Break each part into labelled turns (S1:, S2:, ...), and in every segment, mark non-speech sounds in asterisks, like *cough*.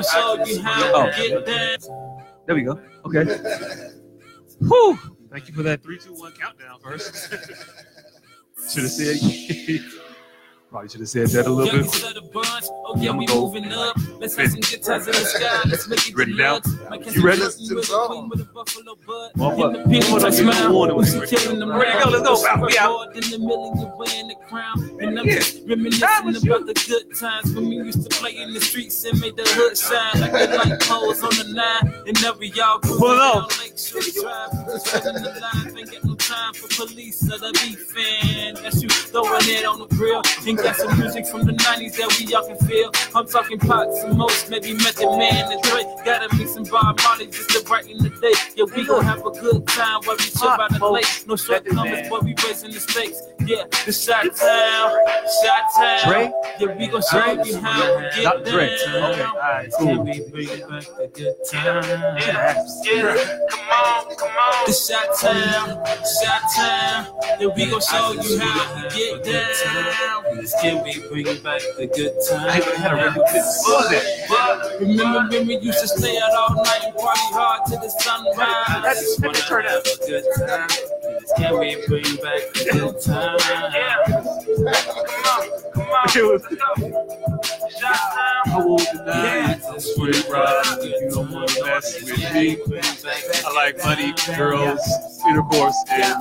S1: So you have
S2: Oh.
S1: to get down.
S2: There we go. Okay. Whew. Thank you for that three, two, one countdown first. *laughs* should have said. *laughs* Probably should have said that a little
S1: Youngest
S2: bit.
S1: of the bunch. Oh yeah,
S2: I'ma
S1: we
S2: go.
S1: moving up. Let's have some good times in the sky. Let's make it
S2: Ready now?
S1: deluxe. Like
S2: You ready?
S1: Kentucky River Queen with a buffalo butt.
S2: Well,
S1: In
S2: what?
S1: the pit with a
S2: Kentucky River
S1: smile.
S2: Warning was
S1: Who's
S2: great.
S1: killing them
S2: Let's go,
S1: rounds?
S2: let's go. Bow, we out.
S1: More than a million, you wearing the crown. And I'm
S2: Yeah.
S1: just
S2: That was
S1: reminiscing
S2: you.
S1: about the good times when we used to play in the streets and made the hood shine like the light poles on the nine. And every y'all
S2: Pull up.
S1: Lakeshore Drive. Straddling the lines, ain't got no time for police or the beef fan. That's you throwing it on the grill. Ain't got some music from the 90s that we all can feel. I'm talking pots and most, maybe Method Man and Drake. Gotta mix some Bob Marley just to brighten the day. Yeah, we gon' have a good time while we chill by the lake. No shortcomings, but we raising the stakes. Yeah, the shot town, shot town.
S2: Dre?
S1: Yeah, we gon' show you how to get
S2: Not Dre.
S1: down.
S2: Okay, all right,
S1: Can
S2: cool.
S1: we bring back the good times? The shot town, shot town, yeah, we gon' show you how to get down. Can we bring back the good times? Remember when we used to stay out all night and party hard till the sunrise?
S2: That's-
S1: Just wanna
S2: that's turn
S1: have a good time. Can we bring back the *laughs* good times?
S2: I will deny
S1: Yeah.
S2: you this sweet ride if you don't wanna mess with me. I like money, girls, Peter course, and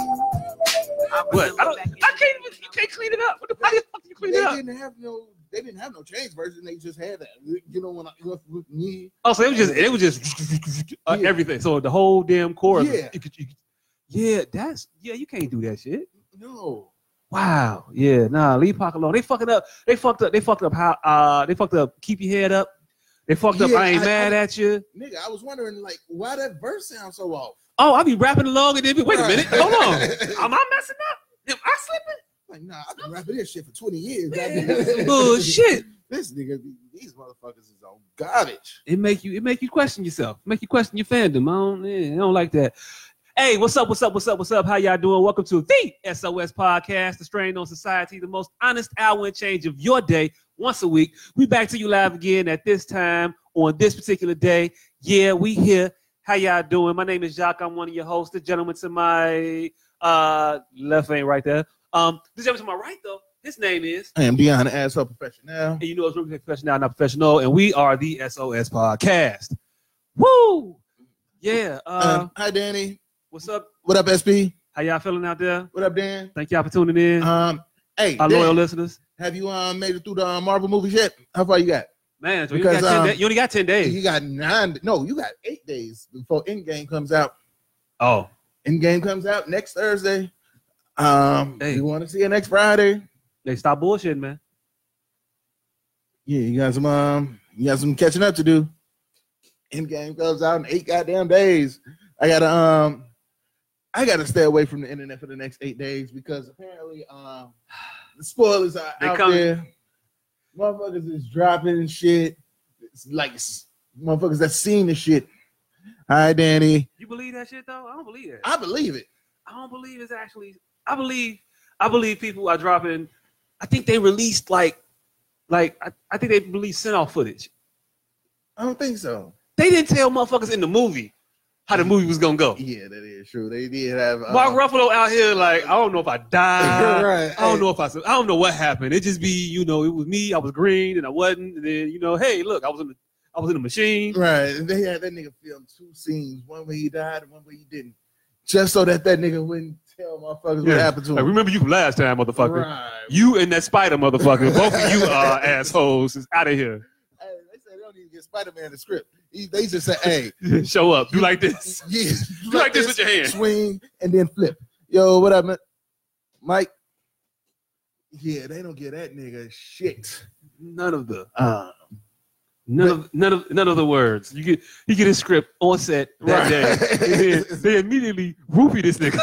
S2: what? I don't. I can't even. You can't clean it up. What the how the fuck do you
S3: They
S2: clean it up?
S3: didn't have no. They didn't have no change version. They just had that. You know when I left with me.
S2: Oh, so it was just. It was just *laughs* uh,
S3: Yeah.
S2: everything. So the whole damn chorus.
S3: Yeah.
S2: You could, you could- yeah, that's yeah. You can't do that shit.
S3: No.
S2: Wow. Yeah. Nah. Leave Pac alone. They fucking up. They fucked up. They fucked up. How? Uh. They fucked up. Keep your head up. They fucked up.
S3: Yeah,
S2: I ain't
S3: I-
S2: mad
S3: I-
S2: at you.
S3: Nigga, I was wondering like why that verse sounds so off.
S2: Oh, I be rapping along and then be, wait a
S3: Right.
S2: minute. Hold
S3: *laughs*
S2: on. Am I messing up? Am I slipping?
S3: Like, nah, I've been rapping this shit for 20 years.
S2: Man,
S3: *laughs*
S2: *laughs*
S3: goddamn.
S2: bullshit.
S3: This nigga, these motherfuckers is on garbage.
S2: It make you it make you question yourself. Make you question your fandom. I don't, yeah, I don't like that. Hey, what's up? What's up? What's up? What's up? How y'all doing? Welcome to the SOS Podcast, the strain on society, the most honest hour and change of your day once a week. We back to you live again at this time on this particular day. Yeah, we here. How y'all doing? My name is Jacques. I'm one of your hosts. The gentleman to my uh left ain't right there. Um, the gentleman to my right though, his name is
S3: I am Dion, the asshole professional.
S2: and you know it's Ruby Professional, not professional, and we are the SOS Podcast. Woo! Yeah. Uh,
S3: Um, hi, Danny.
S2: what's up?
S3: What up, SB?
S2: How y'all feeling out there?
S3: What up, Dan?
S2: Thank y'all for tuning in,
S3: Um, hey,
S2: our
S3: Dan,
S2: loyal listeners.
S3: have you um made it through the uh, Marvel movies yet? How far you got?
S2: Man, so you,
S3: Because,
S2: only got 10
S3: um,
S2: day- you only got ten
S3: You
S2: days.
S3: got nine. No, you got eight days before Endgame comes out.
S2: Oh,
S3: Endgame comes out next Thursday. Um,
S2: Hey.
S3: you want to see it next Friday?
S2: they stop bullshitting, man.
S3: Yeah, you got some um, you got some catching up to do. Endgame comes out in eight goddamn days. I gotta um, I gotta stay away from the internet for the next eight days because apparently um, the spoilers are
S2: They
S3: out
S2: coming.
S3: there. Motherfuckers is dropping shit. It's like s- motherfuckers that seen the shit. Hi, Danny.
S2: You believe that shit though? I don't believe that. I,
S3: I believe it.
S2: don't believe it's actually. I believe. I believe people are dropping. I think they released like, like I, I think they released send off footage.
S3: I don't think so.
S2: They didn't tell motherfuckers in the movie how the movie was gonna go.
S3: Yeah, that is true. They did have uh,
S2: Mark Ruffalo out here, like, I don't know if
S3: *laughs*
S2: I died.
S3: right.
S2: I don't know if I, I don't know what happened. It just be, you know, it was me. I was green and I wasn't. And then, you know, hey, look, I was in the, I was in the machine.
S3: Right. and They had that nigga film two scenes, one where he died and one where he didn't. Just so that that nigga wouldn't tell motherfuckers
S2: Yeah,
S3: what happened to
S2: Like,
S3: him.
S2: remember you from last time, motherfucker.
S3: Right.
S2: You and that spider, motherfucker. Both of you are *laughs* assholes. Is out of here.
S3: *laughs* Hey, they said they don't even get Spider-Man in the script. He- they just say, hey,
S2: Show up. *laughs* You like this?
S3: yeah,
S2: You like this with your hand?
S3: swing and then flip. Yo, what up, man? Mike? Yeah, they don't get that nigga shit.
S2: None of the.
S3: Um,
S2: Uh, None of none of none of the words. You get you get a script on set that
S3: Right.
S2: day. And
S3: *laughs*
S2: then they immediately whoopie this nigga.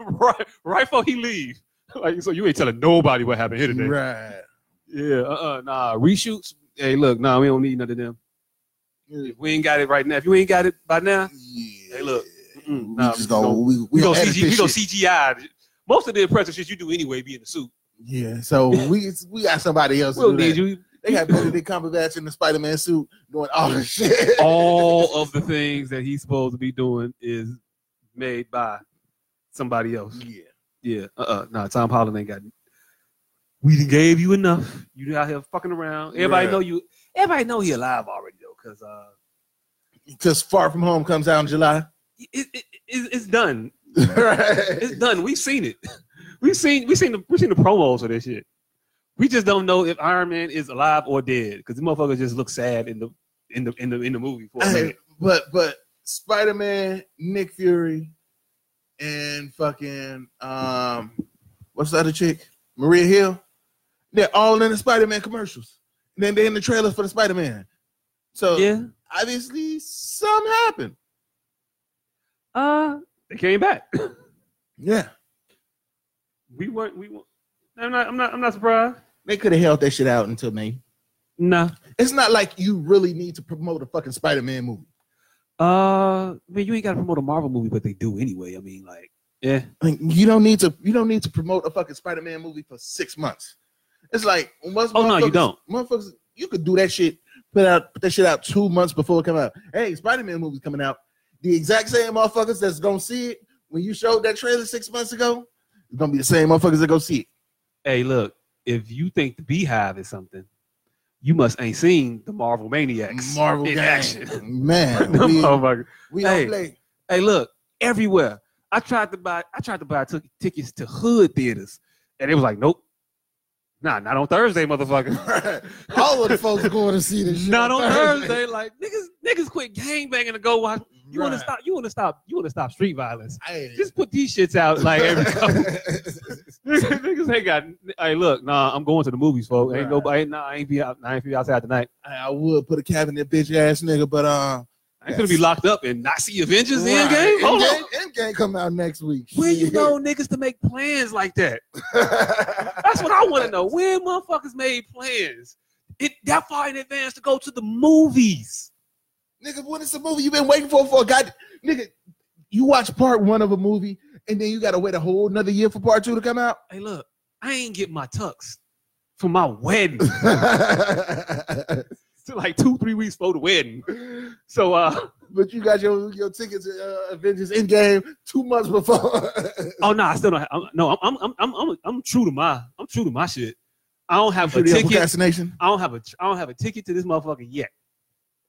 S2: right, right before he leave. Like, so you ain't telling nobody what happened here today.
S3: right.
S2: Yeah, uh, uh nah, reshoots. Hey, look, nah, we don't need none of them.
S3: Yeah.
S2: If we ain't got it right now, if you ain't got it by now,
S3: Hey,
S2: look,
S3: We
S2: mm-mm, nah,
S3: just
S2: we
S3: gonna,
S2: gonna-
S3: we, we,
S2: we
S3: gonna
S2: gonna
S3: edit
S2: CG, we
S3: this
S2: gonna
S3: shit.
S2: CGI. Most of the impressive shit you do anyway be in the suit.
S3: Yeah, so we we got somebody else.
S2: We don't
S3: to do that.
S2: need you.
S3: They had Benedict Cumberbatch in the Spider Man suit doing all the shit.
S2: Oh, All of the things that he's supposed to be doing is made by somebody else.
S3: yeah.
S2: Yeah. Uh. uh No. Tom Holland ain't got. We gave you enough. You out here fucking around. Everybody
S3: Yeah.
S2: know you. Everybody know he alive already though, cause uh,
S3: Because Far From Home comes out in July.
S2: it, it, it, it's done.
S3: right.
S2: It's done. We've seen it. *laughs* We've seen we seen the we seen the promos for this shit. We just don't know if Iron Man is alive or dead because the motherfucker just looks sad in the in the in the in the movie for a
S3: Hey,
S2: minute.
S3: but but Spider Man, Nick Fury, and fucking um, what's the other chick? Maria Hill. They're all in the Spider Man commercials. And then they're in the trailers for the Spider Man. So
S2: Yeah.
S3: obviously something happened.
S2: Uh, they came back.
S3: Yeah,
S2: we weren't. We weren't. I'm not. I'm not. I'm not surprised.
S3: they could have held that shit out until May.
S2: Nah.
S3: It's not like you really need to promote a fucking Spider Man movie.
S2: Uh, I mean, you ain't got to promote a Marvel movie, but they do anyway. I mean, like, yeah.
S3: Like, you don't need to. You don't need to promote a fucking Spider Man movie for six months. It's like once
S2: Oh, no, you
S3: motherfuckers-
S2: don't.
S3: Motherfuckers, you could do that shit. Put out put that shit out two months before it come out. Hey, Spider Man movie's coming out. The exact same motherfuckers that's gonna see it when you showed that trailer six months ago. It's gonna be the same motherfuckers that go see it.
S2: Hey, look. If you think the Beehive is something, you must ain't seen the Marvel Maniacs
S3: Marvel
S2: in
S3: gang. *laughs*
S2: action. *laughs*
S3: man.
S2: Them
S3: we,
S2: motherfuckers.
S3: we don't
S2: Hey.
S3: play. *laughs*
S2: Hey, look, everywhere. I tried to buy. I tried to buy t- tickets to hood theaters, and they was like, nope. Nah, not on Thursday, motherfucker.
S3: All of the folks going to see this. Shit
S2: Not on Thursday, like niggas, niggas quit gang banging to go watch. You want to
S3: Right.
S2: stop? You want to stop? You want to stop street violence?
S3: Hey.
S2: Just put these shits out like *laughs* every couple. niggas ain't got. Hey, look, nah, I'm going to the movies, folks. Ain't
S3: Right.
S2: nobody. Nah, I ain't be out. I ain't be outside tonight.
S3: I, I would put a cap in that bitch ass nigga, but um,
S2: I ain't gonna be
S3: Yes.
S2: locked up and not see Avengers
S3: Right.
S2: Endgame. Hold
S3: Endgame,
S2: on.
S3: Endgame come out next week.
S2: Where you
S3: Shit.
S2: know niggas to make plans like *laughs* that? That's what I want to know. When motherfuckers made plans it, that far in advance to go to the movies?
S3: Nigga, when it's a movie you've been waiting for for a god nigga, you watch part one of a movie and then you gotta wait a whole another year for part two to come *laughs* out.
S2: Hey, look, I ain't get my tux for my *laughs* wedding to like two, three weeks before the wedding. So, uh,
S3: but you got your your tickets uh, Avengers Endgame two months before.
S2: *laughs* Oh no, I still don't. Have, I'm, no, I'm I'm I'm I'm I'm true to my I'm true to my shit. I don't have a
S3: Through the
S2: ticket.
S3: procrastination.
S2: I don't have a I don't have a ticket to this motherfucker yet.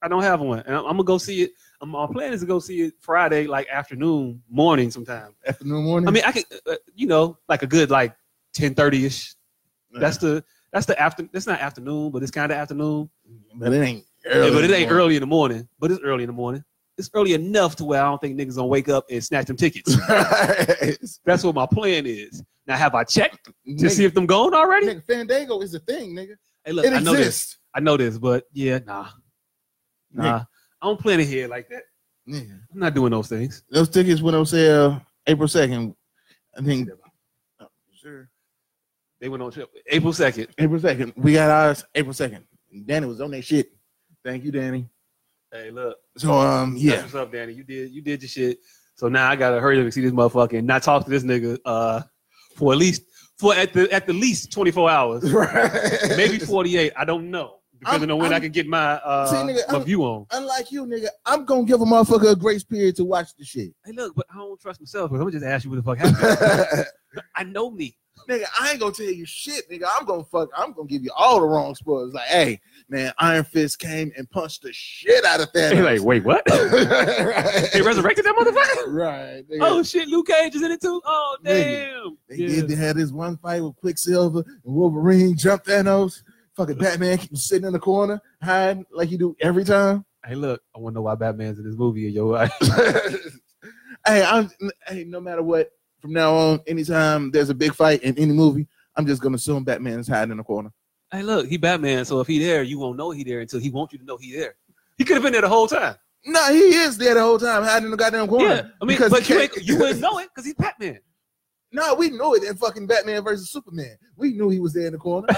S2: I don't have one, and I'm, I'm gonna go see it. I'm, my plan is to go see it Friday, like afternoon, morning, sometime.
S3: Afternoon morning.
S2: I mean, I could, uh, you know, like a good like ten thirty ish. That's the that's the after. That's not afternoon, but it's kind of afternoon.
S3: but it ain't
S2: Yeah,
S3: early.
S2: but it ain't
S3: morning.
S2: early in the morning. But it's early in the morning. It's early enough to where I don't think niggas gonna wake up and snatch them
S3: *laughs*
S2: tickets. That's what my plan is. Now, have I checked to
S3: nigga,
S2: see if them gone already?
S3: nigga, Fandango is a thing, nigga.
S2: Hey, look,
S3: It
S2: I know this.
S3: exists.
S2: I know this, but yeah, nah, nah. I don't plan ahead like that.
S3: Nigga.
S2: I'm not doing those things.
S3: Those tickets went on sale April second. I think. Sure.
S2: They went on trip April second.
S3: April second. We got ours April second. Danny was on that shit. Thank you, Danny.
S2: Hey, look,
S3: So um
S2: that's
S3: yeah.
S2: what's up, Danny? You did, you did your shit. So now I gotta hurry up and see this motherfucker and not talk to this nigga uh, for at least for at the at the least 24 hours,
S3: *laughs* Right.
S2: maybe 48. I don't know, depending
S3: I'm-
S2: on when i
S3: I'm-
S2: can get my uh,
S3: See, nigga,
S2: my
S3: I'm-
S2: view on.
S3: Unlike you, nigga, I'm gonna give a motherfucker a grace period to watch the shit.
S2: Hey, look, but I don't trust myself. But I'm just ask you what
S3: *laughs*
S2: the fuck happened.
S3: nigga,
S2: I know me.
S3: I ain't gonna tell you shit, nigga. I'm gonna fuck. I'm gonna give you all the wrong spoilers. Like, hey, man, Iron Fist came and punched the shit out *laughs* of
S2: Hey,
S3: Thanos.
S2: like, wait, what?
S3: right.
S2: they resurrected that motherfucker.
S3: right. nigga.
S2: *laughs* Oh shit, Luke Cage is in it too. Oh
S3: Nigga,
S2: damn.
S3: They
S2: Yeah.
S3: did. They had this one fight with Quicksilver and Wolverine jumped Thanos. Fucking Batman was sitting in the corner hiding like he do
S2: *laughs*
S3: every time.
S2: Hey, look, I want to know why Batman's in this movie. And yo, I,
S3: hey, I'm. Hey, no matter what, from now on, anytime there's a big fight in any movie, I'm just gonna assume Batman's hiding in the corner.
S2: hey, look, he Batman. So if he there, you won't know he there until he wants you to know he there. He could have been there the whole time.
S3: No, he is there the whole time, hiding in the goddamn corner.
S2: Yeah, I mean,
S3: Because
S2: but
S3: he
S2: you,
S3: can't-
S2: ain't, you wouldn't know it because he's Batman.
S3: No, we knew it in fucking Batman versus Superman. We knew he was there in
S2: *laughs*
S3: the corner.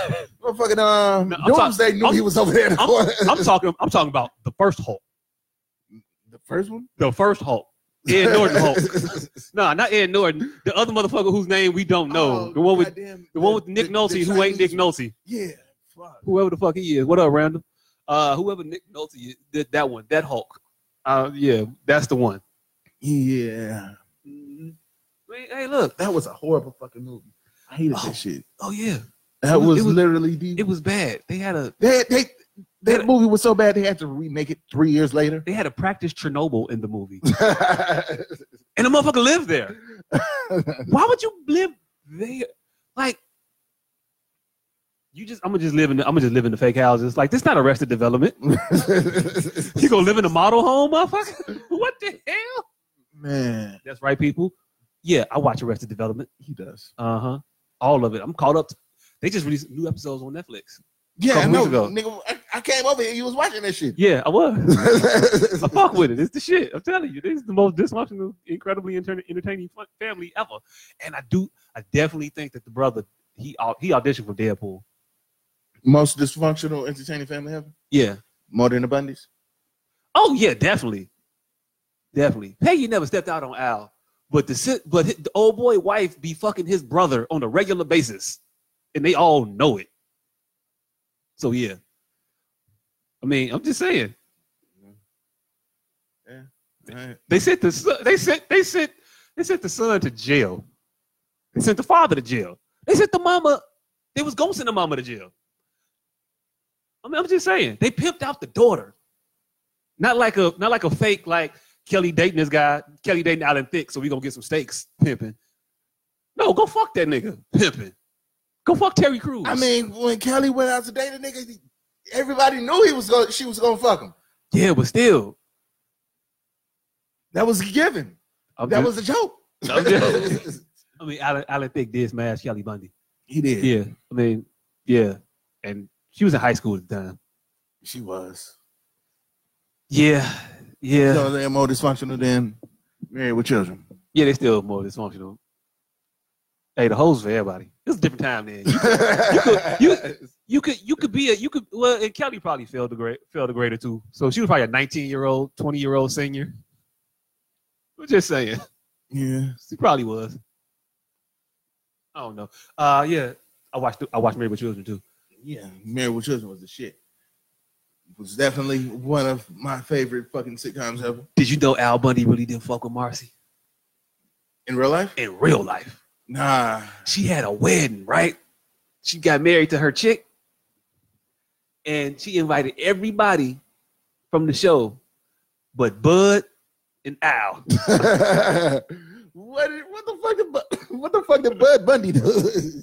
S3: Motherfucking um,
S2: No, I'm talking-
S3: Doomsday knew
S2: I'm-
S3: he was over there in the corner.
S2: I'm talking. I'm talking about the first Hulk,
S3: *laughs* the first one.
S2: the first Hulk, Ed Norton
S3: *laughs*
S2: Hulk. nah, not Ed Norton. The other motherfucker whose name we don't know.
S3: Oh,
S2: the one with
S3: goddamn,
S2: the one with Nick Nolte, who ain't Nick
S3: Chinese-
S2: Nolte.
S3: Yeah, Fuck.
S2: whoever the fuck he is. What up, Random? Uh, whoever Nick Nolte did that one, that Hulk. Uh, yeah, that's the one.
S3: Yeah. Mm-hmm.
S2: I mean, Hey, look.
S3: That was a horrible fucking movie. I hated
S2: Oh.
S3: that shit.
S2: Oh yeah,
S3: That
S2: It was-
S3: was,
S2: it was-
S3: literally the
S2: it was bad. They had a
S3: They, they, that
S2: It-
S3: movie was so bad they had to remake it three years
S2: *laughs*
S3: later.
S2: they had a practice Chernobyl in the movie,
S3: I
S2: and the motherfucker lived
S3: *laughs*
S2: there. Why would you live there? Like, you just I'm gonna just live in the, I'm gonna just live in the fake houses. Like, this not arrested
S3: *laughs*
S2: development. You gonna live in a model home, motherfucker? *laughs* what the hell?
S3: Man,
S2: That's right, people. Yeah, I watch Arrested Development.
S3: he does.
S2: Uh huh. All of it. I'm caught up. They just released new episodes on Netflix.
S3: Yeah, I
S2: Couple
S3: know,
S2: weeks ago.
S3: nigga. I, I came over here. You was watching
S2: *laughs*
S3: that shit.
S2: Yeah, I was. I fuck with it. It's the shit. I'm telling you, this is the most dysfunctional, incredibly inter- entertaining fun- family ever. And I do, I definitely think that the brother he au- he auditioned for Deadpool.
S3: Most dysfunctional, entertaining family ever.
S2: Yeah.
S3: More than the Bundys.
S2: Oh yeah, definitely, definitely. Peggy never stepped out on Al, but the si- but hi- the old boy wife be fucking his brother on a regular basis, and they all know it. So yeah. I mean, I'm just saying. They sent the son- they sent they sent they sent the son to jail. They sent the father to jail. They sent the mama. They was gonna send the mama to jail. I mean, I'm just saying they pimped out the daughter. Not like a not like a fake like Kelly dating this guy. Kelly dating Allen Thick, so we gonna get some steaks pimping. No, go fuck that nigga pimping. Go fuck Terry Crews.
S3: I mean, when Kelly went out to date a nigga, everybody knew he was going. She was gonna fuck him.
S2: yeah, but still,
S3: That was a given.
S2: I'm
S3: That
S2: ju-
S3: was a joke.
S2: I'm just- I mean, Allen, Allen Thick did smash Kelly Bundy.
S3: *laughs* he did.
S2: Yeah, I mean, yeah, and she was in high school at the time.
S3: She was.
S2: Yeah, yeah,
S3: So they're more dysfunctional than married with children.
S2: yeah. They still more dysfunctional. Hey, the hoes for everybody. It's a different time then. you- You could, you could be a, you could. Well, and Kelly probably failed the grade, failed the grader too. So she was probably a 19 year old, 20 year old senior. I'm just saying,
S3: *laughs* yeah.
S2: she probably was. I don't know. Uh, yeah, I watched, the- I watched Married with Children too.
S3: Yeah, Married with Children was the shit. It was definitely one of my favorite fucking sitcoms ever
S2: Did you know Al Bundy really didn't fuck with Marcy
S3: in real life.
S2: in real life?
S3: Nah,
S2: she had a wedding, right? She got married to her chick, and she invited everybody from the show, but Bud and Al.
S3: *laughs*
S2: *laughs*
S3: what? did- What the fuck? Did, Bu- *laughs* what the fuck did Bud Bundy do?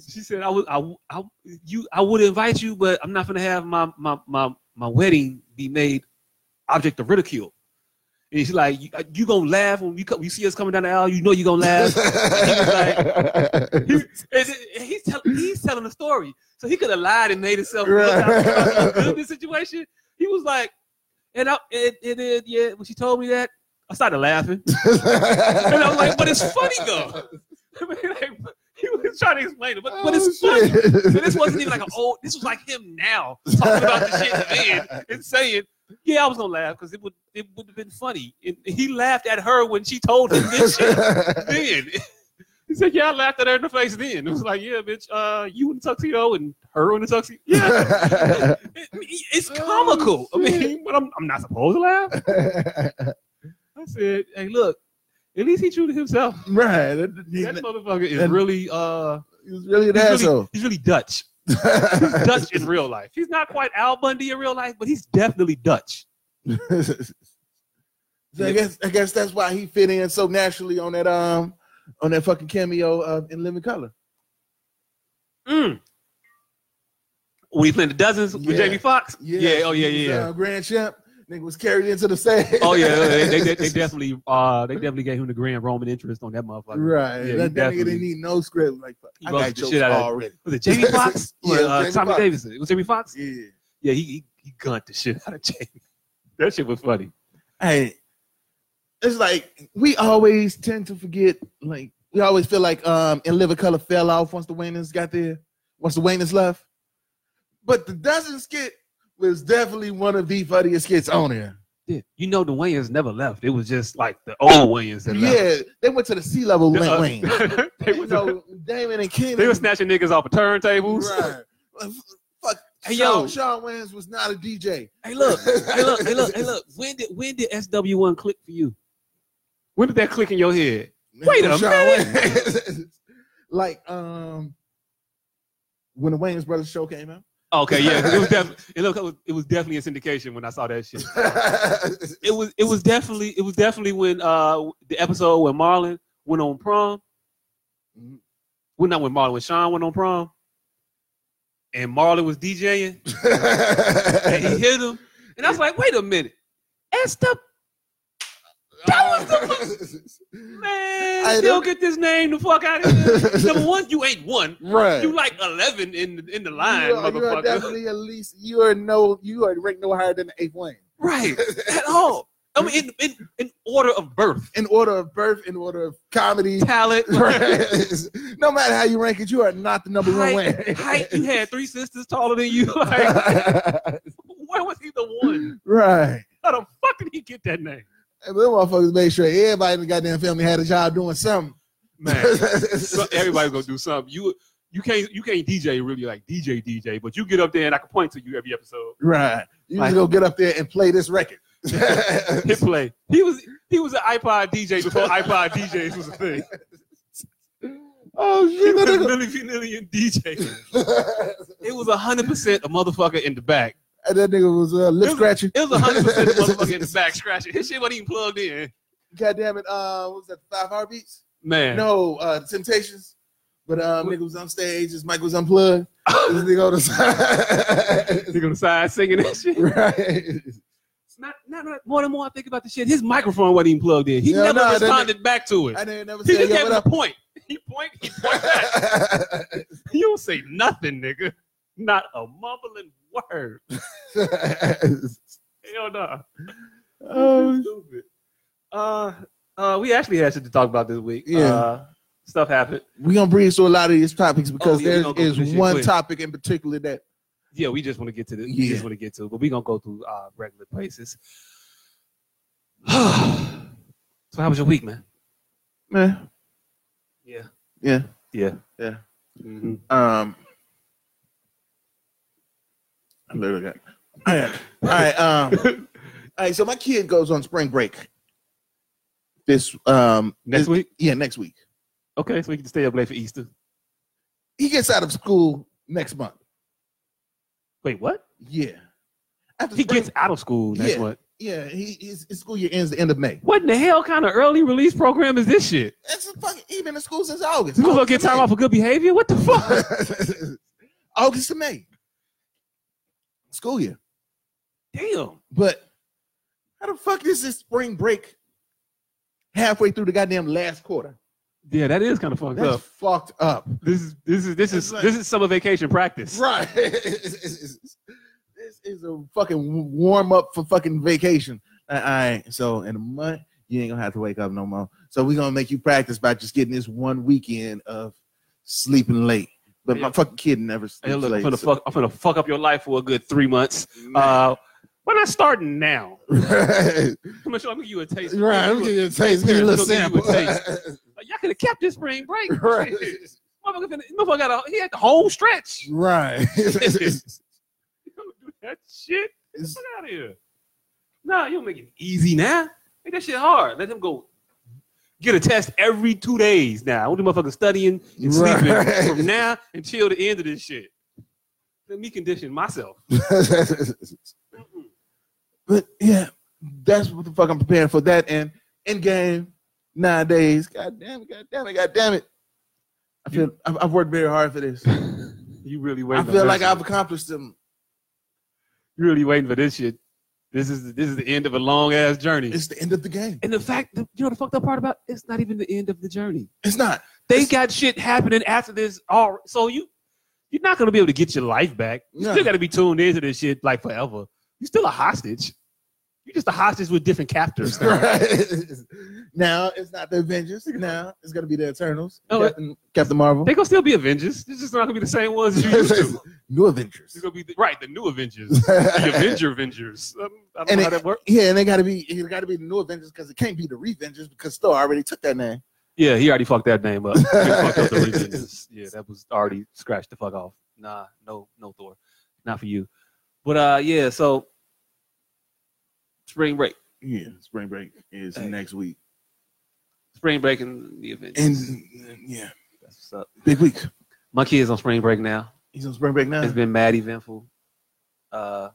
S2: She said, "I would, I, w- I w- you, I would invite you, but I'm not gonna have my my my my wedding be made object of ridicule." And she's like, "You, you gonna laugh when you come, you see us coming down the aisle? You know you gonna laugh." He- and he's, tell, he's telling the story. So he could have lied and made himself look out good in this situation. He was like, and I, it, it, it, yeah, when she told me that, I started laughing.
S3: *laughs*
S2: And I'm like, but it's funny though. *laughs* I mean, like, he was trying to explain it, but, but it's
S3: Oh,
S2: funny. And this wasn't even like an old, this was like him now talking about the shit then and saying, yeah, I was gonna laugh because it would it would have been funny. And he laughed at her when she told him
S3: *laughs*
S2: this shit then. *laughs* He said, Yeah, I laughed at her in the face then. It was like, Yeah, bitch, uh, you in the tuxedo and her in the tuxedo.
S3: *laughs*
S2: Yeah. It- it- it's
S3: Oh,
S2: comical. I *laughs* mean, but I'm, I'm not supposed to laugh. I said, Hey, look, at least he true to himself.
S3: right. He,
S2: That motherfucker is *laughs*
S3: And-
S2: really uh
S3: he was really an
S2: he's really,
S3: asshole.
S2: he's really Dutch. Dutch in real life. He's not quite Al Bundy in real life, but he's definitely Dutch.
S3: *laughs* so I guess I guess that's why he fit in so naturally on that um on that fucking cameo uh, in Living Color.
S2: Mm. When he played the dozens with
S3: Yeah.
S2: Jamie Foxx? yeah, oh yeah,
S3: he
S2: yeah,
S3: was,
S2: yeah.
S3: uh, Grand champ nigga was carried into the stage.
S2: oh yeah, they, they,
S3: *laughs*
S2: they- they definitely uh they definitely gave him the grand Roman interest on that motherfucker.
S3: right.
S2: Yeah, he
S3: that, that
S2: definitely-
S3: nigga didn't need no script. Like fuck,
S2: He
S3: I
S2: roasted
S3: got
S2: the
S3: jokes
S2: shit out of-
S3: already.
S2: Was it
S3: *laughs*
S2: Jamie Fox? Or,
S3: Yeah,
S2: uh,
S3: Jamie
S2: Tommy
S3: Foxx.
S2: Davidson. It was Jamie Fox.
S3: Yeah.
S2: Yeah, he, he he gunned the shit out of Jamie. *laughs* That shit was funny.
S3: Hey, it's like we always tend to forget. Like we always feel like um in Living Color fell off once the Wayners got there, once the Wayners left. But the dozen skit was definitely one of the funniest skits on there.
S2: Yeah. You know the Wayans never left. It was just like the old Wayans that left.
S3: Yeah, they went to the sea level
S2: The, uh,
S3: Wayne.
S2: *laughs* they,
S4: *laughs*
S3: You
S2: was,
S3: know, Damon and Kenan. *laughs*
S2: they were snatching niggas off of turntables.
S3: Right. Like, fuck,
S4: Hey,
S3: Sean,
S4: yo.
S3: Sean Wayans was not a DJ.
S4: Hey, look, hey, look, hey, look, hey, *laughs* look. When did when did SW1 click for you? When did that click in your head? Wait a
S3: Sean Wayans. *laughs* like um when the Wayne's Brothers show came out.
S4: Okay, yeah, 'cause it was definitely it, look, it was it was definitely in syndication when I saw that shit. It was it was definitely it was definitely when uh the episode when Marlon went on prom.
S3: Mhm.
S4: Well, not when Marlon when Sean went on prom, and Marlon was DJing. and he hit him. And I was like, wait a minute. That's the That *laughs*
S3: was the I
S4: man. Still
S3: don't-
S4: get this name the fuck out of here.
S3: *laughs*
S4: Number one, you ain't one.
S3: right.
S4: You like eleven in the, in the line,
S3: you are, you are
S4: motherfucker.
S3: definitely at least you are no you are ranked no higher than the eighth Wayne.
S4: Right
S3: *laughs*
S4: at all. I mean, in, in in order of birth,
S3: In order of birth, in order of comedy.
S4: talent,
S3: *laughs* Right. no matter how you rank it, you are not the number one
S4: Height-
S3: Wayne.
S4: height. You had three sisters taller than you. *laughs*
S2: *laughs*
S4: Like, where was he the one?
S3: *laughs* right.
S4: How the fuck did he get that name,
S3: And them motherfuckers made sure everybody in the goddamn family had a job doing something.
S2: *laughs*
S4: man? so everybody's gonna do something. You you can't you can't DJ really like DJ DJ, but you get up there and I can point to you every episode.
S3: *laughs* Right. You
S4: Like-
S3: just go get up there and play this record.
S4: *laughs*
S3: *laughs*
S4: Hit play. He was he was an iPod DJ
S3: *laughs*
S4: before iPod DJs was a thing.
S3: oh
S4: He was a
S3: shit.
S4: Milli Vanillion DJ.
S3: and
S4: It was hundred percent a motherfucker in the back.
S3: that nigga was uh, lip
S4: It was-
S3: scratching.
S4: It was hundred percent a motherfucker in the back scratching. His shit wasn't even plugged in.
S3: God damn it. Uh, what was that? Five heartbeats?
S4: Man,
S3: No, uh, Temptations. But um, nigga was on stage. His mic was unplugged.
S4: *laughs*
S3: this nigga on the
S4: he
S3: side. *laughs*
S4: gonna side singing that shit.
S3: right.
S4: Not, not, not- more and more I think about the shit. His microphone wasn't even plugged in. He
S3: Yeah,
S4: never
S3: nah, that
S4: responded back to it.
S3: I didn't never
S4: He
S3: say
S4: just
S3: yo,
S4: gave
S3: what
S4: him a
S3: up.
S4: point. He point. He point
S3: *laughs*
S4: back. You don't say nothing, nigga. Not a mumbling word. Hell no.
S3: oh,
S4: Stupid. Uh, uh, we actually had shit to talk about this week.
S3: *laughs* Yeah.
S4: Uh, stuff happened.
S3: we're gonna breeze through a lot of these topics because
S4: oh, yeah, we
S3: there
S4: gonna go
S3: is
S4: through this shit
S3: one
S4: quick.
S3: topic in particular that
S4: Yeah, we just want to get to this. We
S3: Yeah.
S4: just want to get to it, but we're going to go through uh, regular places. *sighs* so, how was your week, man?
S3: man,
S4: Yeah.
S3: yeah.
S4: Yeah.
S3: Yeah.
S4: Mhm.
S3: Um I literally got all right. All right, um
S4: *laughs*
S3: all right, so my kid goes on spring break. This um
S4: Next
S3: this-
S4: week?
S3: Yeah, next week.
S4: Okay, so we can stay up late for Easter.
S3: He gets out of school next month.
S4: Wait, what?
S3: Yeah. After
S4: He
S3: spring-
S4: gets out of school next
S3: Yeah.
S4: month.
S3: yeah, he his, his school year ends the end of May.
S4: What in the hell kind of early release program is this shit?
S3: That's a fucking he been in school since August.
S4: You gonna go get time off for good behavior? What the fuck?
S3: *laughs* August to May. School year.
S4: Damn.
S3: But how the fuck is this spring break halfway through the goddamn last quarter?
S4: Yeah, that is kind of fucked
S3: That's
S4: up.
S3: fucked up.
S4: This is this is this is
S3: It's like-
S4: this is summer vacation practice.
S3: Right. *laughs* this is a fucking warm up for fucking vacation. Uh, All right. So in a month, you ain't gonna have to wake up no more. So we're gonna make you practice by just getting this one weekend of sleeping late. But my
S4: Yeah.
S3: fucking kid never
S4: Hey,
S3: sleeps
S4: look, I'm
S3: late.
S4: gonna
S3: so-
S4: fuck I'm gonna fuck up your life for a good three months. Uh we're not starting now.
S3: right.
S4: Come on, show I'm gonna give you a taste.
S3: Right. I'm
S4: You a-
S3: gonna give you a taste. Give you a little sample.
S4: Like, y'all could have kept this spring break.
S3: *laughs* Right.
S4: Shit. Motherfucker, finna- motherfucker got a, he had the whole stretch. You
S3: *laughs* *laughs* Right.
S4: *laughs* don't do that shit.
S3: It's-
S4: Get out of here. Nah, you don't make it easy now. Make that shit hard. Let them go get a test every two days now. I want the motherfuckers studying and sleeping
S3: Right.
S4: from now until the end of this shit. Let me condition myself. Mm-mm.
S3: but yeah, that's what the fuck I'm preparing for. That and in game nowadays. God damn it, god damn it, god damn it. I feel I've, I've worked very hard for this.
S4: You really
S3: I
S4: waiting.
S3: feel
S4: on
S3: like
S4: this
S3: I've
S4: shit.
S3: accomplished them.
S4: You really waiting for this shit. This is this is the end of a long ass journey.
S3: It's the end of the game.
S4: and the fact, that, you know, the fucked up part about it's not even the end of the journey.
S3: It's not.
S4: They got shit happening after this. All so you you're not gonna be able to get your life back. You
S3: No.
S4: still gotta be tuned into this shit like forever. You're still a hostage. You're just a hostage with different captors. now.
S3: *laughs* now it's not the Avengers. Now it's gonna be the Eternals.
S4: Oh, it-
S3: Captain, Captain Marvel.
S4: they gonna still be Avengers. It's just not gonna be the same ones as you used to.
S3: New
S4: It's
S3: Avengers.
S4: gonna be the, right the new Avengers,
S3: *laughs*
S4: the Avenger Avengers. Um, I don't
S3: *laughs* And
S4: know
S3: it-
S4: how that works.
S3: Yeah, and they gotta be it gotta be the new Avengers because it can't be the Revengers because Thor already took that name.
S4: Yeah, he already fucked that name up. He fucked up the Revengers. yeah, that was already scratched the fuck off. Nah, no, no Thor. not for you. But uh, yeah. So spring break,
S3: Yeah, spring break is
S4: Hey.
S3: next week.
S4: spring break, and the event.
S3: And yeah,
S4: That's what's up.
S3: big week.
S4: My kids on spring break now.
S3: He's on spring break now.
S4: It's been mad eventful. Uh,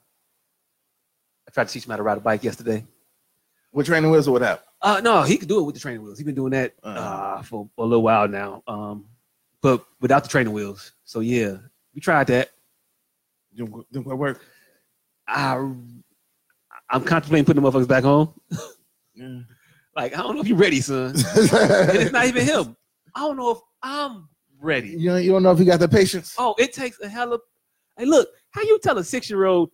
S4: I tried to teach him how to ride a bike yesterday.
S3: With training wheels or without?
S4: Uh, no, he could do it with the training wheels. He's been doing that uh,
S3: Uh-huh.
S4: for a little while now, um, but without the training wheels. So yeah, we tried that.
S3: Didn't qu- didn't quite work. *laughs*
S4: I, I'm contemplating putting the motherfuckers back on.
S3: Yeah.
S4: *laughs* Like I don't know if you're ready, son. and it's not even him. I don't know if I'm ready.
S3: You don't, you don't know if he got the patience.
S4: Oh, it takes a hell of. Hey, look, how you tell a six year old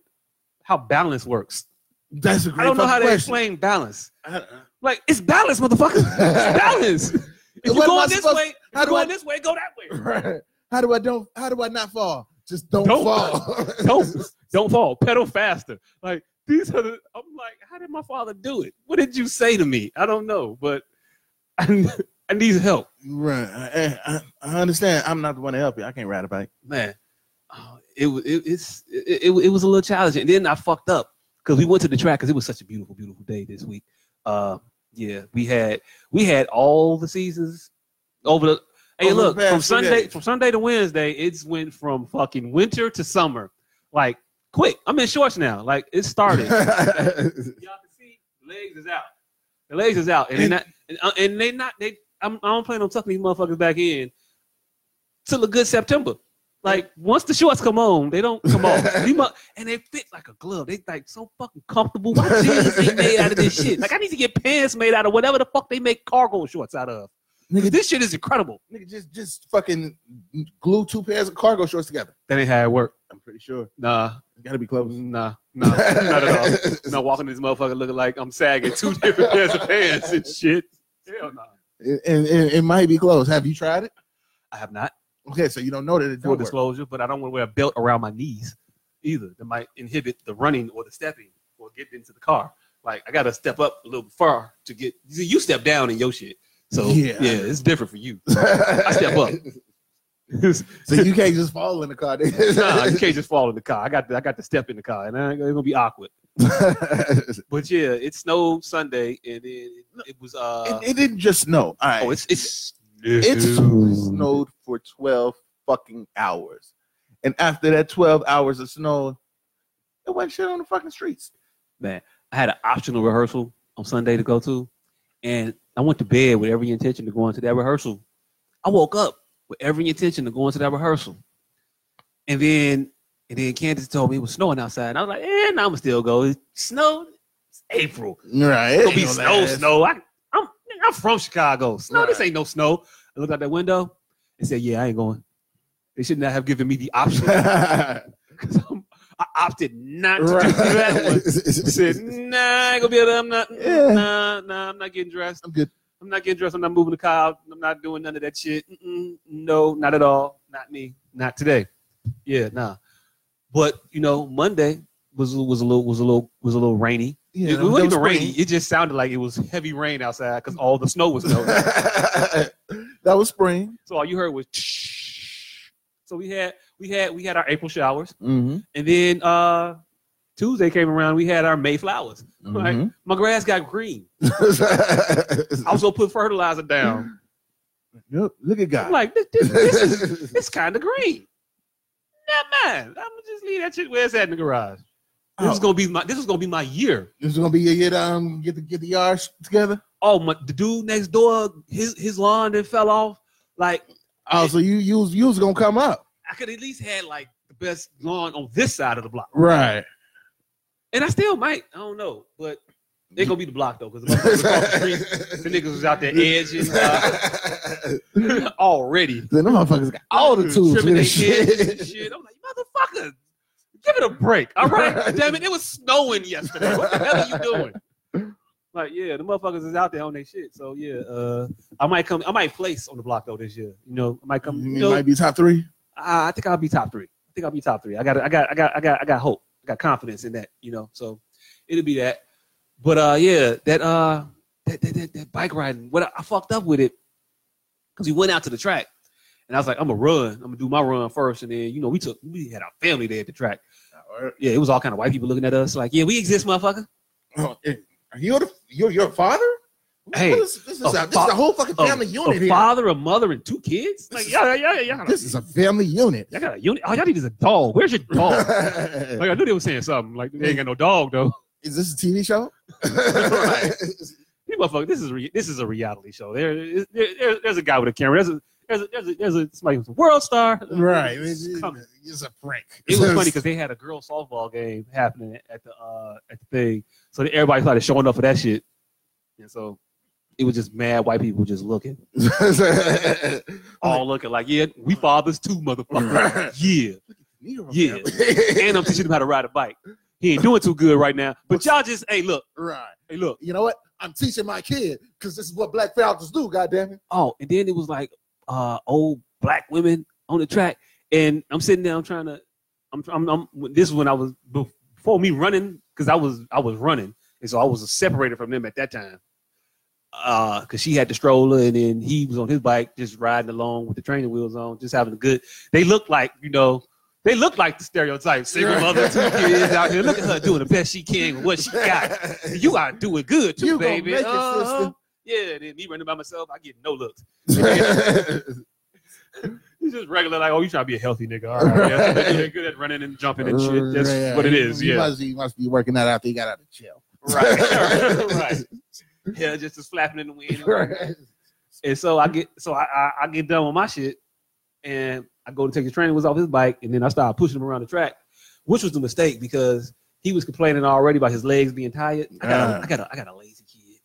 S4: how balance works?
S3: That's a great
S4: I don't know how to
S3: fucking question.
S4: explain balance.
S3: I- I-
S4: Like it's balance,
S3: *laughs*
S4: motherfucker. It's balance. If
S3: What
S4: you're
S3: am I
S4: going this
S3: supposed-
S4: way, if
S3: how
S4: you're
S3: do I-
S4: going this way, go that
S3: *laughs*
S4: way.
S3: Right. How do I don't? How do I not fall? Just don't,
S4: Don't.
S3: fall.
S4: *laughs*
S3: *laughs*
S4: Don't don't fall. Pedal faster. Like these are the. I'm like, how did my father do it? What did you say to me? I don't know, but *laughs* I, I need help.
S3: Right. I, I, I understand. I'm not the one to help you. I can't ride a bike.
S4: man, oh, it was it, it's it, it, it was a little challenging. And then I fucked up because we went to the track because it was such a beautiful, beautiful day this week. Uh, yeah, we had we had all the seasons over the. Hey,
S3: Over the
S4: look
S3: past
S4: from
S3: two
S4: Sunday
S3: days.
S4: from Sunday to Wednesday, it's went from fucking winter to summer. Like quick, I'm in shorts now. Like it
S3: *laughs*
S4: started. Y'all can see the legs is out. The legs is out, and, they not, and, uh, and they not. They, I'm, I don't plan on tucking these motherfuckers back in till a good September. Like once the shorts come on, they don't come off. These mu- and they fit like a glove. They like so fucking comfortable. My jeans ain't made out of this shit. Like I need to get pants made out of whatever the fuck they make cargo shorts out of.
S3: Nigga,
S4: This shit is incredible.
S3: nigga, just just fucking glue two pairs of cargo shorts together.
S4: That ain't how it work.
S3: I'm pretty sure.
S4: Nah,
S3: Gotta be close.
S4: nah, nah, not at all.
S3: *laughs*
S4: No, walking this motherfucker looking like I'm sagging two different pairs of pants and shit. Hell no.
S3: It, and, and it might be close. Have you tried it?
S4: I have not.
S3: Okay, so you don't know that it
S4: full
S3: don't work.
S4: disclosure, but I don't want to wear a belt around my knees either. That might inhibit the running or the stepping or getting into the car. Like I gotta step up a little far to get. See, you step down in your shit, so yeah,
S3: Yeah.
S4: it's different for you.
S3: I
S4: step up. *laughs*
S3: *laughs* so you can't just fall in the car.
S4: nah, you can't just fall in the car. I got to, I got to step in the car, and I, it's gonna be awkward.
S3: *laughs*
S4: But yeah, it snowed Sunday, and then it, it was uh
S3: it, it didn't just snow. All right.
S4: oh, it's it's
S3: It snowed for 12 fucking hours. And after that 12 hours of snow, it wasn't shit on the fucking streets.
S4: man, I had an optional rehearsal on Sunday to go to, and I went to bed with every intention of going to that rehearsal. I woke up with every intention of going to that rehearsal, and then and then Candace told me it was snowing outside, and I was like, "Eh, no, I'ma still go. It snowed. It's April.
S3: Right.
S4: It's gonna be snow, snow. I, I'm I'm from Chicago. Snow. This
S3: Right.
S4: ain't no snow." I looked out that window and said, "Yeah, I ain't going." They should not have given me the
S3: *laughs*
S4: option *laughs* because I opted not to do that
S3: *laughs*
S4: one. I said, nah, I ain't gonna be able to, I'm not,
S3: Yeah.
S4: nah, nah, I'm not getting dressed.
S3: I'm good.
S4: I'm not getting dressed. I'm not moving the car. out. I'm not doing none of that shit. Mm-mm, no, not at all. Not me. Not today. Yeah, nah. But you know, Monday was was a little was a little was a little rainy.
S3: Yeah,
S4: it, it wasn't even rainy. It just sounded like it was heavy rain outside because all the snow was melting.
S3: *laughs* that was spring. *laughs*
S4: so all you heard was. So we had we had we had our April showers,
S3: Mm-hmm.
S4: and then uh Tuesday came around. We had our May flowers.
S3: Mm-hmm.
S4: Right. My grass got green. I *laughs* was gonna put fertilizer
S3: *laughs*
S4: down.
S3: Look, look at
S4: I'm
S3: God.
S4: like, this, this, this is it's kind of green. Not mine. I'm gonna just leave that shit where it's at in the garage. This is
S3: Oh.
S4: gonna be my this is gonna be my year.
S3: *laughs* This is gonna be your year to um, get the get the yards together.
S4: Oh my the dude next door, his his lawn then fell off. Like
S3: Oh, so you you was, you was gonna come up,
S4: I could at least had like the best lawn on this side of the block.
S3: right?
S4: And I still might, I don't know, but they gonna be the block though, because the, motherfuckers across the street, the niggas was out there edging uh,
S3: *laughs*
S4: *laughs* already.
S3: Then the motherfuckers got all the tools for
S4: Trimming their
S3: this
S4: kids and
S3: Mm-hmm. *laughs* shit.
S4: shit. I'm like, motherfucker, give it a break. All right. Damn it, it was snowing yesterday. What the hell are you doing? Like, yeah, the motherfuckers is out there on their shit. So yeah, uh, I might come I might place on the block though this year. You know, I might come you
S3: It
S4: know,
S3: might be top three.
S4: I, I think I'll be top three. I think I'll be top three. I got I got I got I got I got hope. I got confidence in that, you know. So it'll be that. But uh yeah, that uh that that, that, that bike riding, what I, I fucked up with it because we went out to the track And I was like, I'm gonna run. I'm gonna do my run first, and then you know we took we had our family there at the track.
S3: Or,
S4: Yeah, it was all kind of white people looking at us like, yeah, we exist, motherfucker.
S3: oh, eh, you're the, you're your father.
S4: Hey,
S3: What is- this is,
S4: a
S3: a, this is
S4: fa-
S3: a whole fucking
S4: A,
S3: family unit
S4: a
S3: here.
S4: father, a mother, and two kids.
S3: This
S4: Like,
S3: is-
S4: yeah, yeah, yeah.
S3: This is a family unit.
S4: Y'all got a unit. All y'all need is a dog. Where's your
S3: *laughs*
S4: dog?
S3: is
S4: like I knew they were saying something. Like they ain't got no dog though.
S3: this a TV show?
S4: You motherfucker, this is re- this is a reality show. There, is- there, there- there's a guy with a camera. There's a there's a there's a, there's a somebody who's a world star.
S3: *laughs* right.
S4: It's
S3: It's, it's
S4: coming.
S3: a prank.
S4: It was
S3: *laughs*
S4: funny because they had a girl softball game happening at the uh at the thing, so that everybody started showing up for that shit, and so it was just mad white people just looking, all looking like, yeah, we fathers too, motherfucker. yeah, Yeah.
S3: *laughs*
S4: and I'm teaching them how to ride a bike. He ain't doing too good right now, but y'all just hey look,
S3: Right.
S4: hey look.
S3: You know what? I'm teaching my kid because this is what Black Falcons do. Goddamn it.
S4: Oh, and then it was like uh old black women on the track, and I'm sitting down trying to. I'm, I'm, I'm this is when I was before me running because I was I was running, and so I was separated from them at that time. Uh, because she had the stroller, and then he was on his bike just riding along with the training wheels on, just having a good. They look like you know. They look like the stereotype single
S3: Right.
S4: mother, two kids out here. Look at her doing the best she can with what she got.
S3: *laughs*
S4: You are doing good too,
S3: You gonna
S4: baby.
S3: make it,
S4: Uh-huh.
S3: sister.
S4: Yeah, then me running by myself, I get no looks. It's just regular, like, oh, you trying to be a healthy nigga. All right, yeah.
S3: Right.
S4: You're good at running and jumping and shit. That's what it is.
S3: You
S4: Yeah,
S3: must, you must be working that after you got out of jail.
S4: *laughs* right, *laughs* right. Yeah, just just flapping in the *laughs* wind. And so I get, so I, I I get done with my shit, and I go to take the training was off his bike, and then I started pushing him around the track, which was the mistake because he was complaining already about his legs being tired. I got, a,
S3: Ah.
S4: I got, a, I got a lazy kid.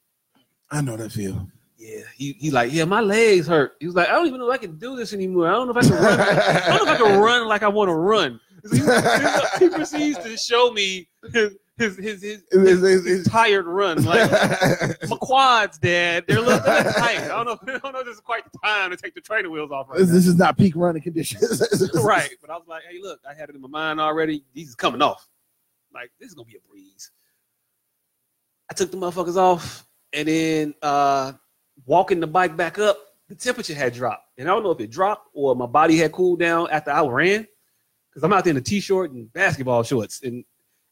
S3: I know that feel.
S4: Yeah, he he like, yeah, my legs hurt. He was like, I don't even know if I can do this anymore. I don't know if I can run.
S3: *laughs*
S4: I *laughs* don't know if I can run like I want to *laughs* run. he proceeds to show me his his his, his, his, tired run. *laughs* Like
S3: *laughs*
S4: my quads, Dad, they're a little they're tight. I don't know. *laughs* I don't know. If this is quite the time to take the training wheels off right
S3: this,
S4: now.
S3: this is not peak running conditions. *laughs*
S4: Right, but I was like, hey, look, I had it in my mind already. These is coming off. Like this is gonna be a breeze. I took the motherfuckers off, and then uh walking the bike back up, the temperature had dropped, and I don't know if it dropped or my body had cooled down after I ran, because I'm out there in a t-shirt and basketball shorts. And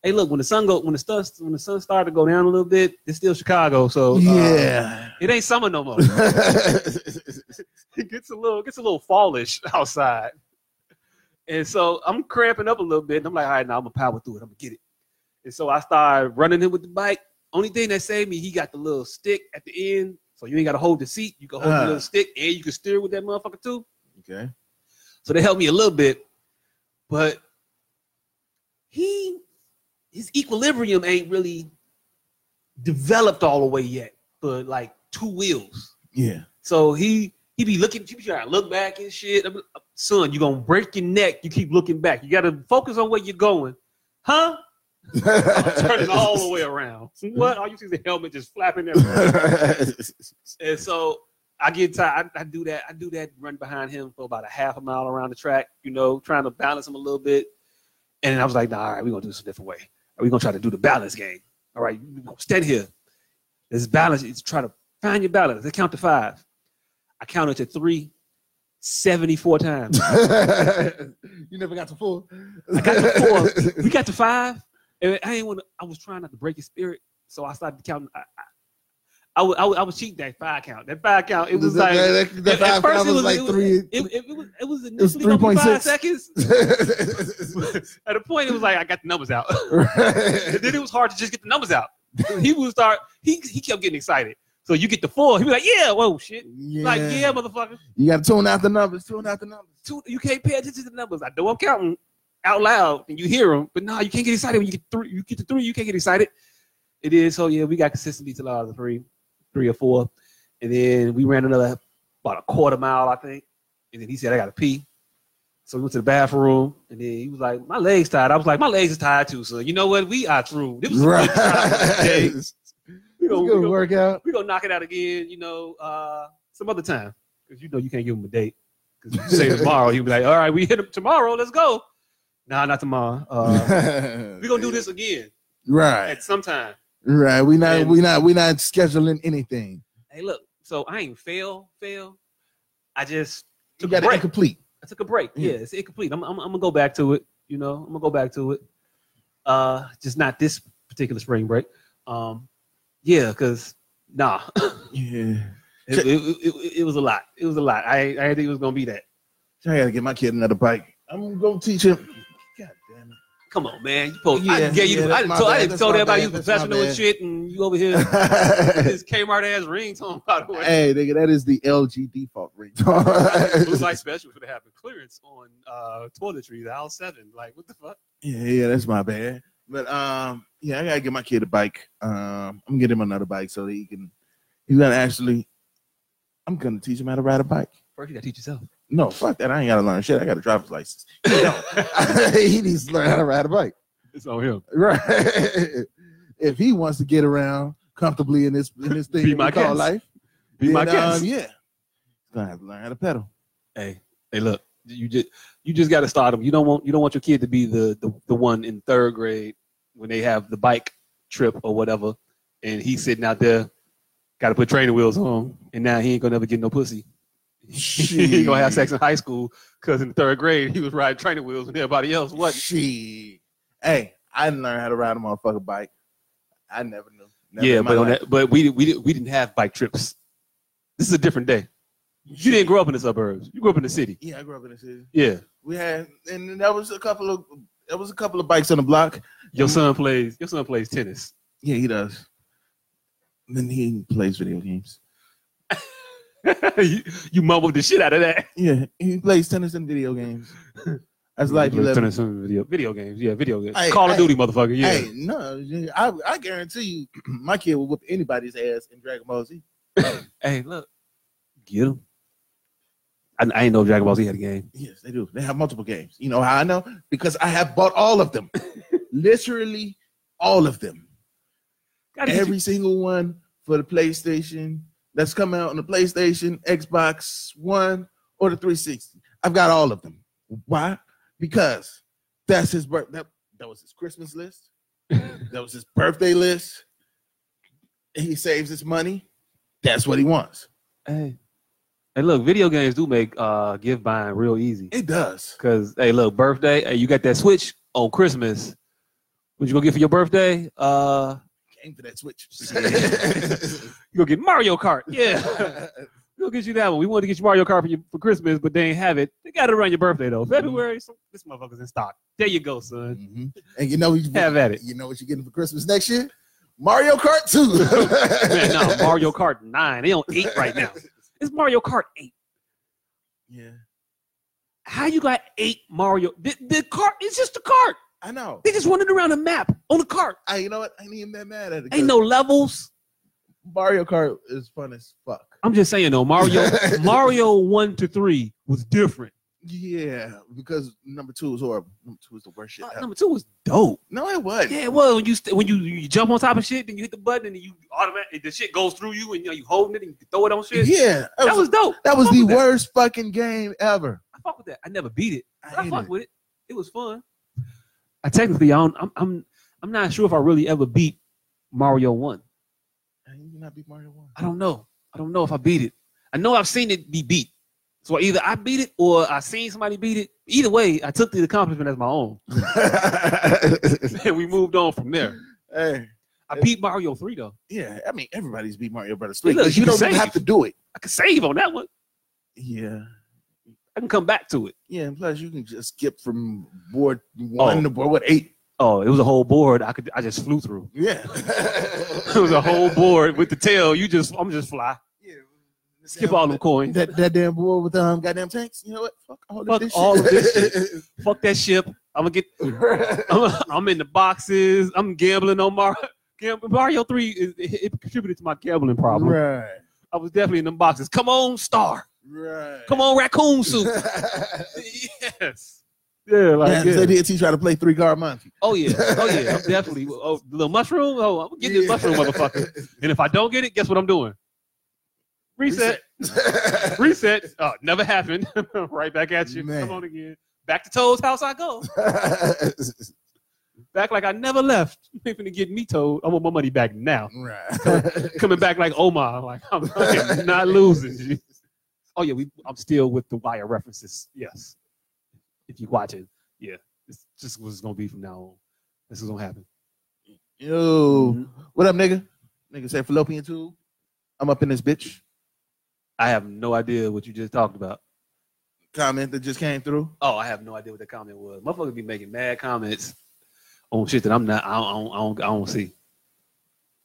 S4: hey, look, when the sun go, when the sun, when the sun started to go down a little bit, it's still Chicago, so uh, *laughs*
S3: Yeah.
S4: it ain't summer no more. it gets a little gets a little fallish *laughs* outside. And so I'm cramping up a little bit, and I'm like, all right, now I'm gonna power through it. I'm gonna get it. And so I started running him with the bike. Only thing that saved me, he got the little stick at the end, so you ain't gotta hold the seat. You can hold
S3: Uh.
S4: the little stick, and you can steer with that motherfucker too.
S3: okay.
S4: So they helped me a little bit, but he his equilibrium ain't really developed all the way yet for like two wheels.
S3: Yeah.
S4: So he he be looking, he be trying to look back and shit. I'm- son, you gonna break your neck. You keep looking back. You gotta focus on where you're going, huh? Turn it
S3: *laughs*
S4: all the way around. What? All you see is the helmet just flapping there. and so I get tired. I, I do that. I do that run behind him for about a half a mile around the track. You know, trying to balance him a little bit. And then I was like, nah, all right, we're gonna do this a different way. We're gonna try to do the balance game. All right, you gonna stand here. This balance is try to find your balance. Let's count to five. I counted to three, 74
S3: *laughs*
S4: times.
S3: you never got to four.
S4: I got to four. we got to five, and I ain't want. to I was trying not to break his spirit, so I started counting. I, I, I, was, I, was, I was cheating that five count. That five count. It was
S3: That-
S4: like
S3: that- that
S4: at- at first
S3: five count
S4: it
S3: was like
S4: it
S3: three-
S4: It, it, it was it was initially
S3: was
S4: gonna be five
S3: 3.6.
S4: seconds. *laughs*
S3: *laughs*
S4: At a point, it was like I got the numbers out. *laughs* and then it was hard to just get the numbers out. He would start. He he kept getting excited. So you get the four. He be like, yeah, whoa, shit.
S3: yeah.
S4: *laughs* Like yeah, motherfucker.
S3: You got to tune out the numbers. Tune out the numbers.
S4: Two, you can't pay attention to the numbers. I know I'm counting out loud and you hear them, but nah, you can't get excited when you get three. You get to three, you can't get excited. It is so yeah. We got consistently till I was three, three or four, and then we ran another about a quarter mile, I think. And then he said, "I got to pee," so we went to the bathroom, and then he was like, "My legs tired." I was like, "My legs is tired too." So you know what? We are through. This was a
S3: Right.
S4: good time today.
S3: *laughs*
S4: We gonna-
S3: It's a
S4: we
S3: good
S4: gonna-
S3: workout.
S4: we gonna knock it out again, you know, uh, some other time. Because you know you can't give him a date. Because you
S3: *laughs*
S4: say tomorrow, he'll be like, all right, we hit him tomorrow, let's go. Nah, not tomorrow.
S3: *laughs*
S4: Uh,
S3: Um,
S4: we gonna do this again
S3: Right.
S4: at some time.
S3: Right. We not.
S4: And-
S3: We not. We not scheduling anything.
S4: Hey, look, so I ain't fail, fail. I just
S3: You
S4: Took
S3: got
S4: a
S3: it
S4: break.
S3: incomplete.
S4: I took a break. Yeah,
S3: Yeah.
S4: it's incomplete. I'm, I'm, I'm gonna go back to it. You know, I'm gonna go back to it. Uh, just not this particular spring break. Um, yeah, cause nah, *laughs*
S3: Yeah.
S4: it, it, it, it- it was a lot. It was a lot. I I didn't think it was gonna be that.
S3: I gotta get my kid another bike. I'm gonna teach him. God damn
S4: Come on, man. You po- I
S3: Yeah,
S4: gave you. The, I
S3: yeah, that's
S4: didn't
S3: my
S4: told, I
S3: bad,
S4: didn't
S3: that's
S4: told
S3: my
S4: everybody
S3: bad,
S4: you was
S3: that's my
S4: professional and
S3: bad.
S4: shit, and you over
S3: *laughs*
S4: here
S3: it.
S4: this Kmart ass ringtone. By
S3: *laughs*
S4: the way,
S3: hey, nigga, that is the LG default
S4: Blue
S3: ringtone.
S4: Light Special was gonna have a clearance on uh, toiletries, aisle seven. Like, what the fuck?
S3: *laughs*
S4: *laughs*
S3: *laughs* yeah, yeah, that's my bad. But um, yeah, I gotta get my kid a bike. Um, I'm gonna get him another bike so that he can. He's gonna actually. I'm gonna teach him how to ride a bike.
S4: First, you gotta teach yourself.
S3: No, fuck that. I ain't gotta learn shit. I got a driver's license. No. *laughs* he needs to learn how to ride a bike. *laughs*
S4: It's on him.
S3: Right. if he wants to get around comfortably in this in this thing
S4: Be
S3: that we
S4: my
S3: call
S4: guest.
S3: life,
S4: Be my
S3: then,
S4: guest.
S3: um, yeah. He's gonna have to learn how to pedal.
S4: hey, hey, look, you just you just got to start them. You don't want you don't want your kid to be the, the the one in third grade when they have the bike trip or whatever, and he's sitting out there, got to put training wheels on, and now he ain't gonna never get no pussy. *laughs* he ain't gonna have sex in high school because in third grade he was riding training wheels and everybody else wasn't.
S3: She. Hey, I didn't learn how to ride a motherfucking bike. I never knew. Never
S4: yeah,
S3: in my
S4: but on
S3: life.
S4: that, but we we didn't- we didn't have bike trips. This is a different day. You didn't grow up in the suburbs. You grew up in the city.
S3: Yeah, I grew up in the city.
S4: Yeah,
S3: We had, and then that was a couple of. There was a couple of bikes on the block.
S4: your son plays. Your son plays tennis. *laughs*
S3: Yeah, he does. And then he plays video games.
S4: you, you mumbled the shit out of that.
S3: Yeah, he plays tennis and video games. That's like
S4: Yeah,
S3: 11.
S4: turn it to video, video games. Yeah, video games.
S3: Hey,
S4: Call of
S3: hey.
S4: Duty, motherfucker. Yeah.
S3: Hey, no, yeah, I, I guarantee you, *clears throat* my kid will whoop anybody's ass in Dragon Ball Z.
S4: Hey, look, get him. I, I ain't know Dragon Ball Z had a game.
S3: Yes, they do. They have multiple games. You know how I know? Because I have bought all of *laughs* them, literally all of them,
S4: Gotta get
S3: every
S4: you-
S3: single one for the PlayStation that's come out on the PlayStation, Xbox One, or the 360. I've got all of them. Why? Because that's his birth. That, that was his
S4: *laughs*
S3: Christmas list. that was his birthday list. He saves his money. That's what he wants.
S4: hey, hey, look, video games do make uh gift buying real easy.
S3: It does.
S4: Cause hey, look, birthday. Hey, you got that Switch on Christmas. What you gonna get for your birthday? Uh,
S3: Came to
S4: *laughs*
S3: that switch.
S4: you gonna get Mario Kart. Yeah. *laughs* We'll get you that one. We wanted to get you Mario Kart for, you, for Christmas, but they ain't have it. They got it around your birthday though. February, so this motherfucker's in stock. There you go, son.
S3: Mhm. And you know you,
S4: Have at it.
S3: you know what you're getting for Christmas next year? Mario Kart 2.
S4: *laughs* Man, no, Mario Kart 9. They on 8 right now. It's Mario Kart 8.
S3: Yeah.
S4: How you got 8 Mario? The, the cart, it's just a cart.
S3: I know.
S4: They just running around a map on the cart.
S3: I you know what? I ain't even that mad at it.
S4: Ain't
S3: 'cause
S4: no levels.
S3: Mario Kart is fun as fuck.
S4: I'm just saying though, Mario Mario 1 to 3 was different.
S3: Yeah, because number two is horrible. Number two is the worst shit.
S4: Uh,
S3: ever.
S4: number 2 was dope.
S3: no, it wasn't.
S4: Yeah, well, when you st- when you, you jump on top of shit, then you hit the button and you automatic the shit goes through you and you, know, you holding it and you throw it on shit.
S3: Yeah, that, was,
S4: dope.
S3: that was
S4: I fuck
S3: the
S4: with
S3: worst fucking game ever.
S4: I fuck with that. I never beat it.
S3: I
S4: But I
S3: hate
S4: fucked
S3: it.
S4: with it. It was fun. I technically, I don't, I'm, I'm, I'm not sure if I really ever beat Mario One.
S3: I ain't even not beat Mario One.
S4: I don't know. I don't know if I beat it. I know I've seen it be beat. So either I beat it or I seen somebody beat it. Either way, I took the accomplishment as my *laughs* own, and we moved on from there.
S3: hey,
S4: I beat Mario Three though.
S3: yeah, I mean everybody's beat Mario Brothers three.
S4: Look,
S3: 'cause
S4: you
S3: you
S4: can
S3: don't even
S4: save.
S3: have to do it.
S4: I can save on that one.
S3: Yeah.
S4: I can come back to it.
S3: Yeah, and plus you can just skip from board one
S4: Oh.
S3: to board what eight.
S4: Oh, it was a whole board. I could. I just flew through.
S3: Yeah,
S4: *laughs* It was a whole board with the tail. You just. I'm just fly.
S3: Yeah.
S4: Skip all them coins.
S3: That that damn board with um goddamn tanks. You know what? Fuck all
S4: Fuck
S3: of this.
S4: all
S3: shit.
S4: of this *laughs* Fuck that ship. I'm gonna get. I'm, I'm in the boxes. I'm gambling on Mario. Gamb- Mario Three is, it, it contributed to my gambling problem.
S3: *laughs* right,
S4: I was definitely in them boxes. Come on, Star.
S3: right.
S4: Come on, Raccoon Soup. yes. Yeah,
S3: yeah,
S4: like yeah.
S3: they did. He tried to play three guard
S4: *laughs*
S3: monkey.
S4: oh yeah, oh yeah, I'm definitely. Oh, little mushroom. Oh, I'm getting this
S3: Yeah.
S4: mushroom, motherfucker. And if I don't get it, guess what I'm doing? Reset.
S3: Reset.
S4: Reset. Oh, never happened. *laughs* right back at you.
S3: Man.
S4: Come on again. Back to Toad's house I go. back like I never left. *laughs* They finna get me told I want my money back
S3: *laughs*
S4: now.
S3: right.
S4: *laughs* Coming back like Omar, like I'm fucking not losing. G. Oh yeah, we. I'm still with the wire references. Yes, if you watching, yeah, it's just what's gonna be from now on. This is gonna happen.
S3: Yo, Mm-hmm. what up, nigga? Nigga say fallopian tube. I'm up in this bitch.
S4: I have no idea what you just talked about.
S3: Comment that just came through.
S4: Oh, I have no idea what the comment was. Motherfucker be making mad comments on shit that I'm not. I don't. I don't, I don't, I don't see.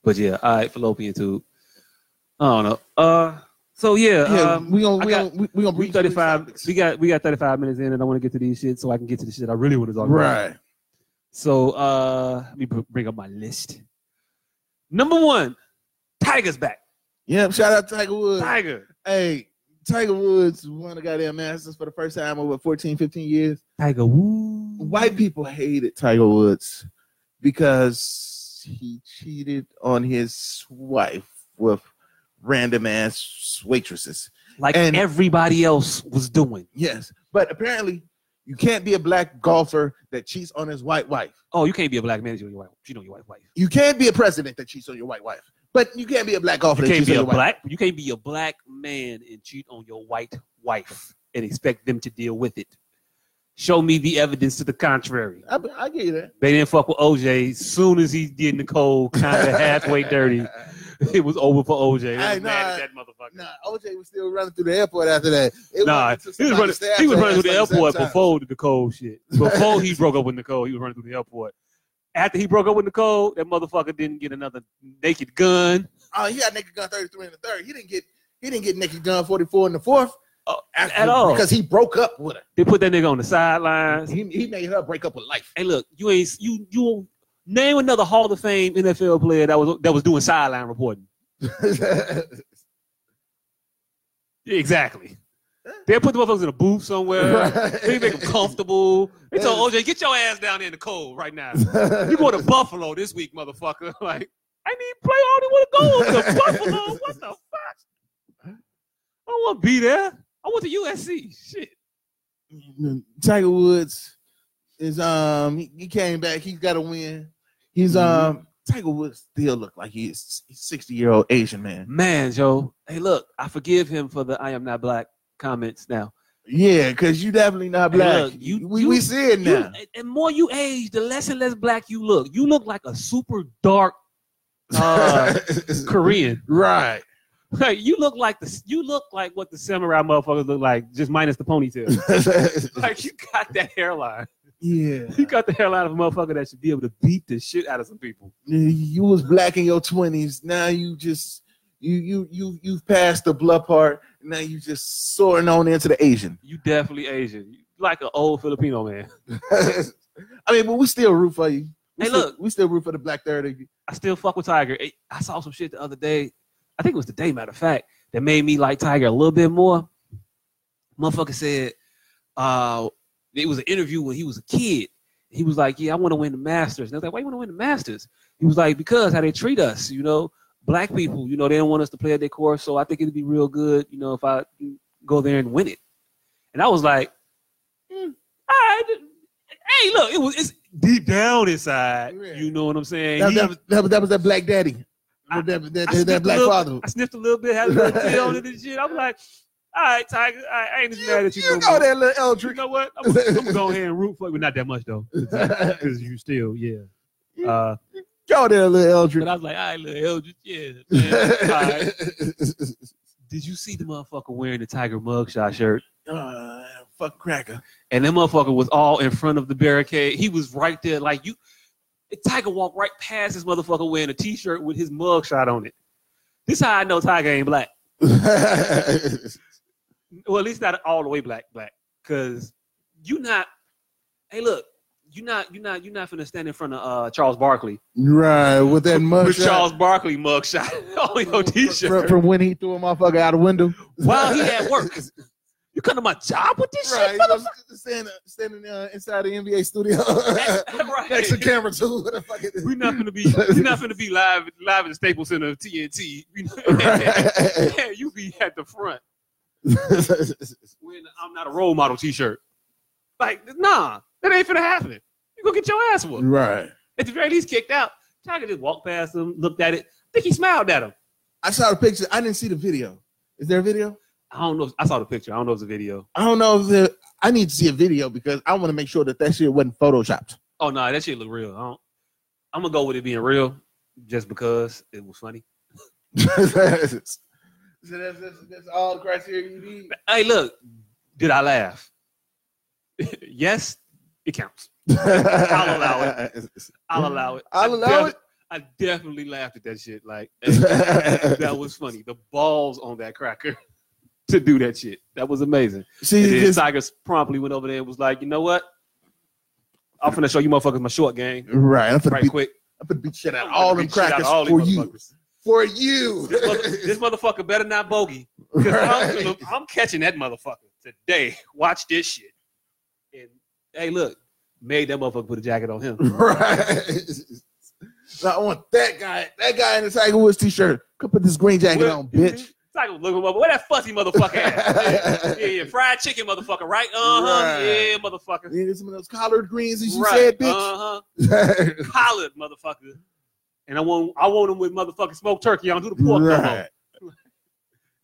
S4: But yeah, all right, fallopian tube. I don't know. Uh, so yeah,
S3: Yeah,
S4: um,
S3: we gonna
S4: I
S3: we
S4: got-
S3: gonna we, we gonna
S4: we
S3: breach
S4: thirty five.
S3: these
S4: We got we got thirty five minutes in, and I want to get to these shit so I can get to the shit I really want to talk
S3: topics.
S4: about.
S3: Right.
S4: So uh, let me br- bring up my list. Number one, Tiger's back.
S3: Yeah. Shout out Tiger Woods.
S4: Tiger.
S3: Hey, Tiger Woods won the goddamn Masters for the first time over 14, 15 years.
S4: Tiger Woo.
S3: White people hated Tiger Woods because he cheated on his wife with random ass waitresses.
S4: like
S3: and-
S4: everybody else was doing.
S3: Yes, but apparently you can't be a black golfer that cheats on his white wife.
S4: Oh, you can't be a black man. if You know your wife. You know your white wife.
S3: You can't be a president that cheats on your white wife. But you can't be a black golfer
S4: You
S3: that
S4: can't
S3: cheats
S4: be
S3: on your
S4: a
S3: white.
S4: black. You can't be a black man and cheat on your white wife and expect them to deal with it. Show me the evidence to the contrary.
S3: I, I get you that.
S4: They didn't fuck with OJ. Soon as he did Nicole kind
S3: *laughs*
S4: of *laughs* halfway dirty, *laughs* it was over for OJ. They
S3: Hey,
S4: was mad at
S3: nah,
S4: that motherfucker.
S3: Nah, OJ was still running through the airport after that. It
S4: Nah, he
S3: wasn't until
S4: was
S3: somebody
S4: running.
S3: stabbed
S4: He was
S3: her
S4: running
S3: ass
S4: through the
S3: like seven
S4: airport
S3: times.
S4: before the Nicole shit.
S3: *laughs*
S4: Before he broke up with Nicole, he was running through the airport. After he broke up with Nicole, that motherfucker didn't get another naked gun.
S3: Oh, he got naked gun 33 in the third. He didn't get he didn't get naked gun 44 in the fourth.
S4: Uh,
S3: after-
S4: at all.
S3: Because he broke up with her.
S4: They put that nigga on the sidelines.
S3: He, he made her break up with
S4: *laughs*
S3: life.
S4: Hey, look, you ain't you you name another Hall of Fame NFL player that was that was doing sideline reporting. Exactly. They put the motherfuckers in a booth somewhere.
S3: *laughs*
S4: They make them comfortable. They told OJ, get your ass down there in the cold right
S3: *laughs*
S4: now. You going to Buffalo this week, motherfucker. *laughs* Like, I need play all they want to *laughs* go to Buffalo. What the fuck? I don't want to be there. I want to USC. Shit.
S3: Tiger Woods is um he, he came back. He's got a win. He's um Tiger Woods still look like he is he's 60 year old Asian man.
S4: Man, Joe. Hey, look, I forgive him for the I am not black comments now.
S3: Yeah, because you definitely not
S4: Hey,
S3: black.
S4: look, you-
S3: we,
S4: you-
S3: we see it
S4: You-
S3: now.
S4: and more you age, the less and less black you look. You look like a super dark uh, Korean.
S3: right.
S4: Like, you look like the you look like what the samurai motherfuckers look like, just minus the ponytail. *laughs* like you got that hairline.
S3: *laughs* yeah.
S4: You got the hairline of a motherfucker that should be able to beat the shit out of some people.
S3: you was black in your twenties. Now you just you you you you've passed the blood part. Now you just soaring on into the Asian. *laughs*
S4: You definitely Asian. You like an old Filipino man.
S3: I mean, but we still root for you. We
S4: Hey,
S3: still-
S4: look.
S3: we still root for the black thirty.
S4: I still fuck with Tiger. Eh, I saw some shit the other day. I think it was today, matter of fact, that made me like Tiger a little bit more. Motherfucker said, uh, it was an interview when he was a kid. He was like, Yeah, I want to win the Masters. And I was like, Why you want to win the Masters? He was like, Because how they treat us, you know, black people, you know, they don't want us to play at their course. So I think it'd be real good, you know, if I go there and win it. And I was like, "Hmm, all right. Hey, look, it was it's deep down inside.
S3: Yeah.
S4: You know what I'm saying?
S3: That,
S4: He-
S3: that, was- that, was- that was that black daddy.
S4: I-
S3: that that, that,
S4: I
S3: that black
S4: look-
S3: father.
S4: I sniffed a little bit, had a little tea on it and shit. I'm like, all right, Tiger, all right, I ain't as mad at you. no
S3: know
S4: more.
S3: that little
S4: you *laughs*
S3: Eldrick.
S4: know what? I'm gonna, I'm gonna *laughs* go ahead and root for you. Not that much *laughs* though, because you still, yeah. Uh,
S3: Y'all that little Eldrick.
S4: but I was like, all right, little Eldridge, yeah. *laughs* man, all right. Did you see the motherfucker wearing the Tiger mugshot shirt?
S3: *laughs* uh, fuck cracker.
S4: And that motherfucker was all in front of the barricade. He was right there, like you. Tiger walked right past this motherfucker wearing a T-shirt with his mugshot on it. This how I know Tiger ain't black. well, at least not all the way black, black, because you not. Hey, look, you not, you not, you not finna stand in front of uh, Charles Barkley
S3: right with that
S4: with Charles
S3: mugshot
S4: Barkley mugshot *laughs* on your
S3: from,
S4: T-shirt
S3: from when he threw a motherfucker out a window. *laughs*
S4: while he at work. You come to my job with this
S3: Right,
S4: shit,
S3: you
S4: *laughs*
S3: know, standing, standing uh, inside the NBA studio *laughs*
S4: motherfucker?
S3: next
S4: *laughs*
S3: to camera too. What the fuck is
S4: We're not gonna be, you're not gonna be live, live in the Staples Center of TNT. You
S3: *laughs*
S4: know?
S3: this?
S4: *laughs* yeah, you be at the front when I'm not a role model T-shirt. Like, nah, that ain't finna happen. You gonna get your ass whooped.
S3: *laughs* right.
S4: At the very least, kicked out. Tiger just walked past him, looked at it. I think he smiled at him.
S3: I saw the picture. I didn't see the video. Is there a video?
S4: I don't know. If, I saw the picture. I don't know if it's a video.
S3: I don't know if the, I need to see a video because I want to make sure that that shit wasn't photoshopped.
S4: Oh no, that shit look real. I don't, I'm gonna go with it being real, just because it was funny.
S3: so that's, that's- that's all the criteria you need.
S4: Hey, look, did I laugh? *laughs* yes, it counts.
S3: I'll
S4: allow I'll allow it.
S3: Mm. I'll
S4: I
S3: allow it.
S4: I definitely laughed at that shit.
S3: *laughs*
S4: Like that
S3: it.
S4: was funny. The balls on that cracker *laughs* to do that shit. That was amazing.
S3: *laughs* See,
S4: And then
S3: just
S4: Tigers promptly went over there and was like, you know what? I'm finna show you motherfuckers my short game
S3: right. I'm finna
S4: right
S3: beat,
S4: quick.
S3: I'm finna beat shit out of
S4: I'm
S3: all
S4: finna
S3: them
S4: beat shit out
S3: crackers
S4: of all these
S3: for you.
S4: motherfuckers.
S3: For you.
S4: This, mother- this motherfucker better not bogey. 'Cause
S3: *laughs*
S4: I'm, I'm catching that motherfucker today. *laughs* Watch this shit. And hey, look, made that motherfucker put a jacket
S3: *laughs*
S4: on him.
S3: Right. So I want that guy, that guy in the Tiger Woods t-shirt. Come put this green jacket
S4: Where-
S3: on, bitch.
S4: Tiger was looking up. Where that fuzzy motherfucker
S3: *laughs*
S4: at? yeah, yeah, fried chicken motherfucker, right? Uh huh.
S3: Right.
S4: Yeah, motherfucker.
S3: You need some of those collard greens as you
S4: right.
S3: said,
S4: Uh
S3: bitch. *laughs*
S4: huh. Collared motherfucker. And I want, I want him with motherfucking smoked turkey. I don't do the pork no more.
S3: right.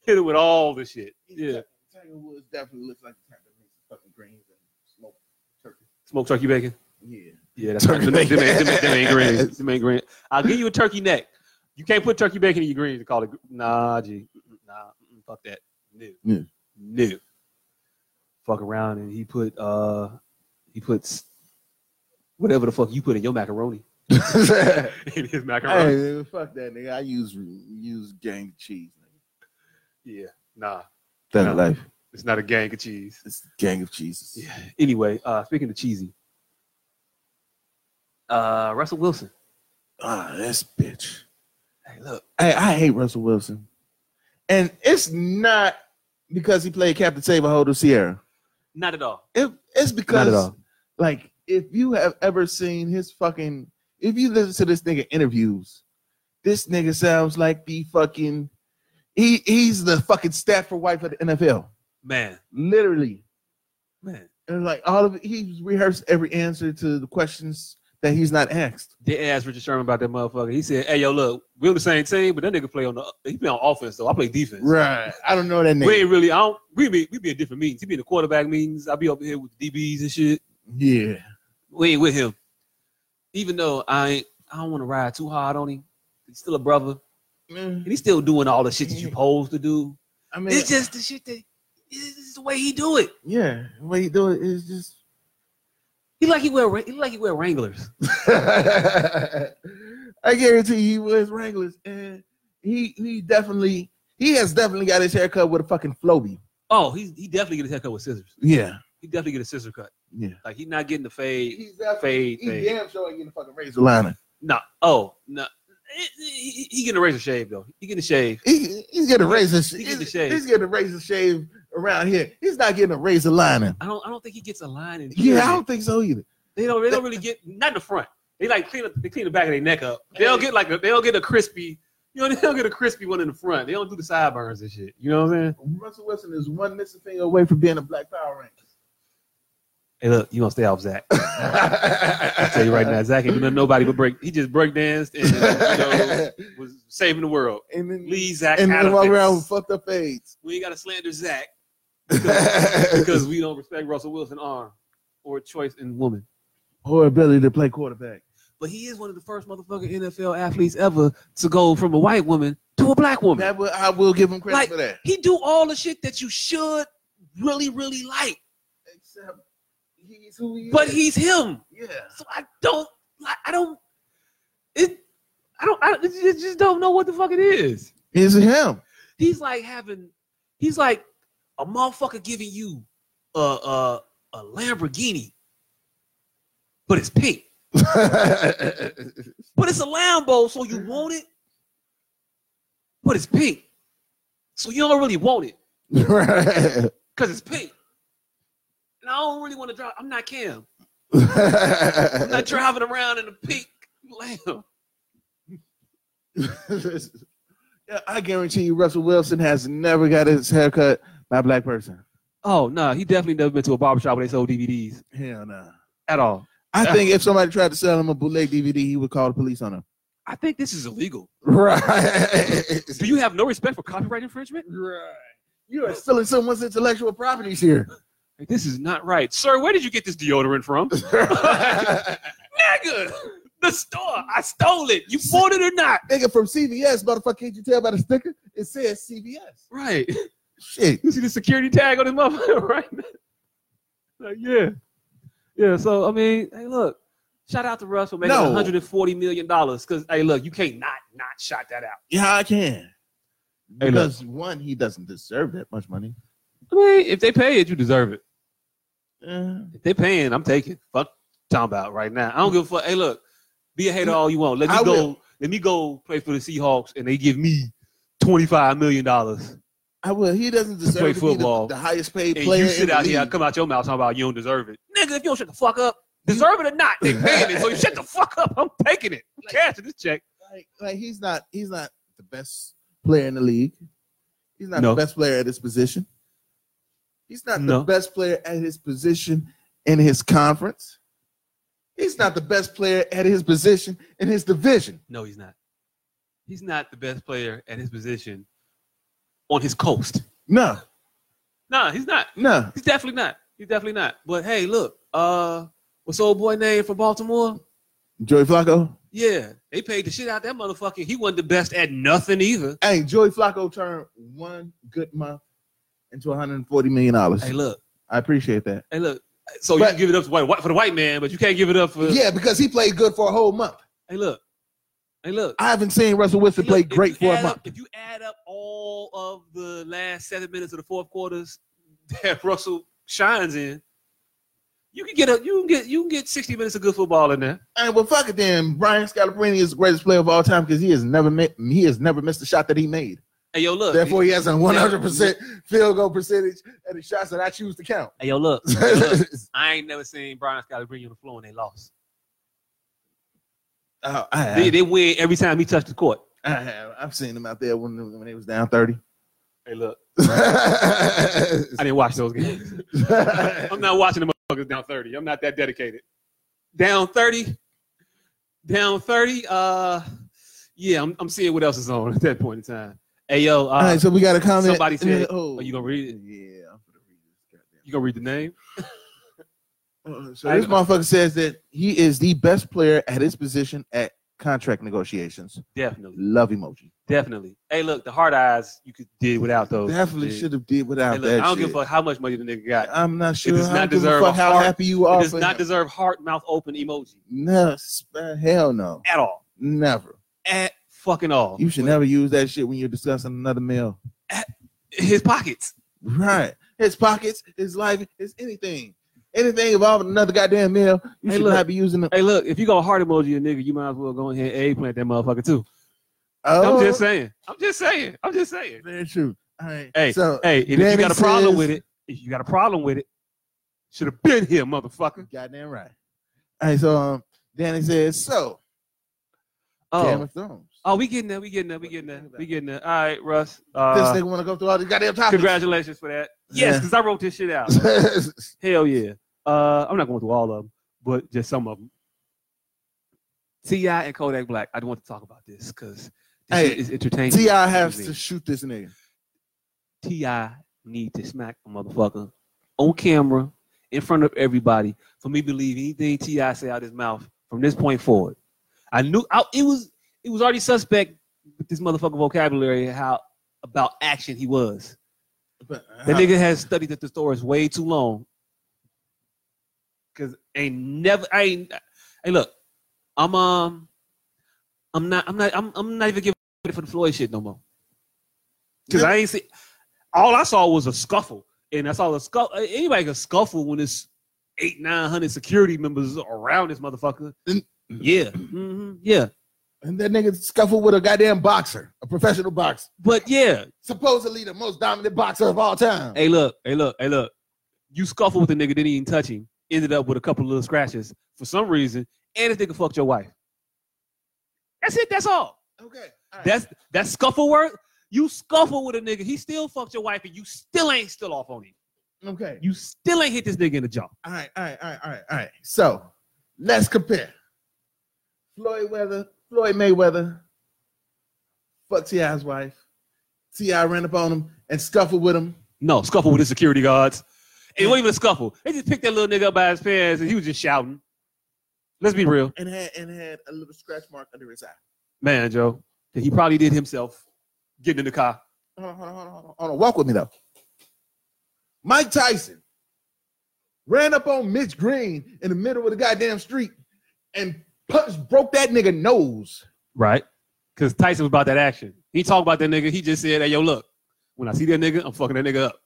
S4: Hit him with all the shit. Yeah,
S3: Tiger Woods definitely looks like the type that makes fucking greens and smoke turkey.
S4: smoked turkey bacon.
S3: Yeah.
S4: Yeah, that's
S3: Turkey
S4: them, them, them,
S3: bacon.
S4: them, them ain't greens. Them ain't greens. I'll give you a turkey neck. You can't put turkey bacon in your greens and call it gr- nah, G. Nah, mm, fuck that. New.
S3: Yeah.
S4: New. *laughs* Fuck around and he put uh he puts whatever the fuck you put in your macaroni.
S3: *laughs*
S4: in his macaroni.
S3: hey, fuck that nigga. I use use gang cheese. Nigga.
S4: Yeah. Nah.
S3: That
S4: No.
S3: ain't life.
S4: It's not a gang of cheese.
S3: It's the gang of cheeses.
S4: Yeah. Anyway, uh speaking of cheesy. Uh Russell Wilson.
S3: Ah, this bitch.
S4: Hey, look.
S3: Hey, I hate Russell Wilson. And it's not because he played Captain Saberholder Sierra.
S4: Not at all.
S3: It, it's because
S4: all.
S3: like if you have ever seen his fucking if you listen to this nigga interviews, this nigga sounds like the fucking he he's the fucking Stafford wife of the NFL.
S4: Man.
S3: Literally.
S4: Man.
S3: And like all of it, he's rehearsed every answer to the questions that he's not asked.
S4: They asked Richard Sherman about that motherfucker. He said, "Hey, yo, look, we on the same team, but that nigga play on the he play on offense though. I play defense.
S3: Right. I don't know that
S4: We
S3: nigga.
S4: ain't really. I don't. We be we be in different meetings. He be in the quarterback meetings. I be over here with the DBs and shit.
S3: Yeah.
S4: We ain't with him. Even though I ain't, I don't want to ride too hard on him. He's still a brother, and
S3: Man,
S4: he's still doing all the shit that you supposed to do.
S3: I mean
S4: It's just the shit that it's just the way he do it.
S3: yeah, the way you do it is just
S4: He like he wear Wra- he like he wear Wranglers.
S3: I guarantee he was Wranglers, and he he definitely he has definitely got his haircut with a fucking floby.
S4: Oh, he he definitely get a haircut with scissors.
S3: Yeah,
S4: He definitely get a scissor cut.
S3: yeah.
S4: Like he's not getting the fade
S3: He's definitely
S4: fade
S3: he
S4: thing.
S3: damn sure ain't getting a fucking razor liner.
S4: No. Oh, no. He, he, he getting a razor shave though. He getting a shave.
S3: He, he's getting a razor.
S4: He getting
S3: he's,
S4: the shave.
S3: he's getting a razor shave around here. He's not getting a razor liner.
S4: I don't. I don't think he gets a line in.
S3: Yeah,
S4: Period.
S3: I don't think so either.
S4: They don't. They don't really get not in the front. They like clean. Up, they clean the back of their neck up. They don't get like. A, they don't get a crispy. You know. *laughs* They don't get a crispy one in the front. They don't do the sideburns and shit. You know what I'm saying?
S3: Russell Wilson is one missing finger away from being a Black Power *laughs* Ranger.
S4: Hey, look. You gonna stay off Zach? I tell you right now, Zach ain't doing nobody but break. He just break danced and you know,
S3: *laughs*
S4: was saving the world.
S3: and then
S4: Lee Zach
S3: and
S4: out
S3: then
S4: of
S3: walk
S4: this.
S3: around with *laughs* fucked up fades.
S4: We ain't gotta slander Zach because we don't respect Russell Wilson arm or choice in woman.
S3: *laughs* or ability to play quarterback.
S4: but he is one of the first motherfucking NFL athletes ever to go from a white woman to a black woman.
S3: That will, I will give him credit
S4: Like-
S3: for that.
S4: he do all the shit that you should really, really like,
S3: Except he's who he
S4: but
S3: is.
S4: he's him.
S3: yeah.
S4: So I don't, like, I don't, it, I don't, I I just just don't know what the fuck it is.
S3: It's him.
S4: He's like having, he's like a motherfucker giving you a a, a Lamborghini, but it's
S3: *laughs*
S4: pink. But it's a Lambo, so you want it. But it's pink. So you don't really want it
S3: Right.
S4: because it's pink. And I don't really want to drive. I'm not Cam. I'm
S3: *laughs*
S4: not driving around in a pink Lambo.
S3: *laughs* Yeah, I guarantee you, Russell Wilson has never got his haircut by a black person.
S4: Oh, no. He definitely never been to a barbershop where they sold DVDs
S3: Hell no.
S4: at all.
S3: I think if somebody tried to sell him a bootleg DVD, he would call the police on him.
S4: I think this is illegal.
S3: Right.
S4: Do you have no respect for copyright infringement?
S3: *laughs* Right. You are stealing someone's intellectual properties here.
S4: Like, this is not right. Sir, where did you get this deodorant *laughs* from?
S3: Nigga
S4: Nigga! The store. I stole it. You bought it or not.
S3: from CVS, motherfucker, can't you tell by the sticker? It says CVS.
S4: Right. *laughs*
S3: Shit.
S4: You see the security tag on his motherfucker, *laughs* right? Like, yeah. Yeah, so I mean, hey, look. Shout out to Russ for making
S3: No.
S4: $140 million. Cause hey, look, you can't not not shout that out.
S3: Yeah, I can.
S4: Hey, look.
S3: Because one, he doesn't deserve that much money.
S4: I mean, if they pay it, you deserve it.
S3: Yeah.
S4: If they paying, I'm taking. Fuck talking about right now. I don't give a fuck. Hey, look, be a hater all you want. Let me
S3: I
S4: go.
S3: will.
S4: Let me go play for the Seahawks, and they give me twenty five million dollars.
S3: I will. He doesn't deserve
S4: play
S3: to
S4: football.
S3: be the, the highest paid
S4: And
S3: player.
S4: you sit
S3: in the
S4: out here,
S3: league.
S4: come out your mouth talking about you don't deserve it, nigga. If you don't shut the fuck up, deserve it or not, *laughs* they paying it. So you shut the fuck up. I'm taking it. I'm cashing this check.
S3: Like, like he's not. He's not the best player in the league. He's not
S4: No.
S3: the best player at his position. He's not
S4: No.
S3: the best player at his position in his conference. He's not the best player at his position in his division.
S4: No, he's not. He's not the best player at his position on his coast.
S3: No,
S4: Nah, he's not.
S3: no.
S4: He's definitely not. He's definitely not. But hey, look, uh, what's old boy name from Baltimore?
S3: Joey Flacco.
S4: Yeah, they paid the shit out that motherfucker. He wasn't the best at nothing either.
S3: Hey, Joey Flacco turned one good month into 140 million dollars.
S4: Hey, look,
S3: I appreciate that.
S4: hey, look. So you
S3: But-
S4: can give it up to white, white for the white man, but you can't give it up for.
S3: Yeah, because he played good for a whole month.
S4: Hey, look. Hey, look.
S3: I haven't seen Russell Wilson
S4: Hey,
S3: play
S4: look, if
S3: great
S4: you
S3: for a
S4: add
S3: month.
S4: Up, if you add up all of the last seven minutes of the fourth quarters *laughs* that Russell shines in, you can get a you can get you can get sixty minutes of good football in there.
S3: Hey, well, fuck it then. Brian Scalabrine is the greatest player of all time because he has never made, he has never missed a shot that he made.
S4: Hey, yo, look.
S3: Therefore, he has a 100 percent field goal percentage at the shots that I choose to *laughs* count.
S4: Hey, yo, look. Hey, yo, look.
S3: oh,
S4: I ain't never seen Brian Scott bring you on the floor and they lost.
S3: Oh, I have,
S4: They, they win every time he touched the court.
S3: I have. I've seen him out there when when they was down *laughs* 30.
S4: Hey, look. I didn't watch those
S3: *laughs*
S4: games. I'm not watching the motherfuckers down 30. I'm not that dedicated. Down 30. Down 30. Uh yeah, I'm, I'm seeing what else is on at that point in time. Hey yo, uh,
S3: all right, so we got a comment.
S4: somebody said-
S3: "Oh,
S4: are you gonna read it?
S3: Yeah, I'm gonna read this. Goddamn.
S4: You gonna read the name?
S3: Uh, So
S4: I
S3: this
S4: know.
S3: motherfucker says that he is the best player at his position at contract negotiations.
S4: Definitely.
S3: Love emoji.
S4: Definitely. Hey look, the hard eyes you could did without those.
S3: Definitely
S4: Yeah.
S3: should have did without
S4: Hey, look,
S3: that.
S4: I don't
S3: shit.
S4: give a fuck how much money the nigga got.
S3: I'm not sure.
S4: does
S3: I
S4: not
S3: don't give
S4: deserve
S3: a
S4: a
S3: fuck how
S4: heart.
S3: happy you
S4: It
S3: are.
S4: does
S3: for
S4: not
S3: him.
S4: deserve heart mouth open emoji
S3: no, sp- hell no,
S4: at all.
S3: never.
S4: At fucking all.
S3: You should never use that shit when you're discussing another meal.
S4: His pockets.
S3: Right? His pockets, his life, his anything, anything involving another goddamn meal. You
S4: Hey,
S3: should
S4: look.
S3: not be using them.
S4: Hey look, if you gonna heart emoji a nigga, you might as well go ahead and eggplant that motherfucker too.
S3: Oh,
S4: I'm just saying. I'm just saying. I'm just saying.
S3: very true. All right.
S4: Hey,
S3: so
S4: Hey, and if you
S3: Danny
S4: got a problem
S3: says-
S4: with it, if you got a problem with it, should have been here, motherfucker.
S3: goddamn right. All right. So um, Danny says so. Game
S4: Oh,
S3: of Thrones.
S4: oh, we getting there. We getting there. We getting there. We getting there. All right, Russ.
S3: this
S4: Uh,
S3: nigga want to go through all these goddamn topics.
S4: congratulations for that. Yes,
S3: Yeah.
S4: because I wrote this shit out.
S3: *laughs*
S4: Hell yeah. Uh, I'm not going through all of them, but just some of them. Ti and Kodak Black. I want to talk about this because this
S3: Hey,
S4: shit is entertaining.
S3: Ti has to shoot this nigga.
S4: Ti need to smack a motherfucker on camera in front of everybody for me to believe anything Ti say out his mouth from this point forward. I knew I, it was it was already suspect with this motherfucker vocabulary how about action he was.
S3: But, uh,
S4: That nigga has studied the thesaurus way too long. Cause ain't never I ain't hey look, I'm um I'm not I'm not I'm, I'm not even giving it for the Floyd shit no more. Cause I ain't see all I saw was a scuffle. And I saw a scuffle anybody can scuffle when it's eight, nine hundred security members around this motherfucker.
S3: Mm.
S4: Yeah. hmm Yeah.
S3: and that nigga scuffled with a goddamn boxer, a professional boxer,
S4: But yeah,
S3: supposedly the most dominant boxer of all time.
S4: Hey, look, hey, look, hey, look. You scuffled with the nigga, didn't even touch him. Ended up with a couple of little scratches for some reason, and this nigga fucked your wife. That's it. That's all.
S3: Okay, all right.
S4: That's that scuffle work. You scuffle with a nigga, he still fucked your wife, and you still ain't still off on him.
S3: okay.
S4: You still ain't hit this nigga in the jaw.
S3: All right, all right, all right, all right, all right. So let's compare. Floyd Weather, Floyd Mayweather, fuck Ti's wife. T.I. ran up on him and scuffled with him.
S4: No, scuffle with the security guards. It wasn't even a scuffle. They just picked that little nigga up by his pants and he was just shouting. Let's be real.
S3: And had and had a little scratch mark under his eye.
S4: Man, Joe, that he probably did himself getting in the car.
S3: Hold on, hold on, hold on, hold on. Hold on. Walk with me though. Mike Tyson ran up on Mitch Green in the middle of the goddamn street and punched, broke that nigga nose.
S4: Right. Because Tyson was about that action. He talked about that nigga. He just said, hey, yo, look, when I see that nigga, I'm fucking that nigga up.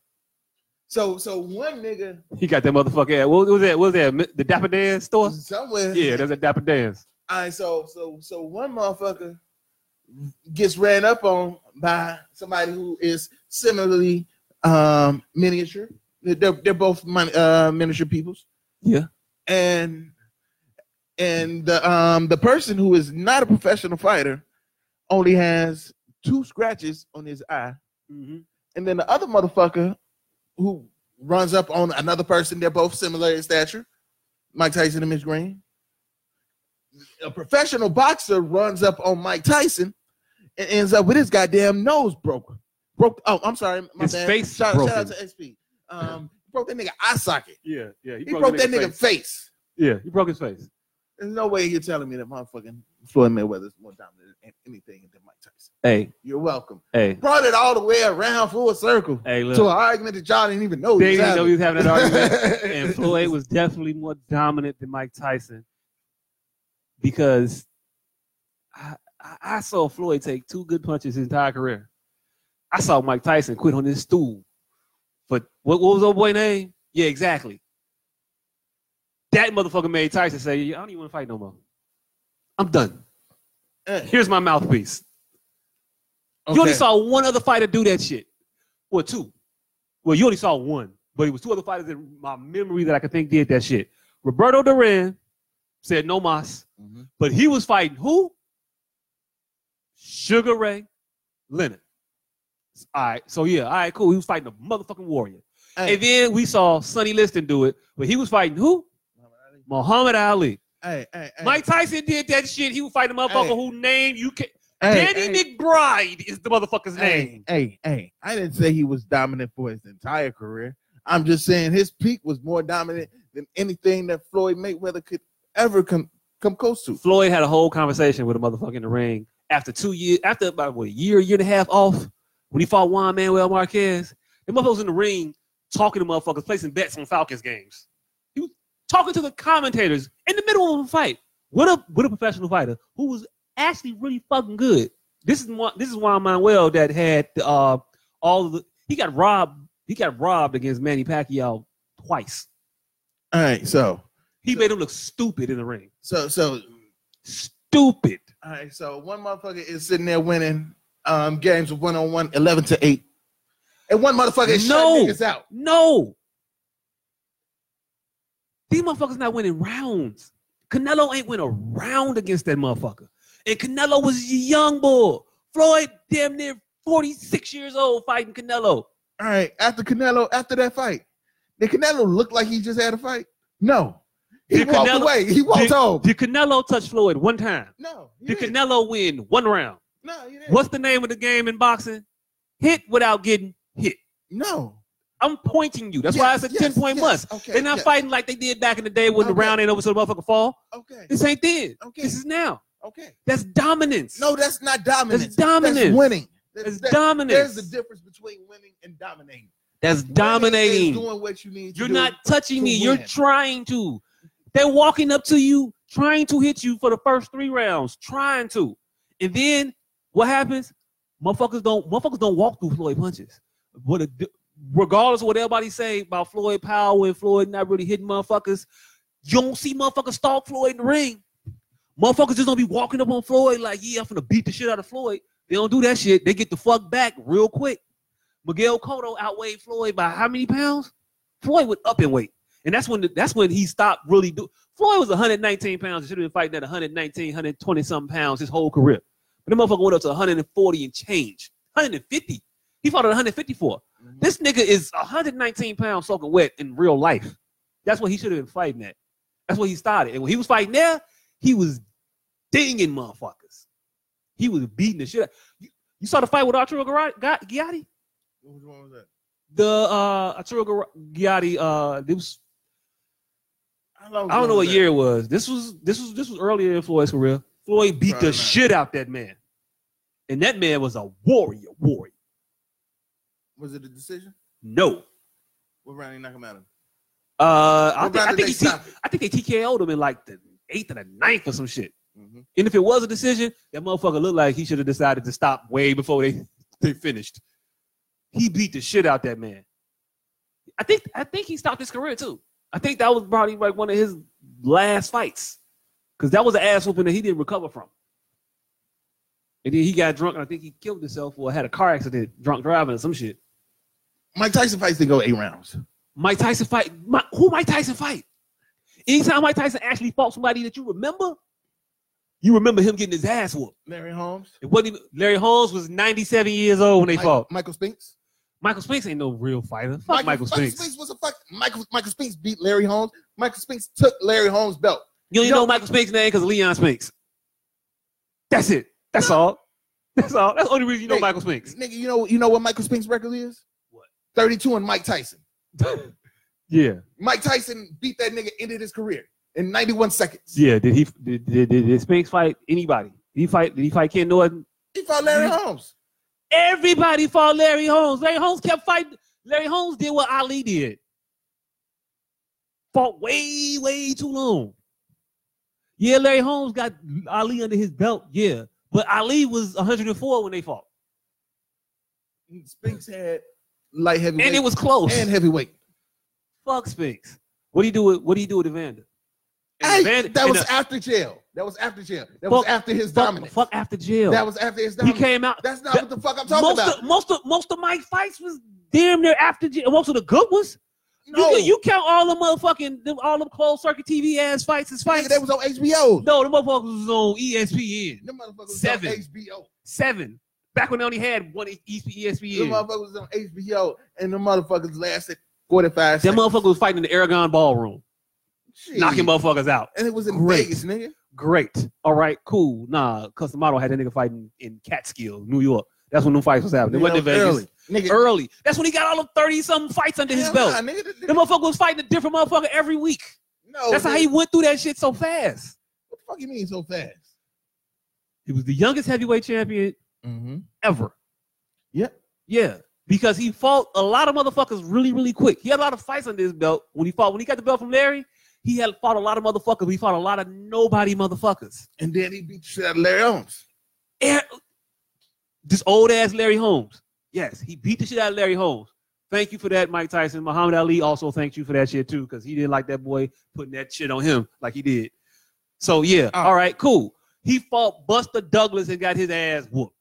S3: So so one nigga
S4: He got that motherfucker. at- What was that? What was that? The Dapper Dance store?
S3: somewhere.
S4: Yeah, that's a Dapper Dance.
S3: All right, so so so one motherfucker gets ran up on by somebody who is similarly um miniature. They're they're both mon- uh, miniature peoples,
S4: Yeah.
S3: and and the um the person who is not a professional fighter only has two scratches on his eye,
S4: Mm-hmm.
S3: and then the other motherfucker who runs up on another person. They're both similar in stature. Mike Tyson and Mitch Green. A professional boxer runs up on Mike Tyson and ends up with his goddamn nose broken. Broke. Oh, I'm sorry. My
S4: His
S3: bad.
S4: face
S3: Shout, shout out
S4: broken.
S3: to XP. Um, broke that nigga eye socket.
S4: Yeah, yeah.
S3: He, broke, that nigga face.
S4: Yeah, he broke his face.
S3: There's no way you're telling me that motherfucking Floyd Mayweather is more dominant than anything than Mike Tyson.
S4: Hey,
S3: You're welcome.
S4: hey,
S3: Brought it all the way around full circle
S4: hey, look.
S3: to an argument that y'all didn't even know.
S4: they
S3: was
S4: didn't know
S3: happening.
S4: he was having that argument.
S3: *laughs*
S4: and *laughs* Floyd was definitely more dominant than Mike Tyson because I, I, I saw Floyd take two good punches his entire career. I saw Mike Tyson quit on his stool. But what, what was old boy name? Yeah, exactly. That motherfucker made Tyson say, "Yeah, I don't even want to fight no more. I'm done.
S3: Eh,
S4: Here's my mouthpiece. You only
S3: okay.
S4: saw one other fighter do that shit. Well, two. Well, you only saw one, but it was two other fighters in my memory that I could think did that shit. Roberto Duran said no mas,
S3: Mhm.
S4: but he was fighting who? Sugar Ray Leonard. All right, so yeah, all right, cool. He was fighting a motherfucking warrior.
S3: Hey,
S4: And then we saw Sonny Liston do it, but he was fighting who? Muhammad Ali.
S3: hey, hey, hey,
S4: Mike Tyson did that shit. He was fighting a motherfucker
S3: Hey.
S4: who named you can
S3: hey,
S4: Danny
S3: hey,
S4: McBride is the motherfucker's name.
S3: hey, hey, hey, I didn't say he was dominant for his entire career. I'm just saying his peak was more dominant than anything that Floyd Mayweather could ever come come close to.
S4: Floyd had a whole conversation with a motherfucker in the ring after two years, after about what, a year, year and a half off, when he fought Juan Manuel Marquez. The motherfucker was in the ring talking to motherfuckers, placing bets on Falcons games. He was talking to the commentators in the middle of a fight with a with a professional fighter who was actually really fucking good. This is one. This is Juan Manuel that had uh, all of the. He got robbed. He got robbed against Manny Pacquiao twice.
S3: All right, so
S4: He made him look stupid in the ring.
S3: so so
S4: Stupid.
S3: all right, so one motherfucker is sitting there winning um games of one on one, eleven to eight, and one motherfucker is
S4: No.
S3: shutting niggas out.
S4: No. These motherfuckers not winning rounds. Canelo ain't win a round against that motherfucker. And Canelo was a young boy. Floyd damn near 46 years old fighting Canelo.
S3: All right, after Canelo, after that fight, did Canelo look like he just had a fight? No, he
S4: Did
S3: walked
S4: Canelo-
S3: away. He walked home.
S4: Did Canelo touch Floyd one time?
S3: No, he
S4: Did
S3: didn't.
S4: Canelo win one round?
S3: No, he didn't.
S4: What's the name of the game in boxing? Hit without getting hit.
S3: No.
S4: I'm pointing you. That's why it's a 10 point must.
S3: Okay.
S4: They're not
S3: yes,
S4: fighting like they did back in the day when the
S3: Okay.
S4: round ain't over so the motherfucker fall.
S3: Okay.
S4: This ain't then.
S3: Okay.
S4: This is now.
S3: Okay.
S4: That's dominance.
S3: No, that's not dominance.
S4: that's dominance.
S3: That's winning. That's,
S4: That's
S3: that-
S4: dominance.
S3: There's a difference between winning and dominating.
S4: That's
S3: Winning is
S4: dominating.
S3: doing what you need. to
S4: You're
S3: do.
S4: not touching
S3: to
S4: me. You're
S3: win.
S4: trying to. They're walking up to you, trying to hit you for the first three rounds, trying to. And then what happens? Motherfuckers don't. Motherfuckers don't walk through Floyd punches. What a, regardless of what everybody say about Floyd Powell and Floyd not really hitting motherfuckers, you don't see motherfuckers stalk Floyd in the ring. Motherfuckers just don't be walking up on Floyd like, yeah, I'm gonna beat the shit out of Floyd. They don't do that shit. They get the fuck back real quick. Miguel Cotto outweighed Floyd by how many pounds? Floyd would up in weight, and that's when the, that's when he stopped really do. Floyd was 119 pounds. He should have been fighting at 119, 120 something pounds his whole career. But the motherfucker went up to 140 and change, 150. He fought at 154.
S3: Mhm.
S4: This nigga is 119 pounds soaking wet in real life. That's what he should have been fighting at. That's what he started. And when he was fighting there, he was dinging motherfuckers. He was beating the shit out. You, You saw the fight with Arturo Gara- Ga- Gatti?
S3: Which one was that?
S4: The uh, Arturo Gar- Gatti, uh, it was,
S3: How long
S4: I don't
S3: ago
S4: know
S3: was
S4: what
S3: that?
S4: year it was. This was this was this was earlier in Floyd's career. Floyd beat
S3: Probably
S4: the
S3: not.
S4: shit out that man, and that man was a warrior. Warrior.
S3: Was it a decision?
S4: No,
S3: What round he knock him out of?
S4: uh, I,
S3: What
S4: think, I think
S3: round did
S4: he
S3: they
S4: t-
S3: stop it?
S4: I think they TKO'd him in like the eighth or the ninth or some shit.
S3: Mhm.
S4: And if it was a decision, that motherfucker looked like he should have decided to stop way before they, *laughs* they finished. He beat the shit out that man. I think I think he stopped his career too. I think that was probably like one of his last fights. Cause that was an ass whooping that he didn't recover from. And then he got drunk and I think he killed himself or had a car accident, drunk driving or some shit.
S3: Mike Tyson fights didn't go eight rounds.
S4: Mike Tyson fight. My, who Mike Tyson fight? Anytime Mike Tyson actually fought somebody that you remember, you remember him getting his ass whooped.
S3: Larry Holmes.
S4: It wasn't even, Larry Holmes was 97 years old when they
S3: Mike-
S4: fought.
S3: Michael Spinks.
S4: Michael Spinks ain't no real fighter. Fuck Michael, Spinks.
S3: was a fuck. Michael Michael Spinks beat Larry Holmes. Michael Spinks took Larry Holmes' belt.
S4: You only
S3: No.
S4: know Michael Spinks' name because of Leon Spinks. That's it. That's all. That's all. That's the only reason you know
S3: Hey.
S4: Michael Spinks.
S3: Nigga, you know you know what Michael Spinks' record is?
S4: What?
S3: Thirty-two and Mike Tyson.
S4: *laughs* yeah.
S3: Mike Tyson beat that nigga, ended his career in ninety-one seconds.
S4: Yeah. Did he did, did, did, did Spinks fight anybody? Did he fight did he fight Ken Norton?
S3: He fought Larry
S4: Mhm.
S3: Holmes.
S4: Everybody fought Larry Holmes. Larry Holmes kept fighting. Larry Holmes did what Ali did. Fought way, way too long. Yeah, Larry Holmes got Ali under his belt. Yeah. But Ali was 104 when they fought.
S3: Spinks had light heavyweight
S4: And it was close.
S3: and heavyweight.
S4: Fuck Spinks. What do you do with what do you do with Evander?
S3: Hey,
S4: Evander-
S3: that was
S4: and, uh,
S3: after jail. That was after jail. That was
S4: Fuck-
S3: after his
S4: fuck,
S3: dominance.
S4: fuck after jail.
S3: That was after his
S4: he
S3: dominance.
S4: came out.
S3: That's not
S4: that-
S3: what the fuck I'm talking
S4: Most
S3: about.
S4: of, most of most of my fights was damn near after jail. Most of the good ones.
S3: no,
S4: You, you count all the motherfucking them, all them closed circuit TV ass fights as
S3: nigga,
S4: fights.
S3: that was on HBO.
S4: no, the motherfuckers was on E ESPN
S3: Them motherfuckers was
S4: Seven.
S3: on HBO.
S4: seven. Back when they only had one E- E-
S3: Them
S4: ESPN.
S3: motherfuckers was on HBO, and the motherfuckers lasted 45
S4: That
S3: seconds.
S4: motherfucker was fighting in the Aragon ballroom,
S3: Shit.
S4: knocking motherfuckers out.
S3: And it was in
S4: Great.
S3: Vegas, nigga.
S4: Great. All right, cool. Nah, custom model had that nigga fighting in Catskill, New York. That's when them fights was happening. It
S3: Nigga,
S4: wasn't in
S3: that
S4: Vegas.
S3: was
S4: Early.
S3: Early. Nigga,
S4: That's when he got all them 30 something fights under his
S3: hell
S4: belt.
S3: nah, nigga, Oh, that-
S4: The motherfucker was fighting a different motherfucker every week.
S3: no,
S4: That's how
S3: nigga.
S4: he went through that shit so fast.
S3: What the fuck you mean so fast?
S4: He was the youngest heavyweight champion
S3: Mm-hmm.
S4: ever.
S3: Yeah.
S4: Yeah. Because he fought a lot of motherfuckers really, really quick. He had a lot of fights under his belt when he fought. When he got the belt from Larry, he had fought a lot of motherfuckers. He fought a lot of nobody motherfuckers.
S3: And then he beat the shit out of Larry Holmes.
S4: Er- this old ass Larry Holmes. Yes, he beat the shit out of Larry Holmes. Thank you for that, Mike Tyson. Muhammad Ali also thanks you for that shit too, because he didn't like that boy putting that shit on him like he did. So yeah,
S3: Ah.
S4: all right, cool. He fought Buster Douglas and got his ass whooped.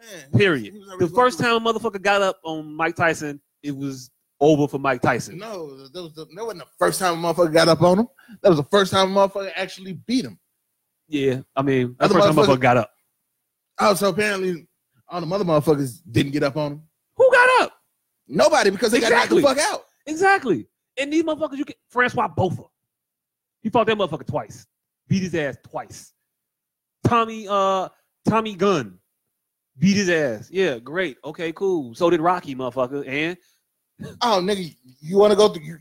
S3: Man,
S4: Period.
S3: he was already
S4: The
S3: going
S4: first
S3: through-
S4: time a motherfucker got up on Mike Tyson, it was over for Mike Tyson.
S3: No, that was the, that wasn't the first time a motherfucker got up on him. That was the first time a motherfucker actually beat him.
S4: Yeah, I mean, the
S3: Other
S4: first time
S3: motherfucker-
S4: motherfucker got up.
S3: Oh, so apparently all the mother motherfuckers didn't get up on him.
S4: Who got up?
S3: Nobody because they
S4: Exactly.
S3: got knocked the fuck out.
S4: Exactly. And these motherfuckers, you can Francois Bofa. He fought that motherfucker twice. Beat his ass twice. Tommy, uh, Tommy Gunn beat his ass. Yeah, great. Okay, cool. So did Rocky, motherfucker. And
S3: Oh, nigga, you want to go through? You,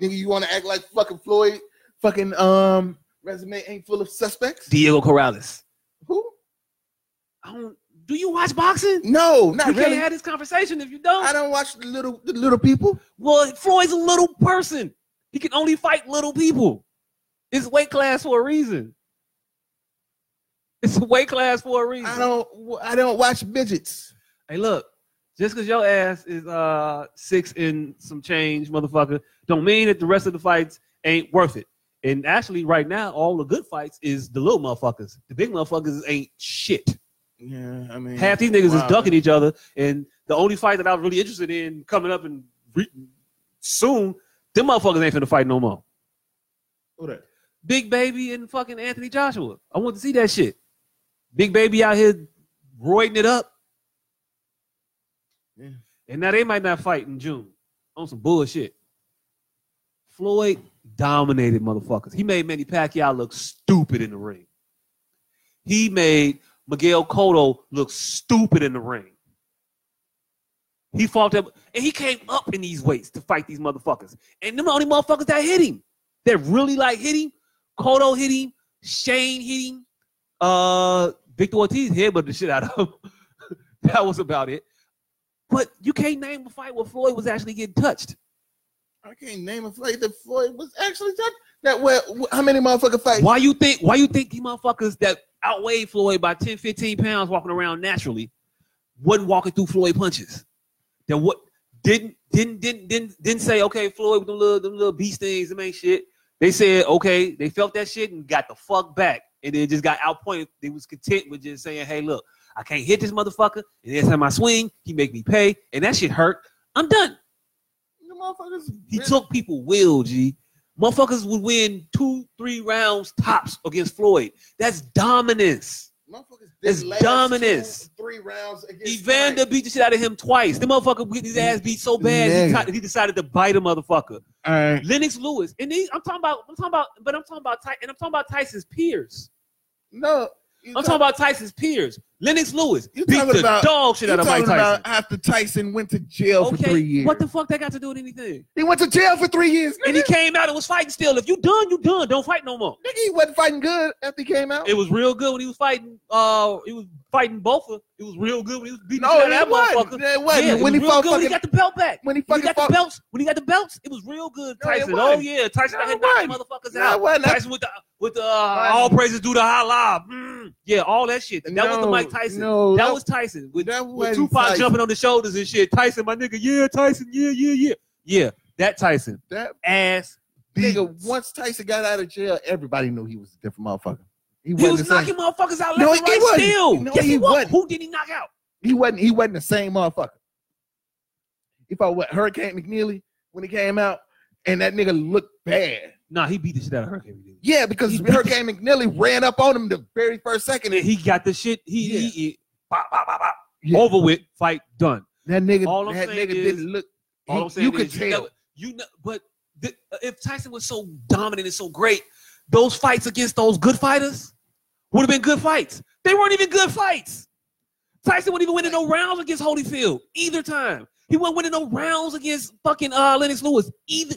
S3: nigga, you want to act like fucking Floyd? Fucking um, resume ain't full of suspects.
S4: Diego Corrales.
S3: Who?
S4: I don't. Do you watch boxing?
S3: No,
S4: we
S3: not
S4: can't
S3: really.
S4: have this conversation if you don't.
S3: I don't watch the little the little people.
S4: Well, Floyd's a little person. He can only fight little people. It's weight class for a reason. It's *laughs* a weight class for a reason.
S3: I don't. I don't watch midgets.
S4: Hey, look, just because your ass is uh six and some change, motherfucker, don't mean that the rest of the fights ain't worth it. And actually, right now, all the good fights is the little motherfuckers. The big motherfuckers ain't shit.
S3: Yeah, I mean,
S4: Half these niggas
S3: Mm. wow.
S4: is ducking each other, and the only fight that I was really interested in coming up and re- soon, them motherfuckers ain't finna fight no more.
S3: Who that?
S4: Big Baby and fucking Anthony Joshua. I want to see that shit. Big Baby out here roiding it up.
S3: Yeah.
S4: And now they might not fight in June on some bullshit. Floyd dominated motherfuckers. He made Manny Pacquiao look stupid in the ring. He made Miguel Cotto looked stupid in the ring. He fought them, and he came up in these weights to fight these motherfuckers. And them the only motherfuckers that hit him, that really like hit him. Cotto hit him, Shane hit him, uh, Victor Ortiz headbutted the shit out of him. *laughs* that was about it. But you can't name a fight where Floyd was actually getting touched.
S3: I can't name a fight that Floyd was actually touched. That well, how many motherfucker fights?
S4: Why you think? Why you think these motherfuckers that outweigh Floyd by 10, 15 pounds walking around naturally wasn't walking through Floyd punches? That what didn't didn't didn't didn't didn't say okay Floyd with them little them little beast things them ain't shit. They said okay they felt that shit and got the fuck back and then just got outpointed. They was content with just saying hey look I can't hit this motherfucker and every time I swing he make me pay and that shit hurt. I'm done.
S3: The motherfuckers.
S4: He took people will, G. Motherfuckers would win two, three rounds tops against Floyd. That's dominance.
S3: Motherfuckers
S4: It's
S3: did last
S4: dominance.
S3: two, three rounds against.
S4: Evander
S3: Frank.
S4: beat the shit out of him twice. The motherfucker get his ass beat so bad he,
S3: Nigga.
S4: ti- he decided to bite a motherfucker.
S3: All right.
S4: Lennox Lewis, and these, I'm talking about, I'm talking about, but I'm talking about, Ty, and I'm talking about Tyson's peers.
S3: No.
S4: I'm talking about Tyson's peers. Lennox Lewis
S3: You
S4: beat
S3: talking
S4: the
S3: about-
S4: dog shit out of Mike Tyson.
S3: after Tyson went to jail for three
S4: Okay,
S3: years.
S4: what the fuck that got to do with anything?
S3: he went to jail for three years.
S4: And he came out and was fighting still. If you done, you done. Don't fight no more.
S3: Nigga, he wasn't fighting good after he came out.
S4: It was real good when he was fighting. Uh, he was fighting Bofa. It was real good when he was beating
S3: no,
S4: the
S3: it
S4: shit out of that
S3: wasn't.
S4: motherfucker.
S3: It wasn't.
S4: Yeah, it
S3: when
S4: was
S3: he
S4: real
S3: fought
S4: good when he
S3: fucking,
S4: got the belt back.
S3: when he
S4: When he
S3: fucking
S4: got
S3: fought.
S4: the belts, when he got the belts, it was real good.
S3: No, it
S4: Tyson, oh
S3: wasn't.
S4: yeah, Tyson
S3: No,
S4: had
S3: it
S4: knocked the
S3: wasn't.
S4: motherfuckers
S3: No,
S4: out.
S3: it wasn't.
S4: Tyson with the with the uh, all praises due to Allah. Mm, yeah, all that shit. That was the
S3: No,
S4: Mike Tyson.
S3: No,
S4: that, was Tyson with,
S3: that
S4: with
S3: was
S4: Tupac jumping on the shoulders and shit. Tyson, my nigga, yeah, Tyson, yeah, yeah, yeah, yeah. That Tyson
S3: That
S4: ass.
S3: nigga, once Tyson got out of jail, everybody knew he was a different motherfucker. He
S4: He
S3: wasn't
S4: was
S3: the
S4: knocking
S3: same.
S4: motherfuckers out left
S3: No,
S4: and
S3: he
S4: right
S3: wasn't.
S4: still.
S3: No,
S4: Guess
S3: he
S4: what?
S3: wasn't.
S4: Who did he knock out?
S3: He wasn't. He wasn't the same motherfucker. He fought what Hurricane McNeely when he came out, and that nigga looked bad.
S4: Nah, he beat the shit out of Hurricane. McNeil.
S3: Yeah, because
S4: He-
S3: Hurricane McNeely ran up on him the very first second.
S4: And then he got the shit. He,
S3: Yeah.
S4: he, he- pop, pop, pop, pop.
S3: Yeah.
S4: over with. Fight done.
S3: that nigga,
S4: all I'm
S3: that
S4: saying
S3: nigga
S4: is-
S3: didn't look.
S4: All
S3: he-
S4: I'm saying
S3: you could
S4: is
S3: tell.
S4: you never, you know, but the, uh, if Tyson was so dominant and so great, those fights against those good fighters would have been good fights. They weren't even good fights. Tyson wouldn't even win in no rounds against Holyfield either time. He wasn't winning no rounds against fucking uh, Lennox Lewis either.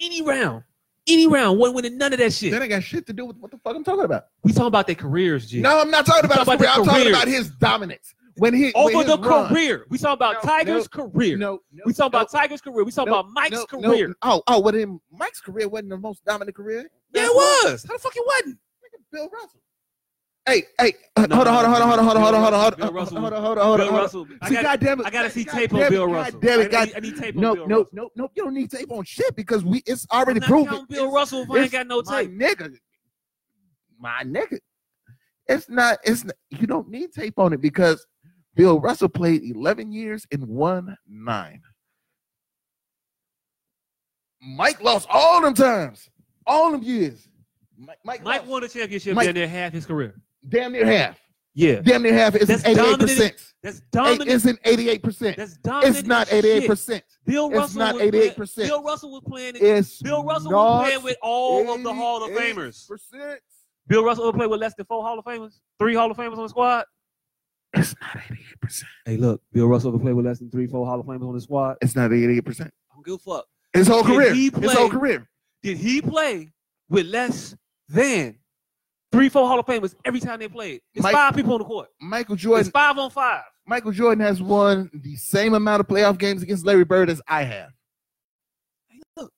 S4: Any round, any round, wasn't winning none of that shit.
S3: that ain't got shit to do with what the fuck I'm talking about.
S4: We talking about their careers, G.
S3: No, I'm not talking about.
S4: Talking
S3: his career.
S4: about
S3: I'm
S4: the
S3: talking
S4: career.
S3: about his dominance when he
S4: over
S3: when
S4: the
S3: his run.
S4: career. We talking about
S3: No,
S4: Tiger's career.
S3: No, no,
S4: we talking
S3: no,
S4: about Tiger's career. We talking
S3: no,
S4: about Mike's
S3: no, no.
S4: career.
S3: Oh, oh, well then Mike's career wasn't the most dominant career.
S4: Yeah, it was. How the fuck it wasn't?
S3: Bill Russell. Hey, hey, hold
S4: No,
S3: on, hold on,
S4: no,
S3: hold on, hold on, hold on, hold on, hold on,
S4: Bill
S3: hold
S4: Russell-
S3: on, hold on, hold on, hold
S4: Bill
S3: on, hold on.
S4: Russell. I
S3: See,
S4: got,
S3: goddamn it,
S4: I gotta see
S3: God
S4: tape
S3: damn
S4: on
S3: it,
S4: Bill
S3: God
S4: Russell.
S3: damn it,
S4: I-
S3: God-
S4: I, need tape on
S3: No,
S4: Bill
S3: no,
S4: Russell.
S3: no, no, you don't need tape on shit because we it's
S4: I'm
S3: already
S4: not
S3: proven.
S4: counting Bill Russell if I ain't
S3: it's
S4: got no
S3: My
S4: tape.
S3: nigga, my nigga, it's not. It's not, you don't need tape on it because Bill Russell played eleven years in one nine. Mike lost all them times, all them years. Mike, Mike,
S4: Mike
S3: lost
S4: won a championship
S3: Mike-
S4: damn near half his career.
S3: damn near half.
S4: Yeah,
S3: Damn near half. It's
S4: That's
S3: eighty-eight percent.
S4: that's
S3: It
S4: dominant.
S3: isn't eighty-eight percent.
S4: that's dominant.
S3: It's not
S4: as
S3: eighty-eight
S4: shit.
S3: percent.
S4: Bill
S3: It's
S4: Russell
S3: not
S4: was playing-
S3: 88%.
S4: Bill Russell was playing. it.
S3: It's
S4: Bill Russell
S3: not
S4: was playing with all of the Hall of Famers.
S3: Percent.
S4: Bill Russell would play with less than four Hall of Famers, three Hall of Famers on the squad.
S3: It's not eighty-eight percent.
S4: Hey, look, Bill Russell could play with less than three, four Hall of Famers on the squad.
S3: It's not eighty-eight percent.
S4: I don't give a fuck.
S3: His whole
S4: Did
S3: career.
S4: he
S3: His whole
S4: play-
S3: career.
S4: Did he play with less than three, four Hall of Famers every time they played? It's
S3: Mike-
S4: five people on the court.
S3: Michael
S4: It's
S3: Jordan.
S4: five on five.
S3: Michael Jordan has won the same amount of playoff games against Larry Bird as I have.
S4: Hey, look,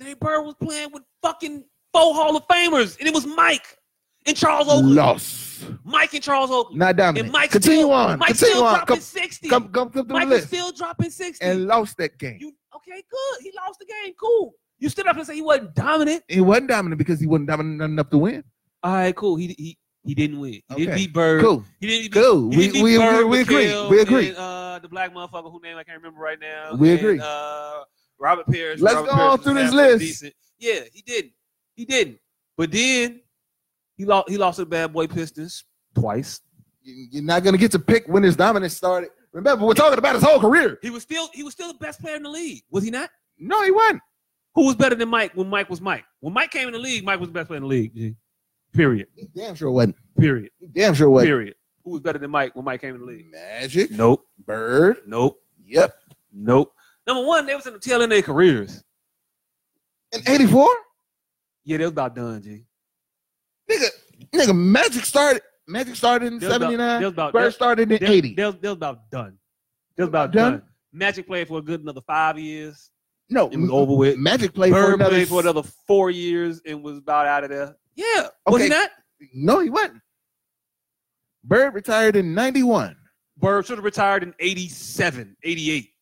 S4: Larry Bird was playing with fucking four Hall of Famers, and it was Mike and Charles Oakley.
S3: Lost.
S4: Mike and Charles Oakley.
S3: Not
S4: And
S3: dominant.
S4: Mike
S3: Continue
S4: still,
S3: on.
S4: Mike
S3: Continue
S4: still
S3: on.
S4: dropping
S3: Come,
S4: 60.
S3: come, come, come through
S4: Mike
S3: the
S4: is
S3: list.
S4: still dropping 60.
S3: and lost that game.
S4: you, okay, good. He lost the game. Cool. You stood up and said he wasn't dominant.
S3: He wasn't dominant because he wasn't dominant enough to win.
S4: All right, cool. He he, he didn't win. He didn't
S3: Okay.
S4: beat Bird.
S3: Cool.
S4: He didn't beat
S3: Cool.
S4: He
S3: We,
S4: beat
S3: we,
S4: Bird,
S3: agree, we agree.
S4: Mikhail,
S3: We agree.
S4: And, uh, the black motherfucker whose name I can't remember right now.
S3: We
S4: and,
S3: agree.
S4: Uh, Robert Parrish.
S3: Let's
S4: Robert
S3: go
S4: Parrish
S3: on
S4: was
S3: through this
S4: halfway
S3: list.
S4: decent. Yeah, he didn't. He didn't. But then he lost. He lost to the Bad Boy Pistons twice.
S3: You- You're not going to get to pick when his dominance started. Remember, we're talking about his whole career.
S4: He was still. He was still the best player in the league. Was he not?
S3: No, he wasn't.
S4: Who was better than Mike when Mike was Mike? When Mike came in the league, Mike was the best player in the league. G. Period.
S3: He damn sure wasn't.
S4: Period.
S3: Damn sure was.
S4: Period. Who was better than Mike when Mike came in the league?
S3: Magic,
S4: Nope.
S3: Bird.
S4: Nope.
S3: Yep.
S4: Nope. Number one, they was in the tail end of their careers.
S3: In '84,
S4: Yeah, they was about done, G.
S3: nigga, nigga, Magic started. Magic started in
S4: They was about- They
S3: '79.
S4: was about, they
S3: Bird
S4: was-
S3: started in
S4: they was-
S3: '80.
S4: They was, they was about done. They was about
S3: Done?
S4: done. Magic played for a good another five years.
S3: No,
S4: It was over with.
S3: Magic played
S4: Bird
S3: for another.
S4: played for another four years and was about out of there. Yeah. Was
S3: Okay.
S4: he not?
S3: No, he wasn't. Bird retired in '91.
S4: Bird should have retired in 87, 88.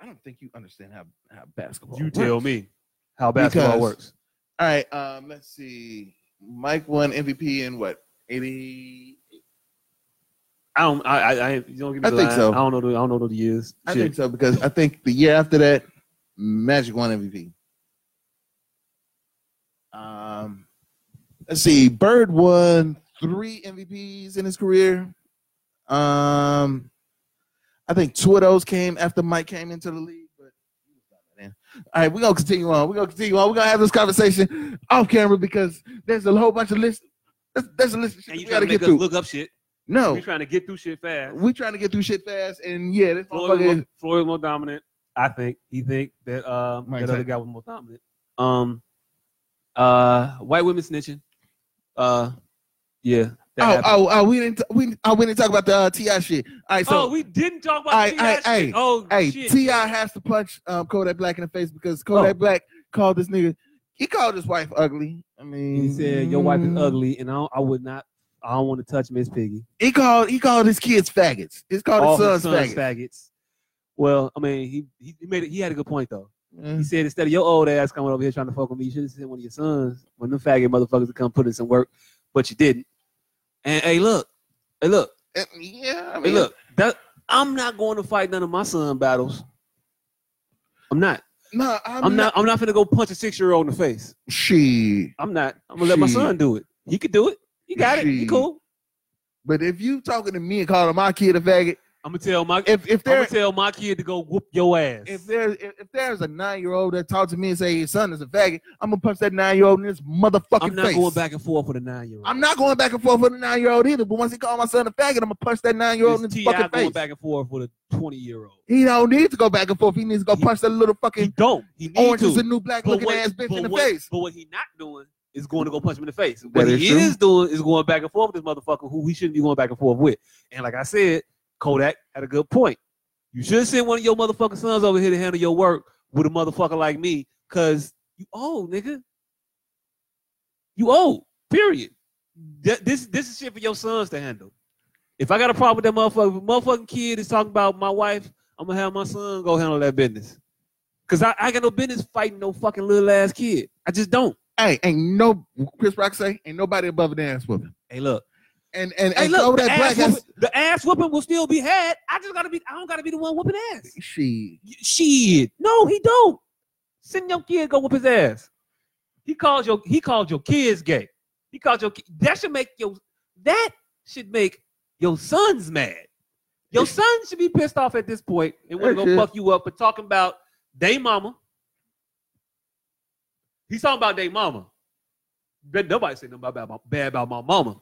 S3: I don't think you understand how, how basketball.
S4: You
S3: works.
S4: tell me how basketball
S3: Because-
S4: works.
S3: All right, um, let's see. Mike won MVP in what? 80.
S4: I don't. I. I. I you don't give me
S3: I
S4: the
S3: think
S4: line.
S3: so.
S4: I don't know. The, I don't know the years.
S3: I
S4: Shit.
S3: think so because I think the year after that, Magic won MVP. Um, let's see. Bird won three MVPs in his career. Um, I think two of those came after Mike came into the league. But all right, we're gonna continue on. We're gonna continue on. We're gonna have this conversation off camera because there's a whole bunch of lists. There's, there's a list. Of shit
S4: And
S3: we
S4: you trying
S3: gotta
S4: to make
S3: get
S4: us
S3: through. Oh.
S4: look up shit.
S3: no,
S4: We trying to get through shit fast.
S3: we trying to get through shit fast. And yeah, this
S4: Floyd, was
S3: motherfucker
S4: more, Floyd was more dominant. I think he think that uh,
S3: Mike
S4: that other
S3: Tyson.
S4: guy was more dominant. Um, uh, white women snitching. Uh, yeah.
S3: Oh,
S4: that happened.
S3: oh, oh, we didn't, t- we, oh, we didn't talk about the uh, Ti shit. All right, so
S4: oh, we didn't talk about
S3: Aye,
S4: Ti.
S3: aye,
S4: shit.
S3: aye.
S4: oh,
S3: hey,
S4: shit.
S3: Ti has to punch um, Kodak Black in the face because Kodak
S4: Oh.
S3: Black called this nigga. He called his wife ugly. I mean,
S4: He said your wife
S3: mm.
S4: is ugly, and I, don't, I would not. I don't want to touch Miss Piggy.
S3: He called, he called his kids faggots. He's called
S4: All
S3: his
S4: his
S3: sons,
S4: sons
S3: faggots.
S4: faggots. Well, I mean, he he he made it. He had a good point though. He
S3: Mm.
S4: said instead of your old ass coming over here trying to fuck with me, you should have sent one of your sons. When them faggot motherfuckers would come put in some work, but you didn't. And hey, look, hey, look,
S3: And, yeah, I
S4: hey,
S3: mean,
S4: look. That I'm not going to fight none of my son battles. I'm not.
S3: no, I'm,
S4: I'm, not, I'm not gonna go punch a six year old in the face.
S3: She,
S4: I'm not. I'm gonna let my
S3: Shit.
S4: son do it. He could do it. He got it. He
S3: Shit.
S4: cool.
S3: but if you talking to me and calling my kid a faggot,
S4: I'm gonna tell my.
S3: if if
S4: I'm
S3: there
S4: gonna tell my kid to go whoop your ass.
S3: if there if, if there's a nine year old that talks to me and say his son is a faggot, I'm gonna punch that nine year old in his motherfucking
S4: I'm not
S3: face.
S4: going back and forth with a nine year old.
S3: I'm not going back and forth with a nine year old either. But once he called my son a faggot, I'm gonna punch that nine year old in
S4: It's
S3: his
S4: T.I.
S3: fucking
S4: going
S3: face.
S4: back and forth with a 20 year old.
S3: He don't need to go back and forth. He needs to go
S4: He-
S3: punch that little
S4: He
S3: fucking
S4: don't. He need
S3: orange is
S4: to.
S3: a new black
S4: But
S3: looking
S4: what-
S3: ass bitch
S4: but
S3: in the
S4: what-
S3: face.
S4: But what he not doing is going to go punch him in the face. What
S3: That is
S4: he
S3: true.
S4: is doing is going back and forth with this motherfucker who we shouldn't be going back and forth with. And like I said, Kodak had a good point. You should send one of your motherfucking sons over here to handle your work with a motherfucker like me, cause you old nigga. You old. Period. Th- this this is shit for your sons to handle. If I got a problem with that motherfucker, if a motherfucking kid is talking about my wife, I'm gonna have my son go handle that business. Cause I, I got no business fighting no fucking little ass kid. I just don't.
S3: Hey, ain't no Chris Rock say ain't nobody above an ass whooping.
S4: Hey, look.
S3: And and
S4: Hey,
S3: and
S4: look. The ass,
S3: Kodak Black has
S4: whooping, the ass whooping will still be had. I just gotta be. I don't gotta be the one whooping ass.
S3: she.
S4: Y- Shit. No, he don't. Send your kid go whoop his ass. He calls your. He called your kids gay. He called your. ki- That should make your. That should make your sons mad. Your son should be pissed off at this point and want to
S3: That
S4: go
S3: should.
S4: fuck you up for talking about they mama. He's talking about they mama. But nobody say nothing about my, bad about my mama.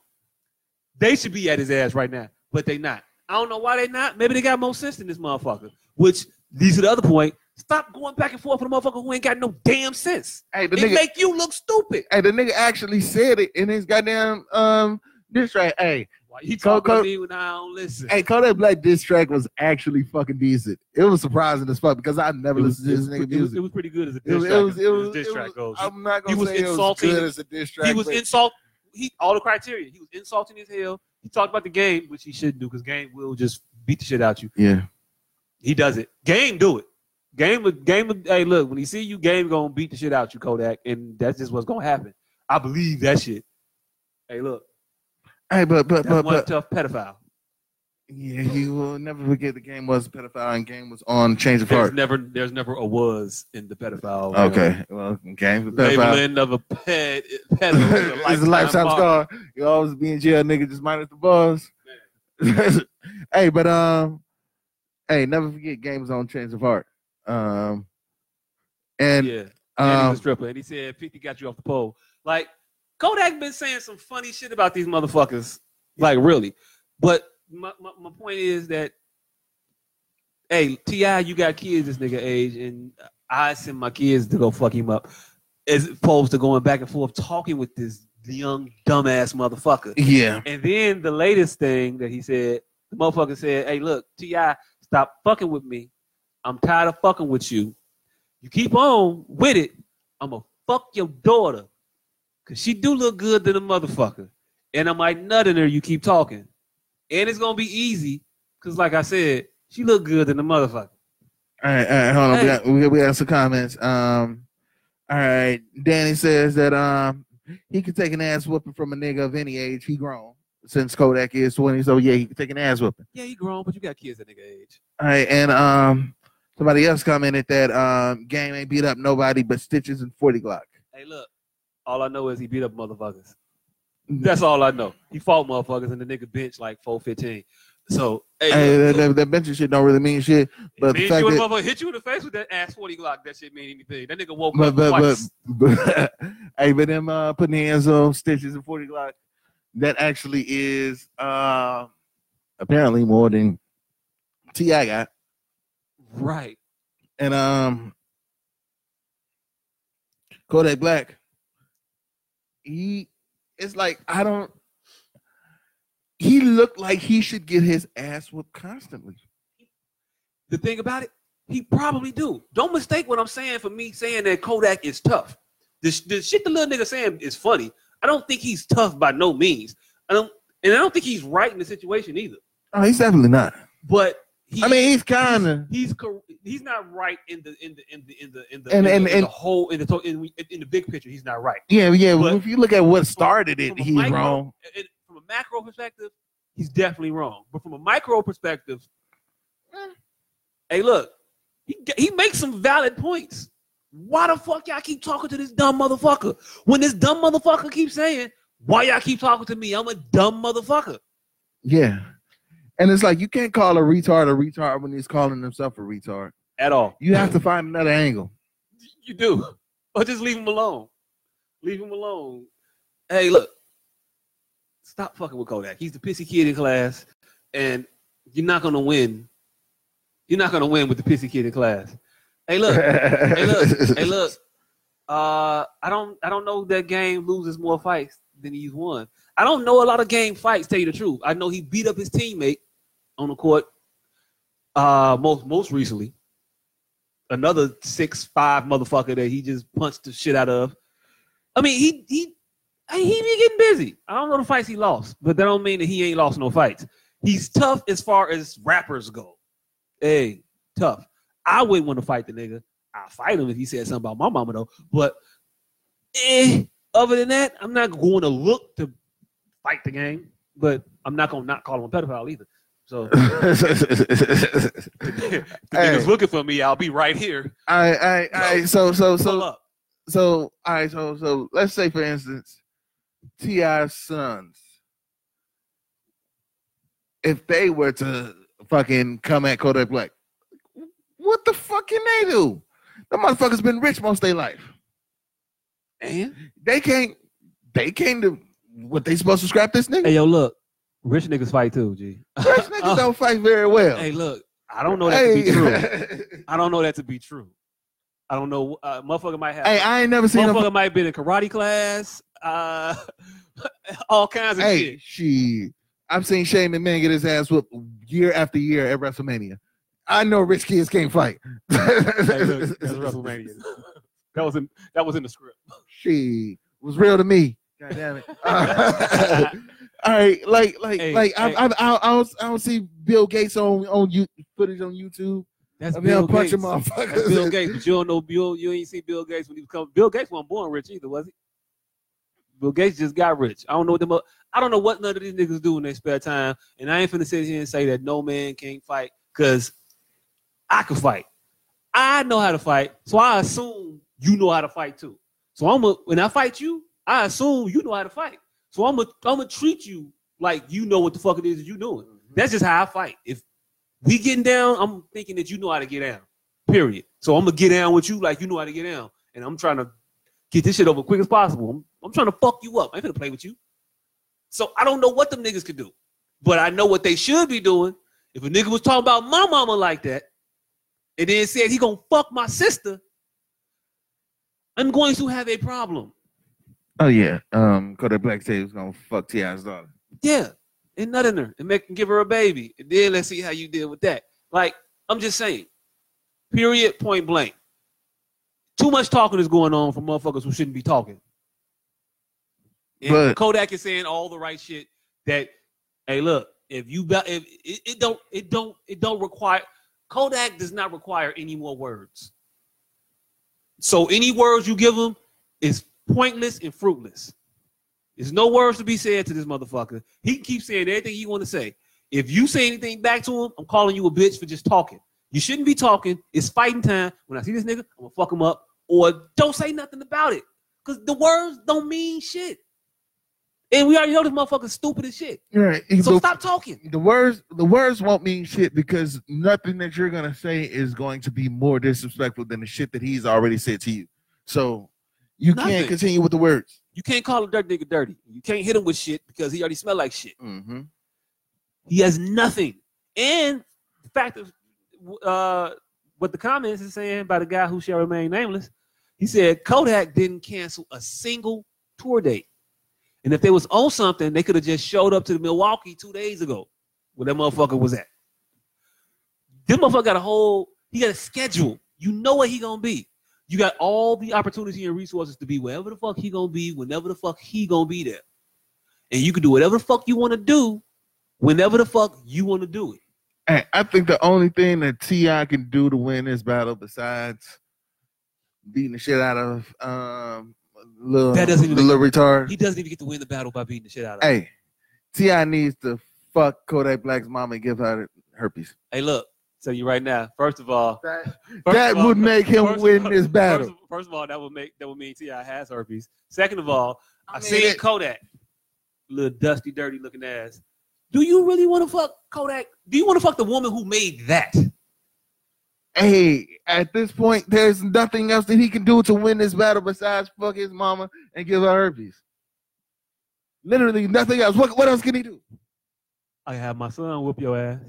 S4: They should be at his ass right now, but they not. I don't know why they not. Maybe they got more sense than this motherfucker. Which leads to the other point. Stop going back and forth with a motherfucker who ain't got no damn sense.
S3: Hey, the
S4: It
S3: nigga.
S4: make you look stupid.
S3: hey, the nigga actually said it in his goddamn um diss track. Hey,
S4: Why you
S3: Co-
S4: talking
S3: co-
S4: to me when I don't listen?
S3: hey, Kodak Black diss track was actually fucking decent. It was surprising as fuck because I've never
S4: it, was,
S3: listened to this
S4: it was-
S3: nigga
S4: it was- it
S3: music.
S4: was pretty good as a
S3: It
S4: diss
S3: was,
S4: track.
S3: it was,
S4: as-
S3: it
S4: as
S3: was,
S4: diss
S3: it
S4: track
S3: was-
S4: goes.
S3: I'm not gonna
S4: He was
S3: say
S4: insulting.
S3: it was good as a diss track.
S4: he was
S3: but-
S4: insult. He all the criteria. He was insulting as hell. He talked about the game, which he shouldn't do because game will just beat the shit out you.
S3: yeah.
S4: He does it. Game do it. Game would game would, hey look when he see you game gonna beat the shit out you Kodak and that's just what's gonna happen. I believe that shit. Hey look,
S3: Hey, but but
S4: that's
S3: but,
S4: one
S3: but
S4: tough pedophile.
S3: yeah, you will never forget the game was pedophile and game was on change of
S4: There's
S3: heart.
S4: never there's never a was in the pedophile. realm.
S3: Okay, well, game was *laughs* pedophile.
S4: Labeling of a ped
S3: *laughs*
S4: pedo is
S3: it's a lifetime
S4: bar.
S3: scar. You always be in jail, nigga. Just minus the bars. *laughs* hey, but um, hey, never forget game was on change of heart. Um, and
S4: Yeah. And he was
S3: um,
S4: a stripper, and he said 50 got you off the pole. Like Kodak been saying some funny shit about these motherfuckers. Like really. But my, my, my point is that hey, T.I., you got kids this nigga age, and I send my kids to go fuck him up. As opposed to going back and forth talking with this young dumbass motherfucker.
S3: Yeah.
S4: And then the latest thing that he said, the motherfucker said, "Hey, look, Ti, stop fucking with me. I'm tired of fucking with you. You keep on with it, I'ma fuck your daughter, cause she do look good to the motherfucker, and I might nut in her. You keep talking, and it's gonna be easy, cause like I said, she look good to the motherfucker.
S3: All right, all right, hold on.
S4: Hey.
S3: We, got, we, got, we got some comments. Um, all right, Danny says that um he can take an ass whooping from a nigga of any age. He grown since Kodak is twenty, so yeah, he can take an ass whooping.
S4: Yeah, you grown, but you got kids that nigga age.
S3: All right, and um somebody else commented that um game ain't beat up nobody but stitches and forty Glock.
S4: Hey, look, all I know is he beat up
S3: *laughs*
S4: motherfuckers. That's all I know. He fought motherfuckers and the nigga bench like 415. So, hey,
S3: Hey,
S4: look,
S3: that, that, that benching shit don't really mean shit. but
S4: if
S3: the
S4: me and
S3: fact
S4: you and
S3: that-
S4: motherfucker hit you in the face with that ass 40 Glock, that shit mean anything. That nigga woke
S3: But
S4: up
S3: but but,
S4: twice.
S3: *laughs* but hey, but them uh, putting the hands on stitches and forty Glock, that actually is uh apparently more than Ti got.
S4: right.
S3: and um Kodak Black. He it's like I don't he looked like he should get his ass whooped constantly.
S4: The thing about it, he probably do. Don't mistake what I'm saying for me saying that Kodak is tough. The, sh- the shit the little nigga saying is funny. I don't think he's tough by no means. I don't, and I don't think he's right in the situation either.
S3: Oh, he's definitely not.
S4: But he
S3: I mean, he's kind of
S4: he's cor- he's not right in the in the in the in the in the,
S3: And-
S4: in,
S3: and-
S4: the, in
S3: and-
S4: the whole in the to- in, in, in the big picture he's not right.
S3: yeah, yeah.
S4: But-
S3: if you look at what started it,
S4: From a
S3: he's
S4: micro-
S3: wrong.
S4: and- from a macro perspective, he's definitely wrong. But from a micro perspective, eh, hey, look, he g- he makes some valid points. Why the fuck y'all keep talking to this dumb motherfucker when this dumb motherfucker keeps saying, "Why y'all keep talking to me? I'm a dumb motherfucker."
S3: Yeah, and it's like you can't call a retard a retard when he's calling himself a retard.
S4: At all,
S3: You have to find another angle.
S4: You do. *laughs* Or just leave him alone. Leave him alone. Hey, look. Stop fucking with Kodak. He's the pissy kid in class, and you're not gonna win. You're not gonna win with the pissy kid in class. Hey, look. *laughs* hey,
S3: *laughs*
S4: look. Hey, look. Uh, I don't. I don't know that game loses more fights than he's won. I don't know a lot of game fights. Tell you the truth, I know he beat up his teammate on the court. Uh, most most recently, another six five motherfucker that he just punched the shit out of. I mean, he he I mean, he be getting busy. I don't know the fights he lost, but that don't mean that he ain't lost no fights. He's tough as far as rappers go. Hey, tough. I wouldn't want to fight the nigga. I'll fight him if he said something about my mama though. But eh, other than that, I'm not going to look to fight the game. But I'm not gonna not call him a pedophile either. So if *laughs*
S3: *laughs*
S4: the nigga's
S3: Hey.
S4: looking for me, I'll be right here.
S3: all right, all right, all right. So, so, so,
S4: Pull up.
S3: so all right, so so let's say for instance, T.I.'s sons, if they were to fucking come at Kodak Black, what the fuck can they do? The motherfuckers been rich most their life.
S4: And
S3: They can't they can't do what they supposed to scrap this nigga.
S4: hey, yo, look, rich niggas fight too, G.
S3: Rich niggas don't fight very well.
S4: uh, hey, look, I don't know that to be *laughs* true.
S3: *laughs* hey,
S4: I don't know that to be true. I don't know. Uh, motherfucker might have.
S3: I ain't never seen
S4: motherfucker
S3: them.
S4: might have been in karate class. Uh, *laughs* all kinds of
S3: Hey,
S4: shit.
S3: she. I've seen Shane McMahon get his ass whooped year after year at WrestleMania. I know rich kids can't fight. *laughs*
S4: Hey, look, that's *laughs* WrestleMania. That was in that was in the script.
S3: She was real to me. God damn it. *laughs* all right, like, like,
S4: Hey,
S3: like, I,
S4: hey.
S3: I, I, I, don't, I don't see Bill Gates on on you footage on YouTube.
S4: That's
S3: I mean, I'm
S4: Bill
S3: punching
S4: Gates. That's
S3: *laughs*
S4: Bill
S3: motherfuckers.
S4: Gates, but you don't know Bill. You ain't see Bill Gates when he was coming. Bill Gates wasn't born rich either, was he? Bill Gates just got rich. I don't know what them. o- I don't know what none of these niggas do in their spare time, and I ain't finna sit here and say that no man can't fight because I can fight. I know how to fight, so I assume you know how to fight too. So I'm a, when I fight you, I assume you know how to fight. So I'm gonna I'm gonna treat you like you know what the fuck it is that you doing. That's just how I fight. If we getting down, I'm thinking that you know how to get down. Period. So I'm gonna get down with you like you know how to get down, and I'm trying to get this shit over quick as possible. I'm, I'm trying to fuck you up. I ain't gonna play with you. So I don't know what them niggas could do, but I know what they should be doing. If a nigga was talking about my mama like that, and then said he gonna fuck my sister, I'm going to have a problem.
S3: Oh yeah. Um, Kodak Black said he was gonna fuck Ti's daughter.
S4: Yeah, and nut in her and make and give her a baby, and then let's see how you deal with that. Like I'm just saying, period, point blank. Too much talking is going on for motherfuckers who shouldn't be talking. And
S3: But-
S4: Kodak is saying all the right shit. That hey, look, if you be- if it, it don't it don't it don't require Kodak does not require any more words. So any words you give him is pointless and fruitless. There's no words to be said to this motherfucker. He can keep saying everything you want to say. If you say anything back to him, I'm calling you a bitch for just talking. You shouldn't be talking. It's fighting time. When I see this nigga, I'm gonna fuck him up. Or don't say nothing about it. Cause the words don't mean shit. And we already know this motherfucker's stupid as shit.
S3: Right.
S4: So stop talking.
S3: The words the words won't mean shit because nothing that you're gonna say is going to be more disrespectful than the shit that he's already said to you. So you
S4: Nothing.
S3: can't continue with the words.
S4: You can't call a dirt nigga dirty. You can't hit him with shit because he already smell like shit.
S3: Mm-hmm.
S4: He has nothing. And the fact of uh, what the comments is saying by the guy who shall remain nameless, he said Kodak didn't cancel a single tour date. And if they was on something, they could have just showed up to the Milwaukee two days ago where that motherfucker was at. This motherfucker got a whole, he got a schedule. You know what he gonna be. You got all the opportunity and resources to be wherever the fuck he gonna be, whenever the fuck he gonna be there. And you can do whatever the fuck you wanna do whenever the fuck you want to do it.
S3: Hey, I think the only thing that Ti can do to win this battle, besides beating the shit out of um little
S4: That doesn't even
S3: little retard.
S4: He doesn't even get to win the battle by beating the shit out of him.
S3: hey, Ti needs to fuck Kodak Black's mom and give her herpes.
S4: Hey, look, tell you right now. First of all,
S3: That,
S4: *laughs* first
S3: that
S4: of all-
S3: would make him
S4: first of
S3: win
S4: all-
S3: this battle.
S4: First of, first of all, that would make that would mean Ti has herpes. Second of all, I,
S3: mean,
S4: seen
S3: it-
S4: Kodak, little dusty, dirty looking ass. Do you really want to fuck Kodak? Do you want to fuck the woman who made that?
S3: hey, at this point, there's nothing else that he can do to win this battle besides fuck his mama and give her herpes. Literally nothing else. What what else can he do?
S4: I have my son whoop your ass.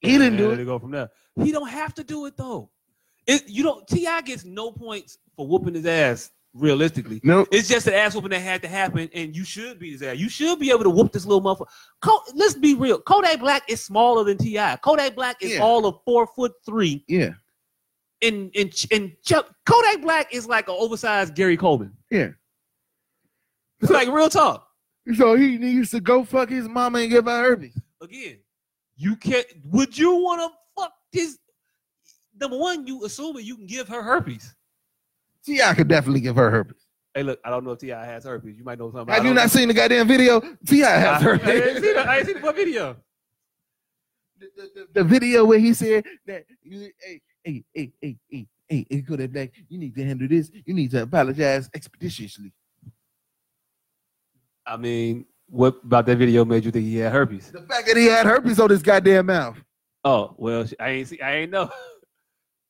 S3: He didn't do
S4: And
S3: it.
S4: They go from there. He don't have to do it though. It, you don't. Ti gets no points for whooping his ass. Realistically,
S3: Nope.
S4: It's just an ass whooping that had to happen, and you should be his ass. You should be able to whoop this little motherfucker. Co- Let's be real. Kodak Black is smaller than Ti. Kodak Black is
S3: Yeah.
S4: all of four foot three,
S3: Yeah.
S4: and and and Chuck, Kodak Black is like an oversized Gary Coleman.
S3: Yeah.
S4: it's like real talk.
S3: So he needs to go fuck his mama and give her herpes.
S4: Again, you can't. Would you want to fuck this? Number one, you assuming you can give her herpes.
S3: T.I. could definitely give her herpes.
S4: Hey, look, I don't know if Ti has herpes. You might know something. I
S3: Have you
S4: don't
S3: not
S4: know.
S3: seen the goddamn video? T.I. has
S4: I, I, didn't
S3: herpes.
S4: see the, I didn't see the fucking video.
S3: the, the- the video where he said that you hey hey hey hey hey hey hey go that back you need to handle this you need to apologize expeditiously
S4: I mean, what about that video made you think he had herpes?
S3: the fact that he had herpes on his goddamn mouth
S4: Oh well, sh- I ain't see, I ain't know. *laughs*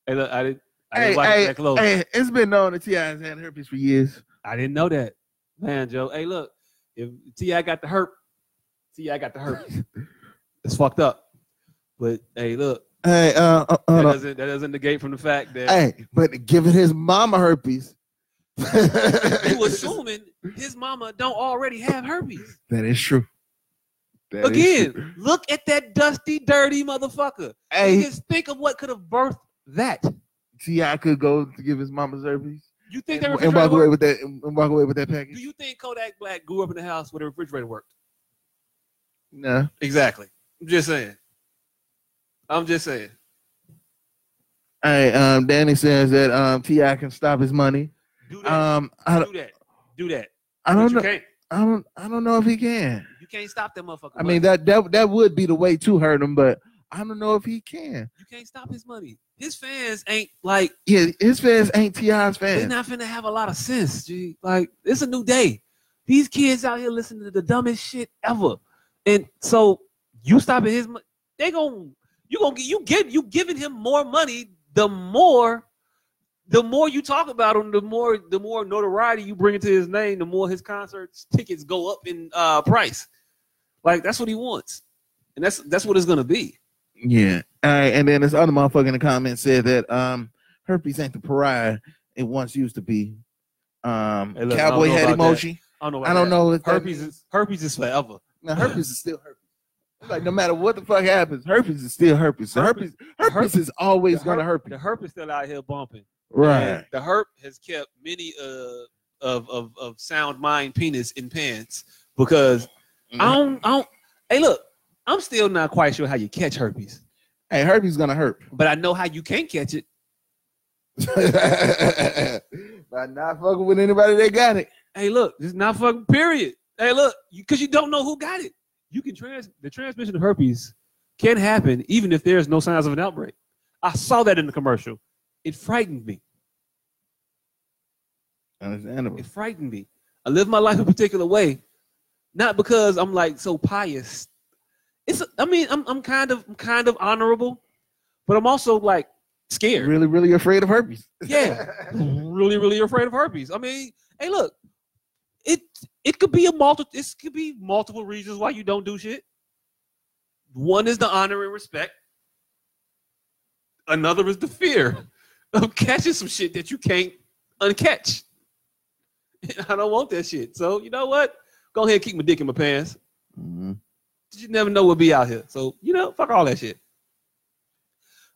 S4: Hey, look, I didn't, I
S3: Hey,
S4: didn't watch
S3: hey,
S4: it that close.
S3: hey it's been known that ti's had herpes for years
S4: I didn't know that, man, Joe. Hey, look, if Ti got the herp, Ti got the herpes. *laughs* it's fucked up. But hey, look,
S3: hey uh, uh
S4: that
S3: hold on.
S4: doesn't that doesn't negate from the fact that
S3: hey but giving his mama herpes
S4: you
S3: *laughs*
S4: assuming his mama don't already have herpes.
S3: that is true *laughs* That is true.
S4: Again, look at that dusty, dirty motherfucker.
S3: hey
S4: Just think of what could have birthed that.
S3: ti could go to give his mama's herpes
S4: You think
S3: and,
S4: they were
S3: and walk away with that and and walk away with that
S4: Do
S3: package
S4: you think Kodak Black grew up in a house where the refrigerator worked?
S3: no
S4: Exactly. I'm just saying. I'm just saying.
S3: All right, um, Danny says that um, Ti can stop his money.
S4: Do that.
S3: Um, I, don't-
S4: do that. Do that.
S3: I
S4: But
S3: don't
S4: you
S3: know.
S4: can't.
S3: I don't. I don't know if he can.
S4: You can't stop that motherfucker.
S3: I mean, that that that would be the way to hurt him, but I don't know if he can.
S4: you can't stop his money. His fans ain't like
S3: Yeah, his fans ain't Ti's
S4: they're
S3: fans.
S4: not finna have a lot of sense. G. Like it's a new day. These kids out here listening to the dumbest shit ever, and so you stopping his. mon- They gon' you gonna get you give you giving him more money. The more the more you talk about him, the more the more notoriety you bring into his name, the more his concerts tickets go up in uh, price. Like that's what he wants, and that's that's what it's gonna be.
S3: Yeah. All right. And then this other motherfucker in the comments said that um herpes ain't the pariah it once used to be. Um
S4: Hey, look, I don't
S3: cowboy
S4: know
S3: hat
S4: about that.
S3: emoji.
S4: I don't know. about
S3: I don't
S4: that.
S3: know if that
S4: Herpes is herpes is forever.
S3: Now herpes is still
S4: *laughs*
S3: herpes. It's Like no matter what the fuck happens, herpes is still herpes. So herpes, herpes,
S4: herpes-
S3: is always
S4: the
S3: gonna
S4: herp-
S3: herpes.
S4: The herp is still out here bumping.
S3: Right.
S4: And The herp has kept many uh, of of of sound mind penis in pants because I don't I don't. Hey, look, I'm still not quite sure how you catch herpes,
S3: Hey, herpes
S4: *laughs*
S3: gonna herp.
S4: but I know how you can catch it.
S3: By not fucking with anybody that got it.
S4: Hey, look, this is not fucking period. Hey, look, because you, don't know who got it. You can trans the transmission of herpes can happen even if there's no signs of an outbreak. I saw that in the commercial. It frightened me.
S3: Understandable.
S4: It frightened me. I live my life a particular way, not because I'm like so pious. It's I mean I'm I'm kind of I'm kind of honorable, but I'm also like scared.
S3: Really, really afraid of herpes.
S4: Yeah, *laughs* really really afraid of herpes. I mean, hey, look, it it could be a multi it could be multiple reasons why you don't do shit. One is the honor and respect. Another is the fear of *laughs* catching some shit that you can't uncatch. *laughs* And I don't want that shit. So you know what? Go ahead and keep my dick in my pants. Mm-hmm.
S3: Mhm.
S4: You never know what'll be out here. So you know, fuck all that shit.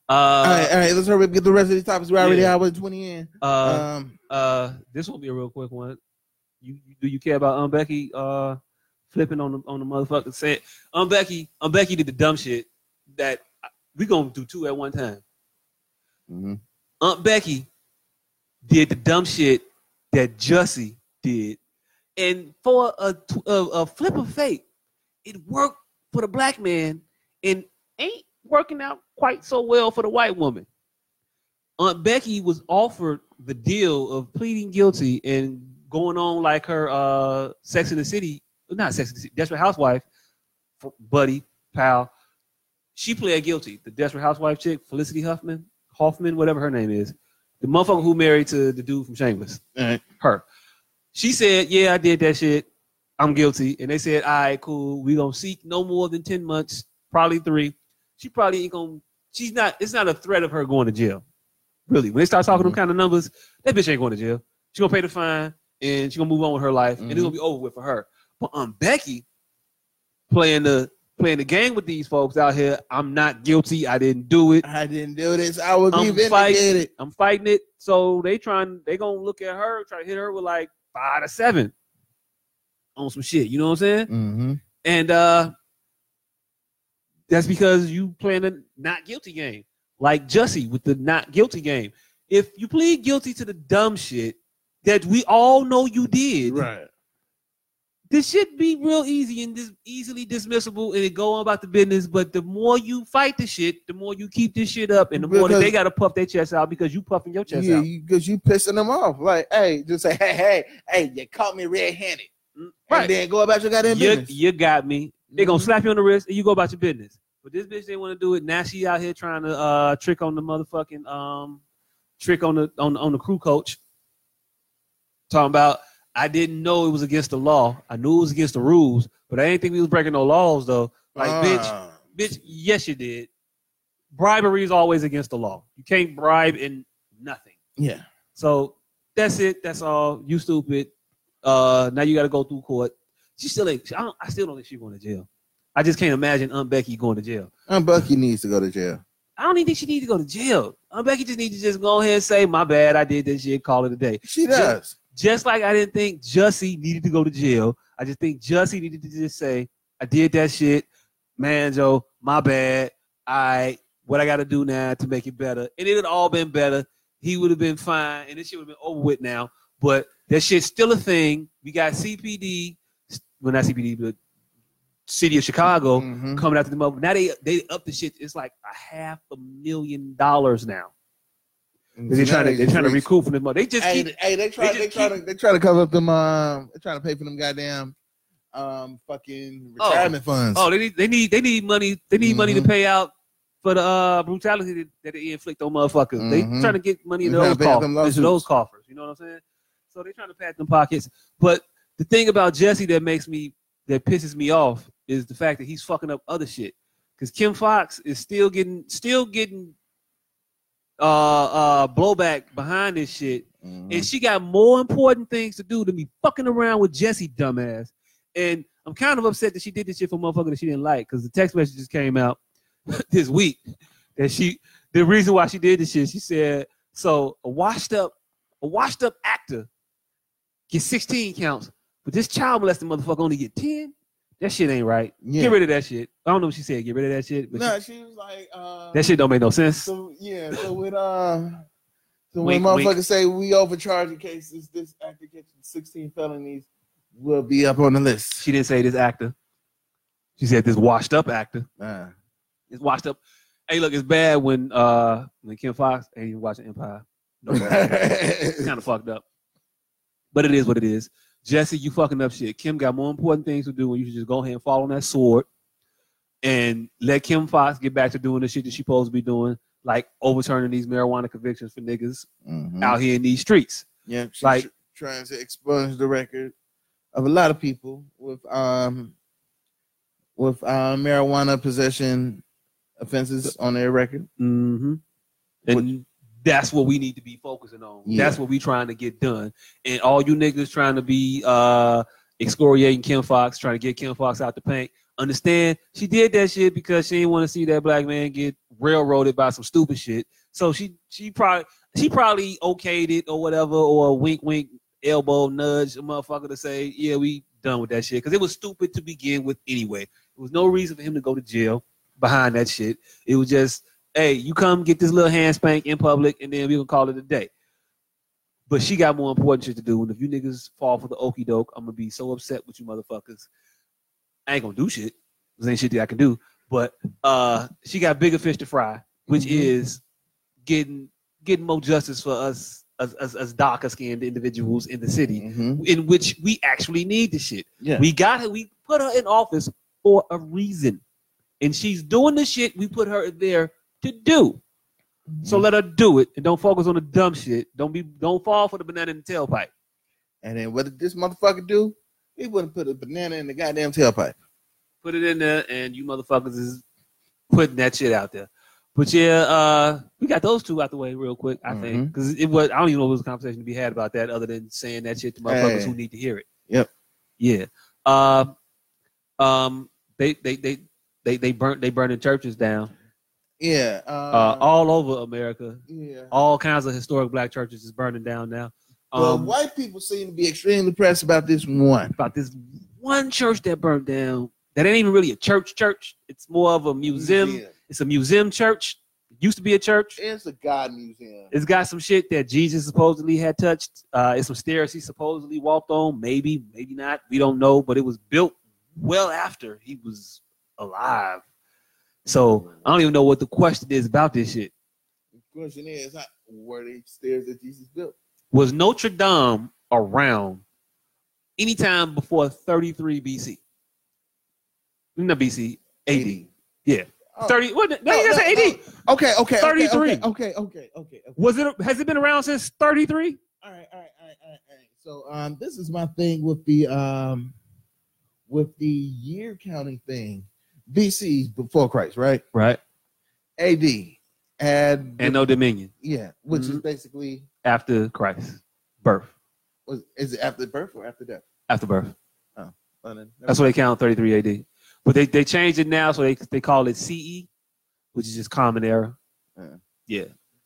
S3: all right,
S4: Uh,
S3: all right. Let's hurry up and get the rest of these topics. We already
S4: Yeah.
S3: hour and twenty in.
S4: uh,
S3: um,
S4: Uh, this will be a real quick one. You, you do you care about um Becky uh flipping on the on the motherfucker set? Um Becky, um Becky did the dumb shit that I- we gonna do two at one time.
S3: mhm.
S4: Aunt Becky did the dumb shit that Jussie did, and for a tw- a, a flip of fate, it worked for the black man, and ain't working out quite so well for the white woman. Aunt Becky was offered the deal of pleading guilty and going on like her uh, Sex in the City, not Sex in the City, Desperate Housewife, f- buddy, pal. She pled guilty. The Desperate Housewife chick, Felicity Huffman, Hoffman, whatever her name is, the motherfucker who married to the dude from Shameless,
S3: All right.
S4: her. She said, "Yeah, I did that shit. I'm guilty." And they said, "All right, cool. We gonna seek no more than ten months, probably three. She probably ain't gonna. She's not. It's not a threat of her going to jail. Really, when they start talking them kind of numbers, that bitch ain't going to jail. She gonna pay the fine and she gonna move on with her life, and it's
S3: Mhm.
S4: gonna be over with for her. But um, Becky playing the playing the game with these folks out here. I'm not guilty. I didn't do it.
S3: I didn't do this. I was
S4: I'm
S3: vindicated.
S4: I'm fighting it. So they trying they gonna look at her, try to hit her with like five to seven on some shit. You know what I'm saying?
S3: Mm-hmm.
S4: And uh that's because you playing a not guilty game, like Jussie with the not guilty game. If you plead guilty to the dumb shit that we all know you did,
S3: Right.
S4: this should be real easy and dis- easily dismissible and it go on about the business. But the more you fight the shit, the more you keep this shit up, and the more that they
S3: Because-
S4: gotta puff their chest out because you puffing your chest
S3: Yeah,
S4: out.
S3: because you, pissing them off. Like, hey, just say, hey, hey, hey, you caught me red-handed,
S4: Mm,
S3: and then go about your goddamn
S4: You,
S3: business.
S4: you got me. They gonna
S3: Mhm.
S4: slap you on the wrist and you go about your business. But this bitch didn't want to do it. Now she out here trying to uh, trick on the motherfucking um, trick on the on on the crew coach. Talking about I didn't know it was against the law. I knew it was against the rules, but I didn't think we was breaking no laws though. Like bitch,
S3: Ah.
S4: bitch, yes you did. Bribery is always against the law. You can't bribe in nothing.
S3: Yeah.
S4: So that's it. That's all. You stupid. Uh, now you got to go through court. She still ain't. I, don't, I still don't think she's going to jail. I just can't imagine Aunt Becky going to jail.
S3: Aunt Bucky needs to go to jail.
S4: I don't even think she needs to go to jail. Aunt Becky just needs to just go ahead and say, "My bad, I did this shit. Call it a day."
S3: She does.
S4: Just like I didn't think Jussie needed to go to jail. I just think Jussie needed to just say, "I did that shit, man, Joe. My bad. I what I got to do now to make it better." And it had all been better. He would have been fine, and this shit would have been over with now. But that shit's still a thing. We got CPD, well not CPD, but City of Chicago
S3: Mhm.
S4: coming after the mother. Now they they up the shit. It's like a half a million dollars now. They're trying to they're trying to recoup from the money. They just keep
S3: Hey, hey, they try,
S4: just
S3: they, try
S4: keep-
S3: to, they try to cover up them. Um, they trying to pay for them goddamn, um, fucking
S4: Oh.
S3: retirement funds.
S4: Oh, they need they need they need money. They need money to
S3: Mhm.
S4: pay out for the uh, brutality that- that they inflict on motherfuckers. They
S3: Mhm.
S4: trying to get money into
S3: They
S4: those
S3: tryna pay off
S4: coffers,
S3: them
S4: into those
S3: lawsuits.
S4: coffers. You know what I'm saying? So they trying to pat them pockets. But the thing about Jesse that makes me that pisses me off is the fact that he's fucking up other shit. Because Kim Fox is still getting still getting uh uh blowback behind this shit and she got more important things to do than be fucking around with Jesse, dumbass. And I'm kind of upset that she did this shit for a motherfucker that she didn't like, because the text messages came out *laughs* this week that she the reason why she did this shit. She said, "So a washed up, a washed up actor gets 16 counts, but this child molesting motherfucker only get 10. That shit ain't right.
S3: Yeah.
S4: Get rid of that shit. I don't know what she said. Get rid of that shit. But
S3: No,
S4: she-
S3: she was like, uh,
S4: that shit don't make no sense.
S3: So yeah, so when uh, so when
S4: Wink,
S3: motherfuckers
S4: wink.
S3: say we overcharging cases, this actor catching sixteen felonies will be up on the list.
S4: She didn't say this actor. She said this washed up actor.
S3: Uh,
S4: It's washed up. Hey, look, it's bad when uh when Kim Fox ain't even watching Empire.
S3: *laughs*
S4: kind of fucked up. But it is what it is. Jesse, you fucking up shit. Kim got more important things to do, and you should just go ahead and fall on that sword and let Kim Fox get back to doing the shit that she supposed to be doing, like overturning these marijuana convictions for niggas
S3: Mhm.
S4: out here in these streets.
S3: Yeah, she's
S4: Like-
S3: like trying to expunge the record of a lot of people with um with uh, marijuana possession offenses on their record.
S4: Mm-hmm. And that's what we need to be focusing on.
S3: Yeah.
S4: That's what we trying to get done. And all you niggas trying to be uh excoriating Kim Fox, trying to get Kim Fox out the paint. Understand? She did that shit because she didn't want to see that black man get railroaded by some stupid shit. So she she probably she probably okayed it or whatever or wink wink elbow nudge a motherfucker to say yeah we done with that shit because it was stupid to begin with anyway. There was no reason for him to go to jail behind that shit. It was just hey, you come get this little hand spank in public, and then we gonna call it a day. But she got more important shit to do. And if you niggas fall for the okey doke, I'm gonna be so upset with you motherfuckers. I ain't gonna do shit. There ain't shit that I can do. But uh she got bigger fish to fry, which
S3: Mhm.
S4: is getting getting more justice for us as as, as darker skinned individuals in the city,
S3: Mhm.
S4: in which we actually need this shit.
S3: Yeah,
S4: We got her. We put her in office for a reason, and she's doing the shit we put her there to do. So let her do it, and don't focus on the dumb shit. Don't be, don't fall for the banana in the tailpipe.
S3: and then what did this motherfucker do? He wouldn't put a banana in the goddamn tailpipe.
S4: Put it in there, and you motherfuckers is putting that shit out there. But yeah, uh, we got those two out the way real quick. I
S3: Mm-hmm.
S4: think because it was, I don't even know if it was a conversation to be had about that, other than saying that shit to motherfuckers
S3: Hey.
S4: who need to hear it.
S3: Yep.
S4: Yeah. Uh, um, they they they they they burnt they burning churches down.
S3: Yeah, uh,
S4: uh, all over America.
S3: yeah.
S4: All kinds of historic black churches is burning down now.
S3: Well,
S4: Um,
S3: white people seem to be extremely pressed about this one.
S4: about this one church that burned down. That ain't even really a church. Church. It's more of a museum. It's a museum church. It used to be a church.
S3: It's a god museum.
S4: It's got some shit that Jesus supposedly had touched. Uh, it's some stairs he supposedly walked on. Maybe, maybe not. We don't know. But it was built well after he was alive. So I don't even know what the question is about this shit.
S3: The question is, how, were they stairs that Jesus built?
S4: was Notre Dame around anytime before 33 BC? Not BC, AD. Yeah.
S3: Oh,
S4: 30, what, no,
S3: No,
S4: that's
S3: no,
S4: AD.
S3: Okay, okay, okay,
S4: 33.
S3: Okay, okay, okay, okay. okay.
S4: Was it, has it been around since 33?
S3: All right, all right, all right, all right, all right. So, um, this is my thing with the um, with the year counting thing. BC 's before Christ, right?
S4: Right.
S3: AD and
S4: And no dominion
S3: yeah, which is
S4: Mhm.
S3: basically
S4: after Christ, birth,
S3: was is it after birth or after death?
S4: after birth.
S3: Well, then, never
S4: That's what they count 33 AD. But they, they changed it now, so they, they call it CE, which is just common era.
S3: Yeah.
S4: Yeah.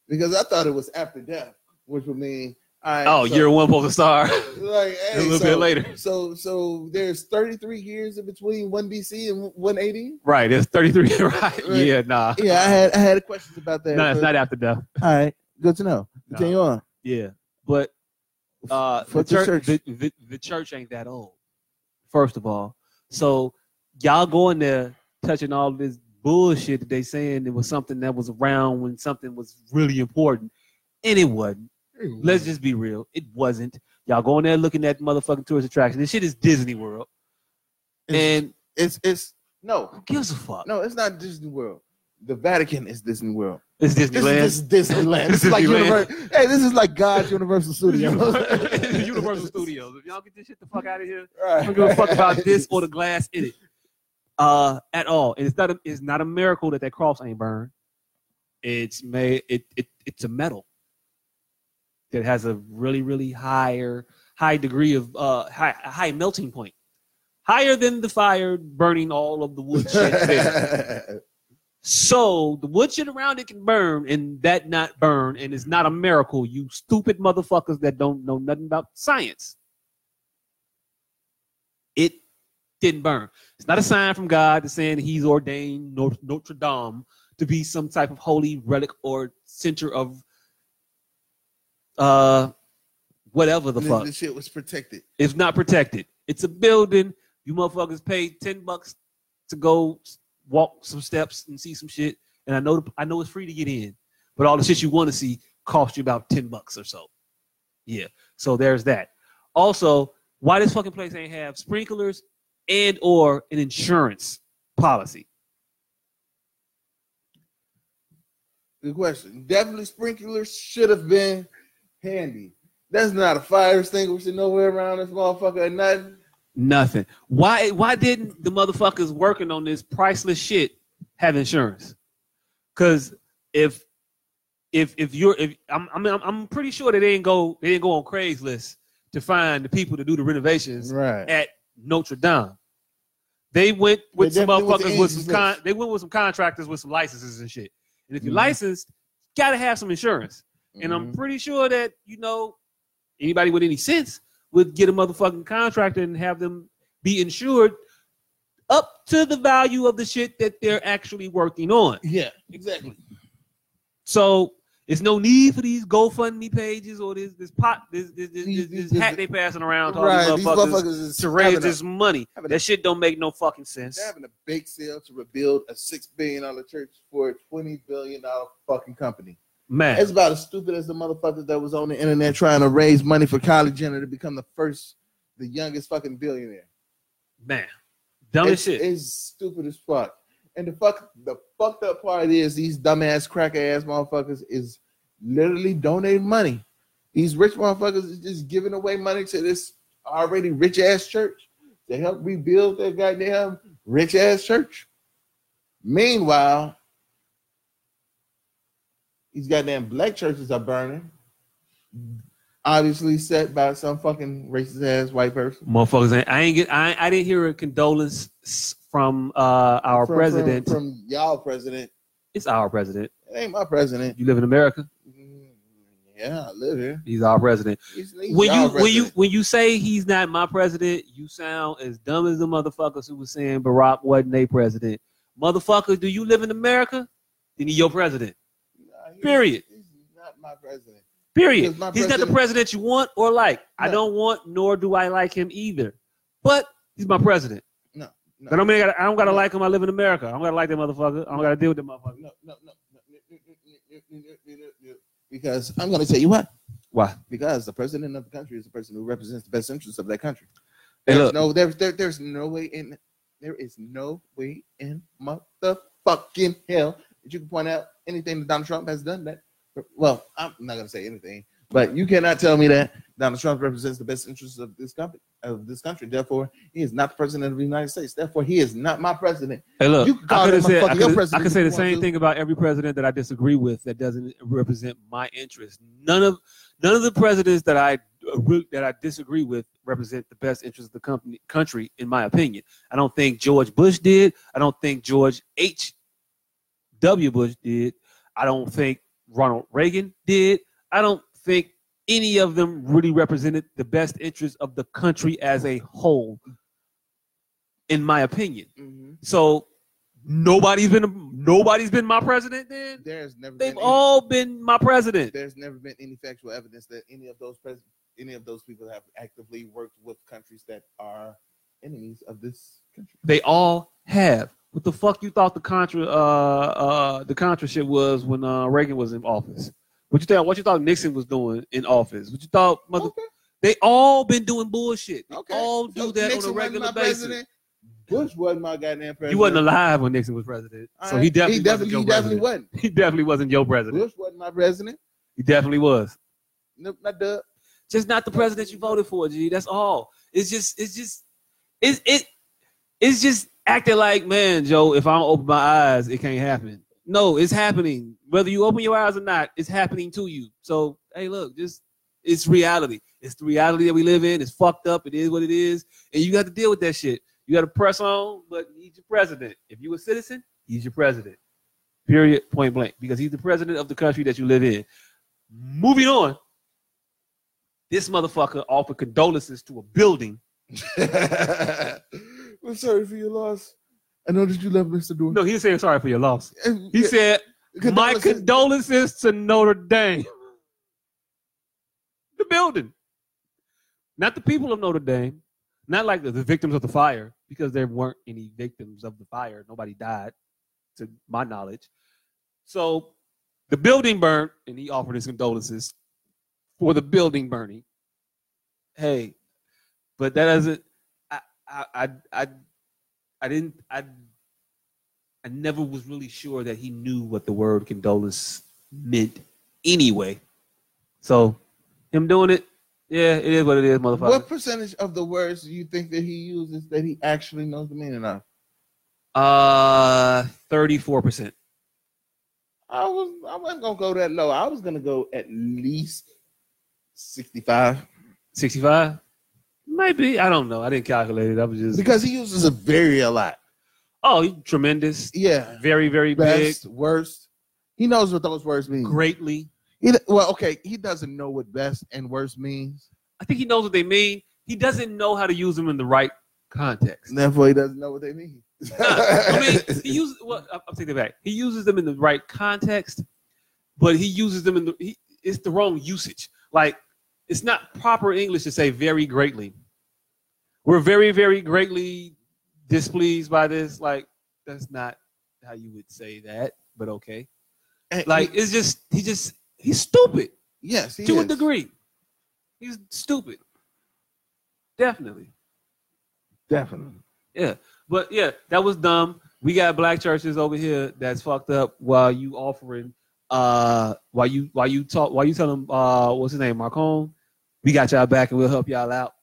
S3: because I thought it was after death, which would mean all right,
S4: Oh,
S3: so-
S4: year one polar star.
S3: like
S4: *laughs*
S3: hey,
S4: a little
S3: so,
S4: bit later.
S3: So so there's 33 years in between one BC and one AD.
S4: Right, it's 33. *laughs* Right.
S3: Right.
S4: Yeah, nah.
S3: Yeah, I had I had questions about that.
S4: No, it's
S3: but-
S4: not after death.
S3: all right, good to know.
S4: No.
S3: Continue on.
S4: Yeah, but uh, the,
S3: For the
S4: church,
S3: church.
S4: The, the, the church ain't that old. First of all, so y'all going there touching all this bullshit that they saying it was something that was around when something was really important, and it wasn't. Let's just be real, it wasn't. Y'all going there looking at motherfucking tourist attraction. This shit is Disney World,
S3: it's,
S4: and
S3: it's it's no
S4: who gives a fuck?
S3: no, it's not Disney World. the Vatican is Disney World.
S4: It's
S3: This
S4: Disneyland.
S3: is this is Disneyland. This is like
S4: Disneyland.
S3: univer- Hey, this is like God's Universal Studios.
S4: *laughs* Universal
S3: *laughs*
S4: Studios. If y'all get this shit the fuck out of here, I
S3: Right.
S4: don't give a fuck about this
S3: *laughs*
S4: or the glass in it uh, at all. And it's not a, it's not a miracle that that cross ain't burned. It's made it, it it's a metal that has a really really higher high degree of uh high, high melting point, higher than the fire burning all of the wood shit
S3: *laughs*
S4: there. So the wood shit around it can burn and that not burn, and it's not a miracle, you stupid motherfuckers that don't know nothing about science. It didn't burn. It's not a sign from God that's saying he's ordained Nor- Notre Dame to be some type of holy relic or center of uh whatever the
S3: This-
S4: fuck.
S3: This shit was protected.
S4: It's not protected. It's a building. You motherfuckers pay ten bucks to go s- walk some steps and see some shit. And I know I know it's free to get in, but all the shit you want to see costs you about ten bucks or so. Yeah. So there's that. Also, why this fucking place ain't have sprinklers and or an insurance policy?
S3: Good question. Definitely sprinklers should have been handy. That's not a fire extinguisher nowhere around this motherfucker or nothing.
S4: Nothing. Why why didn't the motherfuckers working on this priceless shit have insurance? Cause if if if you're if I'm I mean, I'm I'm pretty sure they didn't go they didn't go on Craigslist to find the people to do the renovations
S3: Right.
S4: at Notre Dame. They went with
S3: They
S4: some
S3: definitely went
S4: motherfuckers
S3: to
S4: with some
S3: Angie's
S4: con
S3: List.
S4: they went with some contractors with some licenses and shit. And if you're
S3: Mhm.
S4: licensed, you gotta have some insurance. And
S3: Mm-hmm.
S4: I'm pretty sure that, you know, anybody with any sense would get a motherfucking contractor and have them be insured up to the value of the shit that they're actually working on.
S3: yeah, exactly.
S4: So it's no need for these GoFundMe pages or this this pot this this, this,
S3: These-
S4: this,
S3: these-
S4: this hat they passing around to all
S3: Right. These
S4: these motherfuckers,
S3: motherfuckers is
S4: to raise
S3: having
S4: this
S3: a,
S4: money.
S3: having a-
S4: That shit don't make no fucking sense.
S3: they're having a bake sale to rebuild a six billion dollar church for a twenty billion dollar fucking company.
S4: Man,
S3: That's about as stupid as the motherfucker that was on the internet trying to raise money for Kylie Jenner to become the first, the youngest fucking billionaire.
S4: man. Dumb as
S3: it's,
S4: shit.
S3: It's stupid as fuck. And the fuck, the fucked up part is these dumbass cracker ass motherfuckers is literally donating money. These rich motherfuckers is just giving away money to this already rich ass church to help rebuild their goddamn rich ass church. Meanwhile, these goddamn black churches are burning, obviously set by some fucking racist ass white person.
S4: Motherfuckers, ain't- I ain't get. I, I didn't hear a condolence s- from uh, our
S3: From- from-
S4: president.
S3: from y'all president.
S4: it's our president.
S3: It ain't my president.
S4: You live in America.
S3: Mm, Yeah, I live here.
S4: He's our president.
S3: He's, he's
S4: When you
S3: y'all
S4: when you
S3: president.
S4: when you say he's not my president, you sound as dumb as the motherfuckers who was saying Barack wasn't a president. Motherfucker, do you live in America? Then he your president.
S3: Nah, he's-
S4: period.
S3: He's not my president.
S4: Period.
S3: Because my
S4: He's not the
S3: president-
S4: president you want or like. I
S3: No.
S4: don't want nor do I like him either. But he's my president.
S3: No, no.
S4: That don't mean I, gotta, I don't gotta
S3: No.
S4: like him. I live in America. I don't gotta like that motherfucker. I don't gotta deal with that motherfucker.
S3: No, no, no, no. Because I'm gonna tell you what.
S4: Why?
S3: Because the president of the country is the person who represents the best interests of that country.
S4: Hey,
S3: There's
S4: look.
S3: no, there's there, there's no way in, there is no way in motherfucking hell that you can point out anything that Donald Trump has done. That, well, I'm not gonna say anything, but you cannot tell me that Donald Trump represents the best interests of this company of this country. Therefore, he is not the president of the United States. Therefore, he is not my president.
S4: Hey, look,
S3: You can
S4: I
S3: call
S4: could have
S3: that
S4: said,
S3: motherfucker
S4: I
S3: your
S4: could, I
S3: president
S4: could say the
S3: if you want
S4: same
S3: to.
S4: thing about every president that I disagree with that doesn't represent my interest. None of none of the presidents that I uh, re- that I disagree with represent the best interest of the company country, in my opinion. I don't think George Bush did. I don't think George H. W. Bush did. I don't think Ronald Reagan did. I don't think any of them really represented the best interest of the country as a whole, in my opinion. So nobody's been nobody's been my president then?
S3: There's never
S4: They've
S3: been any-
S4: all been my president.
S3: there's never been any factual evidence that any of those pres- any of those people have actively worked with countries that are enemies of this country.
S4: They all have. What the fuck you thought the contra uh uh the contra shit was when uh Reagan was in office? What you thought what you thought Nixon was doing in office? What you thought mother
S3: Okay,
S4: they Oh, all been doing bullshit. They all do
S3: Oh. So
S4: that on
S3: Nixon
S4: a
S3: wasn't
S4: regular
S3: my
S4: basis.
S3: president, Bush wasn't my goddamn president.
S4: You wasn't alive when Nixon was president,
S3: All
S4: so
S3: right.
S4: he definitely
S3: he definitely, he
S4: wasn't
S3: definitely
S4: your president. *laughs*
S3: wasn't.
S4: He definitely wasn't your president.
S3: Bush wasn't my president.
S4: He definitely was.
S3: Nope,
S4: *laughs*
S3: not Doug.
S4: Just not the president you voted for, G. That's all. It's just, it's just, it's it, it's just acting like, man, Joe. If I don't open my eyes, it can't happen. No, it's happening. Whether you open your eyes or not, it's happening to you. So, hey, look, just it's reality. It's the reality that we live in. It's fucked up. It is what it is, and you got to deal with that shit. You got to press on, but he's your president. If you a citizen, he's your president. Period. Point blank. Because he's the president of the country that you live in. Moving on. This motherfucker offered condolences to a building.
S3: We're sorry for your loss. I know that you love Mr. Door.
S4: No, he was saying sorry for your loss.
S3: And-
S4: He
S3: yeah,
S4: said, My
S3: condolences-
S4: condolences to Notre Dame. The building. Not the people of Notre Dame. Not like the, the victims of the fire, because there weren't any victims of the fire. Nobody died, to my knowledge. So the building burned, and he offered his condolences for the building burning. Hey, but that doesn't. I I I I, I didn't. I I never was really sure that he knew what the word condolence meant anyway. So him doing it, yeah, it is what it is, motherfucker.
S3: What percentage of the words do you think that he uses that he actually knows the meaning of?
S4: Uh, thirty-four percent.
S3: I was I wasn't gonna go that low. I was gonna go at least sixty-five
S4: 65 maybe i don't know i didn't calculate it i was just
S3: because he uses a very a lot.
S4: oh he- tremendous
S3: Yeah,
S4: very very
S3: best, worst. He knows what those words mean.
S4: big greatly
S3: He, well, okay, he doesn't know what best and worst means.
S4: i think he knows what they mean he doesn't know how to use them in the right context
S3: And therefore, he doesn't know what they mean. *laughs*
S4: i mean he uses well I- i'll take that back he uses them in the right context but he uses them in the he, it's the wrong usage like it's not proper english to say very greatly we're very very greatly displeased by this like that's not how you would say that but okay
S3: And
S4: Like it's just he just he's stupid
S3: he- yes, he
S4: to a
S3: is.
S4: degree. He's stupid. Definitely.
S3: definitely.
S4: Yeah. But yeah, that was dumb. We got black churches over here that's fucked up while you offering uh while you while you talk while you tell them uh what's his name, Marcone, we got y'all back and we'll help y'all out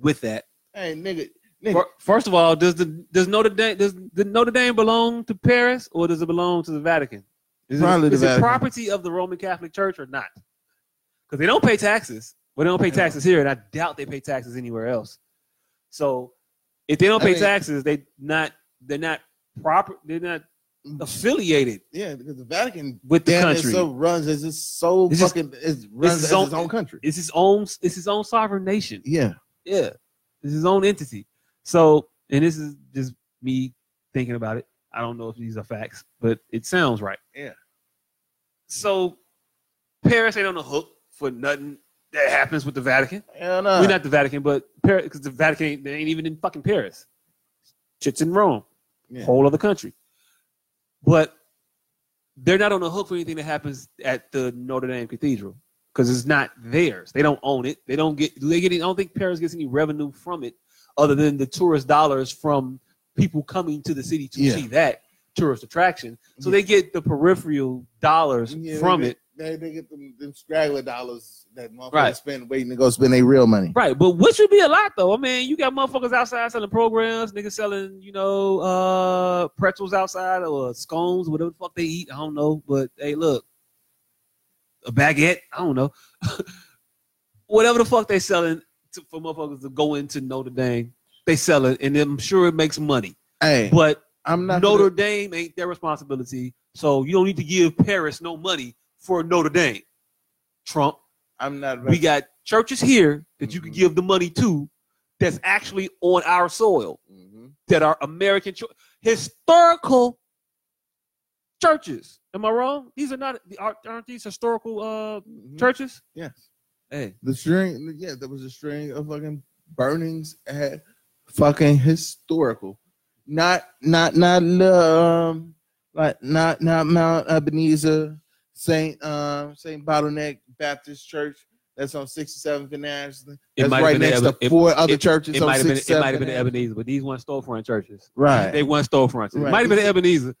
S4: with that.
S3: Hey, nigga, nigga,
S4: Fir- First of all, does the does Notre Dame does the Notre Dame belong to Paris or does it belong to the Vatican? Is,
S3: Probably
S4: it,
S3: the
S4: is it
S3: Vatican.
S4: property of the Roman Catholic Church or not? Because they don't pay taxes. Well, they don't pay
S3: Yeah.
S4: taxes here, and I doubt they pay taxes anywhere else. So, if they don't
S3: I
S4: pay
S3: mean-
S4: taxes, they not they're not proper. They're not affiliated
S3: yeah, because the Vatican
S4: with the
S3: damn near
S4: country.
S3: so runs as it's so
S4: It's just-
S3: fucking it's runs
S4: his
S3: as
S4: own-
S3: its own country.
S4: It's his own. It's his own sovereign nation.
S3: Yeah,
S4: Yeah, it's his own entity. So, and this is just me thinking about it. I don't know if these are facts, but it sounds right.
S3: Yeah.
S4: So, Paris ain't on the hook for nothing that happens with the Vatican.
S3: hell no.
S4: We're not the Vatican, but Paris, because the Vatican ain't, they ain't even in fucking Paris. Shit's in Rome,
S3: Yeah.
S4: whole other country. But they're not on the hook for anything that happens at the Notre Dame Cathedral because it's not theirs. They don't own it. They don't get. They get. I don't think Paris gets any revenue from it, other than the tourist dollars from people coming to the city to
S3: Yeah.
S4: see that tourist attraction. So
S3: Yeah.
S4: they get the peripheral dollars
S3: Yeah,
S4: from
S3: they,
S4: it.
S3: They, they get them, them straggler dollars that motherfuckers
S4: Right.
S3: spend waiting to go spend their real money.
S4: Right, but which would be a lot though. I mean, you got motherfuckers outside selling programs, niggas selling, you know, uh pretzels outside or scones, whatever the fuck they eat. I don't know. But hey, look. A baguette, I don't know. *laughs* whatever the fuck they selling to, for motherfuckers to go into Notre Dame, they sell it, and I'm sure it makes money.
S3: Hey,
S4: But
S3: I'm not
S4: Notre
S3: gonna-
S4: Dame ain't their responsibility. So you don't need to give Paris no money for Notre Dame. Trump.
S3: I'm not
S4: We got churches here that you can
S3: Mhm.
S4: give the money to that's actually on our soil
S3: Mhm.
S4: that are American chur- historical churches. Am I wrong? These are not aren't aren't these historical uh
S3: Mhm.
S4: churches?
S3: Yes.
S4: Hey,
S3: The string, yeah, there was a string of fucking burnings at fucking historical, not not not um like not not Mount Ebenezer, Saint um Saint Bottleneck Baptist Church. That's on 67th and Ashland.
S4: It
S3: That's
S4: might have
S3: right
S4: been the
S3: next to
S4: Ebe- it-
S3: four oh, other churches
S4: It
S3: on
S4: might have been it
S3: 67th
S4: might have been the
S3: and
S4: Ebenezer, but these weren't storefront churches.
S3: Right.
S4: They weren't storefronts. It
S3: Right.
S4: might have been the Ebenezer,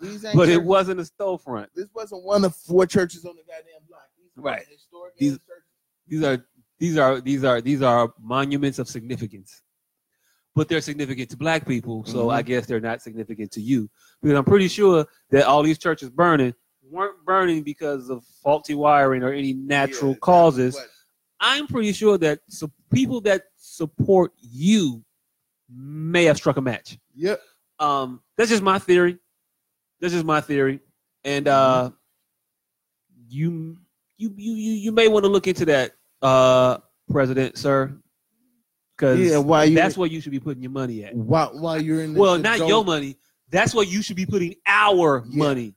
S3: These ain't
S4: but it
S3: churches-
S4: wasn't a storefront.
S3: This wasn't one of four churches on the goddamn block. These were
S4: Right.
S3: Historic
S4: These-
S3: ass churches.
S4: These are these are these are these are monuments of significance. But they're significant to black people, so
S3: Mhm.
S4: I guess they're not significant to you. Because I'm pretty sure that all these churches burning weren't burning because of faulty wiring or any natural
S3: Yeah, that
S4: causes.
S3: was-
S4: I'm pretty sure that su- people that support you may have struck a match.
S3: Yep.
S4: Um, that's just my theory. That's just my theory, and uh, you you you you you may want to look into that, uh, President, sir, because
S3: Yeah, while you
S4: that's where you should be putting your money at.
S3: while, while you're in the
S4: Well,
S3: the
S4: not
S3: dome-
S4: your money. That's where you should be putting our
S3: Yeah.
S4: money.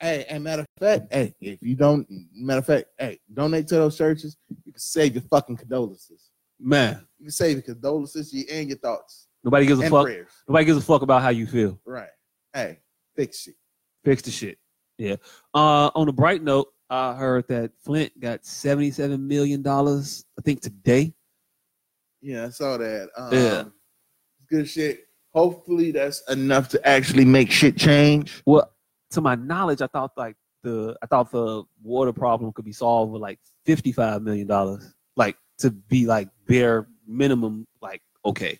S3: Hey, and matter of fact, hey, if you don't matter of fact, hey, donate to those churches, you can save your fucking condolences.
S4: Man,
S3: You can save your condolences you- and your thoughts
S4: nobody gives a
S3: and
S4: fuck.
S3: prayers.
S4: Nobody gives a fuck about how you feel.
S3: Right. Hey, fix it.
S4: fix the shit. Yeah. Uh, on a bright note, I heard that Flint got seventy-seven million dollars. I think today.
S3: Yeah, I saw that. Um,
S4: Yeah.
S3: Good shit. Hopefully that's enough to actually make shit change.
S4: Well, to my knowledge, I thought like the I thought the water problem could be solved with like fifty-five million dollars, like to be like bare minimum. Like okay,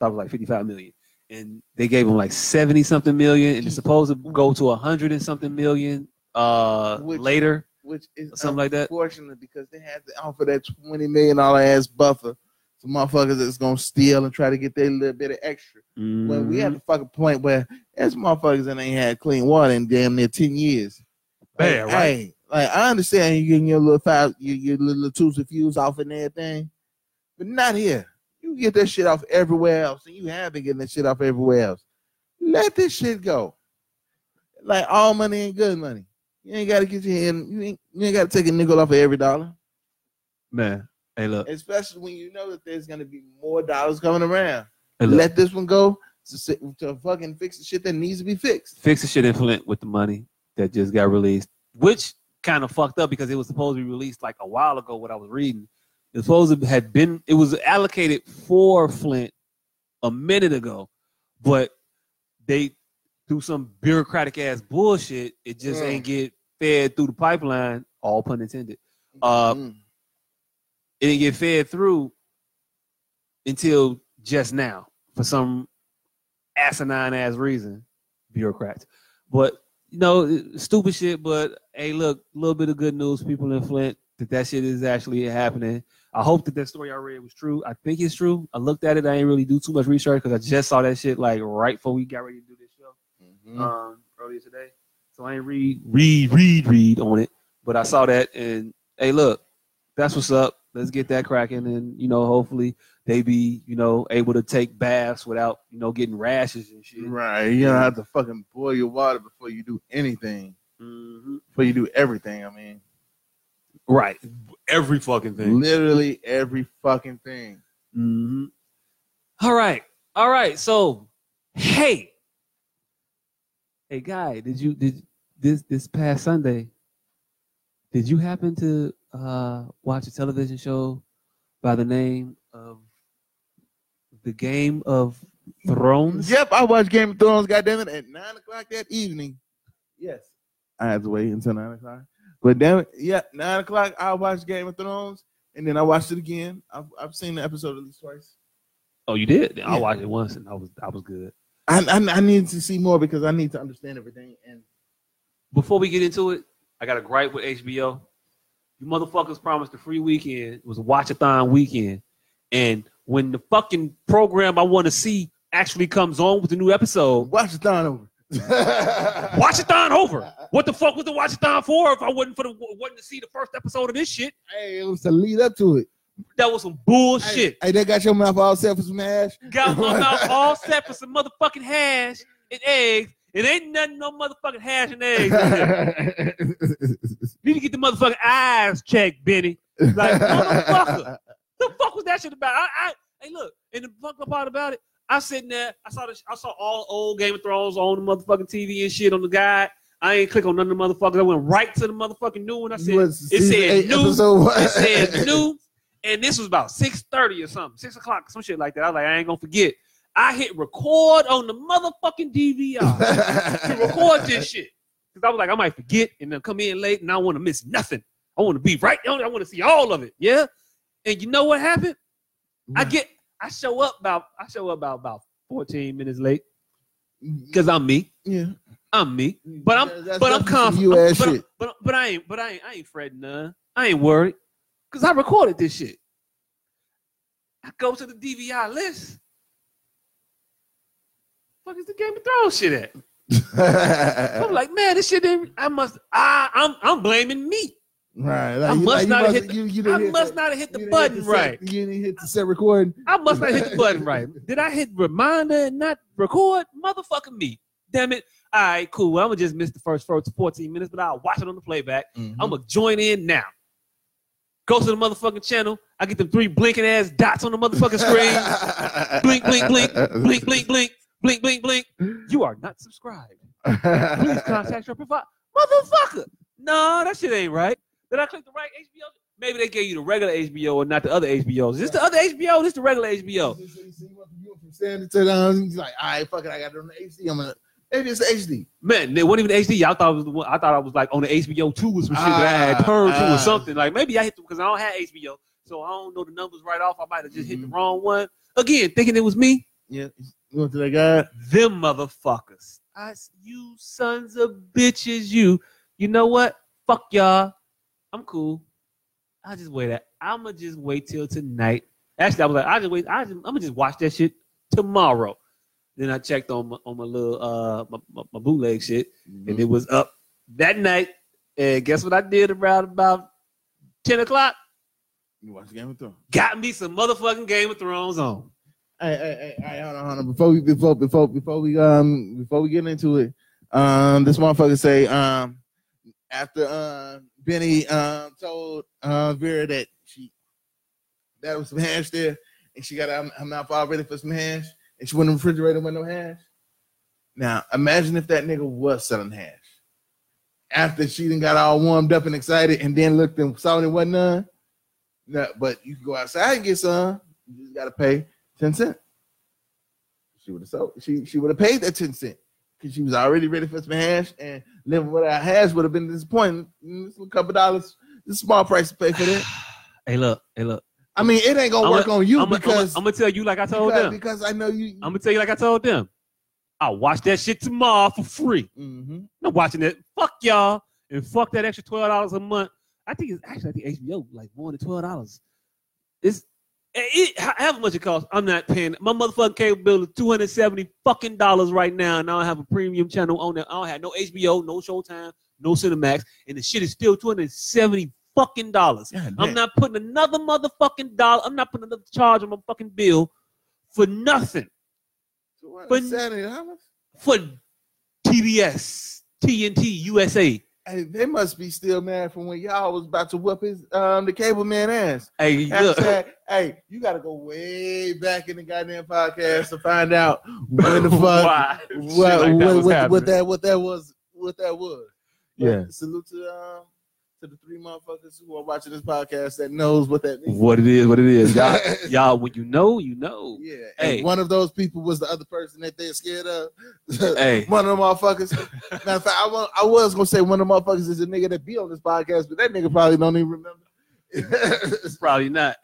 S4: thought it was like fifty-five million, and they gave them like seventy something million, and it's supposed to go to a hundred and something million uh
S3: Which- uh,
S4: later,
S3: Which is
S4: something like that.
S3: unfortunate because they had to offer that twenty million dollar ass buffer to motherfuckers that's gonna steal and try to get their little bit of extra. When we
S4: Mm-hmm.
S3: at the fucking point where there's motherfuckers that ain't had clean water in damn near ten years.
S4: Bad,
S3: like,
S4: right?
S3: hey, like I understand you getting your little five, your, your little tools and fuse off and everything, but not here. You get that shit off everywhere else, and you have been getting that shit off everywhere else. Let this shit go. Like all money ain't good money. You ain't gotta get your head. You ain't you ain't gotta take a nickel off of every dollar,
S4: Mm, man. Hey, look,
S3: especially when you know that there's gonna be more dollars coming around.
S4: hey, look.
S3: Let this one go to, sit- to fucking fix the shit that needs to be fixed.
S4: fix the shit in Flint with the money that just got released, which kind of fucked up because it was supposed to be released like a while ago. What I was reading, it was supposed to had been it was allocated for Flint a minute ago, but they through some bureaucratic ass bullshit, it just
S3: Mm.
S4: ain't get fed through the pipeline. All pun intended. Uh,
S3: Mm.
S4: It didn't get fed through until just now for some asinine ass reason, bureaucrats. But you know, stupid shit. But hey, look, a little bit of good news, people in Flint, that that shit is actually happening. I hope that that story I read was true. I think it's true. I looked at it. I ain't really do too much research because I just saw that shit like right before we got ready to do this show
S3: Mhm.
S4: um, earlier today. So I ain't read, read, read, read on it. But I saw that, and hey, look, that's what's up. Let's get that cracking, and you know, hopefully they be you know able to take baths without you know getting rashes and shit.
S3: Right. You don't have to fucking boil your water before you do anything.
S4: Mhm.
S3: Before you do everything, I mean.
S4: Right. Every fucking
S3: Literally every fucking thing.
S4: Mhm. All right. All right. So, hey, hey, guy, did you did this this past Sunday? Did you happen to uh, watch a television show by the name of the Game of Thrones?
S3: Yep, I watched Game of Thrones, goddamn it, at nine o'clock that evening. Yes. I had to wait until nine o'clock. But damn it, yeah, nine o'clock I watched Game of Thrones and then I watched it again. I've, I've seen the episode at least twice.
S4: Oh, you did. I
S3: Yeah.
S4: watched it once, and I was I was good.
S3: I, I I need to see more because I need to understand everything and
S4: before we get into it, I got a gripe with HBO. You motherfuckers promised a free weekend. It was a watchathon weekend. And when the fucking program I want to see actually comes on with the new episode,
S3: watch the thon over.
S4: watchathon over. What the fuck was the watchathon for if I wasn't for the wasn't to see the first episode of this shit?
S3: Hey, it was to lead up to it.
S4: That was some bullshit.
S3: Hey, hey, they got your mouth all set for some hash.
S4: Got my mouth all set for some motherfucking hash and eggs. It ain't nothing no motherfucking hash and eggs. in
S3: *laughs*
S4: there. Need to get the motherfucking eyes checked, Benny. Like, motherfucker. the fuck was that shit about? I, I hey look, and the fuck up part about it, I sitting there, I saw the, sh- I saw all old Game of Thrones on the motherfucking TV and shit on the guide. I ain't click on none of the motherfuckers. I went right to the motherfucking new one. I said,
S3: Was
S4: it
S3: season
S4: said
S3: eight,
S4: new.
S3: episode one.
S4: it
S3: *laughs*
S4: said new, and this was about six thirty or something, six o'clock, some shit like that. I was like, I ain't gonna forget. I hit record on the motherfucking DVR
S3: *laughs*
S4: *laughs* to record this shit because I was like, I might forget and then come in late, and I want to miss nothing. I want to be right on. it. I want to see all of it. Yeah, and you know what happened? I get, I show up about, I show up about about fourteen minutes late because I'm me.
S3: yeah,
S4: I'm me. But I'm-
S3: That's-
S4: But I'm
S3: that's some
S4: confident.
S3: You ass
S4: but,
S3: shit.
S4: But, but I ain't but I ain't I ain't fretting none. I ain't worried. Cause I recorded this shit. I go to the DVI list. Fuck is the Game of Thrones shit at?
S3: Uh,
S4: I'm like, man, this shit didn't I must I I'm I'm blaming me.
S3: *laughs* right, like,
S4: I
S3: you-
S4: must
S3: like, you
S4: not have hit the-
S3: you, you didn't
S4: I
S3: hit
S4: must
S3: the-
S4: not have hit the
S3: you didn't hit
S4: button
S3: set-
S4: right.
S3: You didn't hit the set recording.
S4: I must not hit the button
S3: *laughs*
S4: right. Did I hit reminder and not record? Motherfucking me. Damn it. All right, cool. I'm gonna just miss the first first 14 minutes, but I'll watch it on the playback.
S3: Mm-hmm.
S4: I'm gonna join in now. Go to the motherfucking channel. I get them three blinking ass dots on the motherfucking
S3: *laughs*
S4: screen. Blink, blink, blink, blink, blink, blink, blink, blink, blink. You are not subscribed. Please contact your provider. Motherfucker. No, that shit ain't right. Did I click the right HBO? Maybe they gave you the regular HBO and not the other HBOs. Is this the other HBO? This the regular HBO.
S3: So you see what you went from standing to down. He's like, all right, fuck it, I got it on the HD. I'm gonna. Maybe it's the HD.
S4: Man, it wasn't even HD. I thought it was the one, I thought I was like on the HBO two or some shit that I had
S3: Ah,
S4: turned to
S3: ah.
S4: or something. Like maybe I hit because I don't have HBO, so I don't know the numbers right off. I might have just hit
S3: Mm-hmm.
S4: the wrong one again, thinking it was me.
S3: Yeah, you went to that guy.
S4: Them motherfuckers. I s- you sons of bitches. You. You know what? Fuck y'all. I'm cool. I just wait. At, I'ma just wait till tonight. Actually, I was like, I just wait. I just, I'ma just watch that shit tomorrow. Then I checked on my, on my little uh my, my, my bootleg shit
S3: Mm-hmm.
S4: and it was up that night. And guess what I did around about 10 o'clock?
S3: You watch Game of Thrones.
S4: Got me some motherfucking Game of Thrones on.
S3: Hey, hey, hey, hey, hold on, hold on. Before we, before, before, before we, um, before we get into it, um, this motherfucker say, um, after, uh, Benny, um, told, uh, Vera that she, that was some hash there, and she got her, her mouth all ready for some hash, and she went in the refrigerator with no hash. Now, imagine if that nigga was selling hash. After she done got all warmed up and excited, and then looked and saw it wasn't none. No, but you can go outside and get some. You just gotta pay ten cent. She would have sold. She she would have paid that ten cent because she was already ready for some hash and living without hash would have been disappointing. Mm, It's a couple dollars, it's a small price to pay for that.
S4: Hey, look, hey, look.
S3: I mean, it ain't gonna
S4: I'ma-
S3: work on you
S4: I'm gonna
S3: because
S4: tell you like I told
S3: because,
S4: them.
S3: because I know you.
S4: I'm gonna tell you like I told them. I'll watch that shit tomorrow for free.
S3: Mhm.
S4: I'm watching it. Fuck y'all. And fuck that extra $12 a month. I think it's actually, I think HBO like more than $12. It's, it, it- however much it costs, I'm not paying. My motherfucking cable bill is 270 fucking dollars right now, and I don't have a premium channel on there. I don't have no HBO, no Showtime, no Cinemax, and the shit is still 270 fucking dollars.
S3: God
S4: I'm
S3: damn.
S4: not putting another motherfucking dollar. I'm not putting another charge on my fucking bill for nothing.
S3: So what,
S4: but-
S3: Saturday, how much?
S4: For TBS, TNT, USA.
S3: Hey, they must be still mad from when y'all was about to whoop his um the cable man ass.
S4: Hey, look.
S3: Hashtag, hey, you gotta go way back in the goddamn podcast to find out
S4: *laughs*
S3: when the fuck
S4: Why? Shit
S3: what,
S4: like that was
S3: what, what, what
S4: happening.
S3: that what that was what that was. But
S4: Yeah.
S3: Salute to um to the three motherfuckers who are watching this podcast that knows what that means.
S4: What it is, what it *laughs* is. Y'all, y'all, when you know, you know.
S3: *laughs* Yeah.
S4: Hey.
S3: And one of those people was the other person that they're scared of.
S4: Hey.
S3: *laughs* One of them motherfuckers. Matter of fact, I, wa- I was gonna say one of the motherfuckers is a nigga that be on this podcast, but that nigga probably don't
S4: *laughs*
S3: even *laughs* remember.
S4: Probably not.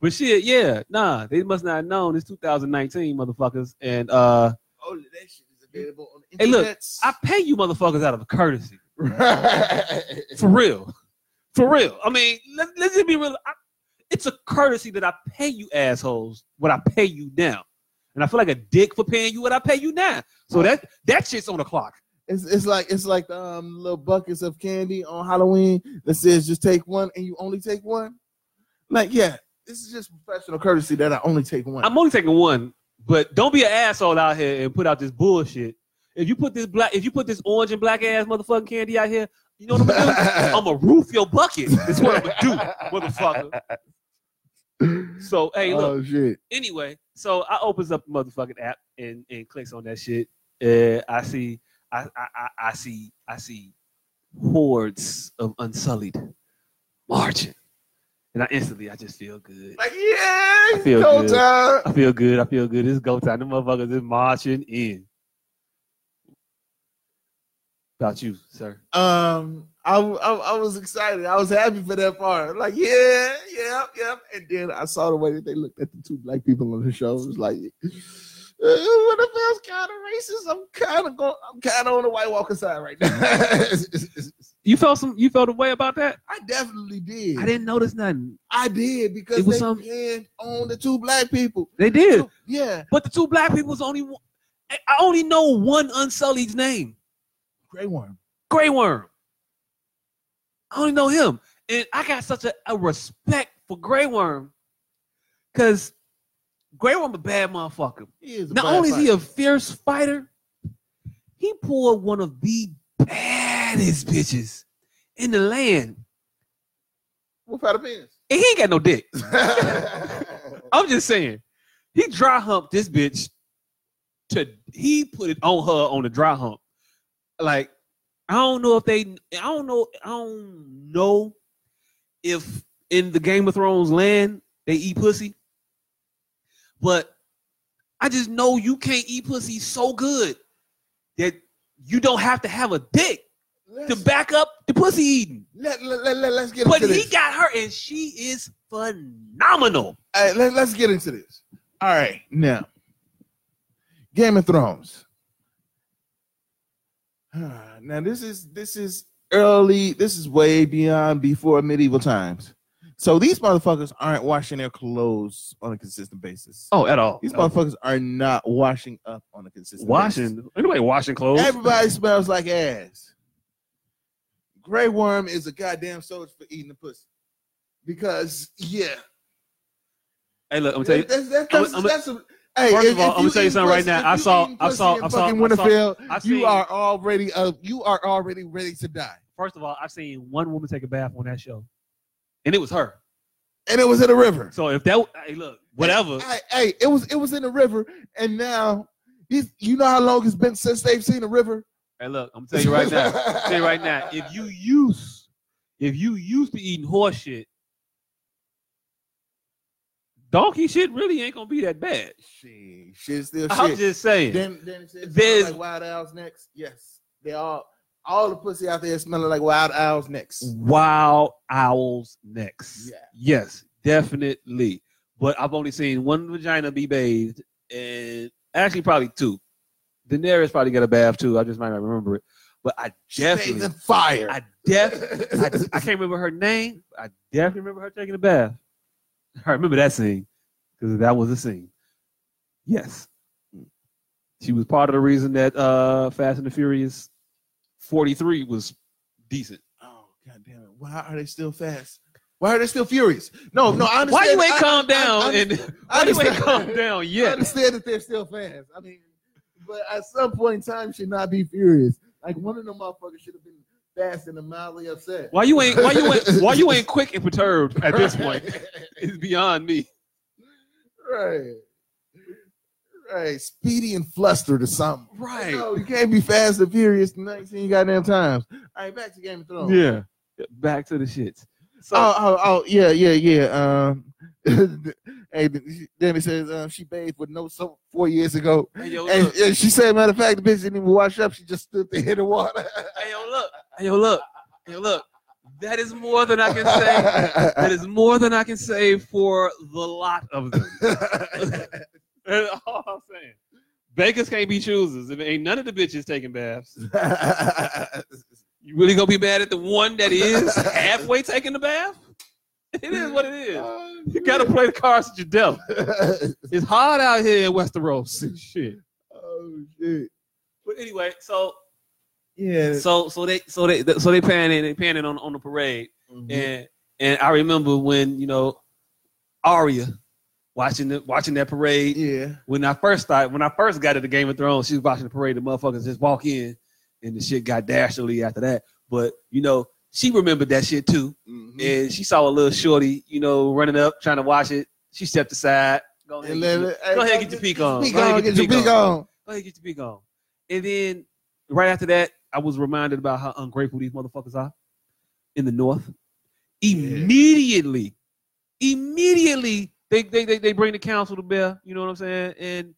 S4: But shit, yeah, nah, they must not have known it's 2019, motherfuckers. And uh
S3: All of Oh, that shit is available on the
S4: Hey, look,
S3: internet.
S4: I pay you motherfuckers out of courtesy.
S3: *laughs* Right.
S4: For real. For real. I mean, let, let's just be real. I, it's a courtesy that I pay you assholes what I pay you now. And I feel like a dick for paying you what I pay you now. So that that shit's on the clock.
S3: It's, it's like it's like the um, little buckets of candy on Halloween that says just take one and you only take one. Like, yeah, this is just professional courtesy that I only take one.
S4: I'm only taking one, but don't be an asshole out here and put out this bullshit. If you put this black, if you put this orange and black ass motherfucking candy out here, you know what I'm gonna do? I'm gonna roof your bucket. That's what I'm gonna do, motherfucker. So hey, look.
S3: Oh shit.
S4: Anyway, so I opens up the motherfucking app and, and clicks on that shit. And I see I, I, I, I see I see hordes of unsullied marching, and I instantly I just feel good.
S3: Like, yeah,
S4: feel
S3: go
S4: good.
S3: time.
S4: I feel good. I feel good. It's go time. The motherfuckers is marching in. About you, sir.
S3: Um, I, w- I w- I was excited. I was happy for that part. Like, yeah, yeah, yeah. And then I saw the way that they looked at the two black people on the show. It was like, uh, what if that's kind of racist? I'm kind of going. I'm kind of on the White Walker side right now. *laughs*
S4: You felt some. You felt a way about that.
S3: I definitely did.
S4: I didn't notice nothing.
S3: I did because
S4: It was
S3: they
S4: some-
S3: panned on the two black people.
S4: They did,
S3: So, yeah,
S4: but the two black people's only. one- I I only know one Unsullied's name.
S3: Grey Worm.
S4: Grey Worm. I only know him. And I got such a, a respect for Grey Worm. Cause Grey Worm a bad motherfucker.
S3: He is a
S4: Not
S3: bad
S4: only is he
S3: fighter.
S4: a fierce fighter, he pulled one of the baddest bitches in the land.
S3: Wolf out of *laughs* pins.
S4: And he ain't got no dick. I'm just saying. He dry humped this bitch to he put it on her on the dry hump. Like, I don't know if they I don't know I don't know if in the Game of Thrones land they eat pussy. But I just know you can't eat pussy so good that you don't have to have a dick to
S3: let's,
S4: back up the pussy eating.
S3: let, let, let, let, us get
S4: But
S3: into this.
S4: he got her and she is phenomenal.
S3: All right, let, let's get into this. All right, now, Game of Thrones. *sighs* Now this is this is early. This is way beyond before medieval times. So these motherfuckers aren't washing their clothes on a consistent basis.
S4: Oh, at all.
S3: These motherfuckers are not washing up on a consistent basis.
S4: Washing. Anybody washing clothes?
S3: Everybody smells like ass. Grey Worm is a goddamn soldier for eating the pussy. Because yeah,
S4: Hey, look, I'm gonna tell you.
S3: That's, that's,
S4: I'ma-
S3: that's,
S4: I'ma-
S3: that's a- hey,
S4: First
S3: if-
S4: of all,
S3: if
S4: I'ma tell you
S3: eating
S4: something right
S3: pussy-
S4: now.
S3: if
S4: I
S3: you
S4: saw-
S3: eating
S4: I saw-
S3: pussy in
S4: I saw-
S3: fucking
S4: I saw-
S3: Winterfell.
S4: I seen-
S3: you are already up. You are already ready to die.
S4: First of all, I've seen one woman take a bath on that show, and it was her.
S3: And it was in the river.
S4: So if that, hey, look, whatever.
S3: Hey, hey, it was it was in the river, and now these, you know how long it's been since they've seen the river.
S4: Hey, look, I'm telling you right
S3: *laughs*
S4: now. tell you right now. If you used, if you used to eating horse shit, donkey shit really ain't gonna be that bad.
S3: shit, shit's still
S4: I'm
S3: shit.
S4: just saying.
S3: then then it says
S4: There's-
S3: like wild owls next. Yes, they all all the pussy out there smelling like wild owls next.
S4: Wild owls next.
S3: Yeah.
S4: Yes, definitely. But I've only seen one vagina be bathed, and actually probably two. Daenerys probably got a bath too. I just might not remember it. But I
S3: Stays
S4: definitely,
S3: in fire.
S4: I definitely, I, I can't remember her name. I definitely remember her taking a bath. *laughs* I remember that scene because that was a scene. Yes, she was part of the reason that uh, Fast and the Furious 43 was decent.
S3: Oh god damn it! Why are they still fast? Why are they still furious? No, no, I understand.
S4: Why you ain't
S3: I-
S4: calm
S3: I- I-
S4: down
S3: I, *laughs*
S4: and
S3: I
S4: why you ain't
S3: understand-
S4: calm down
S3: *laughs* I
S4: yet?
S3: understand that they're still fast. I mean, but at some point in time, you should not be furious. Like one of them motherfuckers should have been fast and mildly upset.
S4: Why you ain't why you ain't
S3: *laughs*
S4: why you ain't quick and perturbed at this point? *laughs* It's beyond me.
S3: right, right, speedy and flustered or something.
S4: Right.
S3: No, you can't be fast and furious 19 goddamn times. All right, back to Game of Thrones.
S4: Yeah. Back to the shits. So
S3: oh, oh, oh, yeah, yeah, yeah. Um, *laughs* hey, then it says um, she bathed with no soap four years ago,
S4: hey, yo,
S3: and,
S4: look,
S3: and she said, matter of fact, the bitch didn't even wash up. She just stood there in the water. *laughs*
S4: hey yo look. Hey yo look. Hey yo look. That is more than I can say.
S3: *laughs*
S4: That is more than I can say for the lot of them.
S3: *laughs*
S4: That's all I'm saying. Bakers can't be choosers. If ain't none of the bitches taking baths, you really gonna be mad at the one that
S3: *laughs*
S4: is halfway taking the bath? It is what it is. You gotta play the cards that you dealt. It's hard out here in Westeros. *laughs* Shit.
S3: oh shit!
S4: But anyway, so
S3: Yeah.
S4: so so they so they so they panning they panning on on the parade, and and I remember when you know Arya watching the watching that parade.
S3: yeah.
S4: When I first started, when I first got into Game of Thrones, she was watching the parade. The motherfuckers just walk in, and the shit got dastardly after that. But you know she remembered that shit too.
S3: And,
S4: and she saw a little shorty, you know, running up trying to watch it. She stepped aside. Go ahead,
S3: and
S4: get
S3: let
S4: your,
S3: it- hey,
S4: go ahead, get your peak on.
S3: Peek
S4: Go ahead,
S3: on. Get your peak on.
S4: Go ahead, get your peak on. And then right after that, I was reminded about how ungrateful these motherfuckers are in the North. Immediately, immediately, they, they, they, they bring the council to bear. You know what I'm saying? And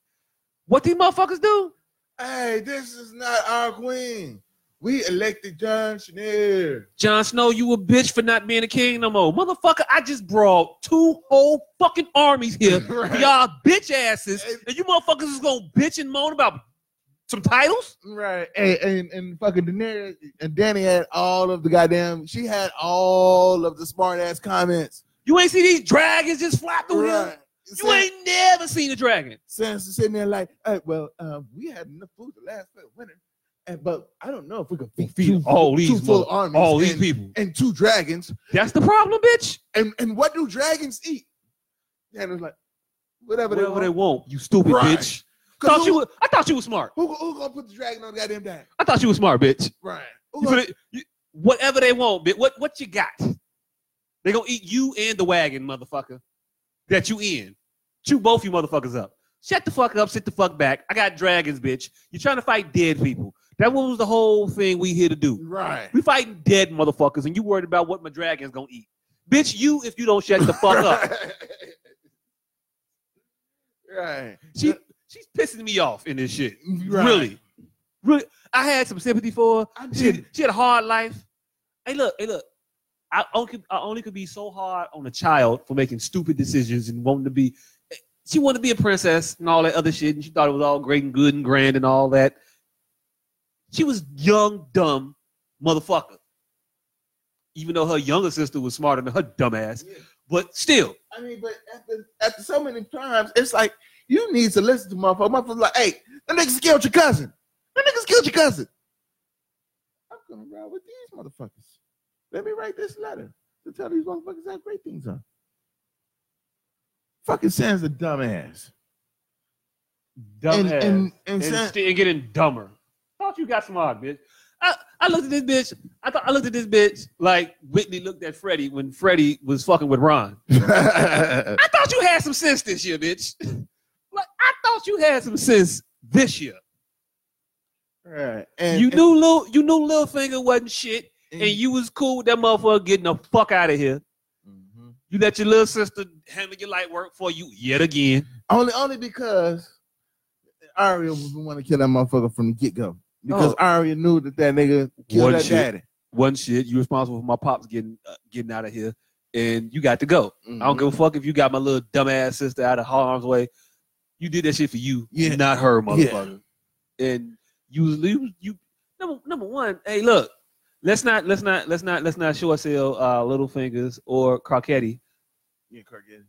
S4: what these motherfuckers do?
S3: Hey, this is not our queen. We elected John Chenier.
S4: Jon Snow, you a bitch for not being a king no more. Motherfucker, I just brought two whole fucking armies here. *laughs* for
S3: Right.
S4: Y'all bitch asses. And you motherfuckers is gonna bitch and moan about some titles?
S3: Right. And, and and fucking Daenerys and Danny had all of the goddamn she had all of the smart ass comments.
S4: You ain't see these dragons just fly through here?
S3: Right.
S4: Oh, You ain't never seen a dragon.
S3: Sansa sitting there like, hey, well, uh, we had enough food to last for the winter, and, but I don't know if we could feed,
S4: Feed
S3: two,
S4: all these
S3: two full
S4: mother-
S3: armies
S4: All these
S3: and,
S4: people.
S3: and two dragons.
S4: That's the problem, bitch.
S3: And and what do dragons eat? And it's like, whatever,
S4: Whatever
S3: they
S4: they
S3: want.
S4: want, you stupid
S3: Right.
S4: bitch.
S3: 'Cause
S4: Thought
S3: who,
S4: you was, I thought you was smart.
S3: who, who gonna put the dragon on the goddamn dime?
S4: I thought you was smart, bitch.
S3: Right. Who
S4: You
S3: gonna-
S4: finna- you- whatever they want, bitch. What what you got? They gonna eat you and the wagon, motherfucker. That you in. Chew both you motherfuckers up. Shut the fuck up, sit the fuck back. I got dragons, bitch. you trying to fight dead people. That was the whole thing we here to do. *laughs*
S3: right.
S4: We fighting dead motherfuckers, and you worried about what my dragon's gonna eat. Bitch, you if you don't shut the fuck up.
S3: right.
S4: She she's pissing me off in this shit.
S3: Right.
S4: Really. Really. I had some sympathy for her.
S3: I
S4: She
S3: did.
S4: had, she had a hard life. Hey, look, hey, look. I only, could, I only could be so hard on a child for making stupid decisions and wanting to be. She wanted to be a princess and all that other shit, and she thought it was all great and good and grand and all that. She was young, dumb motherfucker. Even though her younger sister was smarter than her dumb ass, but still,
S3: I mean, but after, after so many times, it's like you need to listen to motherfucker. Motherfucker's like, hey, that niggas killed your cousin. That niggas killed your cousin. I'm gonna ride with these motherfuckers. Let me write this letter to tell these motherfuckers how great things are. Fucking Sans a dumbass.
S4: dumb
S3: and,
S4: ass.
S3: and, and,
S4: and,
S3: Sans-
S4: st- and getting dumber. Thought you got smart, bitch. I, I looked at this bitch. I thought I looked at this bitch like Whitney looked at Freddie when Freddie was fucking with Ron. I thought you had some sense this year, bitch. *laughs* Like I thought you had some sense this year.
S3: *laughs* right. And
S4: you
S3: and-
S4: knew little, you knew Littlefinger wasn't shit,
S3: and-
S4: and you was cool with that motherfucker getting the fuck out of here.
S3: Mhm.
S4: You let your little sister handle your light work for you yet again.
S3: Only, only because Arya would want to kill that motherfucker from the get go. Because
S4: Oh.
S3: Arya knew that that nigga killed
S4: One
S3: that
S4: shit.
S3: daddy.
S4: One shit, you responsible for my pops getting uh, getting out of here, and you got to go. I don't
S3: Mhm.
S4: give a fuck if you got my little dumbass sister out of harm's way. You did that shit for you,
S3: Yeah.
S4: not her,
S3: Yeah.
S4: motherfucker. And you, was- you, you number number one. Hey, look, let's not let's not let's not let's not short sale uh, Little Fingers or Croquetti.
S3: Yeah, Cargill.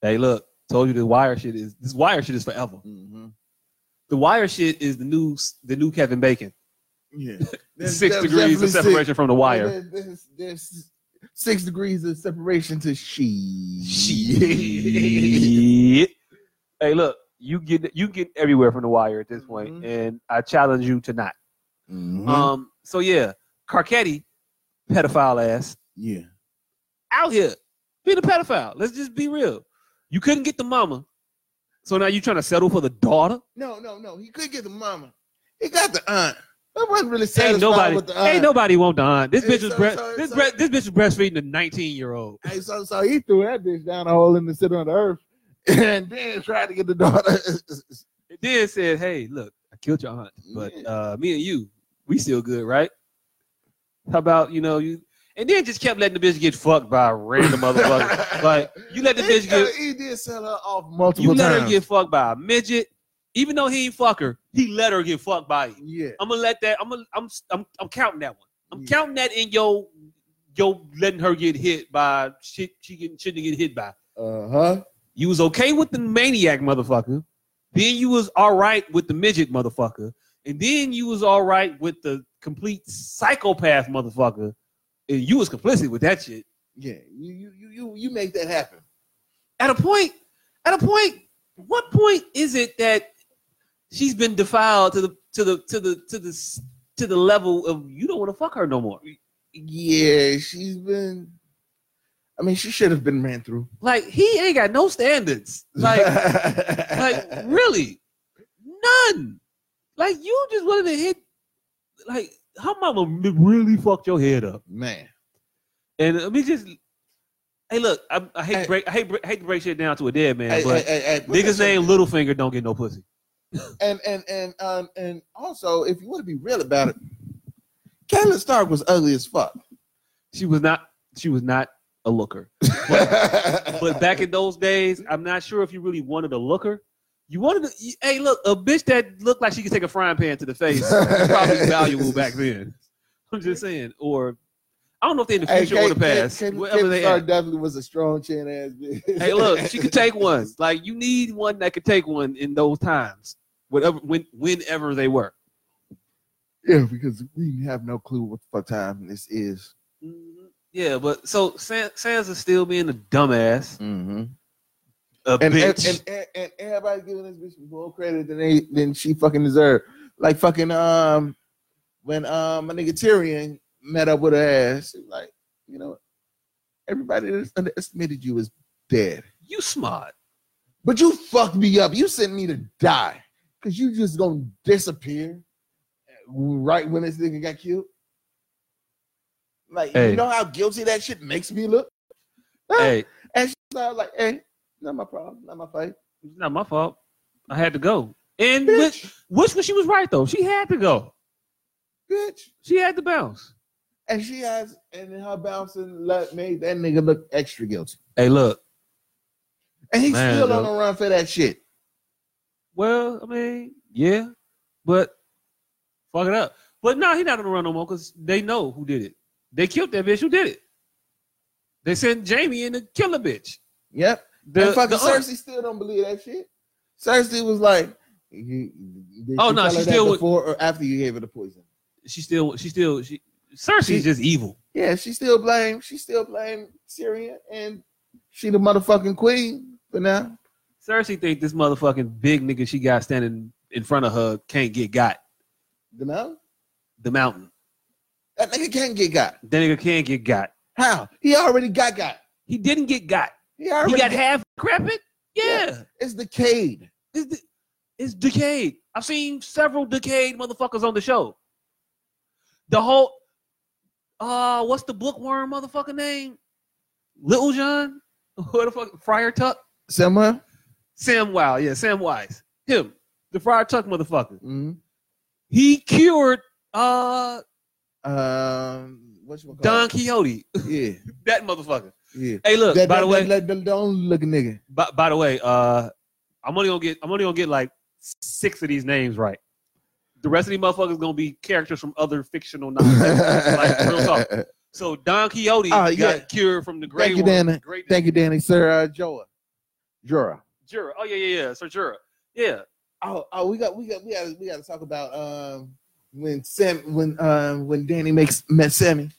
S4: Hey, look, told you the wire shit is this wire shit is forever.
S3: Mhm.
S4: The wire shit is the new s- the new Kevin Bacon. *laughs*
S3: Yeah.
S4: Six degrees of separation from the wire.
S3: There's, there's, there's six degrees of separation to she. *laughs*
S4: Shit. hey, look, you get you get everywhere from the wire at this point,
S3: Mhm.
S4: and I challenge you to not.
S3: Mhm.
S4: Um, so yeah, Carcetti, pedophile ass,
S3: yeah.
S4: out here being a pedophile. Let's just be real. You couldn't get the mama, so now you trying to settle for the daughter?
S3: No, no, no. He could get the mama. He got the aunt. I wasn't really satisfied
S4: Ain't nobody,
S3: with the aunt.
S4: ain't nobody want the aunt. This
S3: Hey,
S4: bitch was
S3: so-
S4: bre-
S3: so-
S4: this
S3: so-
S4: bre- this bitch was breastfeeding a nineteen year old.
S3: Hey, so, so he threw that bitch down a hole in the center of the earth *laughs* and then tried to get the daughter. *laughs*
S4: Then said, "Hey, look, I killed your aunt, but
S3: Yeah.
S4: uh, me and you, we still good, right? How about you know you?" And then just kept letting the bitch get fucked by a random motherfucker.
S3: *laughs*
S4: Like you let the
S3: He-
S4: bitch get
S3: uh, he did sell her off multiple
S4: You let her
S3: times.
S4: get fucked by a midget, even though he ain't fuck her. He let her get fucked by you.
S3: yeah.
S4: I'm gonna let that. I'm gonna, I'm I'm I'm counting that one. I'm
S3: Yeah.
S4: counting that in yo yo letting her get hit by shit she getting shit to get hit by.
S3: Uh huh.
S4: You was okay with the maniac motherfucker, then you was all right with the midget motherfucker, and then you was all right with the complete psychopath motherfucker, and you was complicit with that shit.
S3: Yeah. You you you you you make that happen.
S4: at a point, at a point, what point is it that she's been defiled to the to the to the to the s- to the level of you don't want to fuck her no more?
S3: Yeah, she's been. I mean, she should have been ran through.
S4: Like he ain't got no standards.
S3: *laughs*
S4: Like like really, none. Like you just wanted to hit like her mama really fucked your head up.
S3: man.
S4: And let me just, hey, look, I, I hate
S3: Hey.
S4: to break, I hate, bre- hate to break shit down to a dead man,
S3: Hey,
S4: but
S3: hey, hey, hey, put
S4: niggas
S3: that shit-
S4: named Littlefinger don't get no pussy.
S3: and and and um and also if you want to be real about it, Catelyn Stark was ugly as *laughs* fuck.
S4: She was not, she was not a looker.
S3: *laughs*
S4: But back in those days, I'm not sure if you really wanted a looker. You wanted, to, you- hey, look, a bitch that looked like she could take a frying pan to the face
S3: *laughs*
S4: was probably valuable back then. I'm just saying, or I don't know if they in the
S3: Hey,
S4: future or the
S3: Cate- Cate-
S4: past,
S3: Cate-
S4: wherever
S3: Catelyn
S4: they
S3: Stark
S4: at.
S3: definitely was a strong chin ass bitch. *laughs*
S4: Hey, look, she could take one. Like you need one that could take one in those times, whatever, when, whenever they were.
S3: Yeah, because we have no clue what the fuck time this is.
S4: Mhm. Yeah, but so San- Sansa's still being a dumbass,
S3: Mm-hmm.
S4: a
S3: And, and,
S4: bitch.
S3: and and and everybody giving this bitch more credit than they than she fucking deserved. Like fucking um when um my nigga Tyrion met up with her ass, it was like you know everybody that's underestimated you is dead.
S4: you smart.
S3: But you fucked me up. You sent me to die because you just gonna disappear right when this nigga got killed. Like
S4: Hey.
S3: you know how guilty that shit makes me look.
S4: Hey,
S3: And she's like, like, hey, not my problem, not my fight.
S4: it's not my fault. I had to go. And which, which was she was right though. She had to go.
S3: bitch.
S4: She had to bounce.
S3: And she has, and then her bouncing let made that nigga look extra guilty.
S4: Hey, look.
S3: And he's
S4: Man,
S3: still on
S4: yo.
S3: the run for that shit.
S4: Well, I mean, yeah, but fuck it up. But no, nah, he not gonna run no more because they know who did it. They killed that bitch who did it. They sent Jamie in to kill a bitch.
S3: Yep.
S4: The,
S3: and fucking
S4: the aunt.
S3: Cersei still don't believe that shit. Cersei was like, you- you- did
S4: Oh,
S3: you
S4: no,
S3: tell
S4: she
S3: her that
S4: still would-
S3: before or after you gave her the poison.
S4: she still, she still, she Cersei's
S3: She-
S4: just evil.
S3: Yeah, she still blamed. She still blamed Tyrion, and she the motherfucking queen for now.
S4: Cersei think this motherfucking big nigga she got standing in front of her can't get got
S3: You know
S4: the mountain.
S3: that nigga can't get got.
S4: That nigga can't get got.
S3: How? He already got got.
S4: He didn't get got.
S3: He already
S4: He got
S3: got,
S4: half decrepit. Yeah,
S3: It's decayed.
S4: It's, de- it's decayed. I've seen several decayed motherfuckers on the show. The whole, uh, what's the bookworm motherfucker name? Little John, *laughs* who the fuck? Friar Tuck,
S3: Somewhere.
S4: Sam Wow, yeah, Sam Wise, him, the Friar Tuck motherfucker.
S3: hmm
S4: He cured uh
S3: Um, what you
S4: Don
S3: gonna call?
S4: Quixote, *laughs*
S3: it? Yeah,
S4: that motherfucker.
S3: yeah.
S4: Hey, look,
S3: That,
S4: by
S3: that,
S4: the way,
S3: that, that, don't look a nigga.
S4: by, by the way, uh, I'm only gonna get I'm only gonna get like six of these names right. The rest of these motherfuckers gonna be characters from other fictional
S3: *laughs*
S4: novels. Like, real talk. so Don Quixote
S3: Oh, yeah.
S4: got cured from the Grey
S3: Thank you,
S4: Worm.
S3: Danny.
S4: Great
S3: Thank you, Danny. Sir uh, Joa, Jura.
S4: Jura. Oh yeah, yeah, yeah. Sir Jura. Yeah.
S3: Oh, oh, we got, we got, we got, we got to talk about um when Sam, when um when Danny makes met Sammy.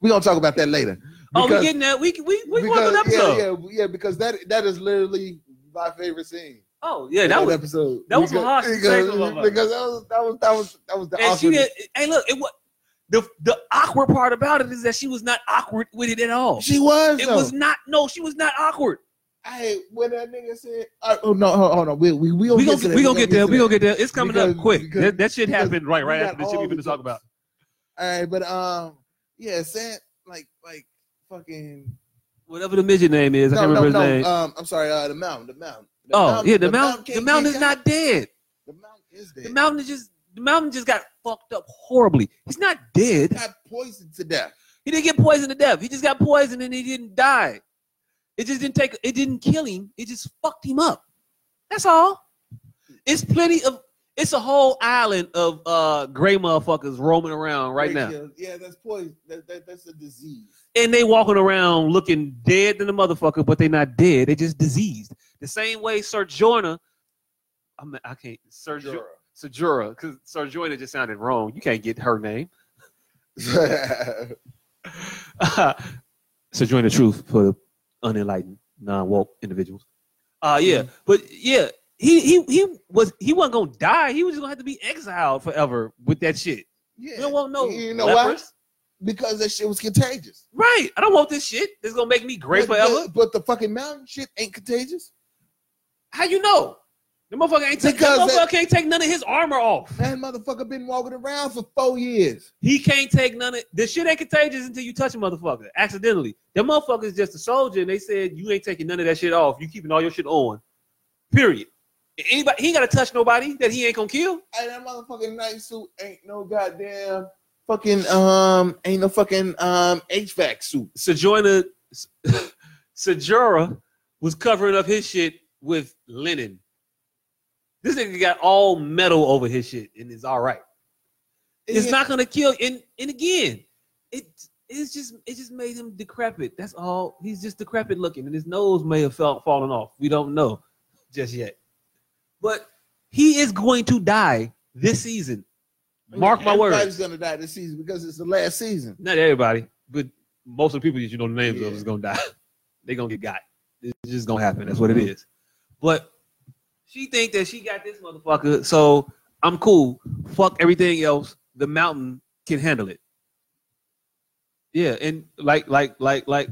S3: We gonna talk about that later.
S4: oh, we
S3: Because-
S4: getting that. We we we want an
S3: because-
S4: episode.
S3: Yeah, yeah, yeah, because that that is literally my favorite scene.
S4: Oh yeah, that was.
S3: episode.
S4: that was
S3: *laughs* because,
S4: a harsh
S3: because,
S4: statement, my man.
S3: because that was that was that was that was the
S4: And she
S3: awkwardness.
S4: did. Hey, look. It was the the awkward part about it is that she was not awkward with it at all.
S3: She was.
S4: it
S3: though.
S4: was not. No, she was not awkward.
S3: Hey, when that nigga said, uh, "Oh no, hold, hold on, we we we gonna
S4: we
S3: get
S4: gonna get,
S3: to that.
S4: we gonna get there. We gonna get there. It's coming up
S3: Because-
S4: quick.
S3: because-
S4: that, that shit
S3: because
S4: happened right right
S3: we
S4: after
S3: got
S4: the shit
S3: all
S4: we're gonna
S3: the
S4: talk
S3: jokes.
S4: about.
S3: All right, but um, yeah, Sam, like like fucking.
S4: Whatever the midget name is, I
S3: No,
S4: can't
S3: no,
S4: remember his
S3: no.
S4: name.
S3: Um, I'm sorry. Uh, the mountain, the mountain. The
S4: oh
S3: mountain-
S4: yeah, the, mountain. The
S3: can't
S4: mountain
S3: get
S4: is
S3: out.
S4: not dead.
S3: The mountain is dead.
S4: The mountain is just the mountain just got fucked up horribly. He's not dead.
S3: got poisoned to death.
S4: He didn't get poisoned to death. He just got poisoned and he didn't die. It just didn't take. It didn't kill him. It just fucked him up. That's all. It's plenty of. It's a whole island of uh gray motherfuckers roaming around right now.
S3: Rachel, Yeah, that's poison. That, that that's a disease.
S4: and they walking around looking dead than a motherfucker, but they not dead. They just diseased. The same way Sir Jorna, I mean, I can't Sir
S3: Sure.
S4: *laughs* Jorna, Sir because Sir Jorna just sounded wrong. You can't get her name. *laughs* Sir Jorna Truth for the unenlightened, non-woke individuals. Uh yeah, but yeah, he he he was he wasn't gonna die. He was just gonna have to be exiled forever with that shit.
S3: yeah.
S4: We don't want no
S3: You know
S4: lepers.
S3: why? Because that shit was contagious.
S4: Right. I don't want this shit. It's gonna make me gray
S3: but,
S4: forever.
S3: But, but the fucking mountain shit ain't contagious.
S4: How you know? The motherfucker ain't take,
S3: Because
S4: that motherfucker
S3: that-
S4: can't take none of his armor off.
S3: That motherfucker been walking around for four years.
S4: He can't take none of this shit ain't contagious until you touch a motherfucker accidentally. That motherfucker is just a soldier, and they said you ain't taking none of that shit off. You keeping all your shit on. Period. Anybody he ain't gotta touch nobody that he ain't gonna kill.
S3: Hey, that motherfucking night suit ain't no goddamn fucking um ain't no fucking um HVAC suit.
S4: Sojourner *laughs* Sojourner was covering up his shit with linen. This nigga got all metal over his shit and it's all right. It's
S3: Yeah.
S4: not gonna kill. And and again, it it's just it just made him decrepit. That's all. He's just decrepit looking, and his nose may have fell, fallen off. We don't know just yet. But he is going to die this season. Mark my words.
S3: Everybody's gonna die this season because it's the last season.
S4: Not everybody, but most of the people that you know the names of
S3: Yeah.
S4: is gonna die. *laughs* They're gonna get got. It's just gonna happen. That's what it is. But she think that she got this motherfucker, so I'm cool. Fuck everything else. The mountain can handle it. Yeah, and like like like like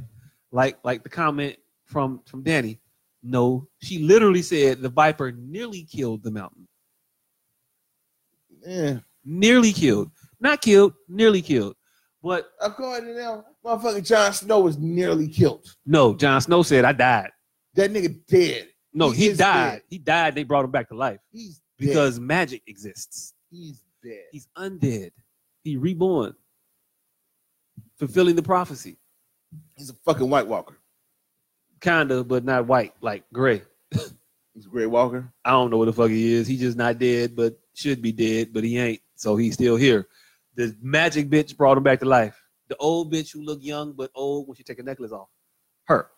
S4: like like the comment from from Danny. No, she literally said the viper nearly killed the mountain.
S3: Yeah.
S4: Nearly killed. Not killed, nearly killed. But
S3: According to them, motherfucking Jon Snow was nearly killed.
S4: no, Jon Snow said I died.
S3: That nigga dead.
S4: No,
S3: He
S4: he,
S3: is
S4: died.
S3: dead.
S4: He died. They brought him back to life
S3: He's dead.
S4: because magic exists.
S3: he's dead.
S4: He's undead. He reborn, fulfilling the prophecy.
S3: He's a fucking White Walker.
S4: Kinda, but not white, like gray.
S3: He's a Grey Walker.
S4: I don't know what the fuck he is. He just not dead, but should be dead, but he ain't. So he's still here. The magic bitch brought him back to life. The old bitch who looked young but old when she take a necklace off. Her.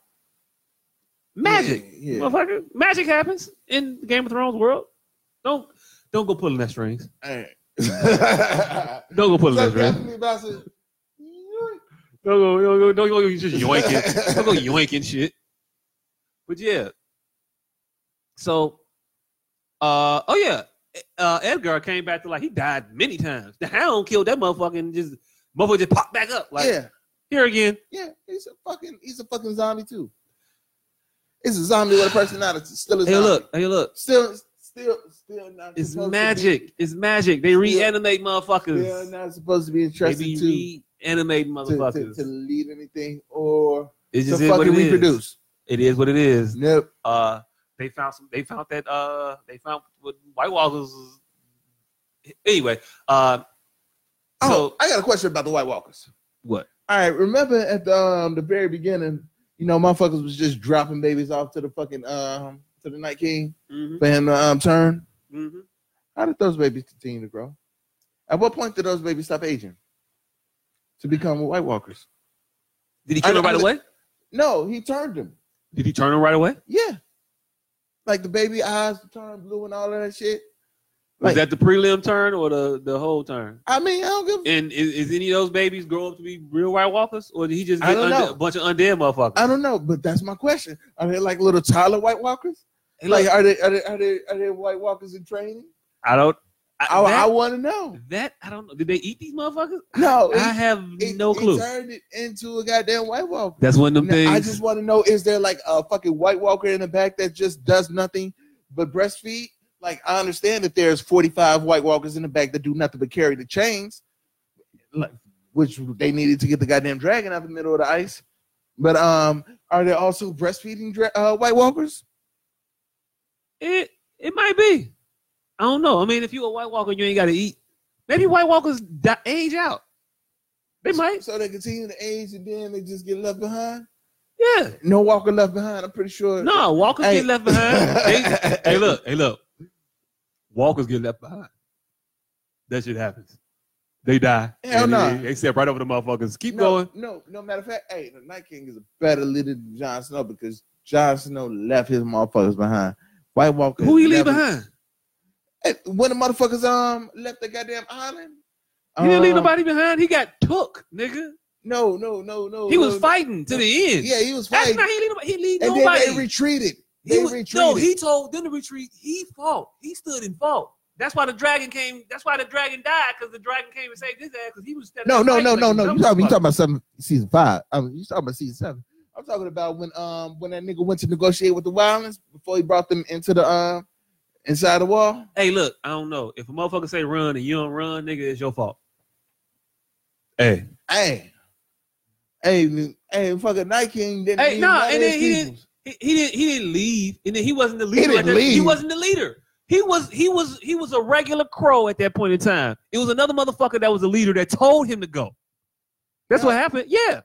S4: Magic.
S3: Yeah, yeah.
S4: Motherfucker. Magic happens in the Game of Thrones world. Don't don't go pulling that strings.
S3: Hey. Something
S4: Don't go pulling that strings.
S3: happened to me, but I said, "Yoink."
S4: *laughs* Don't go, don't go, don't go, you just *laughs* yoinking. don't go yoinking shit. But yeah. So, uh, oh yeah, uh, Edgar came back to like he died many times. The Hound killed that motherfucker and just motherfucker just popped back up like
S3: yeah,
S4: here again.
S3: yeah. He's a fucking he's a fucking zombie too. It's a zombie with a personality. Still a
S4: Hey
S3: zombie.
S4: look, hey look,
S3: Still still still not
S4: it's
S3: supposed to be-
S4: magic, it's magic. They reanimate
S3: Still
S4: motherfuckers.
S3: not supposed to be
S4: They
S3: entrusted to
S4: be reanimate
S3: to, to,
S4: motherfuckers.
S3: to lead anything or
S4: It's
S3: to
S4: just is what
S3: fucking
S4: it is.
S3: reproduce.
S4: It is what it is.
S3: Nope.
S4: uh they found some they found that uh they found what white walkers was- anyway uh
S3: Oh,
S4: so
S3: I got a question about the White Walkers.
S4: what
S3: All right, remember at the, um, the very beginning, you know, motherfuckers was just dropping babies off to the fucking um to the Night King
S4: mm-hmm.
S3: for him to um, turn.
S4: Mm-hmm.
S3: How did those babies continue to grow? At what point did those babies stop aging to become White Walkers?
S4: did he
S3: I-
S4: turn him
S3: I-
S4: right away
S3: No, he turned them.
S4: did he turn him right away was
S3: Yeah, like the baby eyes turn blue and all of that shit. Like-
S4: that the prelim turn or the the whole turn
S3: I mean, I don't give. a-
S4: and is, is any of those babies grow up to be real white walkers or did he just get
S3: I don't
S4: unde-
S3: know.
S4: a bunch of undead motherfuckers
S3: I don't know, but that's my question. Are they like little toddler White Walkers?
S4: Hey, look,
S3: Like, are they are they are they, are they White Walkers in training?
S4: I don't I,
S3: I,
S4: that,
S3: I want to know.
S4: that I don't know did they eat these motherfuckers
S3: No,
S4: I have
S3: it-
S4: no
S3: it
S4: clue
S3: turned it into a goddamn White Walker.
S4: that's one of them
S3: Now,
S4: things
S3: I just want to know: is there like a fucking White Walker in the back that just does nothing but breastfeed? Like, I understand that there's 45 White Walkers in the back that do nothing but carry the chains, like which they needed to get the goddamn dragon out the middle of the ice. But um, are there also breastfeeding dra- uh, White Walkers?
S4: It it might be. I don't know. I mean, if you a White Walker, you ain't got to eat. Maybe White Walkers di- age out. They might.
S3: So they continue to age and then they just get left behind.
S4: Yeah.
S3: No Walker left behind. I'm pretty sure.
S4: No, walkers
S3: Hey.
S4: get left behind.
S3: *laughs*
S4: They- hey, look. Hey, look. Walkers get left behind. That shit happens. They die.
S3: Hell
S4: And
S3: nah.
S4: They, they step right over the motherfuckers. Keep
S3: no,
S4: going.
S3: No, no matter of fact, hey, the Night King is a better leader than Jon Snow because Jon Snow left his motherfuckers behind. White Walker.
S4: Who you leave
S3: never-
S4: behind?
S3: Hey, when the motherfuckers um left the goddamn island.
S4: He didn't leave
S3: um,
S4: nobody behind. He got took, nigga.
S3: No, no, no, no.
S4: He
S3: no,
S4: was
S3: no.
S4: fighting to the end.
S3: Uh, Yeah, he was
S4: That's
S3: fighting.
S4: not he leave nobody. He leave
S3: and
S4: nobody.
S3: then they retreated.
S4: He
S3: They
S4: was,
S3: retreated.
S4: no, he told them to retreat. He fought. He stood and fought. That's why the dragon came. That's why the dragon died because the dragon came and saved his ass because he was. stepping
S3: no, no,
S4: right
S3: no,
S4: like
S3: no,
S4: a
S3: no.
S4: dumb
S3: You talking? You
S4: motherfucker.
S3: talking about some season five? I mean, you talking about season seven? I'm talking about when um when that nigga went to negotiate with the wildlands before he brought them into the um inside the wall?
S4: Hey, look, I don't know. If a motherfucker say run and you don't run, nigga, it's your fault. Hey.
S3: Hey, hey, hey, fucking Nike ain't didn't.
S4: Hey,
S3: leave
S4: nah,
S3: none of
S4: and
S3: his
S4: then he didn't-
S3: peoples.
S4: He, he didn't he didn't leave. And then he wasn't the leader.
S3: didn't
S4: at that- he
S3: leave.
S4: wasn't the leader. He was he was he was a regular crow at that point in time. It was another motherfucker that was the leader that told him to go. That's what happened. Yeah.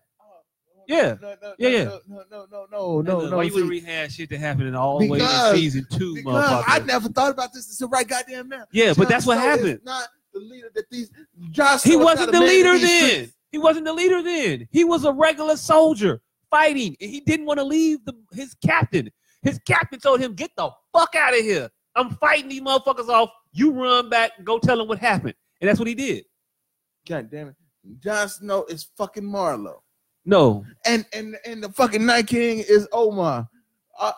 S4: Yeah.
S3: No, no,
S4: Yeah,
S3: no,
S4: yeah.
S3: No, no, no, no,
S4: Hey,
S3: no,
S4: look,
S3: no.
S4: Why you
S3: see,
S4: would rehash shit that happened in all the way in
S3: Because-
S4: season two,
S3: because I
S4: motherfucker?
S3: never thought about this until right goddamn now.
S4: yeah, but
S3: John
S4: that's what
S3: Snow is
S4: happened.
S3: Not the leader that these. John
S4: He
S3: Snow's
S4: wasn't the
S3: not a man in
S4: leader
S3: these
S4: then.
S3: streets.
S4: He wasn't the leader then. He was a regular soldier fighting, and he didn't want to leave the, his captain. His captain told him, "Get the fuck out of here! I'm fighting these motherfuckers off. You run back and go tell them what happened." And that's what he did.
S3: God damn it, John Snow is fucking Marlowe,
S4: No,
S3: and and and the fucking Night King is Omar. Uh,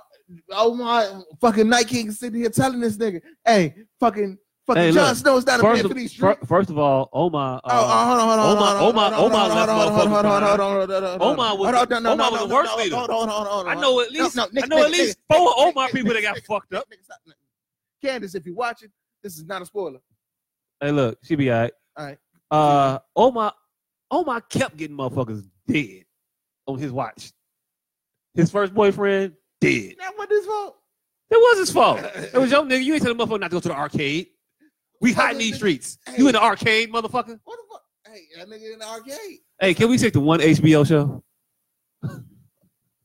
S3: Omar, fucking Night King is sitting here telling this nigga, hey, fucking, fucking
S4: Hey,
S3: John
S4: look,
S3: Snow is not a man
S4: first
S3: for
S4: of,
S3: these
S4: fir-
S3: streets.
S4: first of all, Omar.
S3: Oh, oh,
S4: Uh,
S3: hold on, hold on,
S4: Omar-
S3: hold on,
S4: Omar-
S3: hold on,
S4: Omar
S3: hold on,
S4: left
S3: hold on,
S4: motherfuckers
S3: hold on, hold on, hold on, hold on, hold on.
S4: Omar was-
S3: Hold on, no, no,
S4: Omar
S3: no,
S4: was
S3: no,
S4: the worst
S3: no,
S4: leader.
S3: Hold on, hold on, hold
S4: I
S3: on.
S4: know at
S3: No,
S4: least
S3: no,
S4: I
S3: Nick,
S4: know at
S3: Nick,
S4: least
S3: Nick,
S4: four
S3: Nick,
S4: Omar
S3: Nick,
S4: people that
S3: Nick,
S4: got
S3: Nick,
S4: fucked
S3: Nick,
S4: up.
S3: Nick, stop, Nick. Candace, if you're watching, this is not a spoiler.
S4: Hey, look, she be all right.
S3: All right.
S4: Uh, Omar, Omar kept getting motherfuckers dead on his watch. His first boyfriend dead.
S3: That wasn't his fault.
S4: That was his fault. It was your nigga. You ain't telling motherfucker not to go to the arcade. We hiding these streets. You in the arcade, motherfucker?
S3: What the fuck? Hey, that nigga in the arcade.
S4: Hey, can we stick to one HBO show?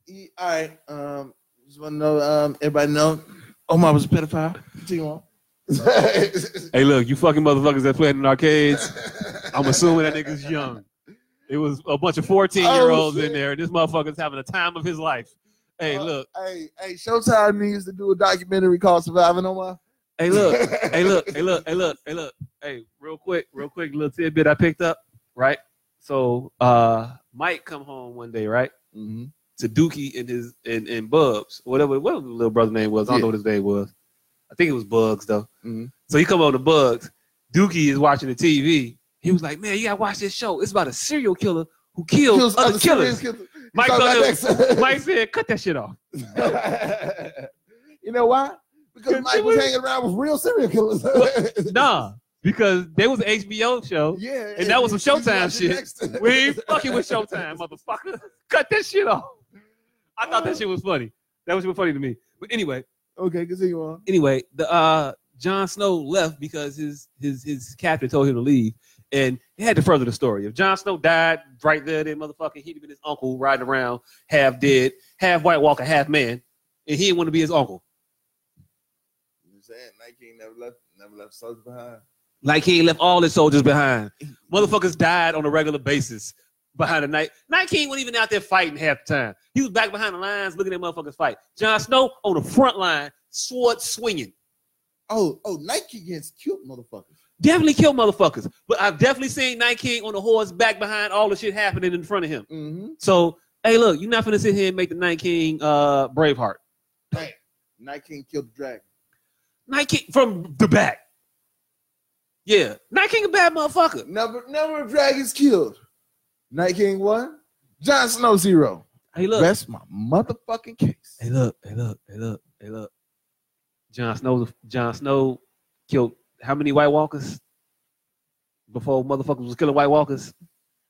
S3: He, all right. Um, just want to know, um, everybody know Omar was a pedophile. Continue on.
S4: Hey, look, you fucking motherfuckers that played in arcades. *laughs* I'm assuming that nigga's young. It was a bunch of 14 year olds
S3: Oh, shit.
S4: in there. This motherfucker's having a time of his life. Hey,
S3: Uh,
S4: look.
S3: Hey, hey, Showtime needs to do a documentary called Surviving Omar.
S4: Hey, look.
S3: *laughs*
S4: hey, look, hey, look, hey, look, hey, look. Hey, real quick, real quick, little tidbit I picked up, right? So uh Mike come home one day, right?
S3: hmm
S4: To Dookie and his and, and Bubs, whatever whatever the little brother name was. I don't know what his name was. I think it was Bugs though.
S3: Mhm.
S4: So he come over to Bugs. Dookie is watching the TV. He was like, Man, you gotta watch this show. It's about a serial killer who kills,
S3: Kills
S4: other,
S3: other
S4: killers.
S3: serious killers. He
S4: Mike
S3: talked about that.
S4: Mike said, cut that shit off.
S3: *laughs* you know why? Because
S4: Cause
S3: Mike
S4: it
S3: was
S4: was-
S3: hanging around with real
S4: *laughs*
S3: serial killers. *laughs*
S4: Nah, because there was an HBO show.
S3: Yeah.
S4: And that was
S3: he-
S4: some
S3: he
S4: Showtime
S3: watched
S4: shit.
S3: next- *laughs*
S4: We ain't fucking with Showtime, motherfucker. *laughs* Cut that shit off. I thought that shit was funny. That was funny to me. But anyway,
S3: Okay, continue on.
S4: anyway, the uh Jon Snow left because his his his captain told him to leave. And it had to further the story. If Jon Snow died right there, then motherfucking he'd have been his uncle riding around half dead, half White Walker, half man, and he didn't want to be his uncle.
S3: You saying Nike never left, never left soldiers behind.
S4: Like he ain't left all his soldiers behind. Motherfuckers died on a regular basis behind the night. Night King wasn't even out there fighting half the time. He was back behind the lines looking at motherfuckers fight. Jon Snow on the front line, sword swinging.
S3: Oh, oh, Nike gets cute motherfuckers.
S4: Definitely kill motherfuckers. But I've definitely seen Night King on the horse back behind all the shit happening in front of him.
S3: Mm-hmm.
S4: So, hey, look, you're not finna sit here and make the Night King uh, Braveheart.
S3: Nike killed the dragon.
S4: Night King from the back. Yeah, Night King a bad motherfucker.
S3: Number number of dragons killed. Night King one, Jon Snow zero.
S4: Hey, look.
S3: That's my motherfucking case.
S4: Hey, look, hey, look, hey, look, hey, look. John Snow, John Snow killed how many White Walkers before motherfuckers was killing White Walkers?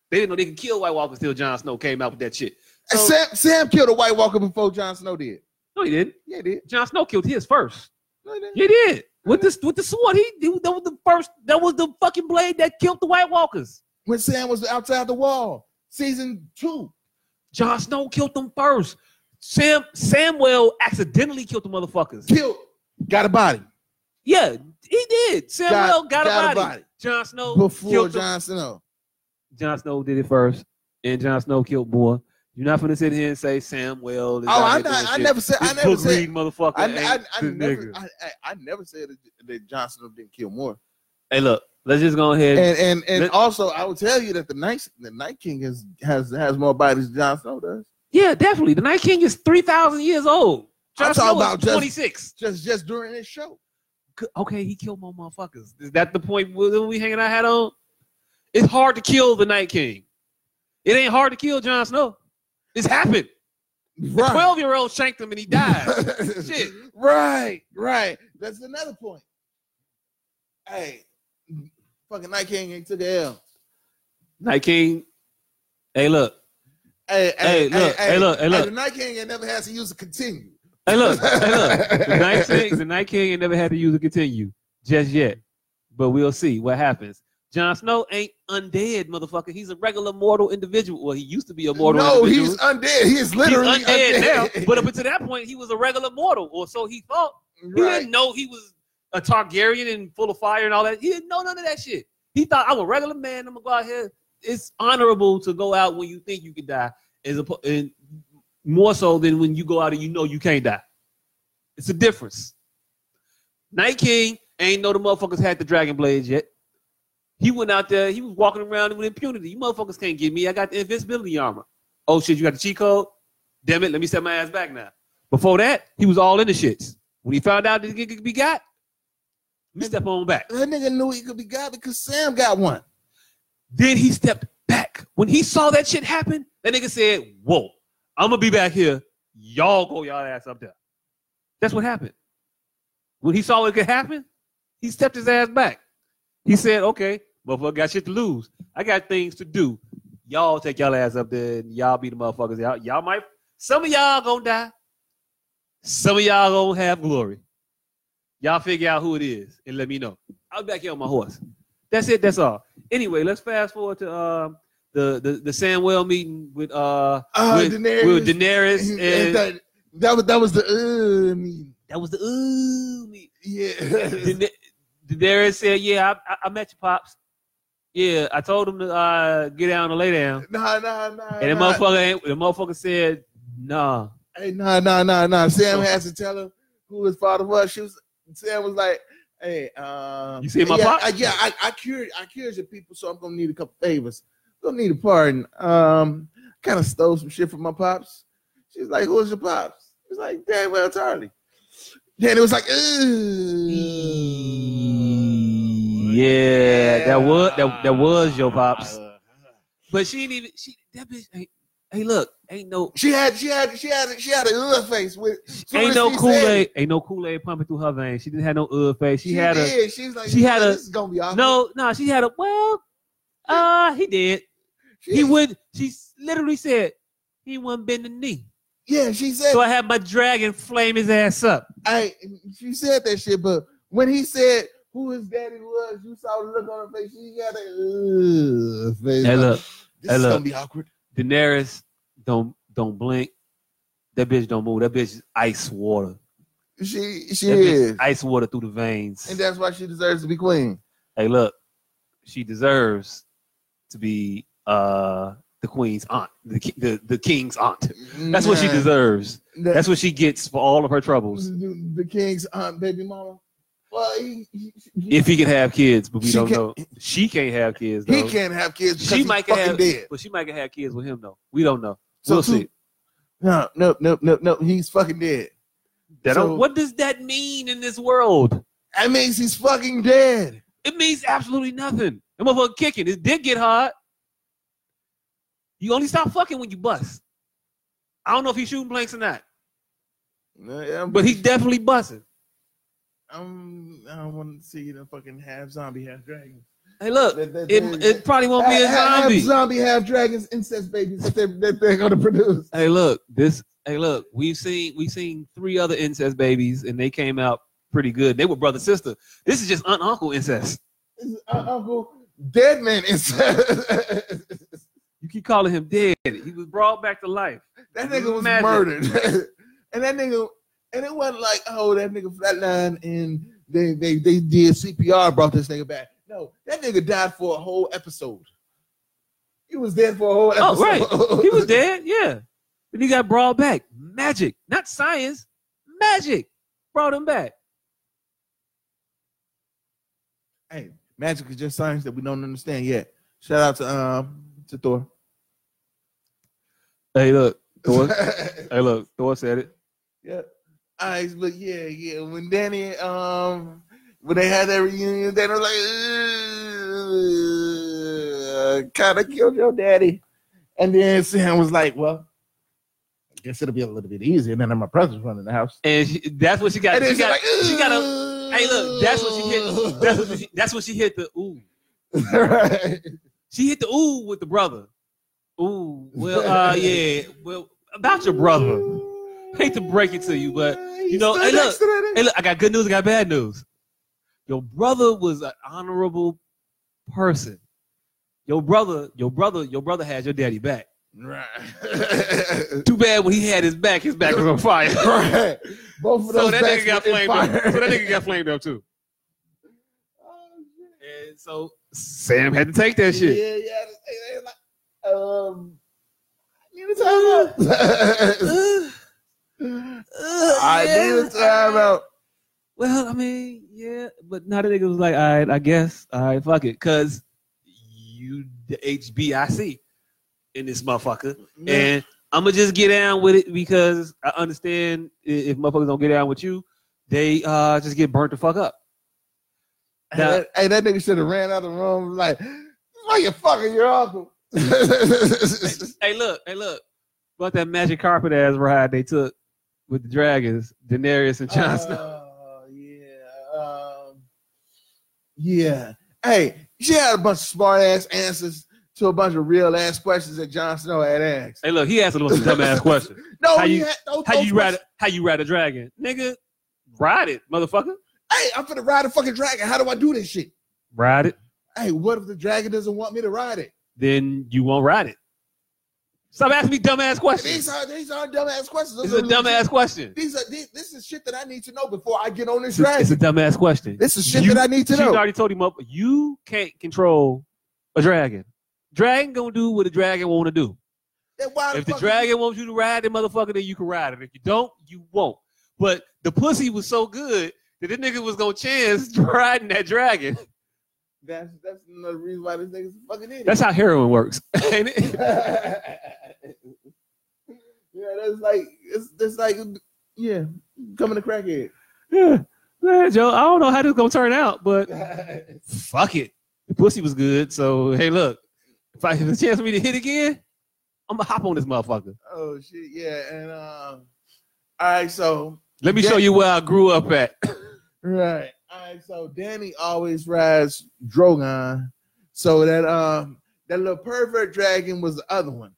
S4: They didn't know they could kill White Walkers till John Snow came out with that shit. So-
S3: Sam Sam killed a White Walker before Jon Snow did.
S4: No, he didn't.
S3: Yeah, he did.
S4: John Snow killed his first.
S3: No, he didn't.
S4: He did with this with the sword. He, he that was the first. That was the fucking blade that killed the White Walkers.
S3: When Sam was outside the wall, season two.
S4: John Snow killed them first. Sam Samwell accidentally killed the motherfuckers.
S3: Killed. Got a body.
S4: Yeah, he did. Samwell got, a body. John Snow
S3: Before uh,
S4: killed them
S3: Jon Snow.
S4: Jon Snow did it first, and Jon Snow killed more. You're not finna sit here and say Sam Well. Is
S3: Oh, I, not, I never said I never said
S4: motherfucker.
S3: I,
S4: ain't
S3: I, I,
S4: the
S3: never
S4: nigga.
S3: I, I, I never said that, that Jon Snow didn't kill more.
S4: hey, look, let's just go ahead.
S3: And and and
S4: Let-
S3: also I will tell you that the night the Night King has has has more bodies than Jon Snow does.
S4: yeah, definitely. The Night King is three thousand years old. Jon
S3: I'm talking
S4: Snow
S3: about
S4: about
S3: just-
S4: 26.
S3: Just just during this show.
S4: C- Okay, he killed more motherfuckers. Is that the point when we hanging our hat on? It's hard to kill the Night King. It ain't hard to kill Jon Snow. It's happened. The
S3: Right.
S4: twelve year old shanked him and he
S3: *laughs*
S4: died. *laughs* Shit.
S3: Right, right. That's another point. Hey, fucking Night King ain't took a L.
S4: Night King. Hey, look.
S3: Hey,
S4: Hey, look, hey, look, hey, look.
S3: The Night King ain't never has to use a continue.
S4: Hey, look. Hey, look.
S3: *laughs*
S4: The Night King. The Night King ain't never had to use a continue just yet, but we'll see what happens. Jon Snow ain't undead, motherfucker. He's a regular mortal individual. Well, he used to be a mortal.
S3: no,
S4: individual.
S3: he's undead. He is literally
S4: he's undead,
S3: *laughs*
S4: now. But up until that point, he was a regular mortal, or so he thought. He
S3: right.
S4: didn't know he was a Targaryen and full of fire and all that. He didn't know none of that shit. He thought I'm a regular man. I'm gonna go out here. It's honorable to go out when you think you can die, as oppo- and more so than when you go out and you know you can't die. It's a difference. Night King ain't know the motherfuckers had the dragon blades yet. He went out there. He was walking around with impunity. You motherfuckers can't get me. I got the invincibility armor. Oh shit, you got the cheat code. Damn it, let me set my ass back now. Before that, he was all in the shits. When he found out that he could be got, he stepped on back.
S3: That nigga knew he could be God because Sam got one.
S4: Then he stepped back. When he saw that shit happen, that nigga said, Whoa, I'm gonna be back here. Y'all go y'all ass up there. That's what happened. When he saw it could happen, he stepped his ass back. He said, Okay, motherfucker got shit to lose. I got things to do. Y'all take y'all ass up there and y'all be the motherfuckers. Y'all, y'all might some of y'all gonna die. Some of y'all gonna have glory. Y'all figure out who it is and let me know. I'll be back here on my horse. That's it, that's all anyway, let's fast forward to um the the, the Samwell meeting with uh
S3: Uh,
S4: with,
S3: Daenerys.
S4: with Daenerys
S3: And-
S4: and,
S3: and that, that was that was the uh, I mean,
S4: that was the ooh meeting.
S3: yeah. *laughs*
S4: Daene- Daenerys said, "Yeah, I, I, I met your pops. Yeah, I told him to uh, get down and lay down."
S3: Nah, nah, nah.
S4: And the
S3: nah.
S4: motherfucker, ain't- the motherfucker said, "Nah,
S3: Hey, nah, nah, nah, nah. Sam has to tell her who his father was. She was Sam was like, hey, um,
S4: You see my
S3: yeah,
S4: pop?
S3: I, yeah, I, I cured I cured your people, so I'm gonna need a couple favors. Gonna need a pardon. Um, kind of stole some shit from my pops. She's like, who's your pops? He's like, damn well, Charlie. Then it was like, "Ooh."
S4: yeah, that was that, that was your pops." But she didn't even she that bitch. Ain't, hey, look, ain't no
S3: She had she had she had she had a ugh face with soon
S4: ain't
S3: as
S4: no
S3: she
S4: Kool
S3: said it.
S4: Aid, ain't no Kool Aid pumping through her veins. She didn't have no uh face. She, had a
S3: did. She was like,
S4: she had
S3: "Man,
S4: a-
S3: This is gonna be awful.
S4: No, no, she had a well. Uh, he did.
S3: she,
S4: He would. She s- literally said he wouldn't bend the knee.
S3: Yeah, she said.
S4: So I had my dragon flame his ass up.
S3: I. She said that shit, but when he said who his daddy was, you saw the look on her face. She got a ugh, face.
S4: Hey,
S3: like, *laughs*
S4: look,
S3: this
S4: hey,
S3: is
S4: look.
S3: gonna be awkward.
S4: Daenerys, don't don't blink. That bitch don't move. That bitch is ice water.
S3: She she
S4: That bitch
S3: is,
S4: is ice water through the veins.
S3: and that's why she deserves to be queen.
S4: hey, look, she deserves to be uh the queen's aunt, the ki- the, the king's aunt. That's what she
S3: Nah,
S4: deserves.
S3: that-
S4: That's what she gets for all of her troubles.
S3: the, the king's aunt, baby mama. Well, he, he, he,
S4: if he can have kids, but we
S3: She
S4: don't
S3: can't-
S4: know. She can't have kids though.
S3: he can't have kids. Because
S4: She
S3: he's
S4: might
S3: fucking
S4: have,
S3: dead.
S4: but she might can have kids with him though. We don't know.
S3: So
S4: we'll
S3: two-
S4: see.
S3: No, no, no, no, no. He's fucking dead.
S4: That
S3: so-
S4: don't- what does that mean in this world?
S3: That means he's fucking dead.
S4: It means absolutely nothing. That motherfucker kicking. His dick get hard. You only stop fucking when you bust. I don't know if he's shooting blanks or not,
S3: Yeah, I'm-
S4: but he's definitely busting.
S3: Um, I want to see the fucking half zombie, half dragon.
S4: Hey, look,
S3: That- that-
S4: it,
S3: that-
S4: it probably won't be a
S3: half, Half
S4: zombie.
S3: zombie, half dragons, incest babies that, they, that they're gonna produce.
S4: Hey, look, this. Hey, look, we've seen we've seen three other incest babies, and they came out pretty good. They were brother sister. This is just aunt uncle incest.
S3: This is our uncle, dead man incest. *laughs*
S4: You keep calling him dead. He was brought back to life.
S3: that nigga was
S4: Magic.
S3: murdered, *laughs* and that nigga, and it wasn't like oh that nigga flatline and they they they did CPR brought this nigga back. No, that nigga died for a whole episode. He was dead for a whole
S4: Oh, right.
S3: episode.
S4: He
S3: *laughs*
S4: was dead, yeah. But he got brought back. Magic, not science. Magic brought him back.
S3: hey, magic is just science that we don't understand yet. Shout out to um to Thor.
S4: Hey, look,
S3: *laughs*
S4: Thor. *laughs* hey, look, Thor said it.
S3: yeah. I but yeah, yeah. When Danny um when they had that reunion, Danny was like, kind of killed your daddy. And then Sam was like, Well, guess it'll be a little bit easier than my presence running the house.
S4: And she, that's what she got.
S3: And then
S4: She
S3: she's
S4: got,
S3: like,
S4: she got a.
S3: "Ooh."
S4: Hey, look, that's what she hit. That's what she, that's what she hit. The ooh,
S3: *laughs* Right.
S4: she hit the ooh with the brother. Ooh, *laughs* well, uh, yeah, well, about your brother. Hate to break it to you, but
S3: He
S4: know,
S3: stood
S4: hey,
S3: next
S4: look.
S3: to that
S4: hey, look, I got good news. I got bad news. Your brother was an honorable person. Your brother, your brother, your brother has your daddy back.
S3: Right.
S4: Too bad when he had his back, his back was on *laughs* fire.
S3: *laughs* right. Both of those
S4: so that
S3: backs
S4: nigga got
S3: were
S4: flamed
S3: fired.
S4: up.
S3: *laughs*
S4: So that nigga got flamed up too.
S3: Oh,
S4: And so Sam had to take that shit.
S3: Yeah, yeah. they- they like, Um, I need a *laughs* timeout.
S4: *sighs*
S3: I need a
S4: *laughs*
S3: timeout.
S4: Well, I mean, yeah, but now the nigga was like, all right, I guess, all right, fuck it, cause you the HBIC in this motherfucker, and I'm gonna just get down with it because I understand i- if motherfuckers don't get down with you, they uh just get burnt the fuck *laughs* up.
S3: Hey, that, hey, that nigga should have ran out of the room like, why you fucking your
S4: *laughs*
S3: uncle?
S4: hey, look, hey, look. About that magic carpet ass ride they took with the dragons, Daenerys and Jon Snow.
S3: Oh, yeah. Um, yeah. Hey, she had a bunch of smart ass answers to a bunch of real ass questions that Jon Snow had asked.
S4: Hey, look, he asked a little dumb ass *laughs* question.
S3: No,
S4: How
S3: he
S4: you-
S3: had no
S4: How you ride?
S3: ride?
S4: A, how you ride a dragon, nigga? Ride it, motherfucker.
S3: Hey, I'm finna ride a fucking dragon. How do I do this shit?
S4: Ride it.
S3: Hey, what if the dragon doesn't want me to ride it?
S4: Then you won't ride it. Stop asking me dumb ass
S3: These
S4: questions.
S3: are these are dumb ass questions.
S4: It's a dumb ass question.
S3: These are these, this is shit that I need to know before I get on this
S4: It's a,
S3: dragon.
S4: it's a dumb ass question.
S3: this is shit
S4: You-
S3: that I need to
S4: She
S3: know.
S4: already told him up. You can't control a dragon. Dragon gonna do what a dragon want to do.
S3: Then why
S4: If the
S3: fuck-
S4: dragon wants you to ride the motherfucker, then you can ride it. If you don't, you won't. But the pussy was so good that this nigga was gonna chance *laughs* riding that dragon.
S3: that's that's another reason why this nigga's a fucking idiot. *laughs*
S4: That's how heroin works, *laughs* ain't it?
S3: yeah, that's like it's that's like yeah, coming to crackhead.
S4: Yeah. Man, Joe, I don't know how this gonna turn out, but fuck it. The pussy was good, so hey, look, if I have a chance for me to hit again, I'm gonna hop on this motherfucker.
S3: oh shit, yeah, and um, all right, so
S4: Let me
S3: Yeah.
S4: show you where I grew up at. *laughs*
S3: right, all right, so Danny always rides Drogon, so that um that little pervert dragon was the other one.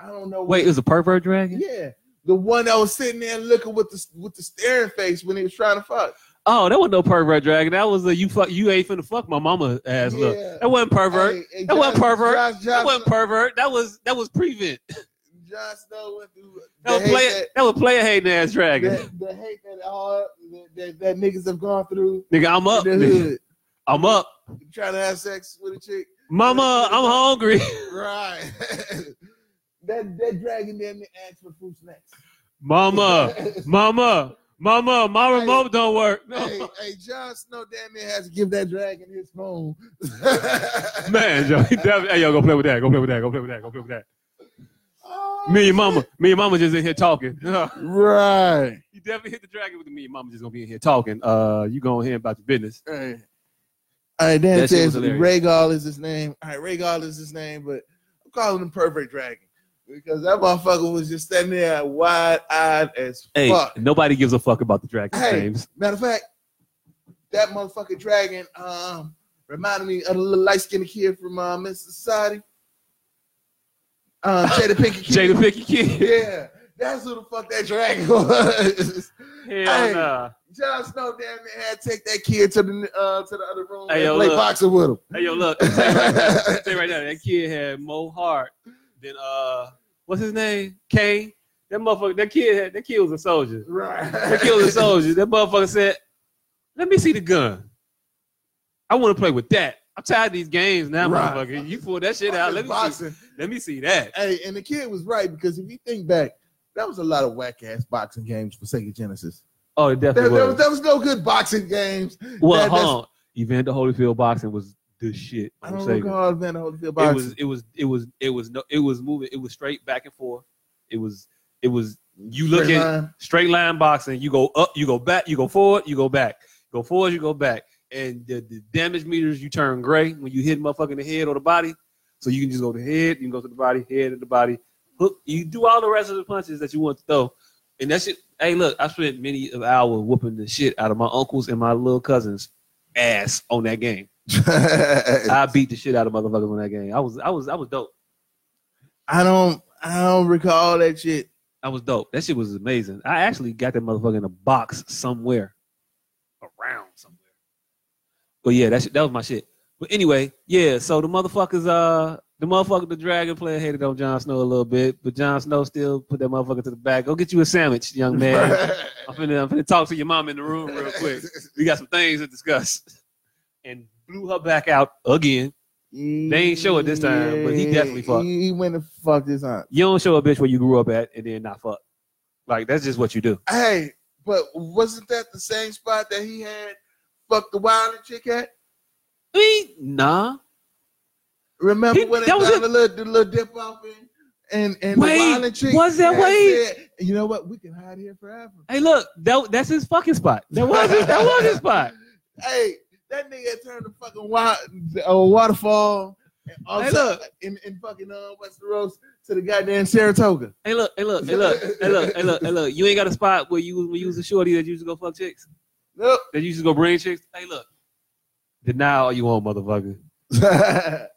S3: I don't know.
S4: Wait, it was a pervert dragon?
S3: yeah, the one that was sitting there looking with the with the staring face when he was trying to fuck.
S4: Oh, that wasn't no pervert dragon. That was a you fuck you ain't finna fuck my mama ass look.
S3: Yeah.
S4: That wasn't pervert.
S3: Hey, and
S4: That wasn't
S3: Jon-
S4: pervert.
S3: Jon-
S4: That
S3: Jon-
S4: wasn't pervert. That was that was prevent.
S3: Jon Snow went through.
S4: That was
S3: the hate
S4: player
S3: that-
S4: that, was player hating ass dragon.
S3: the, the hate that all that, that, that niggas have gone through
S4: nigga, I'm up.
S3: in the hood,
S4: I'm up.
S3: trying to have sex with a chick.
S4: Mama, I'm hungry. *laughs*
S3: Right. *laughs* that that dragon damn near asked for fruit snacks.
S4: Mama, mama, mama, my
S3: Hey.
S4: remote don't work.
S3: *laughs* hey, hey, Jon Snow damn near has to give that dragon his phone.
S4: *laughs* Man,
S3: *laughs*
S4: yo, he definitely- hey, yo, go play with that. Go play with that. Go play with that. Go play with that.
S3: Oh,
S4: Me and your mama, me and mama just in here talking. *laughs*
S3: shit. Right.
S4: you definitely hit the dragon with me and mama just gonna be in here talking. Uh, you gonna hear about your business.
S3: Hey. All right, Dan
S4: That shit was
S3: says
S4: hilarious.
S3: Rhaegal is his name. All right, Rhaegal is his name, but I'm calling him Perfect Dragon because that motherfucker was just standing there wide eyed as
S4: Hey,
S3: fuck.
S4: nobody gives a fuck about the dragon's
S3: Hey.
S4: names.
S3: Matter of fact, that motherfucking dragon um reminded me of the little light skinned kid from uh, Miss Society. Um, Jada Pinkett.
S4: *laughs* *laughs*
S3: Kid.
S4: Jada Picky Kid.
S3: Yeah, that's who the fuck that dragon *laughs* was.
S4: Hell
S3: Hey.
S4: nah.
S3: Jon Snow damn near had to take that kid to the uh, to the other room
S4: Hey,
S3: and
S4: yo,
S3: play
S4: look.
S3: boxing with him.
S4: Hey, yo, look. I'll tell you right now, I'll tell you right now, that kid had more heart than uh, what's his name? Kane. That motherfucker. That kid had. That kid was a soldier.
S3: Right.
S4: That kid was
S3: *laughs*
S4: a soldier. That motherfucker said, "Let me see the gun. I want to play with that. I'm tired of these games now,
S3: Right.
S4: motherfucker. You pull that shit
S3: Fucking
S4: out. Let me see.
S3: boxing.
S4: Let me see that.
S3: Hey, and the kid was right because if you think back, that was a lot of whack ass boxing games for Sega Genesis.
S4: Oh, it
S3: There,
S4: definitely
S3: there
S4: was.
S3: was, there was no good boxing games.
S4: well,
S3: that-
S4: hold
S3: that's-
S4: on. Evander Holyfield boxing was the shit.
S3: I
S4: I'm
S3: don't
S4: saying.
S3: recall Van Holyfield
S4: it
S3: boxing.
S4: was it was it was it was no it was moving it was straight back and forth it was it was you look
S3: Straight
S4: at
S3: line.
S4: straight line boxing you go up you go back you go forward you go back go forward you go back and the, the damage meters you turn gray when you hit motherfucker in the head or the body so you can just go to the head you can go to the body head to the body hook. You do all the rest of the punches that you want to throw, and that shit. Hey, look, I spent many of hour whooping the shit out of my uncles and my little cousins' ass on that game. I beat the shit out of motherfuckers on that game. I was, I was, I was dope.
S3: *laughs* I don't I don't recall that shit.
S4: I was dope. That shit was amazing. I actually got that motherfucker in a box somewhere, around somewhere. But yeah, that shit, that was my shit. But anyway, yeah. So the motherfuckers, uh, the motherfucker, the dragon player hated on Jon Snow a little bit, but Jon Snow still put that motherfucker to the back. Go get you a sandwich, young man.
S3: *laughs*
S4: I'm finna, I'm finna talk to your mom in the room real quick. We got some things to discuss. And blew her back out again.
S3: they
S4: ain't show it this time, but he definitely fucked.
S3: He, he went and fucked his aunt.
S4: You don't show a bitch where you grew up at and then not fuck. Like that's just what you do.
S3: Hey, but wasn't that the same spot that he had fucked the wilder chick at?
S4: I mean, nah.
S3: Remember
S4: He-
S3: when they
S4: that was
S3: done
S4: it.
S3: the little, the little dip off in? And, and
S4: Wait,
S3: the violent chick
S4: was that
S3: had
S4: Wade?
S3: said, you know what? We can hide here forever.
S4: Hey, look, that, that's his fucking spot. That was his, that was his spot.
S3: Hey, that nigga turned the fucking wa- uh, waterfall and all
S4: Hey,
S3: look in, in fucking uh, Westeros to the goddamn Saratoga.
S4: Hey, look, hey, look, hey, look, hey, look, hey, look, hey, look. You ain't got a spot where you when you was a shorty that you used to go fuck chicks,
S3: Nope.
S4: that you used to go bring chicks. Hey, look, deny all you want, motherfucker.
S3: *laughs*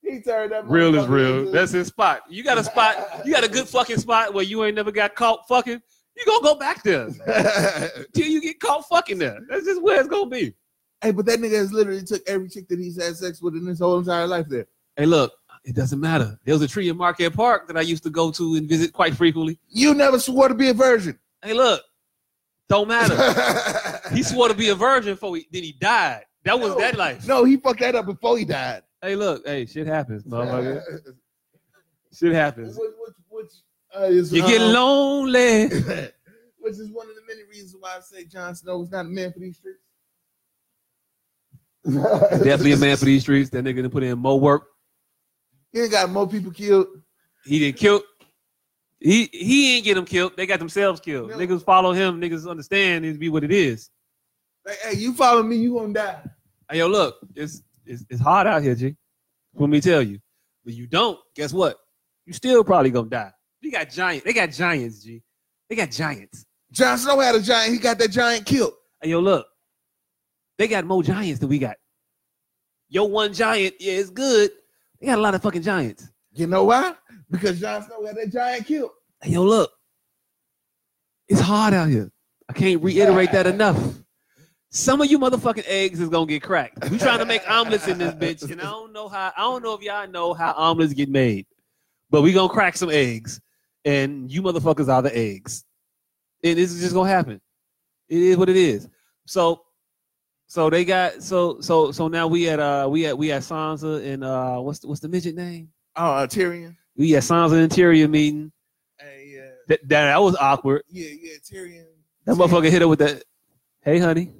S3: he turned that
S4: Real is
S3: motherfucker
S4: real.
S3: into-
S4: That's his spot. You got a spot. You got a good fucking spot where you ain't never got caught fucking. You gonna go back there till you get caught fucking there. That's just where it's gonna be.
S3: *laughs* hey, but that nigga has literally took every chick that he's had sex with in his whole entire life there.
S4: Hey, look, it doesn't matter. There was a tree in Marquette Park that I used to go to and visit quite frequently.
S3: You never swore to be
S4: *laughs*
S3: a virgin.
S4: Hey, look, don't matter. He swore to be a virgin before he then he died. That was
S3: No,
S4: that life.
S3: *laughs* no, he fucked that up before he died.
S4: Hey, look, hey, shit happens, motherfucker. shit
S3: *laughs* which,
S4: happens.
S3: which, which, uh, is,
S4: You get
S3: um,
S4: lonely.
S3: *laughs* which is one of the many reasons why I say Jon Snow was not a man for these streets.
S4: *laughs* Definitely a man for these streets. That nigga done put in more work.
S3: He ain't got more people killed.
S4: He didn't kill. He he ain't get them killed. They got themselves killed.
S3: No.
S4: Niggas follow him. Niggas understand it be what it is.
S3: Like, hey, you follow me, you gonna die.
S4: Hey, yo, look, it's it's, it's hard out here, G. Let me tell you. But you don't. Guess what? You still probably gonna die. We got giant. They got giants, G. They got giants.
S3: Jon Snow had a giant. He got that giant killed.
S4: Hey, yo, look. They got more giants than we got. Yo, one giant, yeah, it's good. They got a lot of fucking giants.
S3: You know why? Because Jon Snow had that giant killed.
S4: Hey, yo, look. It's hard out here. I can't reiterate that enough. Some of you motherfucking eggs is gonna get cracked. We trying to make omelets in this bitch, and I don't know how. I don't know if y'all know how omelets get made, but we gonna crack some eggs, and you motherfuckers are the eggs, and this is just gonna happen. It is what it is. So, so they got so so so now we at uh we at we at Sansa and uh what's the, what's the midget name?
S3: Oh, uh, Tyrion.
S4: We at Sansa Interior meeting.
S3: Hey, yeah,
S4: That that, that was awkward.
S3: yeah, yeah. Tyrion.
S4: That motherfucker hit her with that. Hey, honey.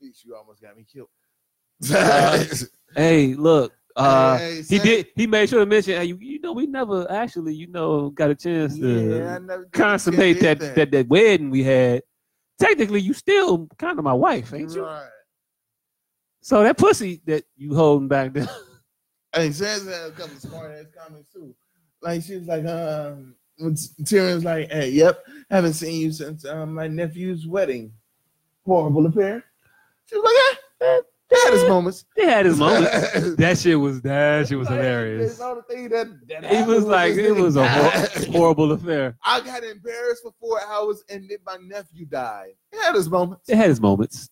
S3: Bitch, you almost got me killed.
S4: Uh, Hey, look. Uh,
S3: *laughs* Hey,
S4: he
S3: Sam.
S4: did. He made sure to mention. Hey, you, you know, we never actually, you know, got a chance to
S3: Yeah, I never
S4: *laughs*
S3: did
S4: consummate
S3: did
S4: that, that that wedding we had. Technically, you still kind of my wife, ain't you?
S3: Right.
S4: So that pussy that you holding back *laughs* there.
S3: Hey, Sansa had a couple of smart ass comments too. Like she was like, um, when Tyrion's like, hey, yep, haven't seen you since um, my nephew's wedding. Horrible affair. She was like, yeah, eh, they had his moments.
S4: They had his moment.
S3: *laughs*
S4: that shit was that shit was
S3: Like,
S4: hilarious.
S3: it's all the thing that-
S4: It
S3: that happened
S4: was
S3: with
S4: like
S3: this
S4: it
S3: nigga.
S4: was a hor- horrible affair.
S3: *laughs* I got embarrassed for four hours and then my nephew died. He had his moments.
S4: It had his moments.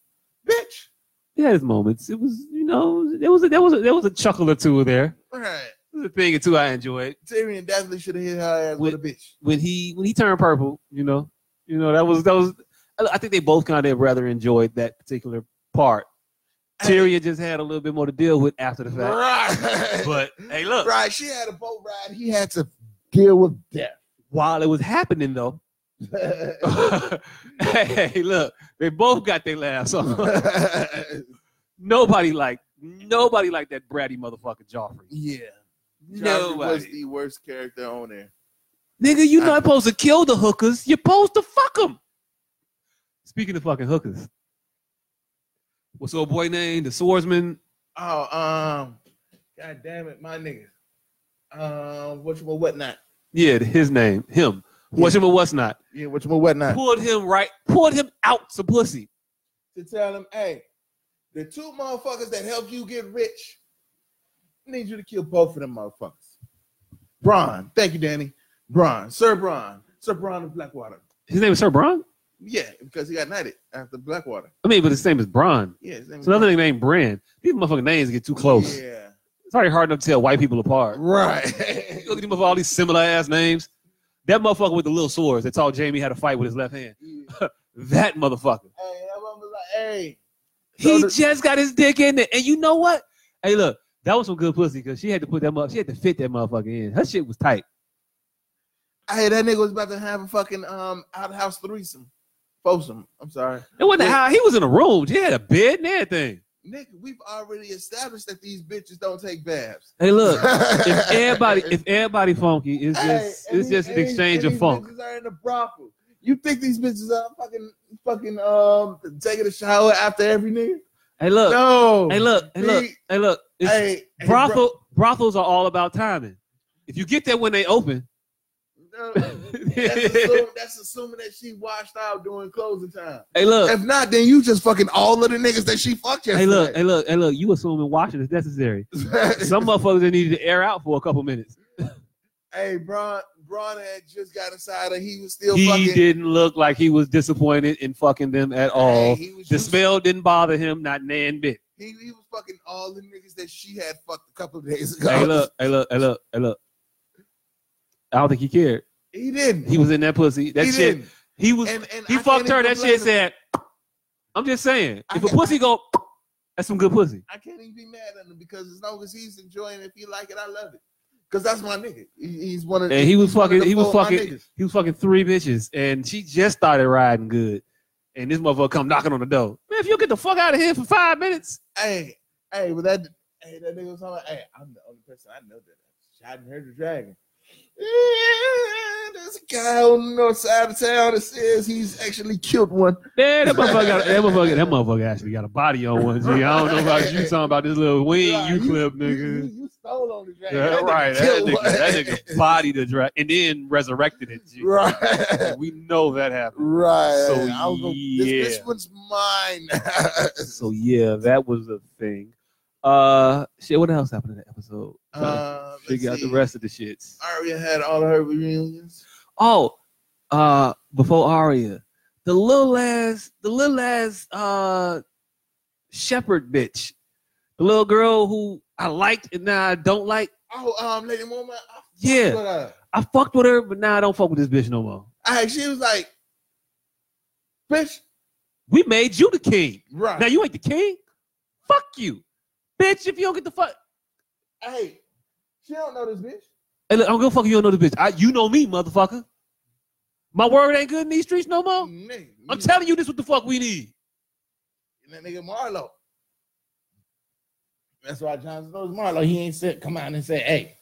S3: Bitch.
S4: It had his moments. It was, you know, there was a, there was a, there was a chuckle or two there.
S3: All right.
S4: This is a thing or two I enjoyed.
S3: Tyrion definitely should have hit her ass with, a bitch.
S4: When he when he turned purple, you know, you know that was that was. I I think they both kind of rather enjoyed that particular part. Tyrion just had a little bit more to deal with after the fact.
S3: Right.
S4: But hey, look,
S3: *laughs* right. She had a boat ride. He had to deal with
S4: while it was happening *laughs* though,
S3: death.
S4: hey, look, they both got their laughs on. *laughs* nobody liked nobody liked that bratty motherfucker Joffrey.
S3: *laughs* yeah. Joffrey was
S4: Nobody.
S3: the worst character on there.
S4: Nigga, you're
S3: I-
S4: not supposed to kill the hookers. You're supposed to fuck them. Speaking of fucking hookers, what's old boy name? The swordsman.
S3: Oh, um, god damn it, my nigga. Um, which one, whatnot?
S4: Yeah, his name, him. What's him and what's not?
S3: Yeah, which one, whatnot.
S4: Pulled him right, pulled him out to pussy.
S3: To tell him, hey, the two motherfuckers that helped you get rich, I need you to kill both of them motherfuckers. Braun, thank you, Danny. Braun, Sir Braun, Sir Braun of Blackwater.
S4: His name is Sir Bron.
S3: Yeah, because he got knighted after Blackwater.
S4: I mean, but his name is Bron.
S3: Yeah, his name
S4: It's
S3: is
S4: another
S3: Braun.
S4: nigga named Brand. These motherfucking names get too close.
S3: Yeah,
S4: It's already hard enough to tell white people apart.
S3: right. *laughs*
S4: You look at him with all these similar ass names. That motherfucker with the little swords that taught Jamie how to fight with his left hand.
S3: Yeah.
S4: *laughs* That motherfucker.
S3: Hey, that one was like, hey,
S4: He
S3: So the-
S4: just got his dick in there. And you know what? Hey, look, that was some good pussy because she had to put that mother, she had to fit that motherfucker in. Her shit was tight.
S3: hey, that nigga was about to have a fucking um outhouse threesome, foursome. I'm sorry,
S4: It wasn't
S3: Yeah.
S4: how he was in a room. She had a bed and everything.
S3: Nick. We've already established that these bitches don't take baths.
S4: Hey, *laughs* look,
S3: *laughs*
S4: if everybody, if everybody funky, it's
S3: Hey,
S4: just,
S3: and
S4: it's
S3: these-
S4: just an
S3: and these-
S4: exchange
S3: and
S4: of
S3: these
S4: funk.
S3: Bitches are in the brothel. You think these bitches are fucking fucking um taking a shower after every nigga?
S4: Hey, look,
S3: no.
S4: hey, look, hey, look,
S3: See?
S4: hey, look. It's,
S3: Hey, hey,
S4: brothel brothels are all about timing. If you get there when they open, *laughs*
S3: bro- no. That's,
S4: hey
S3: assuming, that's assuming that she washed out during closing time.
S4: look,
S3: If not, then you just fucking all of the niggas that she fucked
S4: hey look,
S3: yesterday.
S4: hey look, hey look. You assuming washing is necessary. Some motherfuckers they needed to air out for a couple minutes.
S3: *laughs* Hey, Braun, Braun had just got inside and he was still
S4: He
S3: fucking.
S4: didn't look like he was disappointed in fucking them at all.
S3: Hey, he was
S4: The
S3: just-
S4: smell didn't bother him, not nan bit.
S3: He, he was fucking all the niggas that she had fucked a couple of days ago.
S4: Hey look, hey look, hey look, hey look. I don't think he cared.
S3: *laughs* He didn't.
S4: He was in that pussy. That
S3: he
S4: shit.
S3: didn't.
S4: He was.
S3: And, and
S4: he
S3: I
S4: fucked
S3: can't
S4: her.
S3: even
S4: That shit
S3: blame him.
S4: said. I'm just saying.
S3: I
S4: If a
S3: can't-
S4: pussy go, that's some good pussy.
S3: I can't even be mad at him because as long as he's enjoying it, if he like it, I love it. Because that's my nigga. He, he's one of
S4: And he was
S3: he's one of
S4: fucking.
S3: the
S4: He was
S3: four of my
S4: fucking.
S3: niggas.
S4: He was fucking three bitches, and she just started riding good. And this motherfucker come knocking on the door. Man, if you get the fuck out of here for five minutes,
S3: Hey, hey, but that hey, that nigga was talking about, hey, I'm the only person I know that shot and heard the dragon. Yeah, there's a guy on the north side of town that says he's actually killed one.
S4: man, that motherfucker, got, that motherfucker, that motherfucker actually got a body on one. G. I don't know about you talking about this little wing
S3: Nah,
S4: you clip,
S3: You,
S4: nigga.
S3: you stole on the dragon.
S4: Yeah,
S3: That nigga
S4: right. That
S3: killed
S4: nigga,
S3: one.
S4: that nigga *laughs* body the dra- and then resurrected it. G.
S3: *laughs* Right.
S4: We know that happened.
S3: Right.
S4: So,
S3: I was gonna, This
S4: yeah.
S3: bitch one's mine. *laughs*
S4: So yeah, that was the thing. Uh, shit. What else happened in that episode? Trying to
S3: uh,
S4: figure out the rest of the shits.
S3: Aria had all of her reunions.
S4: Oh, uh, before Aria, the little ass, the little ass, uh, shepherd bitch, the little girl who I liked and now I don't like.
S3: Oh, um, Lady Moma. I fucked
S4: Yeah.
S3: with her.
S4: I fucked with her, but now I don't fuck with this bitch no more.
S3: I she was like, bitch,
S4: We made you the king.
S3: right.
S4: Now you ain't the king. Fuck you, bitch. If you don't get the fuck,
S3: hey, she don't know this bitch.
S4: hey, look, I'm gonna fuck you. You Don't know the bitch. I, you know me, motherfucker. My word ain't good in these streets no more.
S3: Mm, Nigga,
S4: Oh, I'm telling you, this what the fuck we need.
S3: And that nigga Marlo. That's why Johnson knows Marlo. He ain't said, come out and say, hey,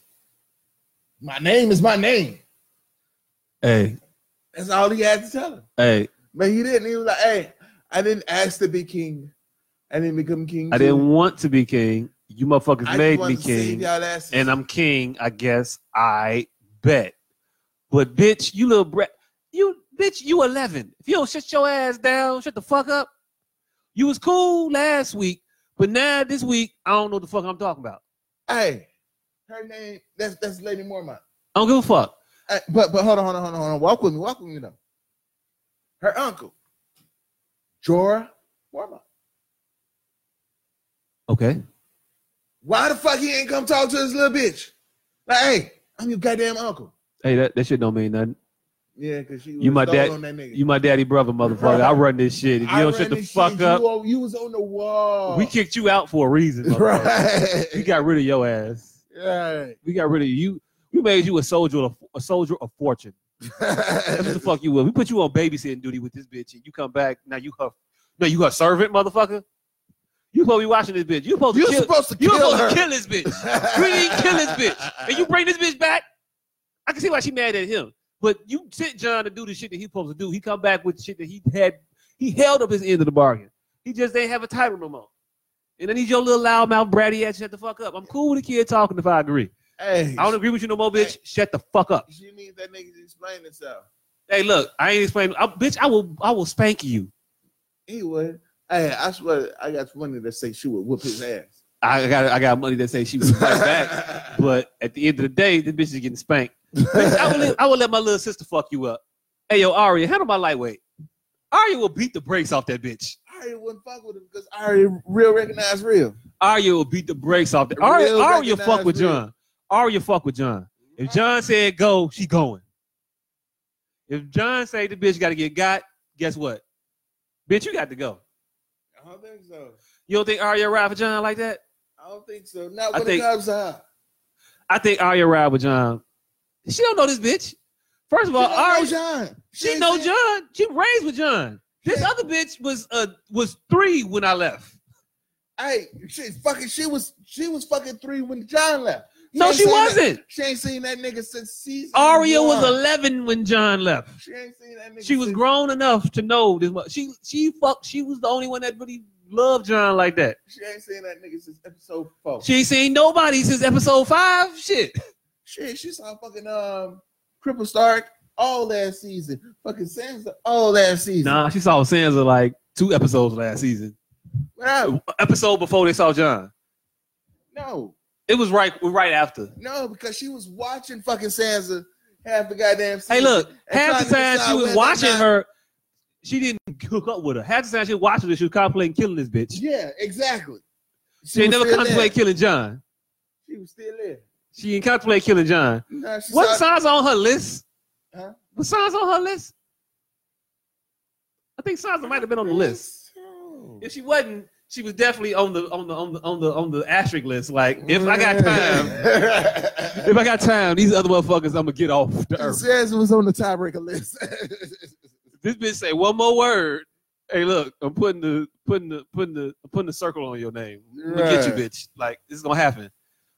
S3: my name is my name.
S4: Hey,
S3: That's all he had to tell her.
S4: hey,
S3: But he didn't. He was like, hey, I didn't ask to be king. I didn't become king.
S4: I
S3: too.
S4: didn't want to be king. You motherfuckers
S3: I
S4: made me
S3: just wanted to save
S4: king,
S3: y'all asses.
S4: and I'm king. I guess I bet. But bitch, you little brat, you bitch, you 11. If you don't shut your ass down, shut the fuck up. You was cool last week, but now this week I don't know what the fuck I'm talking about.
S3: Hey, her name. That's that's Lady Mormont.
S4: I don't give a fuck.
S3: Hey, but but hold on, hold on, hold on, hold on. Walk with me, walk with me though. Her uncle, Jorah Mormont.
S4: Okay.
S3: Why the fuck he ain't come talk to this little bitch? Like, hey, I'm your goddamn uncle.
S4: Hey, that, that shit don't mean nothing.
S3: Yeah, cause she was
S4: You my
S3: throwing
S4: dad-
S3: on that nigga.
S4: You my daddy brother, motherfucker. I run this shit. If you
S3: I
S4: don't
S3: ran
S4: shut the
S3: this
S4: fuck
S3: shit,
S4: up,
S3: You, on- you was on the wall. *laughs*
S4: we kicked you out for a reason. motherfucker.
S3: right.
S4: We got rid of your ass.
S3: right.
S4: We got rid of you. We made you a soldier, of, a soldier of fortune.
S3: *laughs*
S4: That's what the fuck you were. We put you on babysitting duty with this bitch, and you come back. Now you her, no, you her servant, motherfucker. You supposed to be watching this bitch. You supposed to
S3: You're
S4: kill.
S3: supposed to
S4: you
S3: kill
S4: supposed
S3: her.
S4: to kill this bitch, You didn't kill this bitch. and you bring this bitch back. I can see why she mad at him, but you sent John to do the shit that he supposed to do. He come back with shit that he had. He held up his end of the bargain. He just ain't have a title no more. And I need your little loudmouth bratty ass to shut the fuck up. I'm cool with a kid talking if I agree.
S3: *laughs* Hey,
S4: I don't agree with you no more, bitch. Shut the fuck up.
S3: you need that nigga to explain himself.
S4: Hey, look, I ain't explaining. I, bitch, I will, I will spank you.
S3: He would. Hey, I swear, I got money that say she would whoop his
S4: *laughs*
S3: ass.
S4: I got, I got money that say she was fight
S3: *laughs*
S4: back, but at the end of the day, this bitch is getting spanked. Bitch, I will, let, I will let my little sister fuck you up. Hey, yo, Aria, handle my lightweight. Aria will beat the brakes off that bitch.
S3: Ari wouldn't fuck with him because Ari real recognize real.
S4: Aria will beat the brakes off that. Aria,
S3: Real
S4: Aria fuck
S3: recognized
S4: with
S3: real.
S4: John. Aria fuck with John. If John said go, she going. If John say the bitch got to get got, guess what? Bitch, you got to go.
S3: I don't think so.
S4: You don't think Aria ride for John like that?
S3: I don't think so. Not
S4: I
S3: when
S4: think-
S3: it comes to her.
S4: I think Aria ride with John. She don't know this bitch. First of all,
S3: she don't know
S4: Aria,
S3: John.
S4: she
S3: ain't
S4: know
S3: seen-
S4: John. She raised with John. This
S3: Yeah.
S4: other bitch was uh was three when I left.
S3: Hey, she fucking. She was. She was fucking three when John left.
S4: No,
S3: ain't
S4: she
S3: seen that-
S4: wasn't.
S3: she ain't seen that nigga since season.
S4: Aria was
S3: one.
S4: eleven when John left.
S3: She ain't seen that nigga.
S4: She was
S3: since-
S4: grown enough to know this. mu- She she fuck. She was the only one that really loved John like that.
S3: She ain't seen that nigga since episode four.
S4: She ain't seen nobody since episode five. Shit.
S3: Shit, she saw fucking um Cripple Stark all last season. Fucking Sansa all last season.
S4: Nah, she saw Sansa like two episodes last season.
S3: What up?
S4: Episode before they saw John.
S3: No,
S4: It was right right after.
S3: no, because she was watching fucking Sansa half the goddamn season.
S4: Hey, look,
S3: and
S4: half
S3: trying
S4: the
S3: to
S4: time
S3: decide
S4: she was
S3: whether or
S4: watching
S3: not-
S4: her, she didn't hook up with her. Half the time she was watching her, she was contemplating killing this bitch.
S3: Yeah, exactly.
S4: She ain't
S3: was
S4: never
S3: still
S4: contemplate
S3: there.
S4: killing John.
S3: She was still there.
S4: She didn't contemplate killing John.
S3: Nah, she
S4: What
S3: saw-
S4: songs on her list?
S3: Huh?
S4: What songs on her list? I think Sansa might have been on the list. If she wasn't, she was definitely on the on the on the on the on the asterisk list. Like, if I got time, if I got time, these other motherfuckers, I'm gonna get off the earth.
S3: *laughs* Sansa was on the tiebreaker list.
S4: this bitch say one more word. Hey, look, I'm putting the putting the putting the I'm putting the circle on your name. I'm gonna get you,
S3: Right.
S4: bitch. Like this is gonna happen.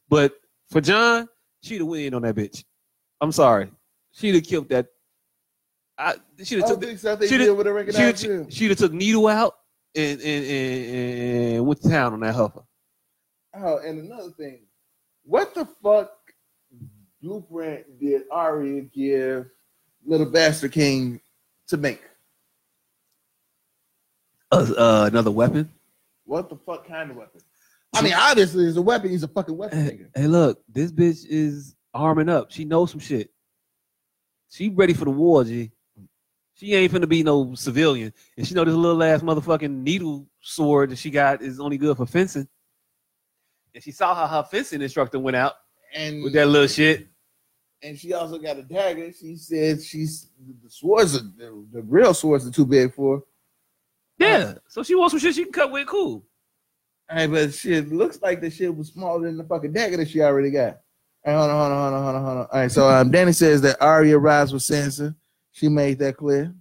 S4: But for John, she'd have win on that bitch. I'm sorry, she'd have killed that. I she'd
S3: I
S4: have
S3: don't
S4: took the-
S3: think so. I
S4: *laughs*
S3: think
S4: she did-
S3: Bill would have
S4: she'd have-
S3: recognized you.
S4: she'd have took needle out and and and, and went to town on that huffer.
S3: Oh, and another thing, what the fuck blueprint did Arya give Little Bastard King to make?
S4: Uh, uh, another weapon.
S3: What the fuck kind of weapon? I mean, obviously, it's a weapon. He's a fucking weapon
S4: Hey,
S3: nigga.
S4: hey, look, this bitch is arming up. She knows some shit. She ready for the war, G. She ain't finna be no civilian. And she know this little ass motherfucking needle sword that she got is only good for fencing. And she saw how her fencing instructor went out with
S3: And
S4: that little shit.
S3: and she also got a dagger. She said she's the swords are the, the real swords are too big for. her.
S4: Yeah. So she wants some shit she can cut with cool.
S3: Hey, but shit looks like the shit was smaller than the fucking dagger that she already got. Hey, hold on, hold on, hold on, hold on, hold on. All right, so um, Danny says that Arya rides with Sansa. She made that clear.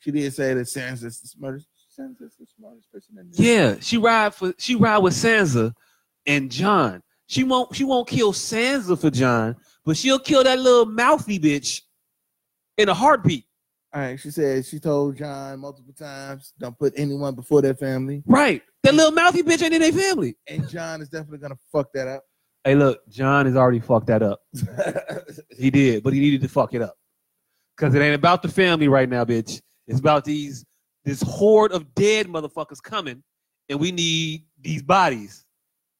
S3: She did say that Sansa's the smartest. Sansa's the smartest person in this.
S4: Yeah, she ride for she ride with Sansa and John. She won't she won't kill Sansa for John, but she'll kill that little mouthy bitch in a heartbeat.
S3: All right, she said she told John multiple times, don't put anyone before their family.
S4: Right. That little mouthy bitch ain't in their family.
S3: And John is definitely gonna fuck that up.
S4: Hey, look, John has already fucked that *laughs* up. He did, but he needed to fuck it up. Cause it ain't about the family right now, bitch. It's about these this horde of dead motherfuckers coming, and we need these bodies.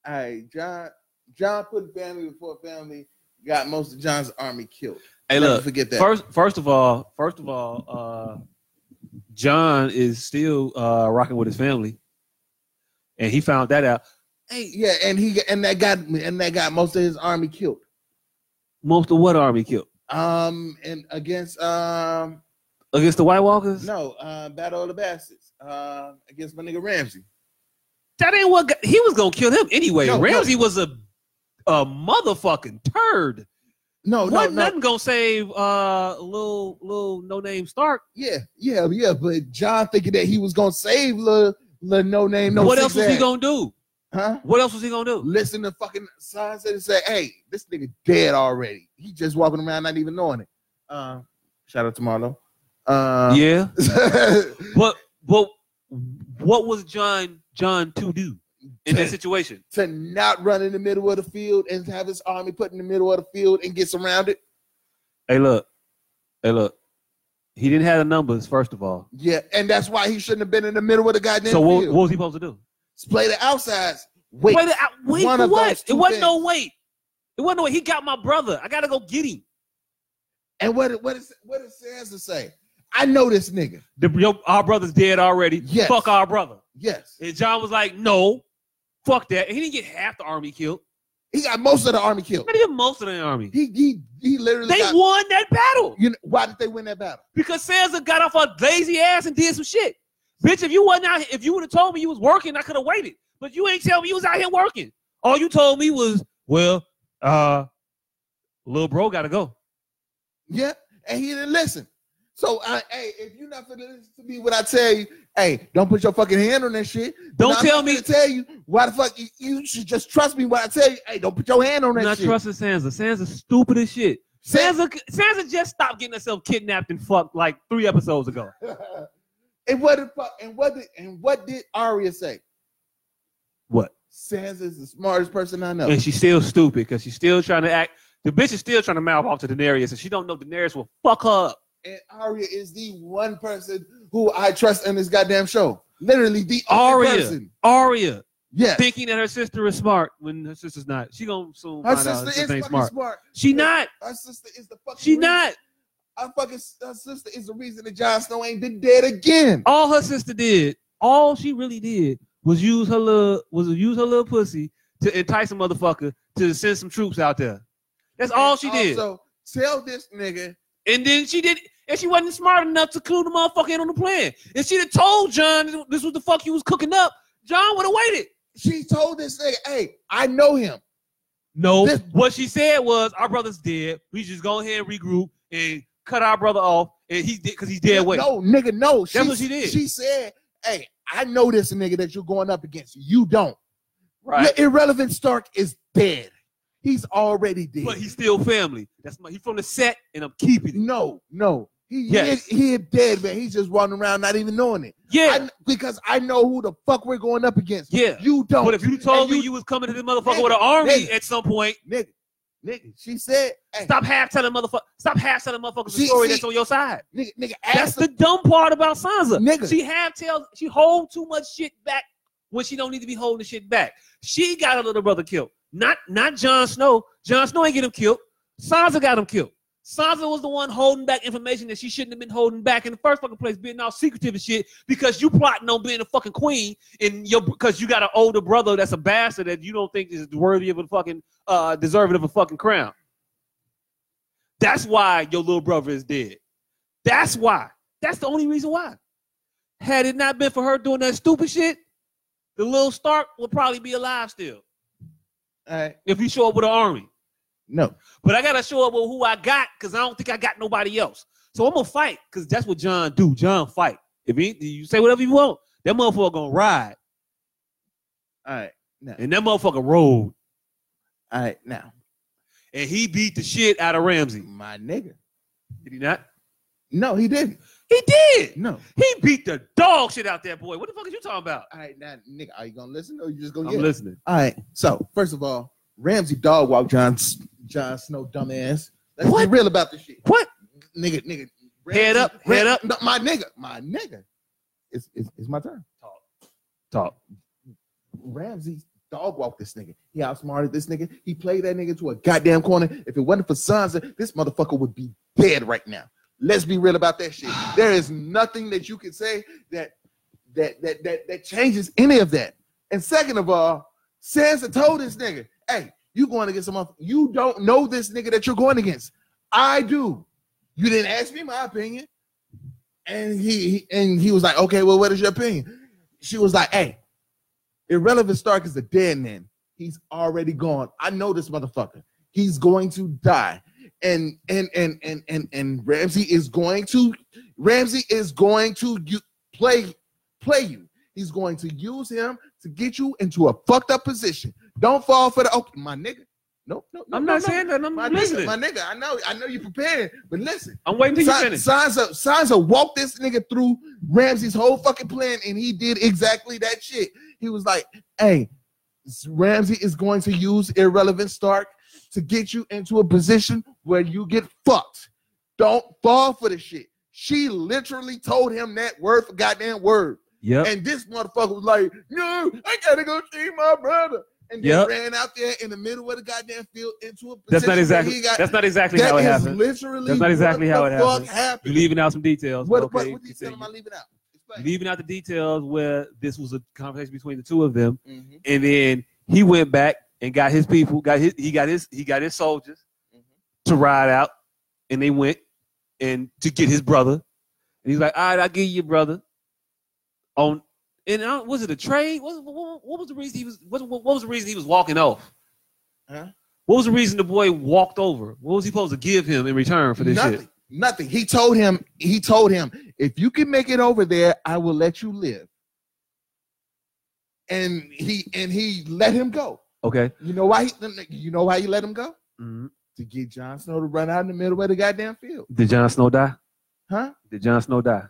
S3: All right, John. John put family before family. Got most of John's army killed.
S4: Hey,
S3: Never
S4: look,
S3: forget that.
S4: First, first of all, first of all, uh, John is still uh, rocking with his family, and he found that out. Hey,
S3: yeah, and he and that got and that got most of his army killed.
S4: most of what army killed
S3: Um, and against um
S4: against the White Walkers?
S3: no uh, Battle of the Bastards. Uh, against my nigga Ramsey.
S4: That ain't what got, he was gonna kill him anyway.
S3: No, no.
S4: Ramsey was a a motherfucking turd.
S3: No,
S4: What
S3: no, no.
S4: nothing gonna save uh little little no name Stark.
S3: Yeah, yeah, yeah. But John thinking that he was gonna save little no name no.
S4: what else was
S3: six
S4: he
S3: ass.
S4: gonna do?
S3: Huh?
S4: What else was he gonna do?
S3: Listen to fucking signs and say, "Hey, this nigga dead already. He just walking around not even knowing it." Uh, shout out to Marlo. Uh,
S4: yeah,
S3: yeah.
S4: but but what was John John to do? in that situation.
S3: *laughs* to not run in the middle of the field and have his army put in the middle of the field and get surrounded?
S4: Hey, look. Hey, look. He didn't have the numbers, first of all.
S3: Yeah, and that's why he shouldn't have been in the middle of the goddamn
S4: So what,
S3: field.
S4: what was he supposed to do?
S3: Play the outsides. Wait,
S4: Wait, I- wait
S3: One
S4: for
S3: of
S4: what?
S3: those
S4: It
S3: two
S4: wasn't no
S3: things.
S4: wait. It wasn't no wait. He got my brother. I gotta go get him.
S3: and what it- what is what it says to say? I know this nigga.
S4: The, yo, our brother's dead already.
S3: Yes.
S4: Fuck our brother.
S3: Yes,
S4: And John was like, no, fuck that. And he didn't get half the army killed.
S3: he got most of the army killed.
S4: Not even most of the army.
S3: He he he literally.
S4: They
S3: got,
S4: won that battle
S3: you know, why did they win that battle?
S4: because Sansa got off her lazy ass and did some shit. Bitch, if you wasn't out, here- if you would have told me you was working, I could have waited. But you ain't tell me you was out here working. All you told me was, well, uh, little bro gotta go.
S3: Yeah, and he didn't listen. So, I, hey, if you're not finna listen to me when I tell you, hey, don't put your fucking hand on that shit.
S4: Don't
S3: And I'm
S4: tell
S3: not
S4: me-
S3: finna tell you why the fuck you, you should just trust me when I tell you, hey, don't put your hand on
S4: I'm
S3: that
S4: not
S3: shit.
S4: trusting Sansa. Sansa's stupid as shit. Sansa, Sansa just stopped getting herself kidnapped and fucked like three episodes ago.
S3: *laughs* and what did fu- and what did and what did Arya say?
S4: What?
S3: Sansa is the smartest person I know.
S4: And she's still stupid because she's still trying to act. The bitch is still trying to mouth off to Daenerys, and she don't know Daenerys will fuck her up.
S3: and Arya is the one person who I trust in this goddamn show. Literally the only
S4: Arya.
S3: person.
S4: Arya
S3: Yes.
S4: thinking that her sister is smart when her sister's not. She gonna soon
S3: Her
S4: find out her
S3: sister is
S4: sister
S3: fucking
S4: ain't smart.
S3: smart.
S4: She not.
S3: Her sister is the fucking
S4: She
S3: reason-
S4: not.
S3: Our fucking s- our sister is the reason that Jon Snow ain't been dead again.
S4: All her sister did, all she really did was use her little was use her little pussy to entice a motherfucker to send some troops out there. That's all she did.
S3: So tell this nigga,
S4: And then she did, and she wasn't smart enough to clue the motherfucker in on the plan. And she'd have told John this was the fuck he was cooking up. John would have waited.
S3: she told this nigga, hey, I know him.
S4: No,
S3: This-
S4: what she said was, "Our brother's dead. We just go ahead and regroup and cut our brother off, and he's dead because he's dead weight."
S3: No, nigga, no.
S4: That's what she did.
S3: She said, hey, I know this nigga that you're going up against. You don't.
S4: right?
S3: The irrelevant Stark is dead. He's already dead.
S4: But he's still family. That's my. He's from the set, and I'm keeping it.
S3: no, no. He,
S4: Yes.
S3: he, he is dead, man. He's just running around not even knowing it.
S4: Yeah,
S3: I- because I know who the fuck we're going up against.
S4: yeah.
S3: You don't.
S4: But if you told
S3: And
S4: me you was coming to this motherfucker with an army
S3: Nigga.
S4: at some point,
S3: nigga, nigga, she said, hey,
S4: stop half telling motherfucker, stop half telling motherfuckers the
S3: See,
S4: story
S3: see-
S4: that's on your side.
S3: nigga, nigga,
S4: That's
S3: ask
S4: the dumb part about Sansa.
S3: Nigga.
S4: She have tells she hold too much shit back when she don't need to be holding shit back. She got her little brother killed. Not not Jon Snow. Jon Snow ain't get him killed. Sansa got him killed. Sansa was the one holding back information that she shouldn't have been holding back in the first fucking place, being all secretive and shit because you plotting on being a fucking queen and your because you got an older brother that's a bastard that you don't think is worthy of a fucking uh deserving of a fucking crown. That's why your little brother is dead. That's why. That's the only reason why. Had it not been for her doing that stupid shit, the little Stark would probably be alive still
S3: All right.
S4: if you show up with an army.
S3: No.
S4: But I gotta show up with who I got because I don't think I got nobody else. So I'm gonna fight because that's what John do. John fight. If he, you say whatever you want, that motherfucker gonna ride
S3: All right. Now.
S4: and that motherfucker rode
S3: All right. Now.
S4: and he beat the shit out of Ramsey.
S3: My nigga.
S4: Did he not?
S3: No, he didn't.
S4: He did.
S3: No.
S4: He beat the dog shit out that boy. What the fuck are you talking about?
S3: All right. Now, nigga, are you going to listen or you just going
S4: I'm
S3: to get
S4: listening.
S3: All right. So, first of all, Ramsey dog walked John, S- John Snow, dumbass. Let's
S4: What?
S3: be real about this shit.
S4: What?
S3: Nigga, nigga.
S4: Head up, head up.
S3: no, my nigga. My nigga. It's, it's, it's my turn.
S4: Talk.
S3: Ramsey dog walked this nigga. He outsmarted this nigga. He played that nigga to a goddamn corner. If it wasn't for Sansa, this motherfucker would be dead right now. Let's be real
S4: *sighs*
S3: about that shit. There is nothing that you can say that that that that that changes any of that. And second of all, Sansa told this nigga, "Hey, you going against some motherf- you don't know this nigga that you're going against. I do. You didn't ask me my opinion." And he, he and he was like, "Okay, well, what is your opinion?" She was like, "Hey, Irrelevant Stark is a dead man. He's already gone. I know this motherfucker. He's going to die. And and and and and and Ramsey is going to Ramsey is going to you play play you. He's going to use him to get you into a fucked up position. Don't fall for the okay, my nigga. Nope, no, no,
S4: I'm
S3: no,
S4: not
S3: no.
S4: saying that. I'm
S3: my
S4: listening.
S3: nigga, my nigga. I know, I know you're preparing, but listen.
S4: I'm waiting till you
S3: San-
S4: finish.
S3: Sansa, Sansa walked this nigga through Ramsey's whole fucking plan, and he did exactly that shit. He was like, "Hey, Ramsey is going to use irrelevant Stark to get you into a position where you get fucked. Don't fall for the shit." She literally told him that word for goddamn word.
S4: Yep.
S3: And this motherfucker was like, no, I gotta go see my brother. And then
S4: Yep.
S3: ran out there in the middle of the goddamn field into a position
S4: that's not
S3: where
S4: exactly.
S3: he got-
S4: that's not exactly
S3: that
S4: how it
S3: is
S4: happened.
S3: Literally
S4: That's not exactly
S3: what
S4: how
S3: the
S4: it
S3: fuck
S4: happened.
S3: happened.
S4: You're leaving out some details.
S3: What,
S4: but
S3: what,
S4: okay,
S3: what detail am I
S4: continue.
S3: leaving out? Explain.
S4: leaving out the details where this was a conversation between the two of them,
S3: Mhm,
S4: and then he went back and got his people, got his he got his he got his soldiers
S3: mhm.
S4: to ride out, and they went and to get his brother, and he's like, "All right, I'll give you your brother." On and I, don't- was it a trade? What, what, what was the reason he was? What, what was the reason he was walking off?
S3: Huh?
S4: What was the reason the boy walked over? What was he supposed to give him in return for this
S3: nothing.
S4: shit?
S3: Nothing. He told him, he told him, if you can make it over there, I will let you live. And he and he let him go.
S4: Okay.
S3: You know why he you know why he let him go?
S4: Mhm.
S3: To get Jon Snow to run out in the middle of the goddamn field.
S4: Did Jon Snow die?
S3: Huh?
S4: Did Jon Snow die?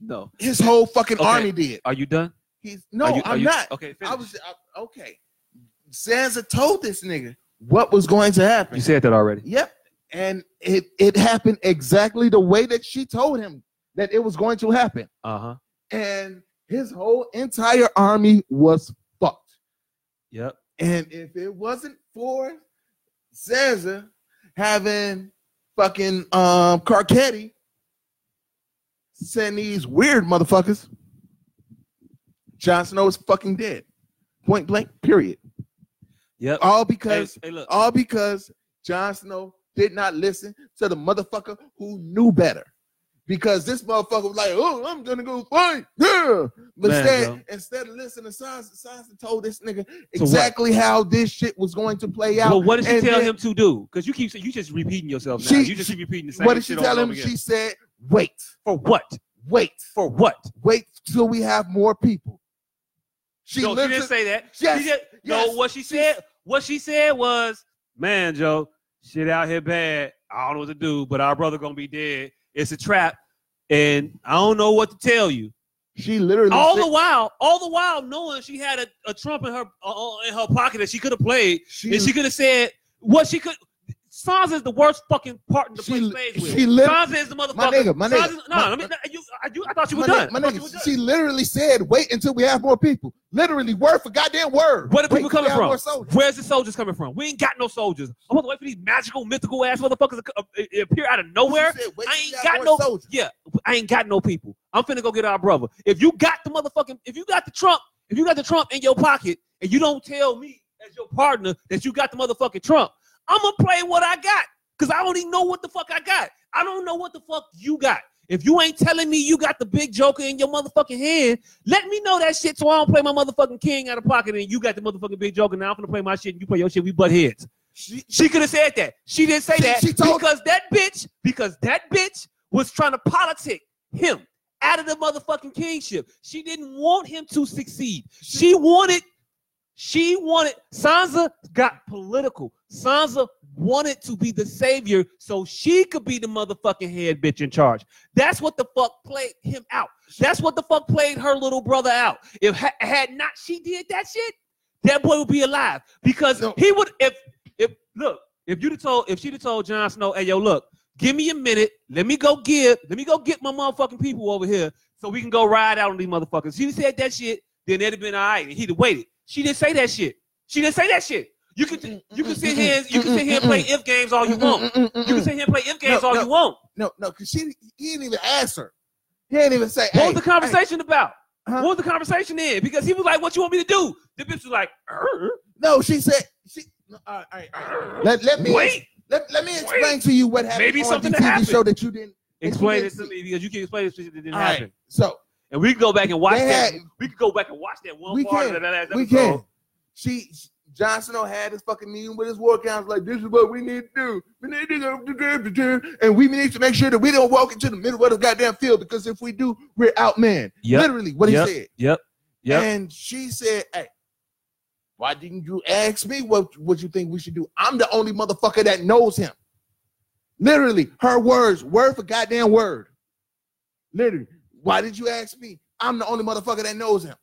S4: No.
S3: His whole fucking
S4: Okay.
S3: army did.
S4: Are you done?
S3: He's no,
S4: Are you- are
S3: I'm
S4: you-
S3: not.
S4: Okay,
S3: I
S4: finish.
S3: was I- okay. Sansa told this nigga what was going to happen.
S4: you said that already.
S3: Yep. And it it happened exactly the way that she told him that it was going to happen.
S4: Uh huh.
S3: And his whole entire army was fucked.
S4: Yep.
S3: And if it wasn't for Sansa having fucking um Carcetti send these weird motherfuckers, Jon Snow is fucking dead. Point blank, period.
S4: Yep.
S3: All
S4: Hey,
S3: Oh, because oh,
S4: hey, look.
S3: all because Jon Snow did not listen to the motherfucker who knew better. Because this motherfucker was like, oh, I'm gonna go fight. Yeah. But
S4: Man,
S3: instead,
S4: bro.
S3: instead of listening, Sansa, Sansa told this nigga
S4: what?
S3: exactly how this shit was going to play out.
S4: Well, what did she
S3: And
S4: tell
S3: then-
S4: him to do? Because you keep saying you just repeating yourself now.
S3: She-
S4: you just keep repeating the same
S3: What did she
S4: shit
S3: tell
S4: over and
S3: him?
S4: over again.
S3: She said, wait,
S4: for what?
S3: wait,
S4: For what?
S3: wait till we have more people. She
S4: no, she
S3: literally-
S4: didn't say that.
S3: Yes,
S4: she did,
S3: yes,
S4: no, what she said, what she said was, man, Joe, shit out here bad. I don't know what to do, but our brother gonna be dead. It's a trap, and I don't know what to tell you.
S3: she literally
S4: All
S3: said,
S4: the while, all the while, knowing she had a, a trump in her uh, in her pocket that she could have played,
S3: she,
S4: and she could have said what she could. Sansa is the worst fucking partner to play
S3: She-
S4: spades with.
S3: she lit-
S4: Sansa is the motherfucker.
S3: My nigga, my nigga,
S4: Sansa's- no,
S3: my-
S4: I mean, you, I, you, I thought you were
S3: My
S4: done.
S3: nigga, my
S4: I thought
S3: nigga,
S4: you were done.
S3: she literally said, "Wait until we have more people." Literally, word for goddamn word.
S4: Where the people
S3: Wait till we
S4: coming
S3: have
S4: from?
S3: more soldiers.
S4: Where's the soldiers coming from? We ain't got no soldiers. I'm gonna wait for these magical, mythical ass motherfuckers to co- uh, uh, appear out of nowhere.
S3: She said, "Wait
S4: I
S3: till we
S4: ain't
S3: have
S4: got
S3: more
S4: no-
S3: soldiers."
S4: Yeah, I ain't got no people. I'm finna go get our brother. If you got the motherfucking, if you got the Trump, if you got the Trump in your pocket, and you don't tell me as your partner that you got the motherfucking Trump, I'm gonna play what I got because I don't even know what the fuck I got. I don't know what the fuck you got. If you ain't telling me you got the big joker in your motherfucking hand, let me know that shit so I don't play my motherfucking king out of pocket and you got the motherfucking big joker. Now I'm gonna play my shit and you play your shit. We butt heads.
S3: She,
S4: She could have said that. She didn't say
S3: She-
S4: that
S3: she told-
S4: because that bitch, because that bitch was trying to politic him out of the motherfucking kingship. She didn't want him to succeed. She wanted, she wanted Sansa got political. Sansa wanted to be the savior so she could be the motherfucking head bitch in charge. That's what the fuck played him out. That's what the fuck played her little brother out. If ha- had not she did that shit, that boy would be alive because
S3: No.
S4: he would. If if look, if you'd have told, if she'd have told Jon Snow, "Hey yo, look, give me a minute. Let me go get, let me go get my motherfucking people over here so we can go ride out on these motherfuckers." She said that shit, then it'd have been all right, and he'd have waited. She didn't say that shit. She didn't say that shit. You can you can sit here and- you can sit here and play if games all you want.
S3: Mm, mm, mm, mm,
S4: You can
S3: mm.
S4: sit here and play if games
S3: No,
S4: all
S3: no.
S4: you want.
S3: no, no, because she he didn't even ask her. He didn't even say.
S4: What
S3: hey,
S4: was the conversation about?
S3: hey, huh?
S4: What was the conversation in? Because he was like, "What you want me to do?" The bitch was like, "Er,
S3: No, she said. She, no, all right, all right, all
S4: er,
S3: right. Let let me
S4: wait."
S3: let, let me
S4: Wait.
S3: explain to you what happened
S4: Maybe
S3: on
S4: something
S3: the TV
S4: happened.
S3: show that you didn't.
S4: Explain
S3: didn't
S4: it to
S3: see-
S4: me because you can explain this shit that didn't
S3: All
S4: happen.
S3: right, so
S4: And we can go back and watch
S3: They
S4: that.
S3: had-
S4: We could go back and watch that one
S3: We
S4: part
S3: can.
S4: of that last episode.
S3: we can. She John Snow had his fucking meeting with his war council, like this is what we need to do. We need to go to the turn, and we need to make sure that we don't walk into the middle of the goddamn field because if we do, we're outmanned.
S4: Yep.
S3: Literally, what
S4: Yep.
S3: he said.
S4: Yep. Yep.
S3: And she said, Hey, why didn't you ask me what, what you think we should do? I'm the only motherfucker that knows him. Literally, her words, word for goddamn word. Literally, why did you ask me? I'm the only motherfucker that knows him.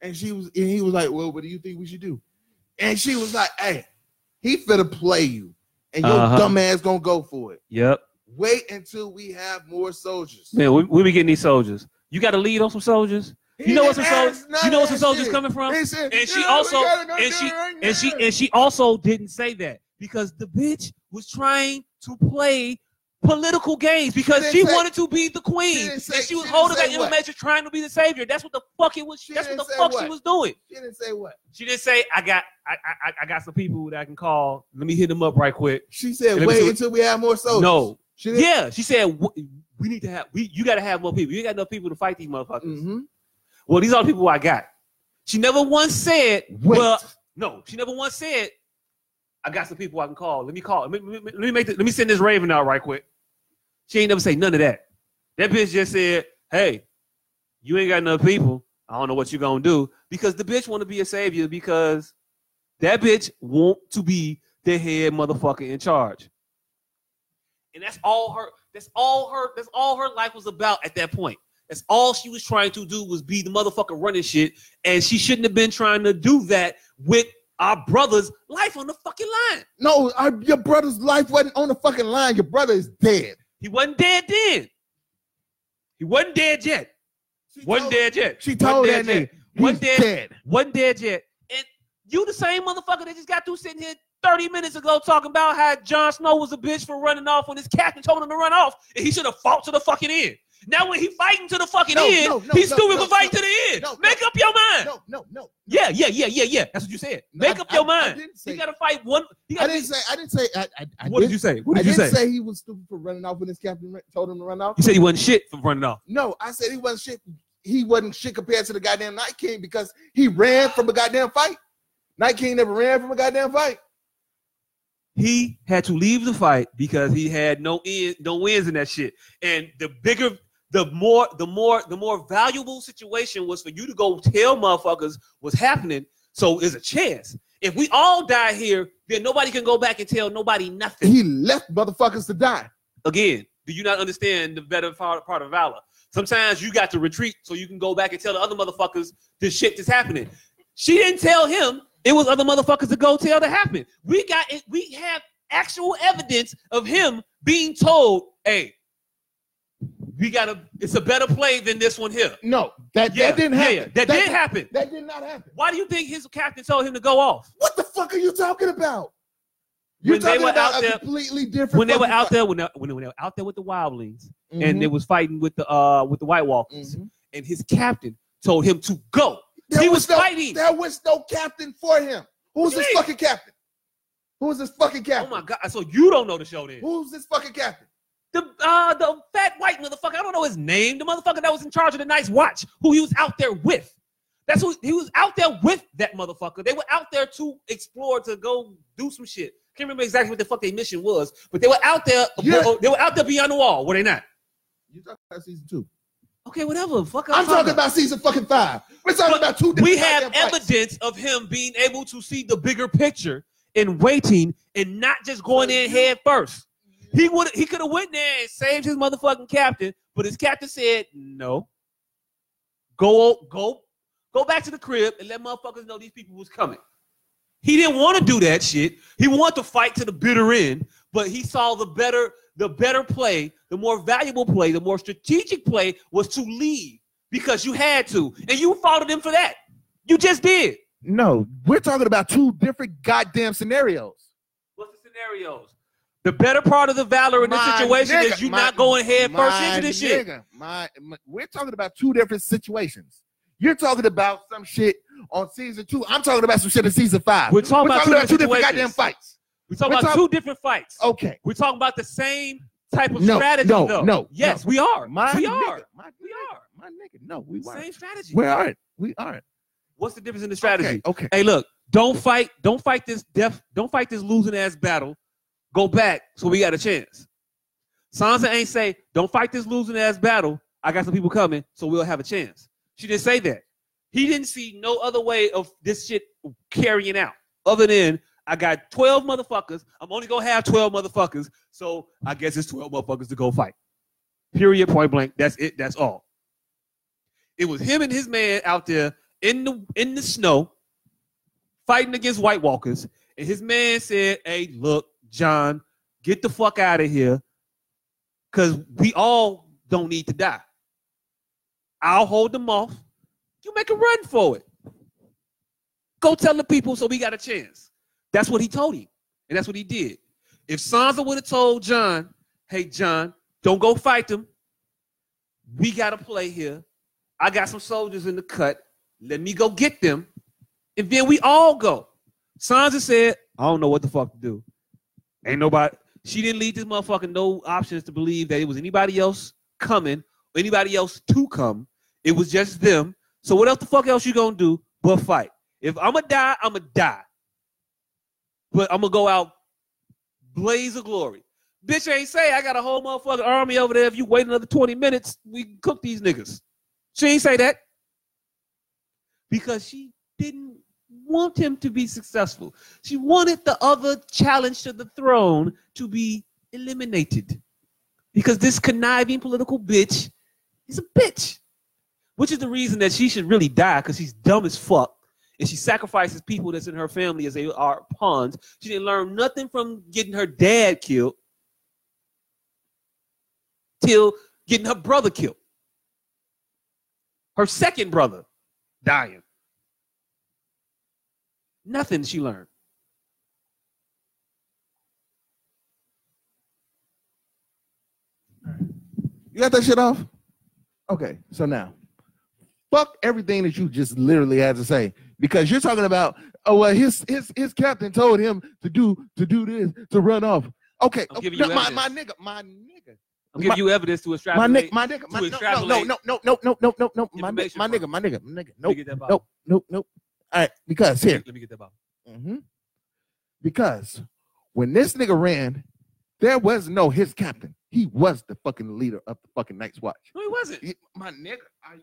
S3: And she was, and he was like, "Well, what do you think we should do?" And she was like, "Hey, he finna play you, and your
S4: Uh-huh.
S3: dumb ass gonna go for it.
S4: Yep.
S3: Wait until we have more soldiers."
S4: Man, we, we be getting these soldiers. You got to lead on some soldiers.
S3: He
S4: You know what some
S3: didn't ask
S4: soldiers?
S3: none
S4: You know
S3: of
S4: what some
S3: that
S4: soldiers
S3: shit.
S4: coming from?
S3: He said,
S4: And she
S3: "Yeah, we
S4: also-
S3: gotta go
S4: and
S3: do
S4: she-
S3: it right
S4: And she
S3: now."
S4: and she also didn't say that because the bitch was trying to play political games because
S3: She
S4: she
S3: didn't say-
S4: wanted to be the queen.
S3: she didn't say-
S4: and she was
S3: she didn't
S4: holding
S3: say
S4: back
S3: what?
S4: information trying to be the savior. That's what the fuck it was.
S3: She
S4: that's what the
S3: didn't say
S4: fuck she
S3: what?
S4: was doing.
S3: She didn't say what.
S4: She didn't say I got I, I I- I got some people that I can call. Let me hit them up right quick.
S3: She
S4: Let
S3: said,
S4: me
S3: "Wait
S4: see-
S3: until we have more soldiers."
S4: No.
S3: She didn't.
S4: Yeah, she said "W- we need to have we you got to have more people. You ain't got enough people to fight these motherfuckers.
S3: Mhm.
S4: Well, these are the people I got. She never once said.
S3: Wait.
S4: Well, no, she never once said. I got some people I can call. Let me call. Let me, let me- let me make. The, let me send this Raven out right quick. She ain't never say none of that. That bitch just said, "Hey, you ain't got enough people. I don't know what you gonna do because the bitch want to be a savior because that bitch want to be the head motherfucker in charge." And that's all her. That's all her. That's all her life was about at that point. That's all she was trying to do was be the motherfucker running shit, and she shouldn't have been trying to do that with our brother's life on the fucking line.
S3: No, our, your brother's life wasn't on the fucking line. Your brother is dead.
S4: He wasn't dead then. He wasn't dead yet.
S3: She
S4: Wasn't
S3: told-
S4: dead yet.
S3: She
S4: Wasn't
S3: told
S4: dead
S3: that nigga,
S4: yet. One
S3: "He's
S4: dead-
S3: dead.
S4: Wasn't dead yet. And you the same motherfucker that just got through sitting here 30 minutes ago talking about how Jon Snow was a bitch for running off when his captain told him to run off, and he should have fought to the fucking end. Now when he fighting to the fucking
S3: No,
S4: end,
S3: no, no,
S4: he's
S3: no,
S4: stupid
S3: no,
S4: for fighting
S3: no,
S4: to the end.
S3: no,
S4: Make up your mind.
S3: No, no, no.
S4: Yeah, yeah, yeah, yeah, yeah. That's what you said.
S3: No,
S4: Make
S3: I-
S4: up your
S3: I- I
S4: mind.
S3: didn't say.
S4: He got to fight one. He
S3: I
S4: gotta
S3: didn't
S4: be-
S3: say. I didn't say. I, I, I
S4: what did you say? What did
S3: I
S4: you say?
S3: didn't say he was stupid for running off when his captain told him to run off.
S4: You said he wasn't shit for running off.
S3: No, I said he wasn't shit. He wasn't shit compared to the goddamn Night King because he ran from a goddamn fight. Night King never ran from a goddamn fight.
S4: He had to leave the fight because he had no end, no wins in that shit. And the bigger, the more, the more, the more valuable situation was for you to go tell motherfuckers what's happening. So there's a chance. If we all die here, then nobody can go back and tell nobody nothing.
S3: He left motherfuckers to die.
S4: again, do you not understand the better part, part of valor? Sometimes you got to retreat so you can go back and tell the other motherfuckers this shit that's happening. She didn't tell him; it was other motherfuckers to go tell that happened. We got it. We have actual evidence of him being told, "Hey, we got to It's a better play than this one here."
S3: No, that that didn't
S4: yeah,
S3: happen.
S4: yeah, that, did happen.
S3: That did not happen.
S4: Why do you think his captain told him to go off
S3: What the fuck are you talking about? You're
S4: When they
S3: talking
S4: were
S3: about
S4: out
S3: a
S4: there-
S3: completely different.
S4: when they were out there when they, when they were out there with the wildlings and
S3: Mm-hmm.
S4: they was fighting with the uh with the White Walkers? and his captain told him to go. he was,
S3: no,
S4: fighting.
S3: Mm-hmm. There was no captain for him. Who's this
S4: Jeez.
S3: fucking captain? Who's this fucking
S4: Oh
S3: captain?
S4: my god! So you don't know the show then?
S3: Who's this fucking captain?
S4: The uh, the fat white motherfucker. I don't know his name. The motherfucker that was in charge of the night's watch, who he was out there with. That's who he was out there with. That motherfucker. They were out there to explore, to go do some shit. Can't remember exactly what the fuck their mission was, but they were out there.
S3: Yeah.
S4: They were out there beyond the wall. Were they not?
S3: You talking about season two?
S4: Okay, whatever. Fuck.
S3: I'm talking about season fucking five. We're talking
S4: But
S3: about two. *laughs*
S4: we
S3: different
S4: have
S3: goddamn fights.
S4: evidence of him being able to see the bigger picture and waiting and not just going in head first. He would he could have went there and saved his motherfucking captain, but his captain said no. Go go go back to the crib and let motherfuckers know these people was coming. He didn't want to do that shit. He wanted to fight to the bitter end, but he saw the better the better play, the more valuable play, the more strategic play was to leave because you had to, and you followed him for that. You just did.
S3: No, we're talking about two different goddamn scenarios.
S4: What's the scenarios? The better part of the valor in
S3: My
S4: this situation
S3: nigga,
S4: is you
S3: my-
S4: not going head first
S3: my
S4: into this shit.
S3: nigga, My, my- we're talking about two different situations. You're talking about some shit on season two. I'm talking about some shit in season five.
S4: We're talking about two
S3: two
S4: different
S3: different
S4: situations.
S3: goddamn fights.
S4: We're talking
S3: We're
S4: about
S3: talk-
S4: two different fights.
S3: Okay.
S4: We're talking about the same type of
S3: No,
S4: strategy,
S3: no,
S4: though.
S3: no,
S4: yes, we are.
S3: My
S4: we
S3: nigga,
S4: are.
S3: My,
S4: We
S3: nigga,
S4: are.
S3: My nigga. No, we weren't.
S4: Same strategy.
S3: We aren't. We aren't.
S4: What's the difference in the strategy?
S3: Okay. okay.
S4: Hey, look, don't fight, don't fight this death, don't fight this losing ass battle. Go back so we got a chance. Sansa ain't say, don't fight this losing ass battle. I got some people coming, so we'll have a chance. She didn't say that. He didn't see no other way of this shit carrying out other than I got 12 motherfuckers. I'm only gonna have 12 motherfuckers, so I guess it's 12 motherfuckers to go fight. Period, point blank. That's it, that's all. It was him and his man out there in the in the snow, fighting against White Walkers, and his man said, "Hey, look, John, get the fuck out of here, cause we all don't need to die. I'll hold them off. You make a run for it. Go tell the people so we got a chance." That's what he told him, and that's what he did. If Sansa would have told John, "Hey, John, don't go fight them. We got to play here. I got some soldiers in the cut. Let me go get them. And then we all go. Sansa said, I don't know what the fuck to do. Ain't nobody. She didn't leave this motherfucker no options to believe that it was anybody else coming or anybody else to come. It was just them. So what else the fuck else you gonna do but fight? If I'ma die, I'ma die. But I'ma go out blaze of glory. Bitch ain't say I got a whole motherfucking army over there. If you wait another 20 minutes, we can cook these niggas. She ain't say that. Because she didn't want him to be successful. She wanted the other challenge to the throne to be eliminated. Because this conniving political bitch is a bitch. Which is the reason that she should really die, because she's dumb as fuck and she sacrifices people that's in her family as they are pawns. She didn't learn nothing from getting her dad killed till getting her brother killed. Her second brother dying. Nothing she learned.
S3: You got that shit off? Okay, so now fuck everything that you just literally had to say because you're talking about oh well his his his captain told him to do to do this to run off. Okay,
S4: I'm giving
S3: no,
S4: you
S3: my,
S4: evidence.
S3: my nigga, my nigga,
S4: I'm giving
S3: My-
S4: you evidence to
S3: my nigga,
S4: extrapolate.
S3: my nigga, my
S4: to
S3: no, no,
S4: extrapolate
S3: no, no, no, no, no, no, no, my nigga,
S4: information
S3: my nigga,
S4: from.
S3: my nigga, my nigga,
S4: Let me
S3: nope,
S4: get that bottle.
S3: nope, nope, nope. All right, because here,
S4: Let me get that bottle.
S3: Mhm. Because when this nigga ran, there was no his captain. He was the fucking leader of the fucking Night's Watch.
S4: No, he wasn't.
S3: He- my nigga, I,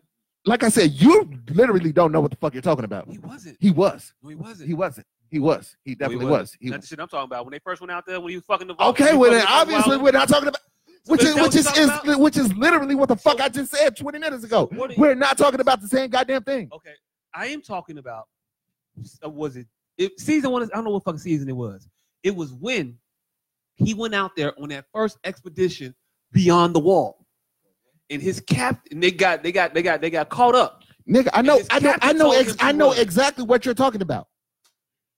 S3: like I said, you literally don't know what the fuck you're talking about.
S4: He wasn't.
S3: He was.
S4: No, he wasn't.
S3: He wasn't. He was. He
S4: No, he
S3: definitely
S4: wasn't.
S3: was. He
S4: That's the shit I'm talking about. When they first went out there, when he was fucking the
S3: Okay,
S4: he
S3: well
S4: fucking
S3: then
S4: the
S3: obviously
S4: Rottweiler.
S3: we're not talking about
S4: So
S3: which
S4: bitch,
S3: is
S4: that
S3: which
S4: what
S3: is,
S4: you
S3: is
S4: talking about?
S3: which is literally what the fuck I just said 20 minutes ago.
S4: So what are you-
S3: We're not talking about the same goddamn thing.
S4: Okay, I am talking about. uh, Was it, it season one? is- I don't know what fucking season it was. It was when he went out there on that first expedition beyond the wall, and his captain. They got they got they got they got caught up.
S3: Nigga, I know
S4: his
S3: I know I
S4: captain
S3: know
S4: told
S3: ex-
S4: him
S3: I
S4: to
S3: know
S4: run.
S3: exactly what you're talking about.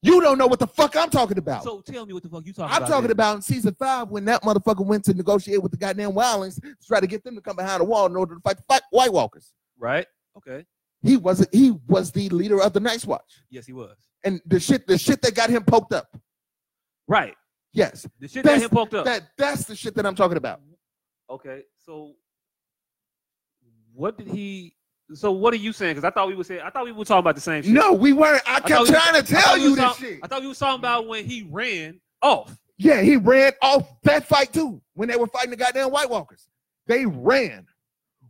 S3: You don't know what the fuck I'm talking about.
S4: So tell me what the fuck you talking
S3: I'm
S4: about?
S3: talking
S4: then.
S3: about in season five when that motherfucker went to negotiate with the goddamn wildlings to try to get them to come behind the wall in order to fight the fight White Walkers.
S4: right. Okay.
S3: He was he was the leader of the Night's Watch.
S4: Yes, he was.
S3: And the shit the shit that got him poked up.
S4: Right.
S3: Yes.
S4: The shit
S3: That's-
S4: that him poked up.
S3: That that's the shit that I'm talking about.
S4: Okay, so what did he? So what are you saying? Because I thought we were saying I thought we were talking about the same shit.
S3: No, we weren't. I
S4: thought
S3: kept
S4: we-
S3: trying to
S4: I
S3: tell
S4: thought we
S3: you
S4: was
S3: this
S4: talk-
S3: shit.
S4: I thought we were talking about when he ran off.
S3: Yeah, he ran off that fight too when they were fighting the goddamn White Walkers. They ran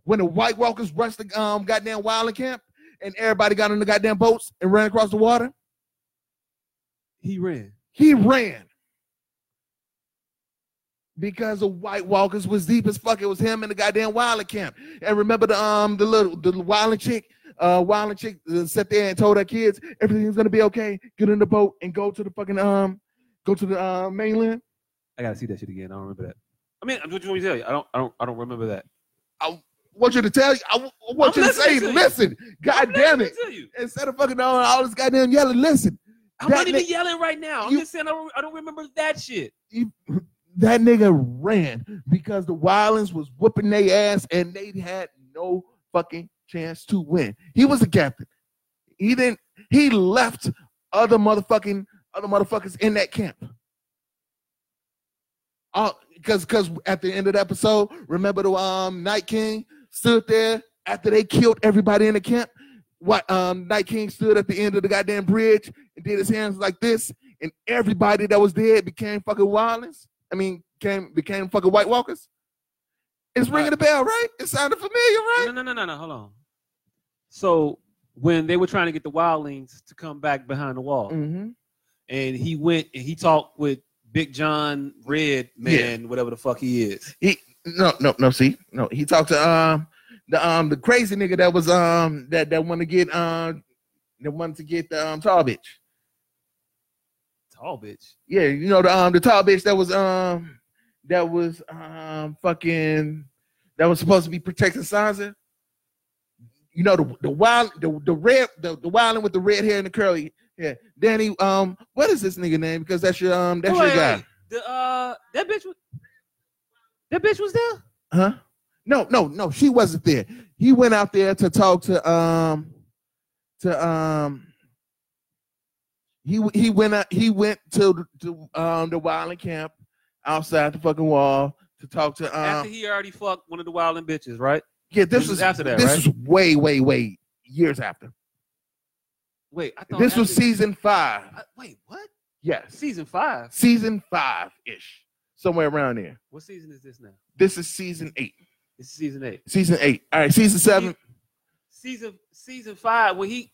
S3: when the White Walkers rushed the um goddamn wildling camp and everybody got on the goddamn boats and ran across the water.
S4: He ran.
S3: He ran because the White Walkers was deep as fuck. It was him and the goddamn wildling camp. And remember the um the little the wildling chick, uh wildling chick uh, sat there and told her kids everything's gonna be okay. Get in the boat and go to the fucking um go to the uh, mainland.
S4: I gotta see that shit again. I don't remember that. I mean, what you want me to tell you? I don't. I don't. I don't remember that.
S3: want you to tell you. I w- I want
S4: I'm
S3: you to say,
S4: listening to you.
S3: listen, god damn
S4: Let
S3: it.
S4: me tell you.
S3: Instead of fucking on all this goddamn yelling, listen.
S4: I'm
S3: That
S4: not even
S3: ni-
S4: yelling right now. I'm
S3: you-
S4: just saying I don't, I don't remember that shit.
S3: That nigga ran because the Wildlands was whooping their ass and they had no fucking chance to win. He was the captain. He didn't, he left other motherfucking, other motherfuckers in that camp. Oh, cause cause at the end of the episode, remember the um Night King stood there after they killed everybody in the camp. What um Night King stood at the end of the goddamn bridge and did his hands like this, and everybody that was dead became fucking wildlings. I mean, came became fucking White Walkers. It's ringing a bell, right? It sounded familiar, right?
S4: No, no, no, no, no. Hold on. So when they were trying to get the wildlings to come back behind the wall,
S3: Mm-hmm.
S4: and he went and he talked with Big John Red Man, whatever the fuck he is.
S3: No, no, no. See, no. He talked to um the um the crazy nigga that was um that that want to get um and they wanted to get the um, tall bitch.
S4: Tall bitch.
S3: Yeah, you know the um the tall bitch that was um that was um fucking that was supposed to be protecting Sansa. You know the the wild the the red the, the wilding with the red hair and the curly yeah Danny um what is this nigga name because that's your um that's
S4: Oh, wait,
S3: your guy
S4: wait. The uh that bitch was that bitch was there?
S3: huh no no no she wasn't there he went out there to talk to um to um he w- he went out he went to to um the wilding camp outside the fucking wall to talk to um
S4: After he already fucked one of the wildin' bitches, right?
S3: Yeah, this,
S4: This
S3: was
S4: was after that,
S3: This
S4: right?
S3: was way, way, way years after.
S4: Wait, I thought
S3: this was
S4: after-
S3: season five.
S4: I- wait, what?
S3: Yes,
S4: Season five.
S3: season five ish, somewhere around there.
S4: What season is this now?
S3: This is season eight.
S4: This is season eight.
S3: Season eight. All right, season seven.
S4: Season season five when he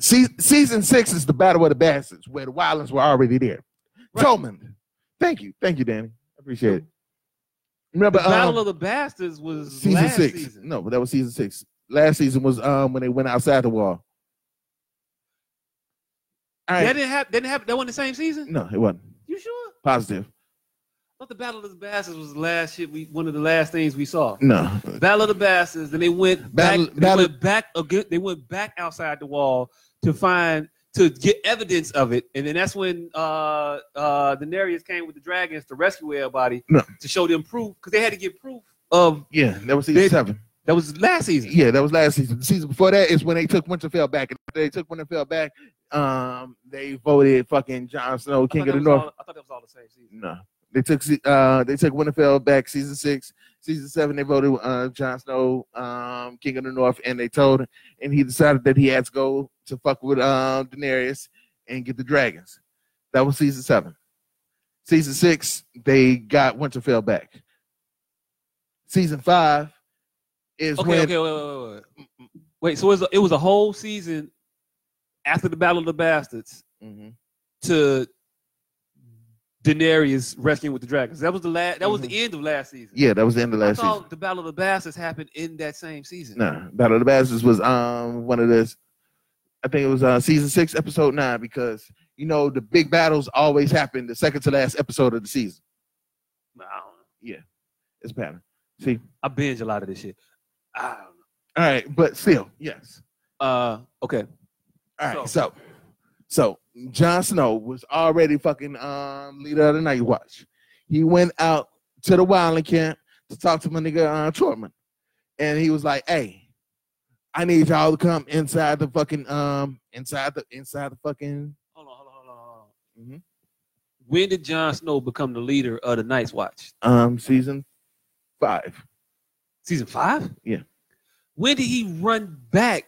S3: Se- season six is the Battle of the Bastards, where the Wildlands were already there.
S4: Right.
S3: Tolman, thank you, thank you, Danny. I appreciate it. Remember, um,
S4: Battle of the Bastards was
S3: season
S4: last
S3: six.
S4: season.
S3: No, that was season six. Last season was um when they went outside the wall. All
S4: That
S3: right.
S4: didn't happen. That didn't happen. That wasn't the same season.
S3: No, it wasn't
S4: You sure?
S3: positive.
S4: I thought the Battle of the Bastards was the last shit. We one of the last things we saw.
S3: No,
S4: Battle of the Bastards. Then they went back.
S3: Battle-
S4: they
S3: Battle-
S4: went back again. They went back outside the wall to find to get evidence of it. And then that's when uh uh Daenerys came with the dragons to rescue everybody
S3: No.
S4: to show them proof because they had to get proof of
S3: Yeah, that was season
S4: They-
S3: seven.
S4: that was last season.
S3: Yeah, that was last season. The season before that is when they took Winterfell back. And after they took Winterfell back, um, they voted fucking Jon Snow
S4: I thought
S3: King
S4: that
S3: of the
S4: was
S3: North.
S4: all- I thought that was all the same season.
S3: no, they took se- uh they took Winterfell back. Season six, season seven, they voted uh Jon Snow um King of the North, and they told him, and he decided that he had to go to fuck with um Daenerys and get the dragons. That was season seven. Season six, they got Winterfell back. Season five is
S4: Okay,
S3: when
S4: okay, wait, wait, wait, wait. Mm, Wait, so it was, a, it was a whole season after the Battle of the Bastards
S3: Mhm.
S4: to Daenerys rescuing with the dragons. That was the last. That was
S3: Mm-hmm.
S4: the end of last season.
S3: Yeah, that was the end of
S4: I
S3: last
S4: thought
S3: season.
S4: the Battle of the Bastards happened in that same season.
S3: No, Battle of the Bastards was um one of the, I think it was uh season six, episode nine, because you know the big battles always happen the second to last episode of the season.
S4: I, don't know.
S3: It's a pattern. See,
S4: I binge a lot of this shit. I don't
S3: all right, but still, yes.
S4: know. Uh, okay.
S3: All right, so, so, Jon Snow was already fucking um leader of the Night Watch. He went out to the wildling camp to talk to my nigga uh, Tortman, and he was like, "Hey, I need y'all to come inside the fucking um inside the inside the fucking
S4: Hold on, hold on, hold on, hold on.
S3: Mhm.
S4: When did Jon Snow become the leader of the Night's Watch?
S3: um season five.
S4: Season five?
S3: Yeah.
S4: When did he run back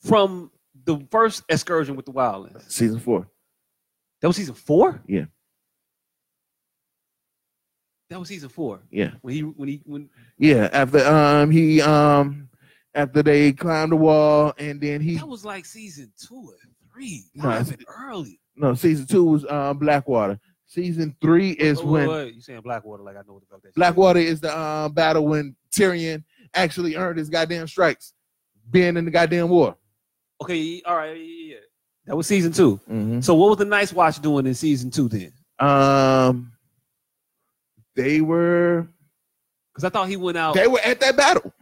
S4: from the first excursion with the Wildlands?
S3: Season four.
S4: That was season four?
S3: Yeah.
S4: That was season four.
S3: Yeah.
S4: When he when he when
S3: Yeah. After um he um after they climbed the wall and then he
S4: that was like season two or three.
S3: No,
S4: That
S3: it's-
S4: happened early.
S3: no season two was um Blackwater. Season three is
S4: Wait, wait,
S3: when
S4: wait, you saying Blackwater like I know what the fuck that shit is.
S3: Blackwater is the um battle when Tyrion actually earned his goddamn stripes being in the goddamn war.
S4: Okay, yeah, all right, yeah, yeah, yeah. That was season two. So what was the Night's Watch doing in season two then?
S3: Um they were
S4: Because I thought he went out.
S3: they were at that battle.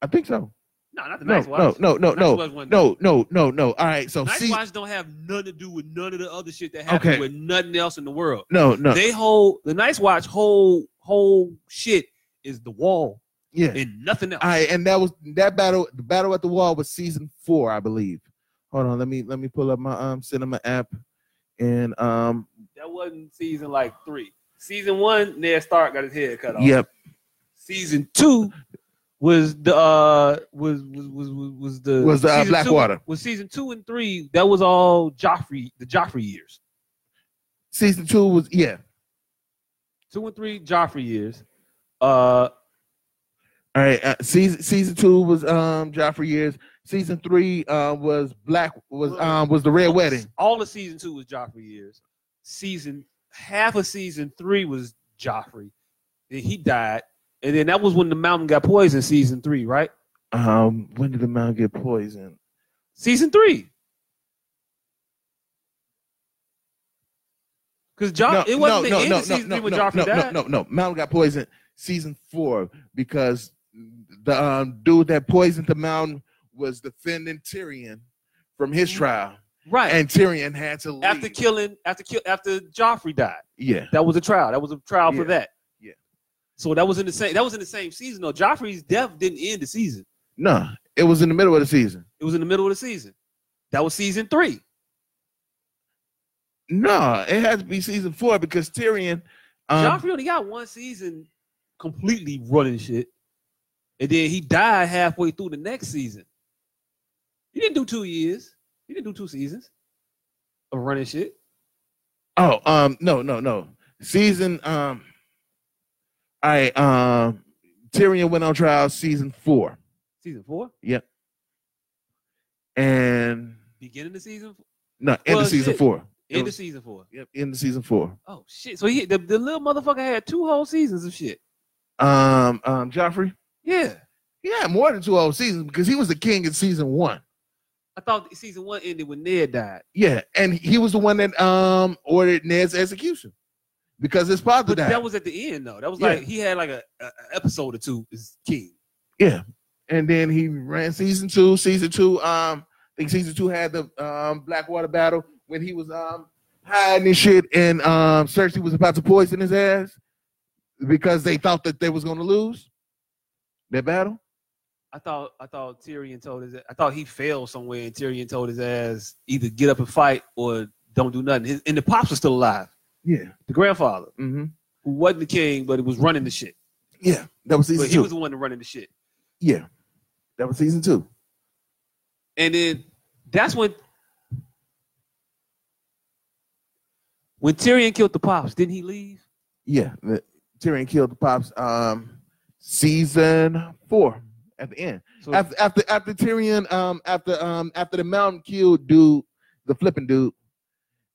S3: I think so.
S4: no, not the
S3: No,
S4: Night's Watch.
S3: no, no, no,
S4: Night's
S3: no,
S4: Watch wasn't-
S3: no, no, no, no. All right, so
S4: Night's
S3: season,
S4: Watch don't have nothing to do with none of the other shit that happened
S3: Okay.
S4: with nothing else in the world.
S3: no, no,
S4: They hold the Night's Watch whole whole shit is the wall
S3: yeah.
S4: and nothing else.
S3: All right, and that was that battle. The battle at the wall was season four, I believe. Hold on, let me let me pull up my um cinema app, and um
S4: that wasn't season like three. Season one, Ned Stark got his head cut off.
S3: yep,
S4: Season two was the uh was was was was, was the
S3: was the uh,
S4: season two-
S3: Blackwater
S4: was season two and three. That was all Joffrey the Joffrey years.
S3: season two was yeah.
S4: Two and three Joffrey years. Uh,
S3: All right, uh, season season two was um Joffrey years. Season three uh, was black was um was the red wedding.
S4: All of season two was Joffrey years. Season half of season three was Joffrey. Then he died, and then that was when the mountain got poisoned. Season three, right?
S3: Um, when did the mound get poisoned?
S4: Season three. Because John,
S3: no,
S4: Uh, it wasn't
S3: no,
S4: the end
S3: no,
S4: of season
S3: no,
S4: three when
S3: no,
S4: Joffrey
S3: no,
S4: died.
S3: No, no, no. Mal got poisoned season four because the um, dude that poisoned the mountain was defending Tyrion from his trial,
S4: Right.
S3: and Tyrion had to leave.
S4: Mm-hmm. after killing, after kill, after Joffrey died,
S3: yeah,
S4: that was a trial. That was a trial for
S3: Yeah.
S4: that.
S3: Yeah.
S4: So that was in the same. That was in the same season though. Joffrey's death didn't end the season.
S3: no, it was in the middle of the season.
S4: It was in the middle of the season. That was season three.
S3: No, it had to be season four because Tyrion. Um,
S4: Joffrey only got one season completely running shit, and then he died halfway through the next season. He didn't do two years. He didn't do two seasons of running shit.
S3: oh, um, no, no, no. Season. Um, all right. Um, Tyrion went on trial season four,
S4: Season four,
S3: and
S4: beginning of season, four,
S3: no, end
S4: Well,
S3: of season
S4: shit.
S3: four. It
S4: end of
S3: was-
S4: season four.
S3: Yep, end of season four.
S4: Oh shit! So he the, the little motherfucker had two whole seasons of shit.
S3: um, um, Joffrey.
S4: Yeah,
S3: He had more than two whole seasons because he was the king in season one.
S4: I thought season one ended when Ned died.
S3: Yeah, and he was the one that um ordered Ned's execution because his father
S4: But
S3: died.
S4: that was at the end though. That was
S3: Yeah.
S4: like he had like a, a a episode or two as king.
S3: and then he ran season two. Season two, um, I think season two had the um Blackwater battle when he was um hiding and shit, and um Cersei was about to poison his ass because they thought that they was gonna lose their battle.
S4: I thought I thought Tyrion told his I thought he failed somewhere and Tyrion told his ass either get up and fight or don't do nothing. His, and the pops was still alive.
S3: Yeah.
S4: The grandfather
S3: hmm
S4: who wasn't the king but he was running the shit.
S3: Yeah. That was season
S4: But he
S3: two.
S4: was the one running the shit.
S3: yeah. That was season two.
S4: And then that's when when Tyrion killed the pops, didn't he leave?
S3: Yeah, the, Tyrion killed the pops. Um, season four at the end.
S4: So
S3: After after after Tyrion um after um after the mountain killed dude, the flipping dude.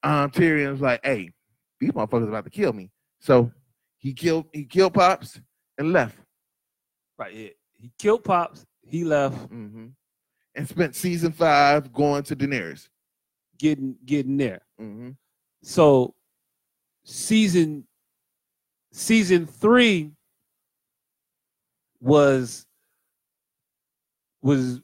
S3: Um, Tyrion's like, hey, these motherfuckers about to kill me. So he killed he killed pops and left.
S4: right, yeah. He killed pops, he left,
S3: hmm And spent season five going to Daenerys.
S4: getting getting there.
S3: hmm
S4: So season season three was was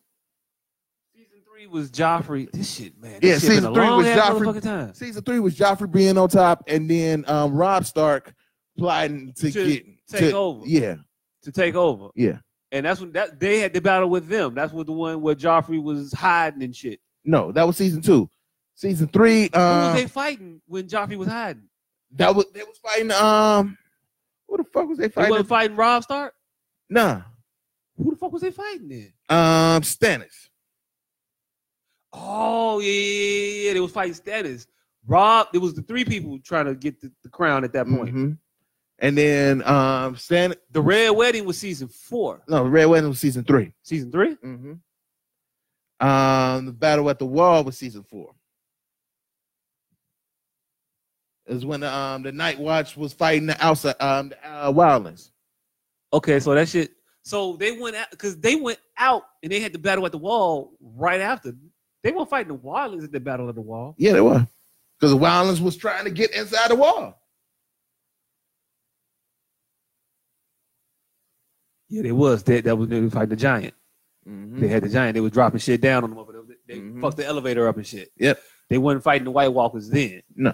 S4: season three was Joffrey. This shit, man. This
S3: Yeah,
S4: shit
S3: season
S4: been a
S3: three
S4: long
S3: was
S4: ass
S3: Joffrey.
S4: motherfucking Time.
S3: Season three was Joffrey being on top, and then um Rob Stark plotting to,
S4: To
S3: get
S4: take
S3: to-
S4: over.
S3: Yeah,
S4: To take over.
S3: yeah.
S4: And that's when that they had the battle with them. That's what the one where Joffrey was hiding and shit.
S3: No, that was season two. Season three,
S4: Who was
S3: um,
S4: they fighting when Joffrey was hiding?
S3: that was they was fighting. Um, who the fuck was they
S4: They
S3: fighting?
S4: wasn't fighting Rob Stark?
S3: nah,
S4: Who the fuck was they fighting then?
S3: um, Stannis.
S4: Oh yeah, yeah, yeah, yeah. They was fighting status. Rob, it was the three people trying to get the, the crown at that point.
S3: Mhm. And then um, Stan.
S4: The Red Wedding was season four.
S3: No, Red Wedding was season 3
S4: Season three?
S3: Mm-hmm. Um, the Battle at the Wall was season four. Is when um the Night Watch was fighting the outside um the uh, Wildlands.
S4: Okay, so that shit. So they went out because they went out and they had the battle at the wall right after. They weren't fighting the wildlings at the battle of the wall.
S3: Yeah, they were. Because the Wildlands was trying to get inside the wall.
S4: Yeah, they was. They, that was they were fighting the giant. They had the giant. They was dropping shit down on them. Over there. They they
S3: Mhm.
S4: fucked the elevator up and shit.
S3: Yep.
S4: They weren't fighting the White Walkers then.
S3: No.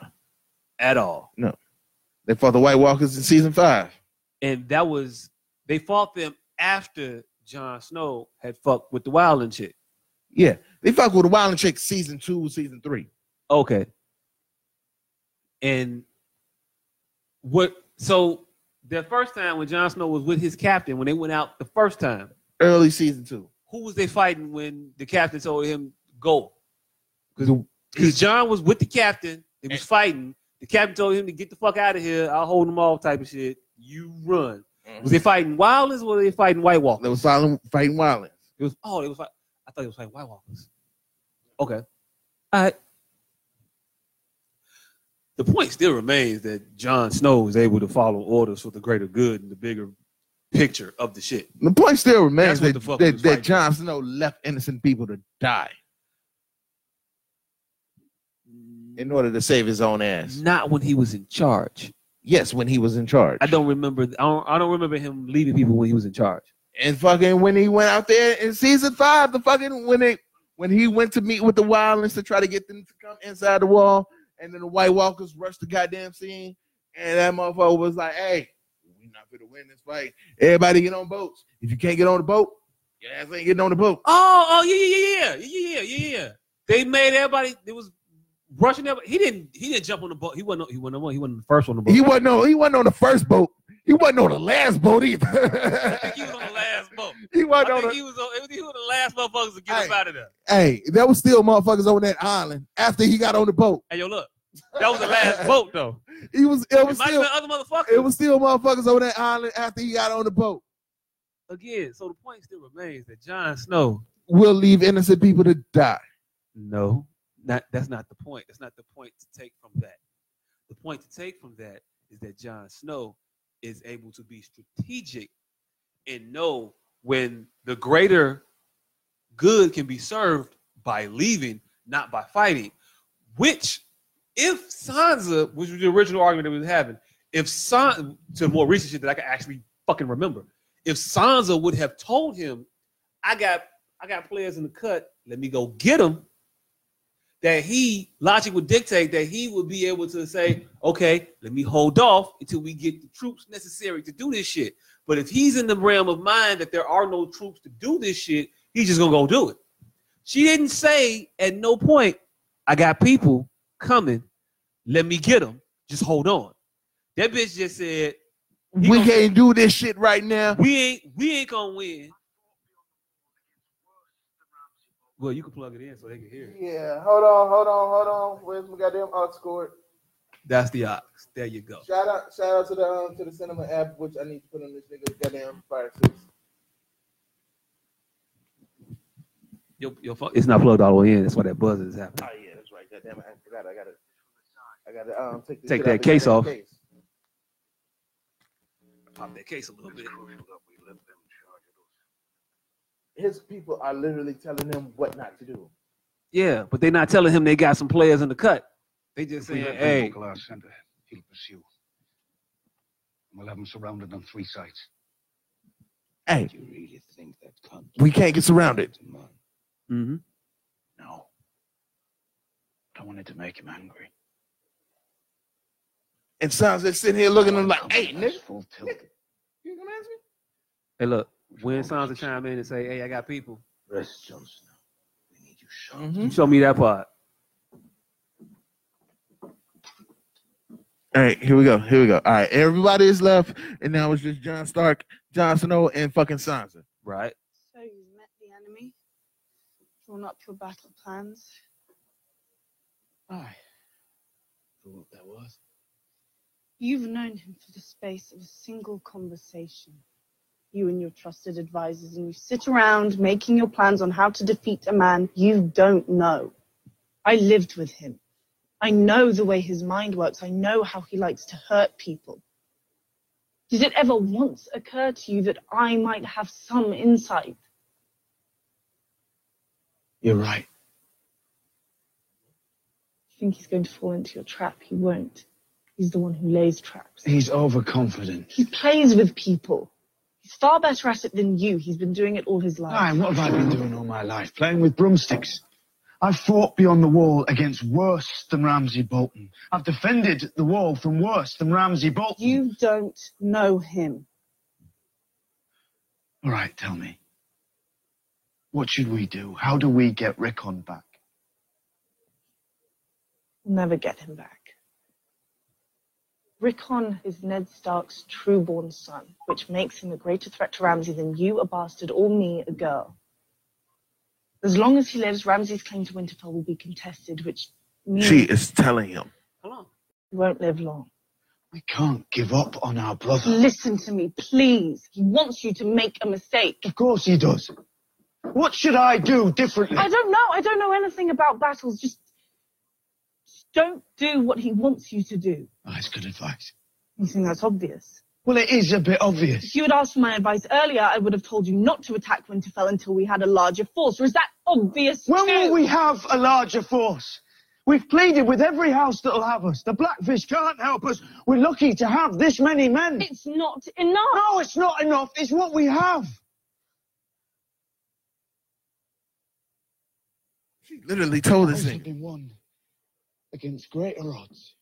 S4: At all.
S3: They fought the White Walkers in season five.
S4: and that was they fought them after Jon Snow had fucked with the Wildland chick.
S3: Yeah, they fuck with the Wild and Chick season two, season three.
S4: Okay. And what? So the first time when Jon Snow was with his captain, when they went out the first time,
S3: Early season two.
S4: who was they fighting when the captain told him go?
S3: The-
S4: Because John was with the captain, they was fighting. The captain told him to get the fuck out of here. I'll hold them all, type of shit. You run. Was they fighting Wildlands or were they fighting White Walkers?
S3: They was fighting, fighting Wildlands.
S4: It was oh, it was like I thought it was like White Walkers. Okay, all right. The point still remains that Jon Snow is able to follow orders for the greater good and the bigger picture of the shit.
S3: The point still remains
S4: That's what
S3: that,
S4: the fuck we
S3: that,
S4: was
S3: that
S4: fighting
S3: Jon Snow left innocent people to die in order to save his own ass.
S4: Not when he was in charge.
S3: Yes, when he was in charge.
S4: I don't remember. I don't, I don't remember him leaving people when he was in charge.
S3: And fucking when he went out there in season five, the fucking when they when he went to meet with the wildlings to try to get them to come inside the wall, and then the White Walkers rushed the goddamn scene, and that motherfucker was like, "Hey, we not gonna win this fight. Everybody get on boats. If you can't get on the boat, your ass ain't getting on the boat."
S4: Oh, oh yeah, yeah, yeah, yeah, yeah, yeah, yeah, yeah. They made everybody. It was rushing. Everybody. He didn't. He didn't jump on the boat. He wasn't. He wasn't. the one- He wasn't the first on the boat.
S3: He wasn't on. He wasn't on the first boat. He wasn't on the last boat either.
S4: I think he was on the last boat.
S3: *laughs*
S4: *laughs*
S3: He
S4: I
S3: wasn't on
S4: think
S3: the-
S4: he was. On, he was the last motherfuckers to get us
S3: Hey.
S4: out of there.
S3: Hey, there was still motherfuckers on that island after he got on the boat.
S4: Hey, yo, look. That was the
S3: *laughs*
S4: last boat, though.
S3: He was. It
S4: It
S3: was
S4: might
S3: still.
S4: have been other motherfuckers.
S3: It was still motherfuckers on that island after he got on the boat.
S4: again. So the point still remains that Jon Snow.
S3: We'll leave innocent people to die.
S4: No, not that's not the point. That's not the point to take from that. The point to take from that is that Jon Snow is able to be strategic and know when the greater good can be served by leaving, not by fighting. Which, if Sansa, which was the original argument that we was having, if Sansa, to more recent shit that I can actually fucking remember, if Sansa would have told him, I got I got players in the cut, let me go get them, that he, logic would dictate that he would be able to say, okay, let me hold off until we get the troops necessary to do this shit. But if he's in the realm of mind that there are no troops to do this shit, he's just gonna go do it. She didn't say at no point, I got people coming, let me get them, just hold on. That bitch just said, He
S3: we
S4: gonna-
S3: can't do this shit right now.
S4: we ain't we ain't gonna win. Well, you can plug it in so they can hear it.
S3: Yeah, hold on, hold on, hold on. Where's my goddamn aux cord?
S4: That's the ox. There you go.
S3: Shout out, shout out to the um, to the cinema app, which I need to put on this nigga's goddamn fire six.
S4: Your, your phone, it's not plugged all the way in. That's why that buzzing is happening.
S3: Oh yeah, that's right. Goddamn, it, I forgot. I gotta, I gotta um take this
S4: Take
S3: shit
S4: that
S3: out the
S4: case
S3: goddamn
S4: off.
S3: case.
S4: Pop that case a little bit.
S3: His people are literally telling him what not to do.
S4: Yeah, but they're not telling him they got some players in the cut. They just saying, hey,
S5: Our center, he'll pursue. And We'll have him surrounded on three sides.
S3: Hey,
S5: Do you really think that cunt?
S3: we can't get surrounded.
S5: to mine?
S4: hmm
S5: No. But I wanted to make him angry.
S3: And Sansa just sitting here looking at him
S5: Why
S3: like,
S5: come
S3: "Hey,
S5: at us
S3: nigga,
S5: Full tilt?
S3: you gonna ask me?"
S4: hey, look, when
S5: We've got
S4: Sansa
S5: this.
S4: chime in and say, hey, I got people,
S5: Rest, Jon Snow. We need you shot.
S4: you show me that part.
S3: All right, here we go. Here we go. All right, everybody is left, and now it's just John Stark, Jon Snow, and fucking Sansa.
S4: Right?
S6: So you've met the enemy, drawn up your battle plans.
S5: Aye. Who what that was?
S6: You've known him for the space of a single conversation. You and your trusted advisors, and you sit around making your plans on how to defeat a man you don't know. I lived with him. I know the way his mind works. I know how he likes to hurt people. Did it ever once occur to you that I might have some insight?
S5: You're right.
S6: You think he's going to fall into your trap? He won't. He's the one who lays traps.
S5: He's overconfident.
S6: He plays with people. He's far better at it than you. He's been doing it all his life.
S5: Aye, what have I been doing all my life? Playing with broomsticks. I've fought beyond the wall against worse than Ramsay Bolton. I've defended the wall from worse than Ramsay Bolton.
S6: You don't know him.
S5: All right, tell me. What should we do? How do we get Rickon back?
S6: We'll never get him back. Rickon is Ned Stark's trueborn son, which makes him a greater threat to Ramsay than you, a bastard, or me, a girl. As long as he lives, Ramsay's claim to Winterfell will be contested, which means
S3: She
S6: he
S3: is telling him.
S4: Hold on.
S6: won't live long.
S5: We can't give up on our brother.
S6: Listen to me, please. He wants you to make a mistake.
S5: Of course he does. What should I do differently?
S6: I don't know. I don't know anything about battles. Just, just don't do what he wants you to do.
S5: That's good advice.
S6: You think that's obvious?
S5: Well, it is a bit obvious.
S6: If you had asked for my advice earlier, I would have told you not to attack Winterfell until we had a larger force. Was that obvious?
S5: When
S6: too?
S5: will we have a larger force? We've pleaded with every house that'll have us. The Blackfish can't help us. We're lucky to have this many men.
S6: It's not enough.
S5: No, it's not enough. It's what we have.
S3: She literally told this
S5: Ours have
S3: nigga.
S5: been won against greater odds.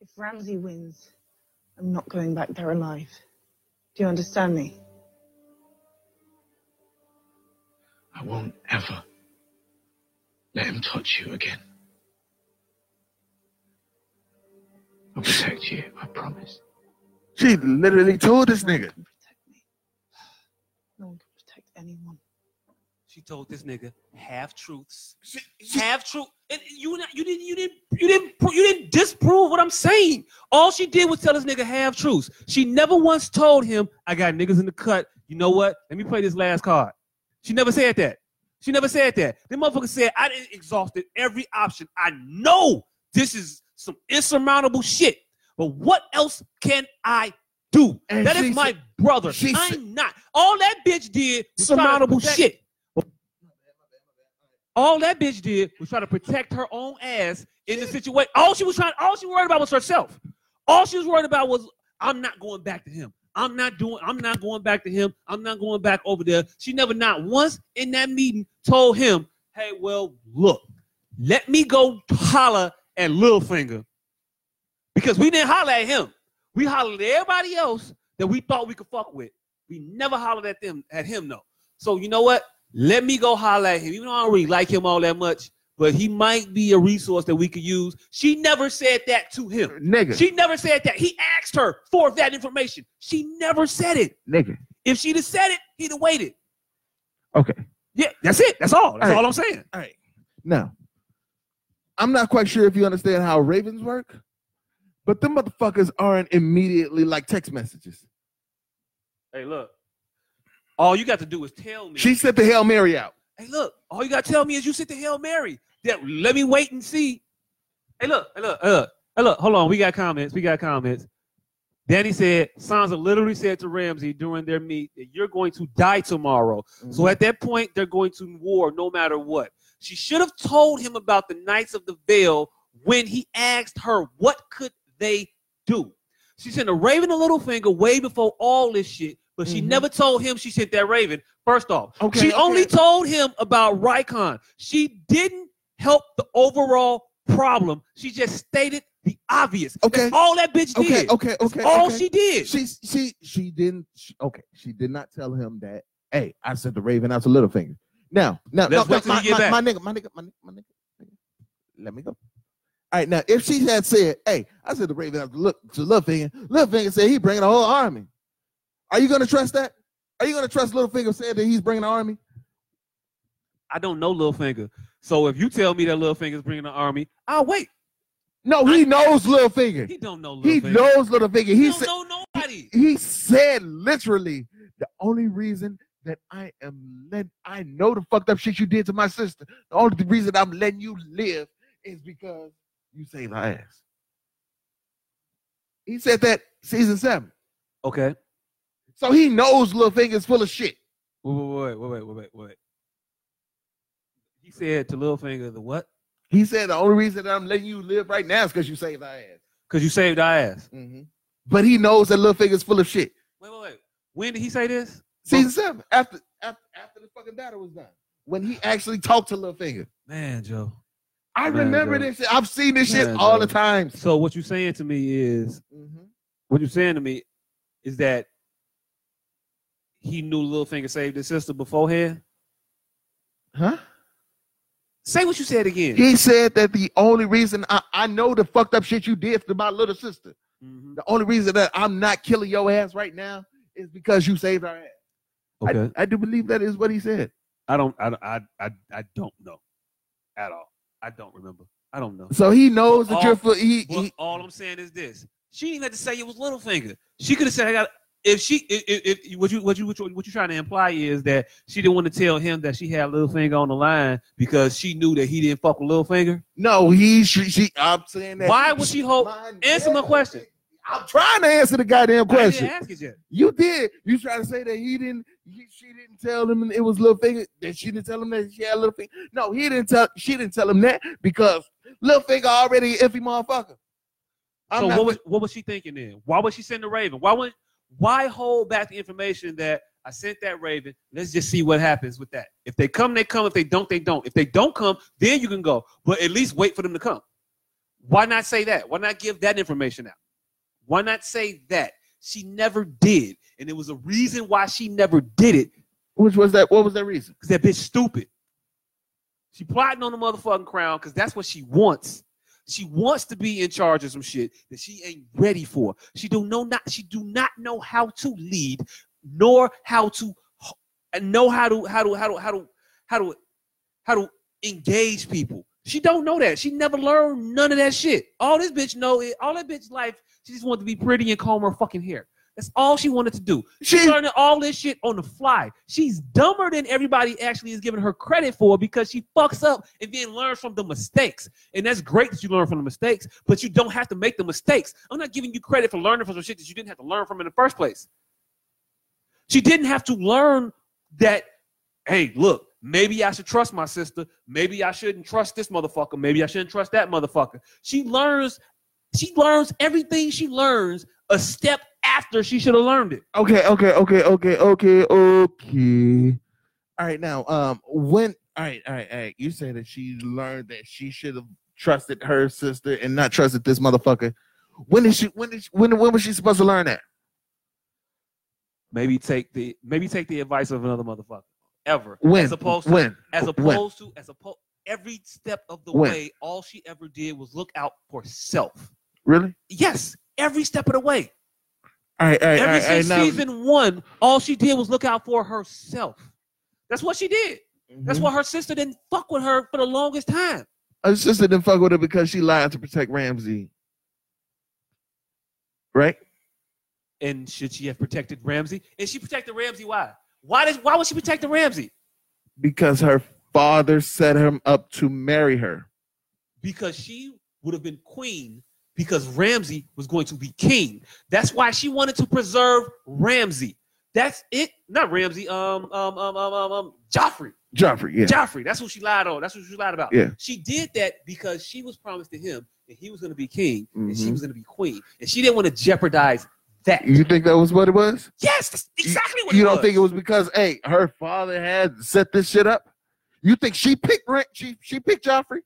S6: If Ramsay wins, I'm not going back there alive. Do you understand me?
S5: I won't ever let him touch you again. I'll protect you, I promise.
S3: She literally told this
S6: No one
S3: nigga.
S6: can protect me. No one can protect anyone.
S4: She told this nigga half truths.
S3: She-
S4: Half truth. And you not, you didn't you didn't you didn't pro- you didn't disprove what I'm saying. All she did was tell this nigga half truths. She never once told him, I got niggas in the cut. You know what? Let me play this last card. She never said that. She never said that. The motherfucker said, I didn't exhausted every option. I know this is some insurmountable shit. But what else can I do?
S3: And
S4: that
S3: she
S4: is my brother.
S3: she
S4: I'm
S3: said-
S4: not. All that bitch did was try to
S3: Surmountable
S4: protect-
S3: shit.
S4: all that bitch did was try to protect her own ass in the situation. All she was trying, all she worried about was herself. All she was worried about was, I'm not going back to him. I'm not doing, I'm not going back to him. I'm not going back over there. She never, not once in that meeting, told him, hey, well, look, let me go holler at Littlefinger. Because we didn't holler at him. We hollered at everybody else that we thought we could fuck with. We never hollered at them, at him though. So you know what? Let me go holler at him. Even though I don't really like him all that much, but he might be a resource that we could use. She never said that to him.
S3: Nigga,
S4: She never said that. He asked her for that information. She never said it.
S3: nigga.
S4: If she'd have said it, he'd have waited.
S3: Okay.
S4: Yeah, that's it. That's all. That's
S3: All right.
S4: all I'm saying.
S3: All right. Now, I'm not quite sure if you understand how ravens work, but them motherfuckers aren't immediately like text messages.
S4: Hey, look. All you got to do is tell me.
S3: She sent the Hail Mary out.
S4: hey, look. All you got to tell me is you sent the Hail Mary. That let me wait and see. Hey, look. Hey, look. Hey, look. Hey, look. Hold on. We got comments. We got comments. Danny said, Sansa literally said to Ramsey during their meet that you're going to die tomorrow.
S3: Mm-hmm.
S4: So at that point, they're going to war no matter what. She should have told him about the Knights of the Veil when he asked her what could they do. She sent a raven a little finger way before all this shit, but she
S3: Mhm.
S4: never told him she sent that raven. First off,
S3: Okay,
S4: she
S3: okay.
S4: only told him about Rikon. She didn't help the overall problem. She just stated the obvious.
S3: Okay.
S4: That's all that bitch
S3: Okay,
S4: did.
S3: okay, okay.
S4: all
S3: okay.
S4: she did.
S3: she she she didn't she, okay she did not tell him that hey i sent the raven out to Littlefinger. now now
S4: Let's
S3: no,
S4: wait till
S3: no,
S4: you get
S3: my,
S4: back.
S3: my, my nigga my nigga my nigga my nigga nigga. let me go all right now if she had said hey i sent the raven out to look to Littlefinger. Littlefinger said he bringing a whole army are you gonna trust that are you gonna trust Littlefinger said that he's bringing an army
S4: I don't know Littlefinger. So if you tell me that Littlefinger's bringing an army, I'll wait.
S3: no he knows Littlefinger.
S4: He don't know
S3: he
S4: Littlefinger.
S3: knows Littlefinger.
S4: He
S3: he
S4: don't
S3: said
S4: know nobody.
S3: he said literally the only reason that I am let I know the fucked up shit you did to my sister. The only reason I'm letting you live is because you saved my ass. He said that season seven.
S4: Okay.
S3: So he knows Little Finger's full of shit.
S4: Wait, wait, wait, wait, wait, wait, wait. He said to Littlefinger the what?
S3: He said the only reason that I'm letting you live right now is because you saved my ass.
S4: Because you saved our ass.
S3: But he knows that Little Finger's full of shit.
S4: Wait, wait, wait. When did he say this?
S3: Season seven, after after after the fucking battle was done, when he actually talked to Little Finger.
S4: Man, Joe.
S3: I
S4: Man,
S3: remember
S4: bro.
S3: this shit. I've seen this shit
S4: Man,
S3: all
S4: bro.
S3: the time.
S4: So what you saying to me is what you're saying to me is that he knew Littlefinger saved his sister beforehand.
S3: Huh?
S4: Say what you said again.
S3: He said that the only reason I, I know the fucked up shit you did to my little sister.
S4: Mhm.
S3: The only reason that I'm not killing your ass right now is because you saved our ass. I-
S4: Okay.
S3: I, do believe that is what he said.
S4: I don't. I don't. I, I. I don't know, at all. I don't remember. I
S3: *laughs*
S4: don't know.
S3: So he knows that
S4: Well,
S3: you're full. He,
S4: Oh, Well,
S3: he
S4: all I'm saying is this: she didn't have to say it was Littlefinger. She could have said, "I got, if she if, if, if what you what you what you what you trying to imply is that she didn't want to tell him that she had Littlefinger on the line because she knew that he didn't fuck with Littlefinger.
S3: No, he she, she I'm saying that.
S4: Why would she hold?
S3: My
S4: Answer my
S3: dad-
S4: question.
S3: I'm trying to answer the goddamn
S4: I
S3: question.
S4: didn't ask it yet.
S3: You did. You trying to say that he didn't. He, she didn't tell him it was little finger. That she didn't tell him that she had little finger. No, he didn't tell. She didn't tell him that because little finger already an iffy motherfucker. I'm
S4: so
S3: not-
S4: what was what was she thinking then? Why was she sending the Raven? Why would why hold back the information that I sent that Raven? Let's just see what happens with that. If they come, they come. If they don't, they don't. If they don't come, then you can go. But at least wait for them to come. Why not say that? Why not give that information out? Why not say that? She never did. And it was a reason why she never did it.
S3: which was that? What was that reason?
S4: Cause that bitch stupid. She plotting on the motherfucking crown because that's what she wants. She wants to be in charge of some shit that she ain't ready for. She do know not she do not know how to lead, nor how to h- and know how to how to how to how to how to how to engage people. She don't know that. She never learned none of that shit. All this bitch know is all that bitch life. She just wanted to be pretty and comb her fucking hair. That's all she wanted to do. She's
S3: She-
S4: learning all this shit on the fly. She's dumber than everybody actually is giving her credit for because she fucks up and then learns from the mistakes. And that's great that you learn from the mistakes, but you don't have to make the mistakes. I'm not giving you credit for learning from some shit that you didn't have to learn from in the first place. She didn't have to learn that, hey, look, maybe I should trust my sister. Maybe I shouldn't trust this motherfucker. Maybe I shouldn't trust that motherfucker. She learns, she learns everything she learns a step after she should have learned it.
S3: Okay, okay, okay, okay, okay, okay. All right, now, um, when, all right, all right, all right, you say that she learned that she should have trusted her sister and not trusted this motherfucker. When did she? When did? She, when? When was she supposed to learn that?
S4: Maybe take the maybe take the advice of another motherfucker. Ever.
S3: When?
S4: As opposed to
S3: when?
S4: as
S3: when?
S4: opposed to as opposed every step of the
S3: When?
S4: way, all she ever did was look out for self.
S3: Really?
S4: Yes, every step of the way.
S3: All right, all right, all
S4: Ever
S3: right, all right,
S4: since
S3: now-
S4: season one, all she did was look out for herself. That's what she did. That's
S3: Mhm.
S4: why her sister didn't fuck with her for the longest time.
S3: Her sister didn't fuck with her because she lied to protect Ramsey. Right?
S4: And should she have protected Ramsey? And she protected Ramsey why? Why does why would she protect the Ramsey?
S3: Because her father set him up to marry her.
S4: Because she would have been queen because Ramsey was going to be king. That's why she wanted to preserve Ramsey. That's it. Not Ramsey. Um um um um um, um Joffrey.
S3: Joffrey, yeah.
S4: Joffrey. That's what she lied on. That's what she lied about.
S3: Yeah.
S4: She did that because she was promised to him that he was going to be king and she
S3: Mhm.
S4: was going to be queen, and she didn't want to jeopardize that.
S3: you think that was what it was?
S4: yes, that's exactly what
S3: you
S4: it
S3: don't
S4: was.
S3: think it was because hey her father had set this shit up you think she picked Ra- she she picked joffrey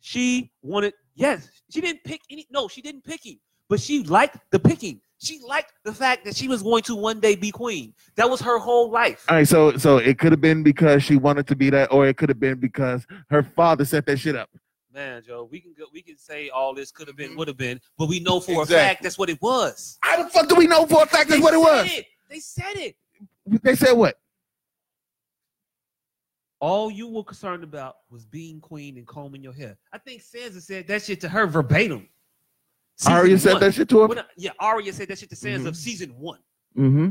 S4: She wanted. Yes, she didn't pick any. No, she didn't pick him, but she liked the picking. She liked the fact that she was going to one day be queen. That was her whole life.
S3: all right so so it could have been because she wanted to be that or it could have been because her father set that shit up
S4: Man, Joe, we can go, we can say all this could have been, would have been, but we know for a fact
S3: Exactly.
S4: that's what it was.
S3: how the fuck do we know for a fact that's what it
S4: said
S3: was
S4: They said it.
S3: they said what
S4: All you were concerned about was being queen and combing your hair. I think Sansa said that shit to her verbatim.
S3: Arya
S4: Season
S3: said
S4: one.
S3: that shit to her
S4: When I- yeah, Arya said that shit to Sansa of
S3: Mhm.
S4: season one.
S3: mm-hmm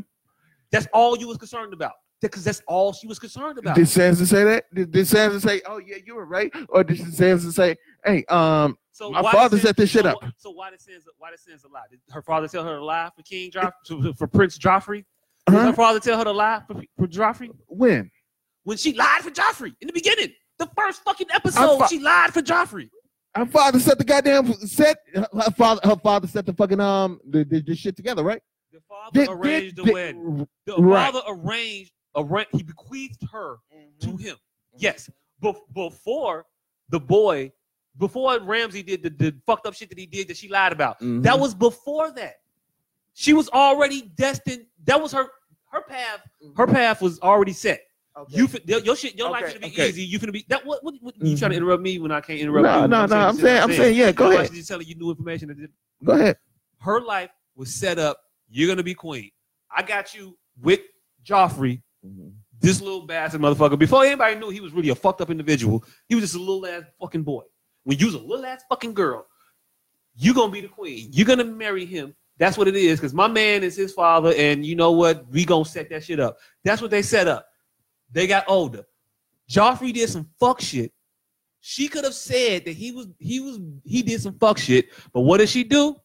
S4: That's all you was concerned about. Because that's all she was concerned about.
S3: did sansa say that did, did sansa say oh yeah you were right or did sansa say hey um
S4: so
S3: my
S4: why did
S3: father
S4: Sansa-
S3: set this shit
S4: so
S3: up.
S4: wh- So why did Sansa? Why did Sansa lie? Did her father tell her to lie for King Joffrey? For Prince Joffrey? Did
S3: huh?
S4: her father tell her to lie for, for Joffrey?
S3: when
S4: When she lied for Joffrey in the beginning, the first fucking
S3: I'm
S4: episode,
S3: fi-
S4: she lied for Joffrey.
S3: her father set the goddamn set her her father her father set the fucking um the, the, the shit together right
S4: The father
S3: Did-
S4: arranged
S3: did-
S4: the
S3: did-
S4: wedding. The
S3: Right.
S4: father arranged, arra- he bequeathed her
S3: Mm-hmm.
S4: to him. Yes, Bef- before the boy, before Ramsey did the, the fucked up shit that he did that she lied about.
S3: Mm-hmm.
S4: That was before that. She was already destined. That was her her path. Her path was already set. You fin- your your shit your life
S3: Mm-hmm. Okay,
S4: gonna be
S3: okay.
S4: easy. You finna be that. What, what, what you trying to interrupt me when I can't interrupt
S3: Mm-hmm. No,
S4: you?
S3: no, no. I'm saying, I'm saying, yeah. Go
S4: I'm
S3: ahead.
S4: actually just telling you new information that
S3: Go ahead.
S4: her life was set up. You're gonna be queen. I got you with Joffrey, this little bastard motherfucker. Before anybody knew he was really a fucked up individual, he was just a little ass fucking boy. When you was a little ass fucking girl, you're gonna be the queen. You're gonna marry him That's what it is, because my man is his father, and you know what? We gonna set that shit up. That's what they set up. They got older. Joffrey did some fuck shit. She could have said that he was he was he did some fuck shit, but what did she do?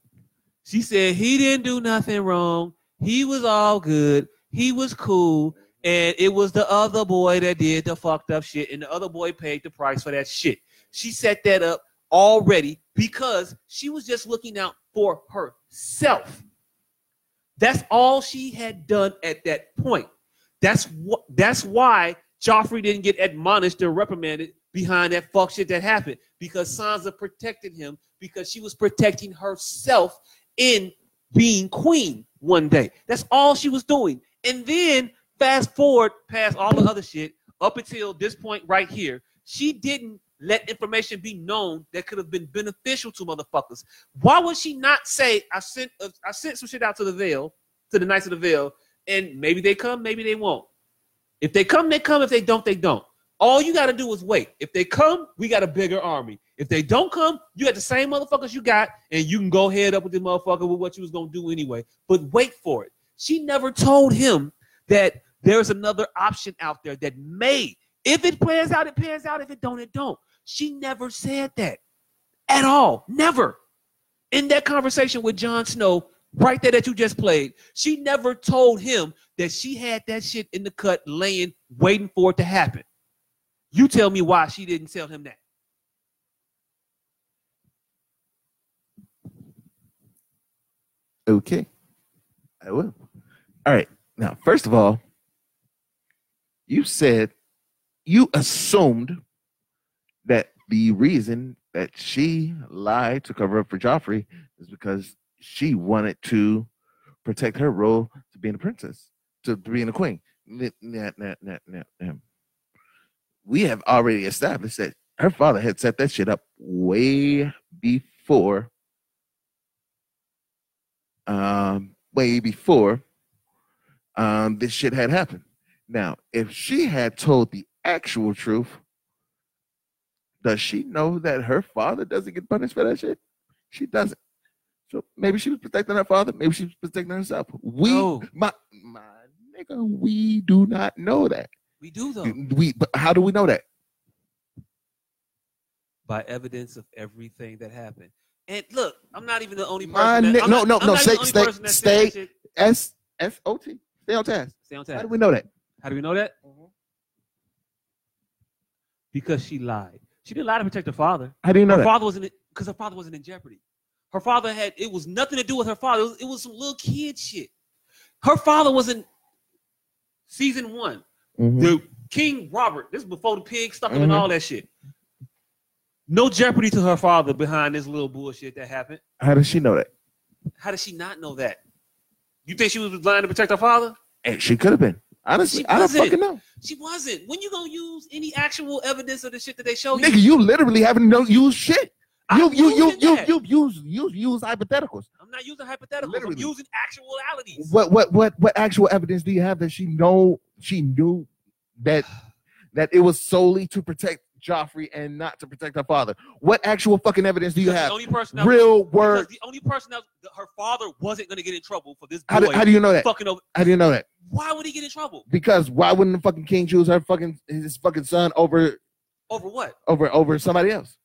S4: She said he didn't do nothing wrong. He was all good. He was cool, and it was the other boy that did the fucked up shit, and the other boy paid the price for that shit. She set that up already because she was just looking out for herself. That's all she had done at that point. That's what that's why Joffrey didn't get admonished and reprimanded behind that fuck shit that happened because Sansa protected him because she was protecting herself in being queen one day. That's all she was doing. And then fast forward past all the other shit up until this point right here, she didn't let information be known that could have been beneficial to motherfuckers. Why would she not say, I sent uh, I sent some shit out to the veil, to the Knights of the Veil, and maybe they come, maybe they won't. If they come, they come. If they don't, they don't. All you gotta do is wait. If they come, we got a bigger army. If they don't come, you got the same motherfuckers you got, and you can go head up with the motherfucker with what you was gonna do anyway. But wait for it. She never told him that there's another option out there that may, if it plans out, it plans out. If it don't, it don't. She never said that at all. Never. In that conversation with Jon Snow, right there that you just played, she never told him that she had that shit in the cut laying, waiting for it to happen. You tell me why she didn't tell him that.
S3: Okay. I will. All right. Now, first of all, you said you assumed that the reason that she lied to cover up for Joffrey is because she wanted to protect her role to being a princess, to being a queen. N- n- n- n- n- n- We have already established that her father had set that shit up way before, um, way before um, this shit had happened. Now, if she had told the actual truth, does she know that her father doesn't get punished for that shit? She doesn't. So maybe she was protecting her father. Maybe she was protecting herself. We,
S4: No.
S3: my my nigga, we do not know that.
S4: We do though.
S3: We, but how do we know that?
S4: by evidence of everything that happened. And look, I'm not even the only person.
S3: My
S4: that,
S3: ni-
S4: I'm
S3: no,
S4: not-
S3: no,
S4: I'm
S3: no,
S4: not
S3: stay-
S4: even the only
S3: stay-
S4: person that said that
S3: stay-
S4: shit.
S3: S S O T. Stay on task.
S4: Stay on
S3: How
S4: task.
S3: do we know that?
S4: How do we know that? Because she lied. She didn't lie to protect her father.
S3: How do you know
S4: her
S3: that?
S4: father wasn't because her father wasn't in jeopardy. Her father had it was nothing to do with her father. It was, it was some little kid shit. Her father wasn't season one.
S3: Mhm.
S4: The King Robert. This is before the pig stuck him and
S3: Mhm.
S4: all that shit. No jeopardy to her father behind this little bullshit that happened.
S3: How does she know that?
S4: How did she not know that? You think she was lying to protect her father?
S3: And she could have been. Honestly,
S4: She
S3: I don't
S4: wasn't.
S3: fucking know.
S4: She wasn't. When you gonna use any actual evidence of the shit that they showed
S3: Nigga,
S4: Oh, you?
S3: you literally haven't no used shit.
S4: I'm
S3: You you you
S4: using
S3: you
S4: that.
S3: you use use use hypotheticals.
S4: I'm not using hypotheticals.
S3: Literally.
S4: I'm using actualities.
S3: What what what what actual evidence do you have that she know she knew that that it was solely to protect Joffrey and not to protect her father? What actual fucking evidence do you
S4: Because
S3: have?
S4: The only person that
S3: Real
S4: because
S3: word.
S4: the only person that that her father wasn't gonna get in trouble for this boy
S3: How do, how do you know that?
S4: fucking over.
S3: How do you know that?
S4: Why would he get in trouble
S3: Because why wouldn't the fucking king choose her fucking his fucking son over
S4: over what?
S3: over over somebody else?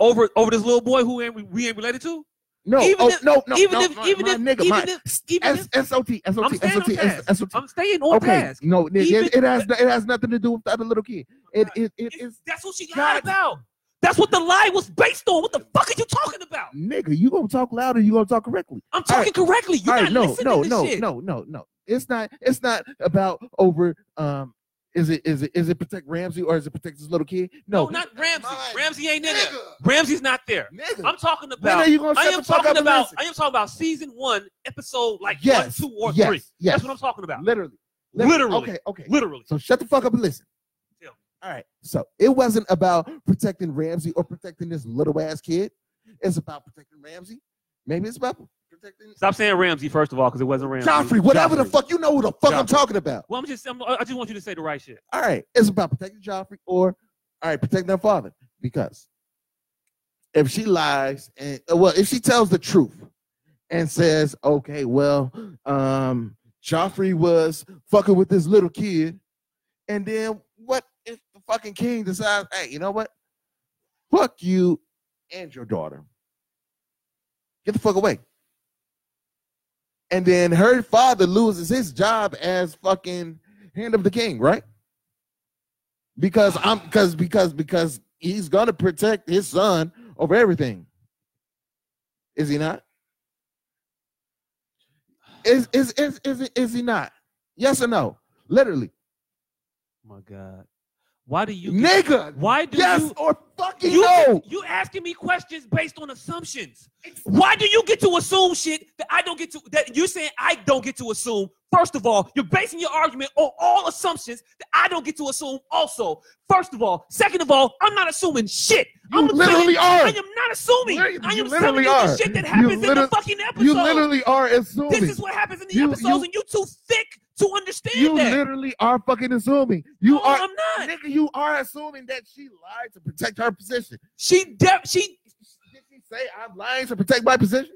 S4: Over over this little boy who ain't, we- we ain't related to?
S3: No,
S4: Even
S3: oh,
S4: if-
S3: no, no,
S4: even
S3: no,
S4: if-
S3: no,
S4: even
S3: my
S4: if-
S3: nigga,
S4: even
S3: my,
S4: if- even
S3: S- SOT, SOT,
S4: I'm staying on
S3: SOT,
S4: task.
S3: SOT.
S4: I'm staying on
S3: Okay,
S4: task.
S3: no, it,
S4: Even-
S3: it, it has it has nothing to do with the other little kid. It it it
S4: It's-
S3: is
S4: That's what she lied
S3: God.
S4: about. That's what the lie was based on. What the fuck are you talking about?
S3: nigga. You gonna talk louder? You gonna talk correctly?
S4: I'm
S3: All
S4: talking correctly. You're
S3: All
S4: not
S3: right, no,
S4: listening
S3: no,
S4: to
S3: no,
S4: shit.
S3: no, no, no. It's not. It's not about over. Um, is it is it is it protect Ramsey or is it protect this little kid? No,
S4: No, not Ramsey.
S3: Mine.
S4: Ramsey ain't in there.
S3: nigga.
S4: Ramsey's not there.
S3: Nigga,
S4: I'm talking
S3: when
S4: about.
S3: are you gonna
S4: I
S3: shut
S4: am
S3: the fuck up
S4: talking
S3: and
S4: about.
S3: listen?
S4: I am talking about season one, episode like
S3: Yes,
S4: one, two, or
S3: yes,
S4: three.
S3: yes.
S4: That's what I'm talking about.
S3: Literally,
S4: Literally,
S3: Okay, okay.
S4: literally.
S3: So shut the fuck up and listen.
S4: Yeah.
S3: All right. So it wasn't about protecting Ramsey or protecting this little ass kid. It's about protecting Ramsey. Maybe it's about protecting
S4: Stop saying Ramsey first of all, because it wasn't Ramsey.
S3: Joffrey, whatever the fuck. You know who the fuck I'm
S4: Joffrey.
S3: talking about.
S4: Well, I'm just. I'm, I just want you to say the right shit.
S3: All right. It's about protecting Joffrey or, all right, protecting her father. Because if she lies and, uh, well, if she tells the truth and says, okay, well, um, Joffrey was fucking with this little kid. And then what if the fucking king decides, hey, you know what? Fuck you and your daughter. Get the fuck away. And then her father loses his job as fucking hand of the king, right? Because I'm because because because he's gonna protect his son over everything. Is he not? Is is is is is, is he not? Yes or no? Literally,
S4: my God. Why do you
S3: nigga.
S4: why do
S3: yes
S4: you
S3: or fucking
S4: you,
S3: no.
S4: you asking me questions based on assumptions. Why do you get to assume shit that I don't get to that you're saying I don't get to assume? First of all, you're basing your argument on all assumptions that I don't get to assume also. First of all, second of all, I'm not assuming shit.
S3: You
S4: I'm assuming-
S3: literally are.
S4: I am not assuming.
S3: Lit-
S4: I
S3: you
S4: am telling
S3: literally
S4: you
S3: are.
S4: the shit that
S3: You
S4: happens in the
S3: literally-
S4: fucking episode.
S3: You literally are assuming.
S4: this is what happens in the
S3: You-
S4: episodes,
S3: you-
S4: and you too thick to understand
S3: you
S4: that.
S3: literally are fucking assuming. You
S4: no,
S3: are
S4: I'm not.
S3: nigga. You are assuming that she lied to protect her position.
S4: She de- she
S3: Did she say I'm lying to protect my position?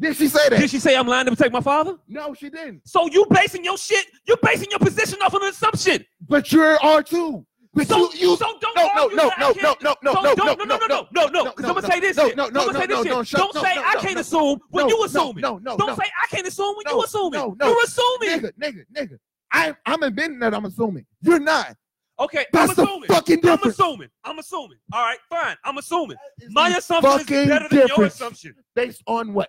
S3: Did she say that?
S4: did she say I'm lying to protect my father?
S3: no, she didn't.
S4: So you basing your shit, you basing your position off of an assumption.
S3: But you're R two. But
S4: So
S3: you, you
S4: so don't
S3: no, no,
S4: argue
S3: no,
S4: that I
S3: no,
S4: can't-
S3: no, no, no,
S4: so
S3: no,
S4: don't- no,
S3: no,
S4: no, no, no, no, because I'm
S3: no,
S4: gonna say this
S3: no,
S4: shit.
S3: no, no,
S4: I'm gonna
S3: no,
S4: say
S3: no,
S4: this
S3: no,
S4: shit.
S3: shut-
S4: Don't
S3: no,
S4: say
S3: no,
S4: I
S3: no,
S4: can't
S3: no,
S4: assume when
S3: no,
S4: you
S3: no,
S4: assuming.
S3: No, no, no,
S4: Don't say I can't assume when
S3: No,
S4: you assuming.
S3: no, no.
S4: You're assuming.
S3: nigga, nigga, nigga. I, I'm admitting that I'm assuming. You're not.
S4: Okay, I'm
S3: That's the
S4: assuming.
S3: fucking
S4: I'm
S3: difference.
S4: assuming. I'm assuming. All right, fine. I'm assuming.
S3: That is
S4: My
S3: the
S4: assumption is
S3: fucking
S4: better than your
S3: difference.
S4: assumption.
S3: based on what?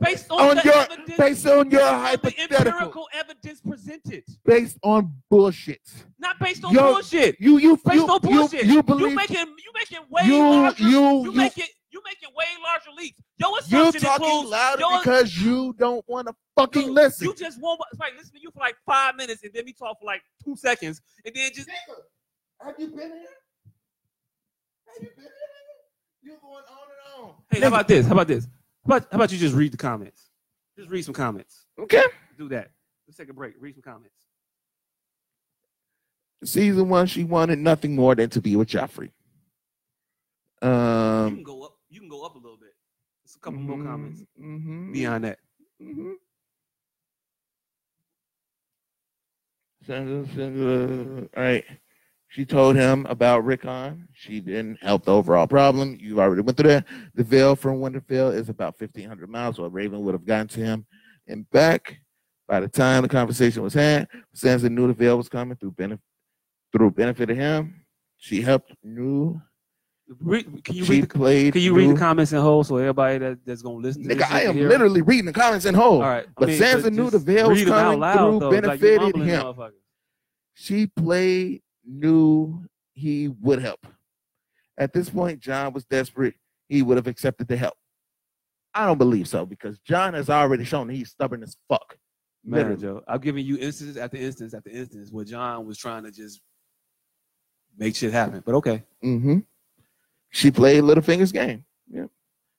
S4: Based on,
S3: On
S4: the
S3: your-
S4: evidence,
S3: Based on your
S4: based on The
S3: hypothetical.
S4: empirical evidence presented,
S3: Based on bullshit.
S4: not based on
S3: Yo,
S4: bullshit.
S3: You, you,
S4: Based
S3: you,
S4: on
S3: you,
S4: bullshit.
S3: you believe.
S4: You making you making way
S3: You-
S4: larger.
S3: you-
S4: You,
S3: you-
S4: making you making way larger leaps. Your
S3: You're
S4: assumption
S3: talking
S4: includes
S3: louder
S4: your-
S3: because you don't want to fucking
S4: you,
S3: listen.
S4: You just won't it's like listen to you for like five minutes and then we talk for like two seconds and then just
S3: Have you been here? Have you been here? You're going on and on.
S4: hey how about this? How about this? How about, how about you just read the comments? Just read some comments.
S3: Okay.
S4: Do that. Let's take a break. Read some comments.
S3: Season one, she wanted nothing more than to be with Joffrey.
S4: you
S3: Um,
S4: can go up. You can go up a little bit. Just a couple more comments
S3: mhm,
S4: Mm-hmm. beyond that.
S3: mhm. Single, single. All right. She told him about Rickon. She didn't help the overall problem. You already went through that. The veil from Winterfell is about 1,500 miles, or Raven would have gotten to him and back. By the time the conversation was had, Sansa knew the veil was coming through benefit through benefit of him. She helped knew
S4: Read, can you
S3: she
S4: read? The,
S3: played.
S4: can you read
S3: knew-
S4: the comments in whole so everybody that, that's gonna listen to this
S3: Nigga, I
S4: shit
S3: am
S4: can hear it?
S3: literally reading the comments in whole.
S4: All right, I
S3: But
S4: mean,
S3: Sansa knew
S4: just
S3: the veil was
S4: read 'em out
S3: coming
S4: loud,
S3: through,
S4: though. It's like you
S3: benefited
S4: mumbling,
S3: him.
S4: motherfucker.
S3: She played, knew he would help. At this point, John was desperate. He would have accepted the help. I don't believe so because John has already shown he's stubborn as fuck.
S4: Man,
S3: Literally.
S4: Joe, I've given you instance after instance after instance where John was trying to just make shit happen. But okay,
S3: Mm-hmm. She played Littlefinger's game. Yeah.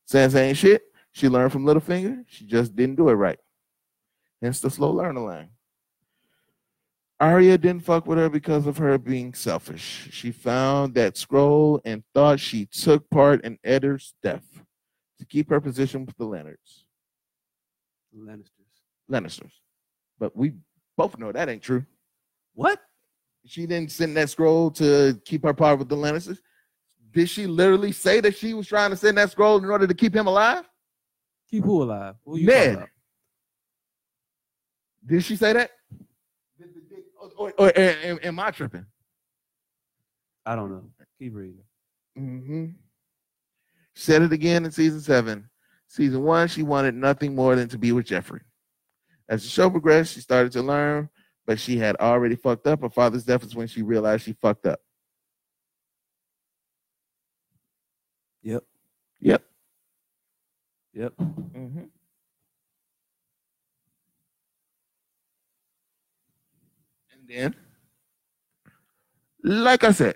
S3: Sansa ain't shit. She learned from Littlefinger. She just didn't do it right. Hence the slow learner line. Arya didn't fuck with her because of her being selfish. She found that scroll and thought she took part in Eddard's death to keep her position with the Leonards.
S4: Lannisters.
S3: Lannisters. But we both know that ain't true.
S4: What?
S3: she didn't send that scroll to keep her part with the Lannisters? Did she literally say that she was trying to send that scroll in order to keep him alive?
S4: Keep who alive? Who you
S3: Ned.
S4: talking about?
S3: Did she say that? Did- did- did- Or, or- or- am, am I tripping?
S4: I don't know. Keep reading.
S3: Mm-hmm. Said it again in season seven. Season one, she wanted nothing more than to be with Jeffrey. As the show progressed, she started to learn, but she had already fucked up. Her father's death is when she realized she fucked up.
S4: Yep.
S3: Yep.
S4: Yep.
S3: Mm-hmm. And then, like I said,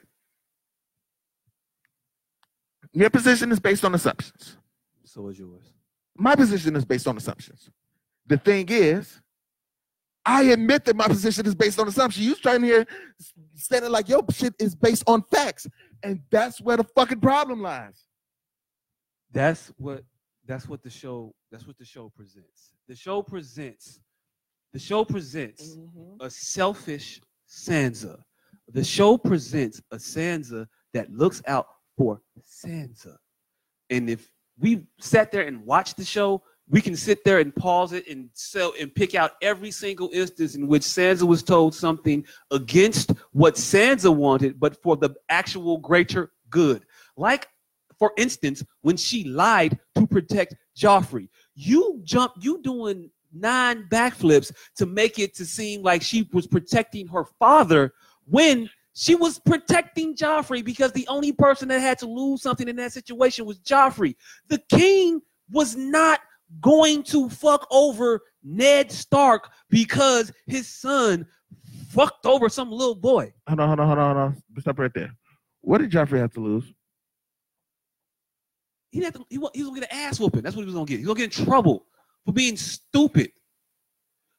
S3: your position is based on assumptions.
S4: So is yours.
S3: My position is based on assumptions. The thing is, I admit that my position is based on assumptions. You trying to hear standing like your shit is based on facts, and that's where the fucking problem lies.
S4: That's what that's what the show that's what the show presents. The show presents the show presents a selfish Sansa. The show presents a Sansa that looks out for Sansa. And if we sat there and watched the show, we can sit there and pause it and sell and pick out every single instance in which Sansa was told something against what Sansa wanted, but for the actual greater good. Like, for instance, when she lied to protect Joffrey, you jump, you doing nine backflips to make it to seem like she was protecting her father when she was protecting Joffrey because the only person that had to lose something in that situation was Joffrey. The king was not going to fuck over Ned Stark because his son fucked over some little boy.
S3: Hold on, hold on, hold on, hold on. Stop right there. What did Joffrey have to lose?
S4: He had to, he, wa- he was gonna get an ass whooping. That's what he was gonna get. He was gonna get in trouble for being stupid.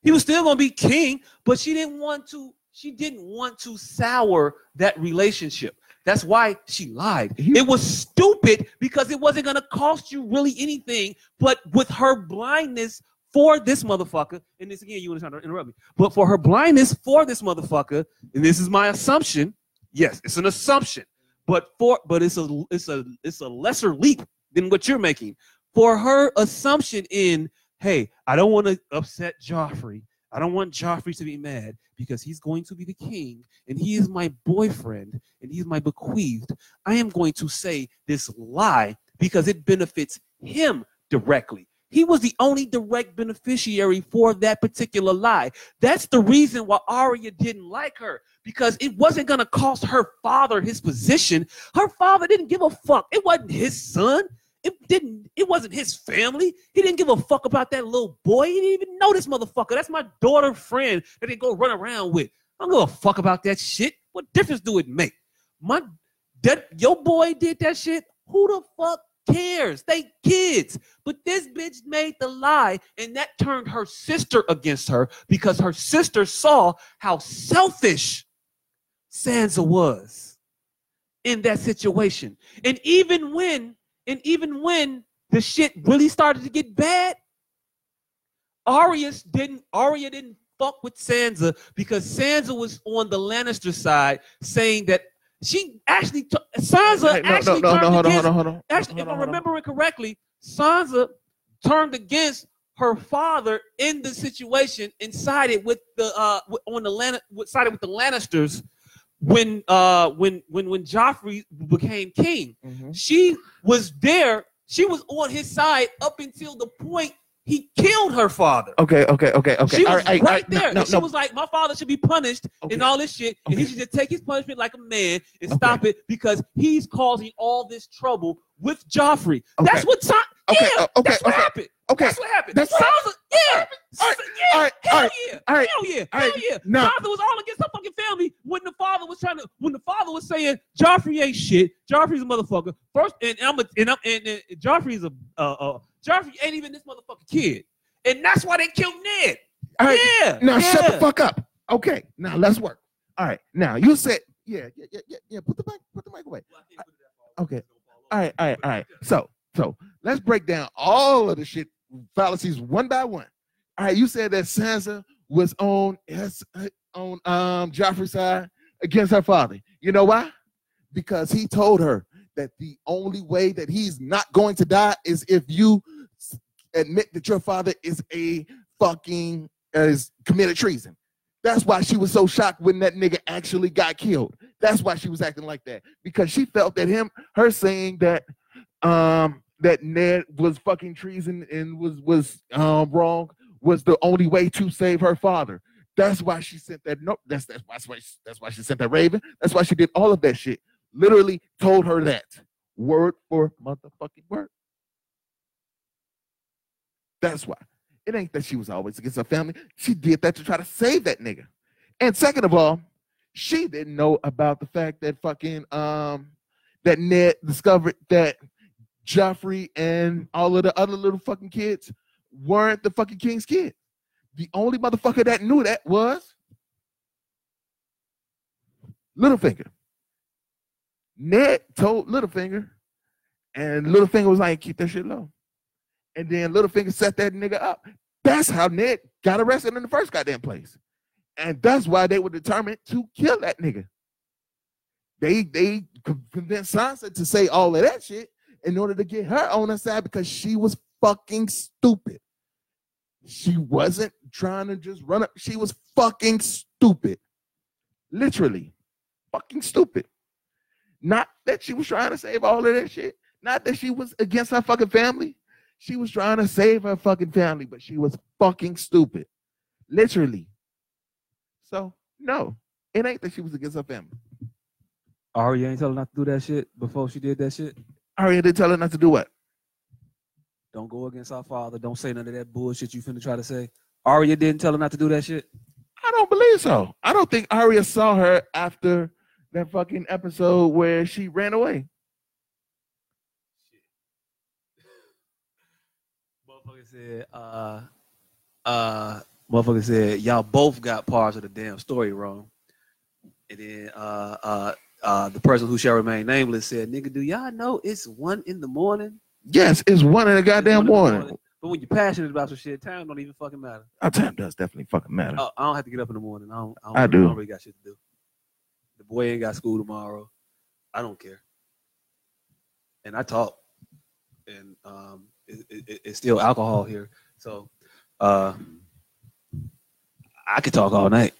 S4: He was still gonna be king, but she didn't want to. She didn't want to sour that relationship. That's why she lied.
S3: He-
S4: It was stupid because it wasn't gonna cost you really anything. But with her blindness for this motherfucker, and this again, you want to interrupt me, but for her blindness for this motherfucker, and this is my assumption. Yes, it's an assumption, but for but it's a it's a it's a lesser leap than what you're making. For her assumption in hey, I don't want to upset Joffrey. I don't want Joffrey to be mad because he's going to be the king and he is my boyfriend and he's my bequeathed. I am going to say this lie because it benefits him directly. He was the only direct beneficiary for that particular lie. That's the reason why Arya didn't like her because it wasn't going to cost her father his position. Her father didn't give a fuck. It wasn't his son. It didn't. It wasn't his family. He didn't give a fuck about that little boy. He didn't even know this motherfucker. That's my daughter friend that they go run around with. I don't give a fuck about that shit. What difference do it make? My that your boy did that shit. Who the fuck cares? They kids. But this bitch made the lie, and that turned her sister against her because her sister saw how selfish Sansa was in that situation. And even when and even when the shit really started to get bad, Arya didn't Arya didn't fuck with Sansa because Sansa was on the Lannister side saying that she actually t- Sansa
S3: Hey, no, no,
S4: actually
S3: no,
S4: turned
S3: no, hold on,
S4: against
S3: hold on, hold on.
S4: Actually, if
S3: Hold
S4: I'm
S3: on, hold on.
S4: remembering correctly, Sansa turned against her father in the situation and sided with the uh with- on the Lan- with- sided with the Lannisters when uh when when when Joffrey became king.
S3: Mhm.
S4: She was there. She was on his side up until the point he killed her father.
S3: Okay, okay, okay, okay.
S4: She
S3: All
S4: was
S3: all
S4: right,
S3: all no,
S4: there.
S3: No,
S4: and she
S3: no,
S4: was like, "My father should be punished
S3: Okay.
S4: and all this shit, and he
S3: Okay.
S4: should just take his punishment like a man and stop it because he's causing all this trouble with Joffrey." That's
S3: Okay.
S4: what. Sa-
S3: Okay,
S4: yeah,
S3: uh, okay,
S4: that's what
S3: okay,
S4: happened.
S3: okay.
S4: That's what happened.
S3: That's what
S4: Sansa, yeah,
S3: All right,
S4: Sansa- yeah,
S3: all right,
S4: hell
S3: all right,
S4: yeah,
S3: all right,
S4: hell yeah,
S3: all
S4: hell
S3: right.
S4: yeah.
S3: Now-
S4: Sansa was all against her fucking family when the father was trying to, when the father was saying Joffrey ain't shit, Joffrey's a motherfucker. First, and I'm a, and I'm and, and Joffrey's a, uh, uh, Joffrey ain't even this motherfucking kid, and that's why they killed Ned.
S3: all right.
S4: yeah,
S3: Now
S4: yeah.
S3: shut the fuck up. Okay, now let's work. All right, now you said, yeah, yeah, yeah, yeah, yeah. Put the mic, put the mic away. Okay. All right, all right, all right. So, so let's break down all of the shit fallacies one by one. All right, you said that Sansa was on S on um Joffrey's side against her father. You know why? Because he told her that the only way that he's not going to die is if you s- admit that your father is a fucking is committed treason. That's why she was so shocked when that nigga actually got killed. That's why she was acting like that because she felt that him her saying that um that Ned was fucking treason and was was um wrong was the only way to save her father. That's why she sent that note. That's that's why that's why she, that's why she sent that raven. That's why she did all of that shit. Literally told her that word for motherfucking word. That's why. It ain't that she was always against her family. She did that to try to save that nigga. And second of all, she didn't know about the fact that fucking um that Ned discovered that Joffrey and all of the other little fucking kids weren't the fucking king's kid. The only motherfucker that knew that was Littlefinger. Ned told Littlefinger, and Littlefinger was like, keep that shit low. and then Littlefinger set that nigga up. That's how Ned got arrested in the first goddamn place. And that's why they were determined to kill that nigga. They they con- convinced Sansa to say all of that shit in order to get her on her side because she was fucking stupid. She wasn't trying to just run up. She was fucking stupid. Literally. Fucking stupid. Not that she was trying to save all of that shit. Not that she was against her fucking family. She was trying to save her fucking family, but she was fucking stupid. Literally. So, no, it ain't that she was against her family.
S4: Arya ain't tell her not to do that shit before she did that shit.
S3: Arya did tell her not to do what?
S4: Don't go against our father. Don't say none of that bullshit you finna try to say. Arya didn't tell her not to do that shit.
S3: I don't believe so. I don't think Arya saw her after that fucking episode where she ran away.
S4: Motherfucker said, uh, uh, motherfucker said, y'all both got parts of the damn story wrong. And then uh, uh, uh, the person who shall remain nameless said, nigga, do y'all know it's one in the morning?
S3: Yes, it's one in the goddamn
S4: It's one in the
S3: morning.
S4: But when you're passionate about some shit, time don't even fucking matter.
S3: Our time does definitely fucking matter.
S4: Oh, I don't have to get up in the morning. I don't. I, don't,
S3: I do.
S4: I don't really got shit to do. The boy ain't got school tomorrow. I don't care. And I talk, and um, it, it- it- it's still alcohol here, so uh, I could talk all night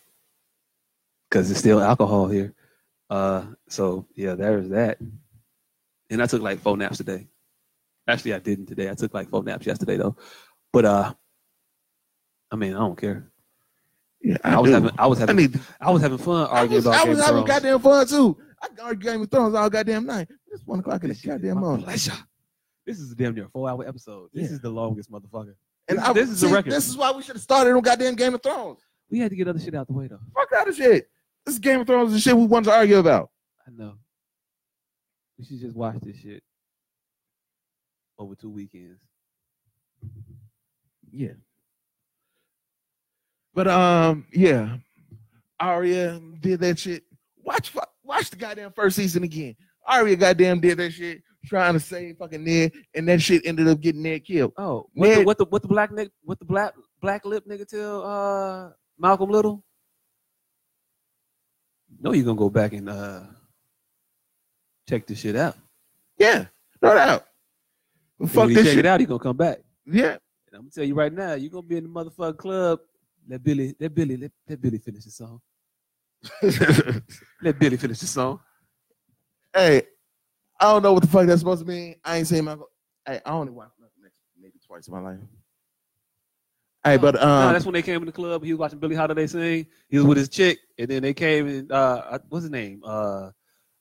S4: because it's still alcohol here. Uh, so yeah, there's that. And I took like four naps today. Actually, I didn't today. I took like four naps yesterday though. But uh, I mean, I don't care.
S3: yeah, I,
S4: I was
S3: do.
S4: having I was
S3: I
S4: having
S3: need.
S4: I was having fun *laughs*
S3: I
S4: arguing
S3: was,
S4: about
S3: I was
S4: Game of
S3: having
S4: Thrones.
S3: goddamn fun too. I can argue Game of Thrones all goddamn night. It's one o'clock in the
S4: This shit is
S3: goddamn
S4: my
S3: morning.
S4: pleasure. This is a damn near four hour episode. This
S3: Yeah.
S4: is the longest motherfucker.
S3: And
S4: This-
S3: I,
S4: this is a
S3: see,
S4: record.
S3: This is why we should have started on goddamn Game of Thrones.
S4: We had to get other shit out the way though.
S3: Fuck out of shit. This is Game of Thrones and shit we wanted to argue about.
S4: I know. We should just watch this shit over two weekends.
S3: Yeah. But um, yeah, Arya did that shit. Watch fu- watch the goddamn first season again. Arya goddamn did that shit, trying to save fucking Ned, and that shit ended up getting Ned killed.
S4: Oh, what the,
S3: Ned-
S4: what the what the black nigga what the black black lip nigga tell uh Malcolm Little? No, you're gonna go back and uh check this shit out.
S3: Yeah, no doubt.
S4: And
S3: Fuck
S4: when he
S3: this
S4: check
S3: shit.
S4: it out, he gonna come back.
S3: Yeah,
S4: And I'm gonna tell you right now, you're gonna be in the motherfucking club. Let Billy, let Billy, let, let Billy finish the song. *laughs* Let Billy finish the song.
S3: hey, I don't know what the fuck that's supposed to mean. I ain't seen my. Hey, I only watched Netflix maybe twice in my life. Hey, but
S4: Nah,
S3: um,
S4: Oh, that's when they came in the club. He was watching Billy Holiday sing. He was with his chick, and then they came and uh, I- what's his name? Uh,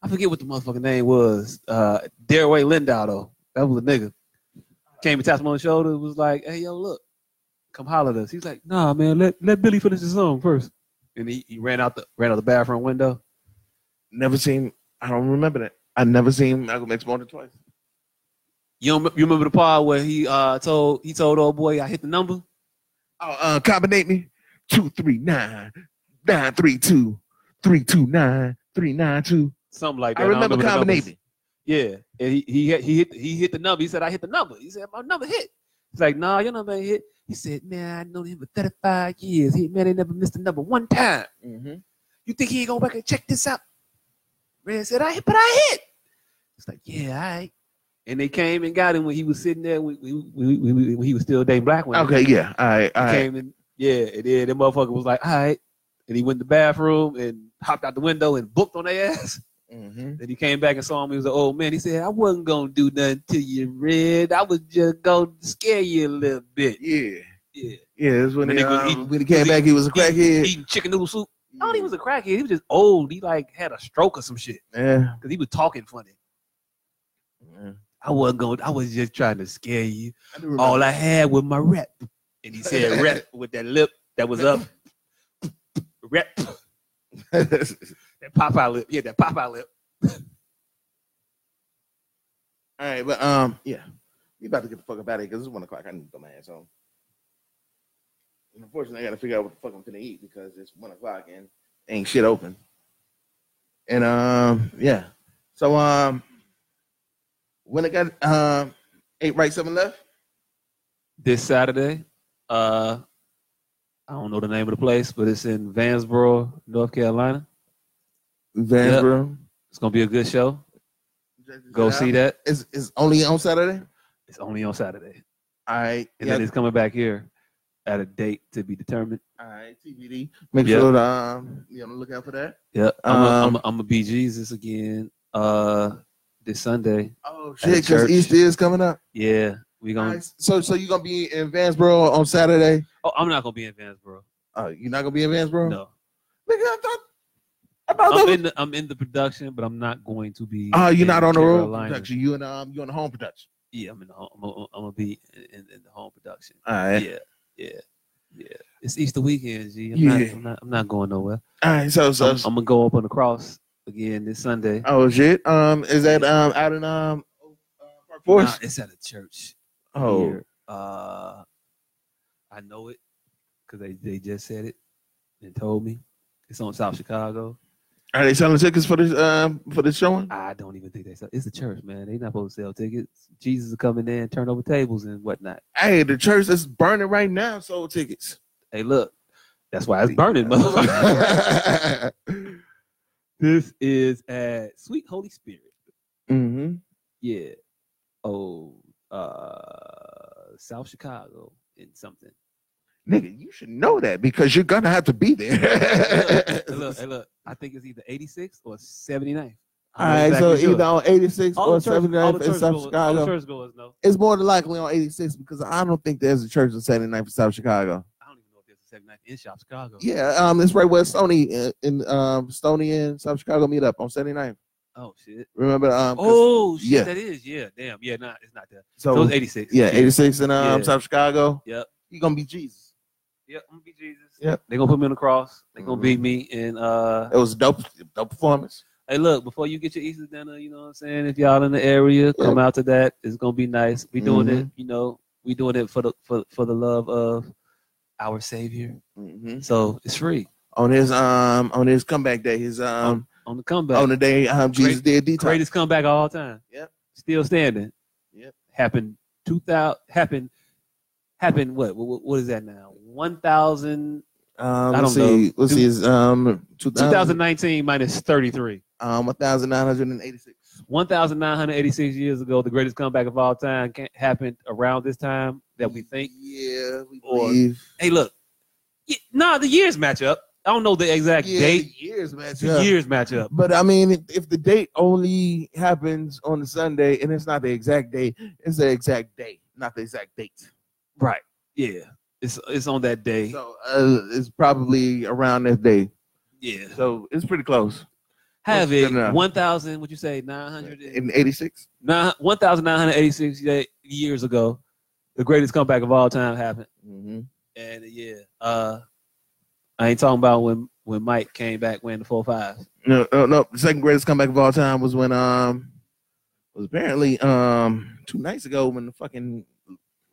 S4: I forget what the motherfucking name was. Uh, Dareway Lindau though. That was a nigga. Came and tapped him on the shoulder. Was like, hey yo, look, come holler at us. He's like, nah, man, let let Billy finish the song first. And he, he ran out the ran out the bathroom window.
S3: never seen. I don't remember that. I never seen Malcolm X more than twice.
S4: You don't, you remember the part where he uh told he told old boy I hit the number?
S3: Oh, uh, combinate me. Two three nine nine three two three two nine three nine two.
S4: Something like that.
S3: I
S4: don't
S3: remember
S4: the numbers.
S3: combinate me.
S4: Yeah, and he he hit, he hit he hit the number. He said I hit the number. He said my number hit. He's like, nah, your number ain't hit. He said, man, I know him for thirty five years. He man, ain't never missed a number one time.
S3: Mm-hmm.
S4: You think he ain't gonna back and check this out? Red said, I hit, but I hit. It's like, yeah, all right. And they came and got him when he was sitting there when, when, when, when- when he was still dating black women.
S3: Okay, yeah. All right, all
S4: He
S3: right.
S4: came in, yeah, and then that motherfucker was like, all right. And he went to the bathroom and hopped out the window and booked on their ass. *laughs*
S3: Mhm.
S4: Then he came back and saw him. He was an old man. He said, I wasn't going to do nothing to you, Red. I was just going to scare you a little bit.
S3: Yeah,
S4: Yeah.
S3: yeah. That's when
S4: The
S3: he,
S4: nigga was
S3: um,
S4: eating-
S3: when he came
S4: was
S3: back. He was a
S4: Eating,
S3: crackhead.
S4: eating chicken noodle soup. I don't think he was a crackhead. He was just old. He like had a stroke or some shit
S3: Yeah.
S4: because he was talking funny.
S3: yeah.
S4: I wasn't going, I was just trying to scare you.
S3: I do remember.
S4: All I had was my rep. And he *laughs* said rep with that lip that was up. rep. That Popeye lip. Yeah, that Popeye lip.
S3: All right, but um, yeah, we about to get the fuck up out of here because it's one o'clock. I need to go my ass home. And unfortunately, I got to figure out what the fuck I'm gonna eat because it's one o'clock and ain't shit open. And um, yeah, so um, when it got um, eight right, seven left.
S4: this Saturday. Uh, I don't know the name of the place, but it's in Vansboro, North Carolina.
S3: Vansboro.
S4: It's gonna be a good show. Go see that.
S3: It's, it's only on Saturday.
S4: It's only on Saturday,
S3: All right.
S4: and
S3: Yeah.
S4: then it's coming back here at a date to be determined.
S3: All right. TBD. Make
S4: Yeah.
S3: sure to, um, you know, look out for that.
S4: Yeah, I'm a- I'm
S3: Um,
S4: a- I'm gonna be Jesus again uh, this Sunday.
S3: Oh
S4: At the
S3: shit!
S4: church.
S3: Because Easter is coming up.
S4: Yeah, we gonna.
S3: Nice. So, so you gonna be in Vansboro on Saturday?
S4: Oh, I'm not gonna be in Vansboro.
S3: Oh, you're not gonna be in Vansboro?
S4: No,
S3: Nigga, I thought. I thought that
S4: I'm
S3: was-
S4: in the I'm in the production, but I'm not going to be.
S3: Oh, you're
S4: in
S3: not on the road
S4: Carolina.
S3: production. You and um, you on the home production.
S4: Yeah, I'm in the home, I'm, gonna- I'm gonna be in, in, in the home production.
S3: All right.
S4: Yeah, yeah, yeah. It's Easter weekend, G. I'm, not,
S3: Yeah.
S4: I'm not I'm not going nowhere.
S3: All right. So, so.
S4: I'm, I'm gonna go up on the cross again this Sunday.
S3: oh shit. Um, is that um out in um uh,
S4: Nah,
S3: Park Forest?
S4: it's at a church.
S3: oh,
S4: here. Uh, I know it because they, they just said it and told me. It's on South Chicago.
S3: are they selling tickets for this um for this showing?
S4: I don't even think they sell. It's the church, man. They not supposed to sell tickets. Jesus is coming in, turn over tables and whatnot.
S3: Hey, the church that's burning right now
S4: *laughs*
S3: sold tickets.
S4: Hey, look, that's why it's burning, motherfucker.
S3: mm-hmm.
S4: *laughs* this is at Sweet Holy Spirit. Yeah. Oh, uh, South Chicago and something.
S3: Nigga, you should know that because you're gonna have to be
S4: *laughs* Hey,
S3: there.
S4: look, hey, look, hey, look. I think it's either 86 or 79.
S3: All right, so either on 86
S4: All
S3: or
S4: the church, all
S3: 79th
S4: the
S3: in
S4: church
S3: South
S4: goers, all the
S3: Chicago.
S4: church goers know.
S3: It's more than likely on 86 because I don't think there's a church on 79th in South Chicago.
S4: I don't even know if there's a 79 in South Chicago.
S3: Yeah, um, it's right where Sony in, in um Stony and South Chicago meet up on 79th.
S4: Oh shit.
S3: Remember? Um, 'cause-
S4: Oh shit.
S3: yeah.
S4: That is. Yeah. Damn. Yeah. Nah. It's not that.
S3: so,
S4: so it's 86.
S3: yeah, 86 in um
S4: Yeah.
S3: South Chicago.
S4: Yep.
S3: You gonna be Jesus.
S4: Yep. I'm gonna be Jesus.
S3: Yep.
S4: They're gonna put me on the cross. They're gonna
S3: Mhm.
S4: beat me. And uh,
S3: It was dope, dope performance.
S4: hey, look, before you get your Easter dinner, you know what I'm saying? If y'all in the area, come out to that. It's gonna be nice. We doing it.
S3: Mm-hmm.
S4: You know, we doing it for the for for the love of our Savior.
S3: Mm-hmm.
S4: So it's free
S3: on his um on his comeback day. His um
S4: on the comeback.
S3: on the day um Jesus did detox.
S4: greatest comeback of all time.
S3: Yep.
S4: Still standing.
S3: Yep.
S4: Happened two thousand. Happened. Happened. What? What, what is that now? One thousand.
S3: Um,
S4: I
S3: let's
S4: don't
S3: see,
S4: know.
S3: let's see his um 2000,
S4: 2019 minus 33.
S3: um 1986.
S4: 1,986 years ago, the greatest comeback of all time ca- happened around this time that we think.
S3: Yeah, we
S4: Or
S3: believe.
S4: Hey, look. Yeah, nah, the years match up. I don't know the exact
S3: yeah,
S4: date.
S3: the years, man.
S4: The years match up.
S3: But I mean, if, if the date only happens on the Sunday and it's not the exact day, it's the exact day, not the exact date.
S4: Right. Yeah. It's it's on that day.
S3: So uh, it's probably around that day.
S4: yeah.
S3: So it's pretty close.
S4: Have it.
S3: good enough.
S4: 1,000, would you say, 900? and-
S3: In '86.
S4: Nine- 1,986 ye- years ago, the greatest comeback of all time happened.
S3: Mm-hmm.
S4: And yeah, uh, I ain't talking about when, when Mike came back wearing the 4 5.
S3: No, no, no. The second greatest comeback of all time was when um was apparently um two nights ago when the fucking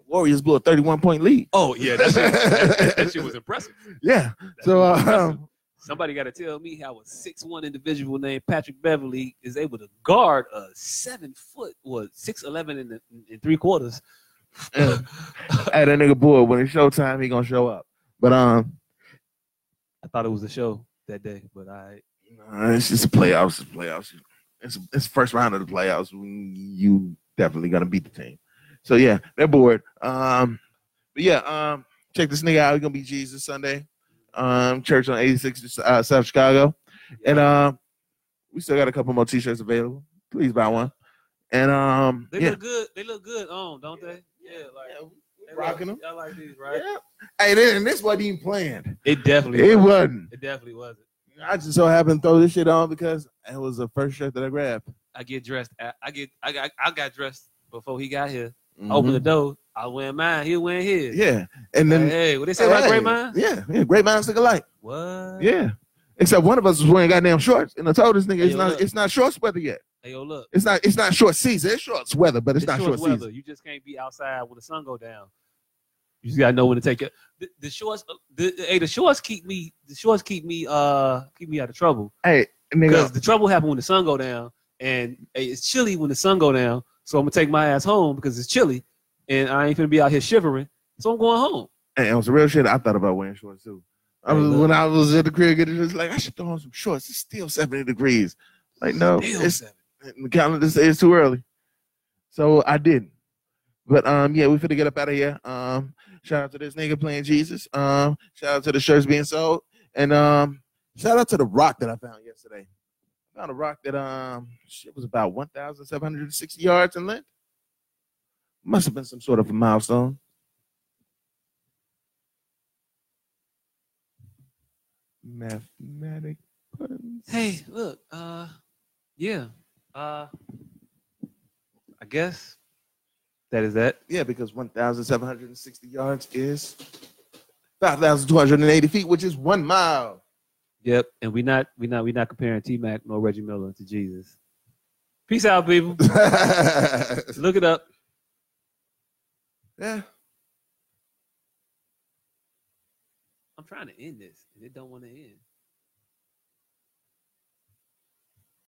S3: Warriors blew a 31 point lead.
S4: Oh, yeah, that shit, that, that- that shit was impressive.
S3: Yeah.
S4: That
S3: So
S4: shit was impressive.
S3: um,
S4: somebody got to tell me how a 6'1 individual named Patrick Beverly is able to guard a 7 foot or 6'11 in, the, in three quarters.
S3: Yeah. hey, that nigga bored. When it's showtime, he gonna show up. But um,
S4: I thought it was a show that day, but I.
S3: nah, it's just playoffs. It's playoffs. It's it's first round of the playoffs. You definitely gonna beat the team. So yeah, they're bored. Um, but yeah, um, check this nigga out. He's gonna be Jesus Sunday. Um, church on 86 uh, South Chicago. And um, we still got a couple more T-shirts available. Please buy one. And um,
S4: They
S3: yeah,
S4: look good. They look good on, don't they? Yeah, like
S3: Yeah,
S4: they look-
S3: rocking them.
S4: Y'all like these, right?
S3: Yeah. Hey, then this wasn't even planned.
S4: It definitely.
S3: It
S4: was.
S3: wasn't.
S4: It definitely wasn't.
S3: I just so happened to throw this shit on because it was the first shirt that I grabbed.
S4: I get dressed. I, I get. I got. I got dressed before he got here. I Open the
S3: Mhm.
S4: door. I wear mine. He wearing his.
S3: Yeah, and
S4: Like,
S3: then
S4: hey, what they say about
S3: hey,
S4: great minds?
S3: Yeah, yeah, great minds think alike.
S4: What?
S3: Yeah, except one of us was wearing goddamn shorts, and I told this nigga
S4: Hey,
S3: it's
S4: yo,
S3: not
S4: look.
S3: it's not shorts weather yet.
S4: Hey, yo, look.
S3: It's not it's not short season. It's shorts weather, but it's, not short
S4: shorts
S3: season.
S4: You just can't be outside when the sun go down. You just gotta know when to take your the, the shorts. uh, The, the- hey, the shorts keep me. The shorts keep me. Uh, keep me out of trouble.
S3: Hey,
S4: Because
S3: nigga,
S4: the trouble happen when the sun go down, and hey, it's chilly when the sun go down. So I'm gonna take my ass home because it's chilly, and I ain't gonna be out here shivering. So I'm going home.
S3: And on some real shit, I thought about wearing shorts too. I was, when I was at the crib getting dressed, like I should throw on some shorts. It's still 70 degrees. Like no,
S4: Damn,
S3: Oh, it's
S4: seven.
S3: the calendar says it's too early. So I didn't. But um, yeah, we finna get up out of here. Um, shout out to this nigga playing Jesus. Um, shout out to the shirts being sold, and um, shout out to the rock that I found yesterday. I found a rock that um, shit was about one thousand seven hundred and sixty yards in length. Must have been some sort of a milestone. Mathematic. puns.
S4: Hey, look, uh, yeah, uh, I guess that is that.
S3: Yeah, because 1,760 yards is 5,280 feet, which is one mile. *laughs*
S4: Yep, and we not we not we not comparing T Mac nor Reggie Miller to Jesus. Peace out, *laughs* people.
S3: yeah.
S4: Look it up. I'm trying to end this, and it don't want to end.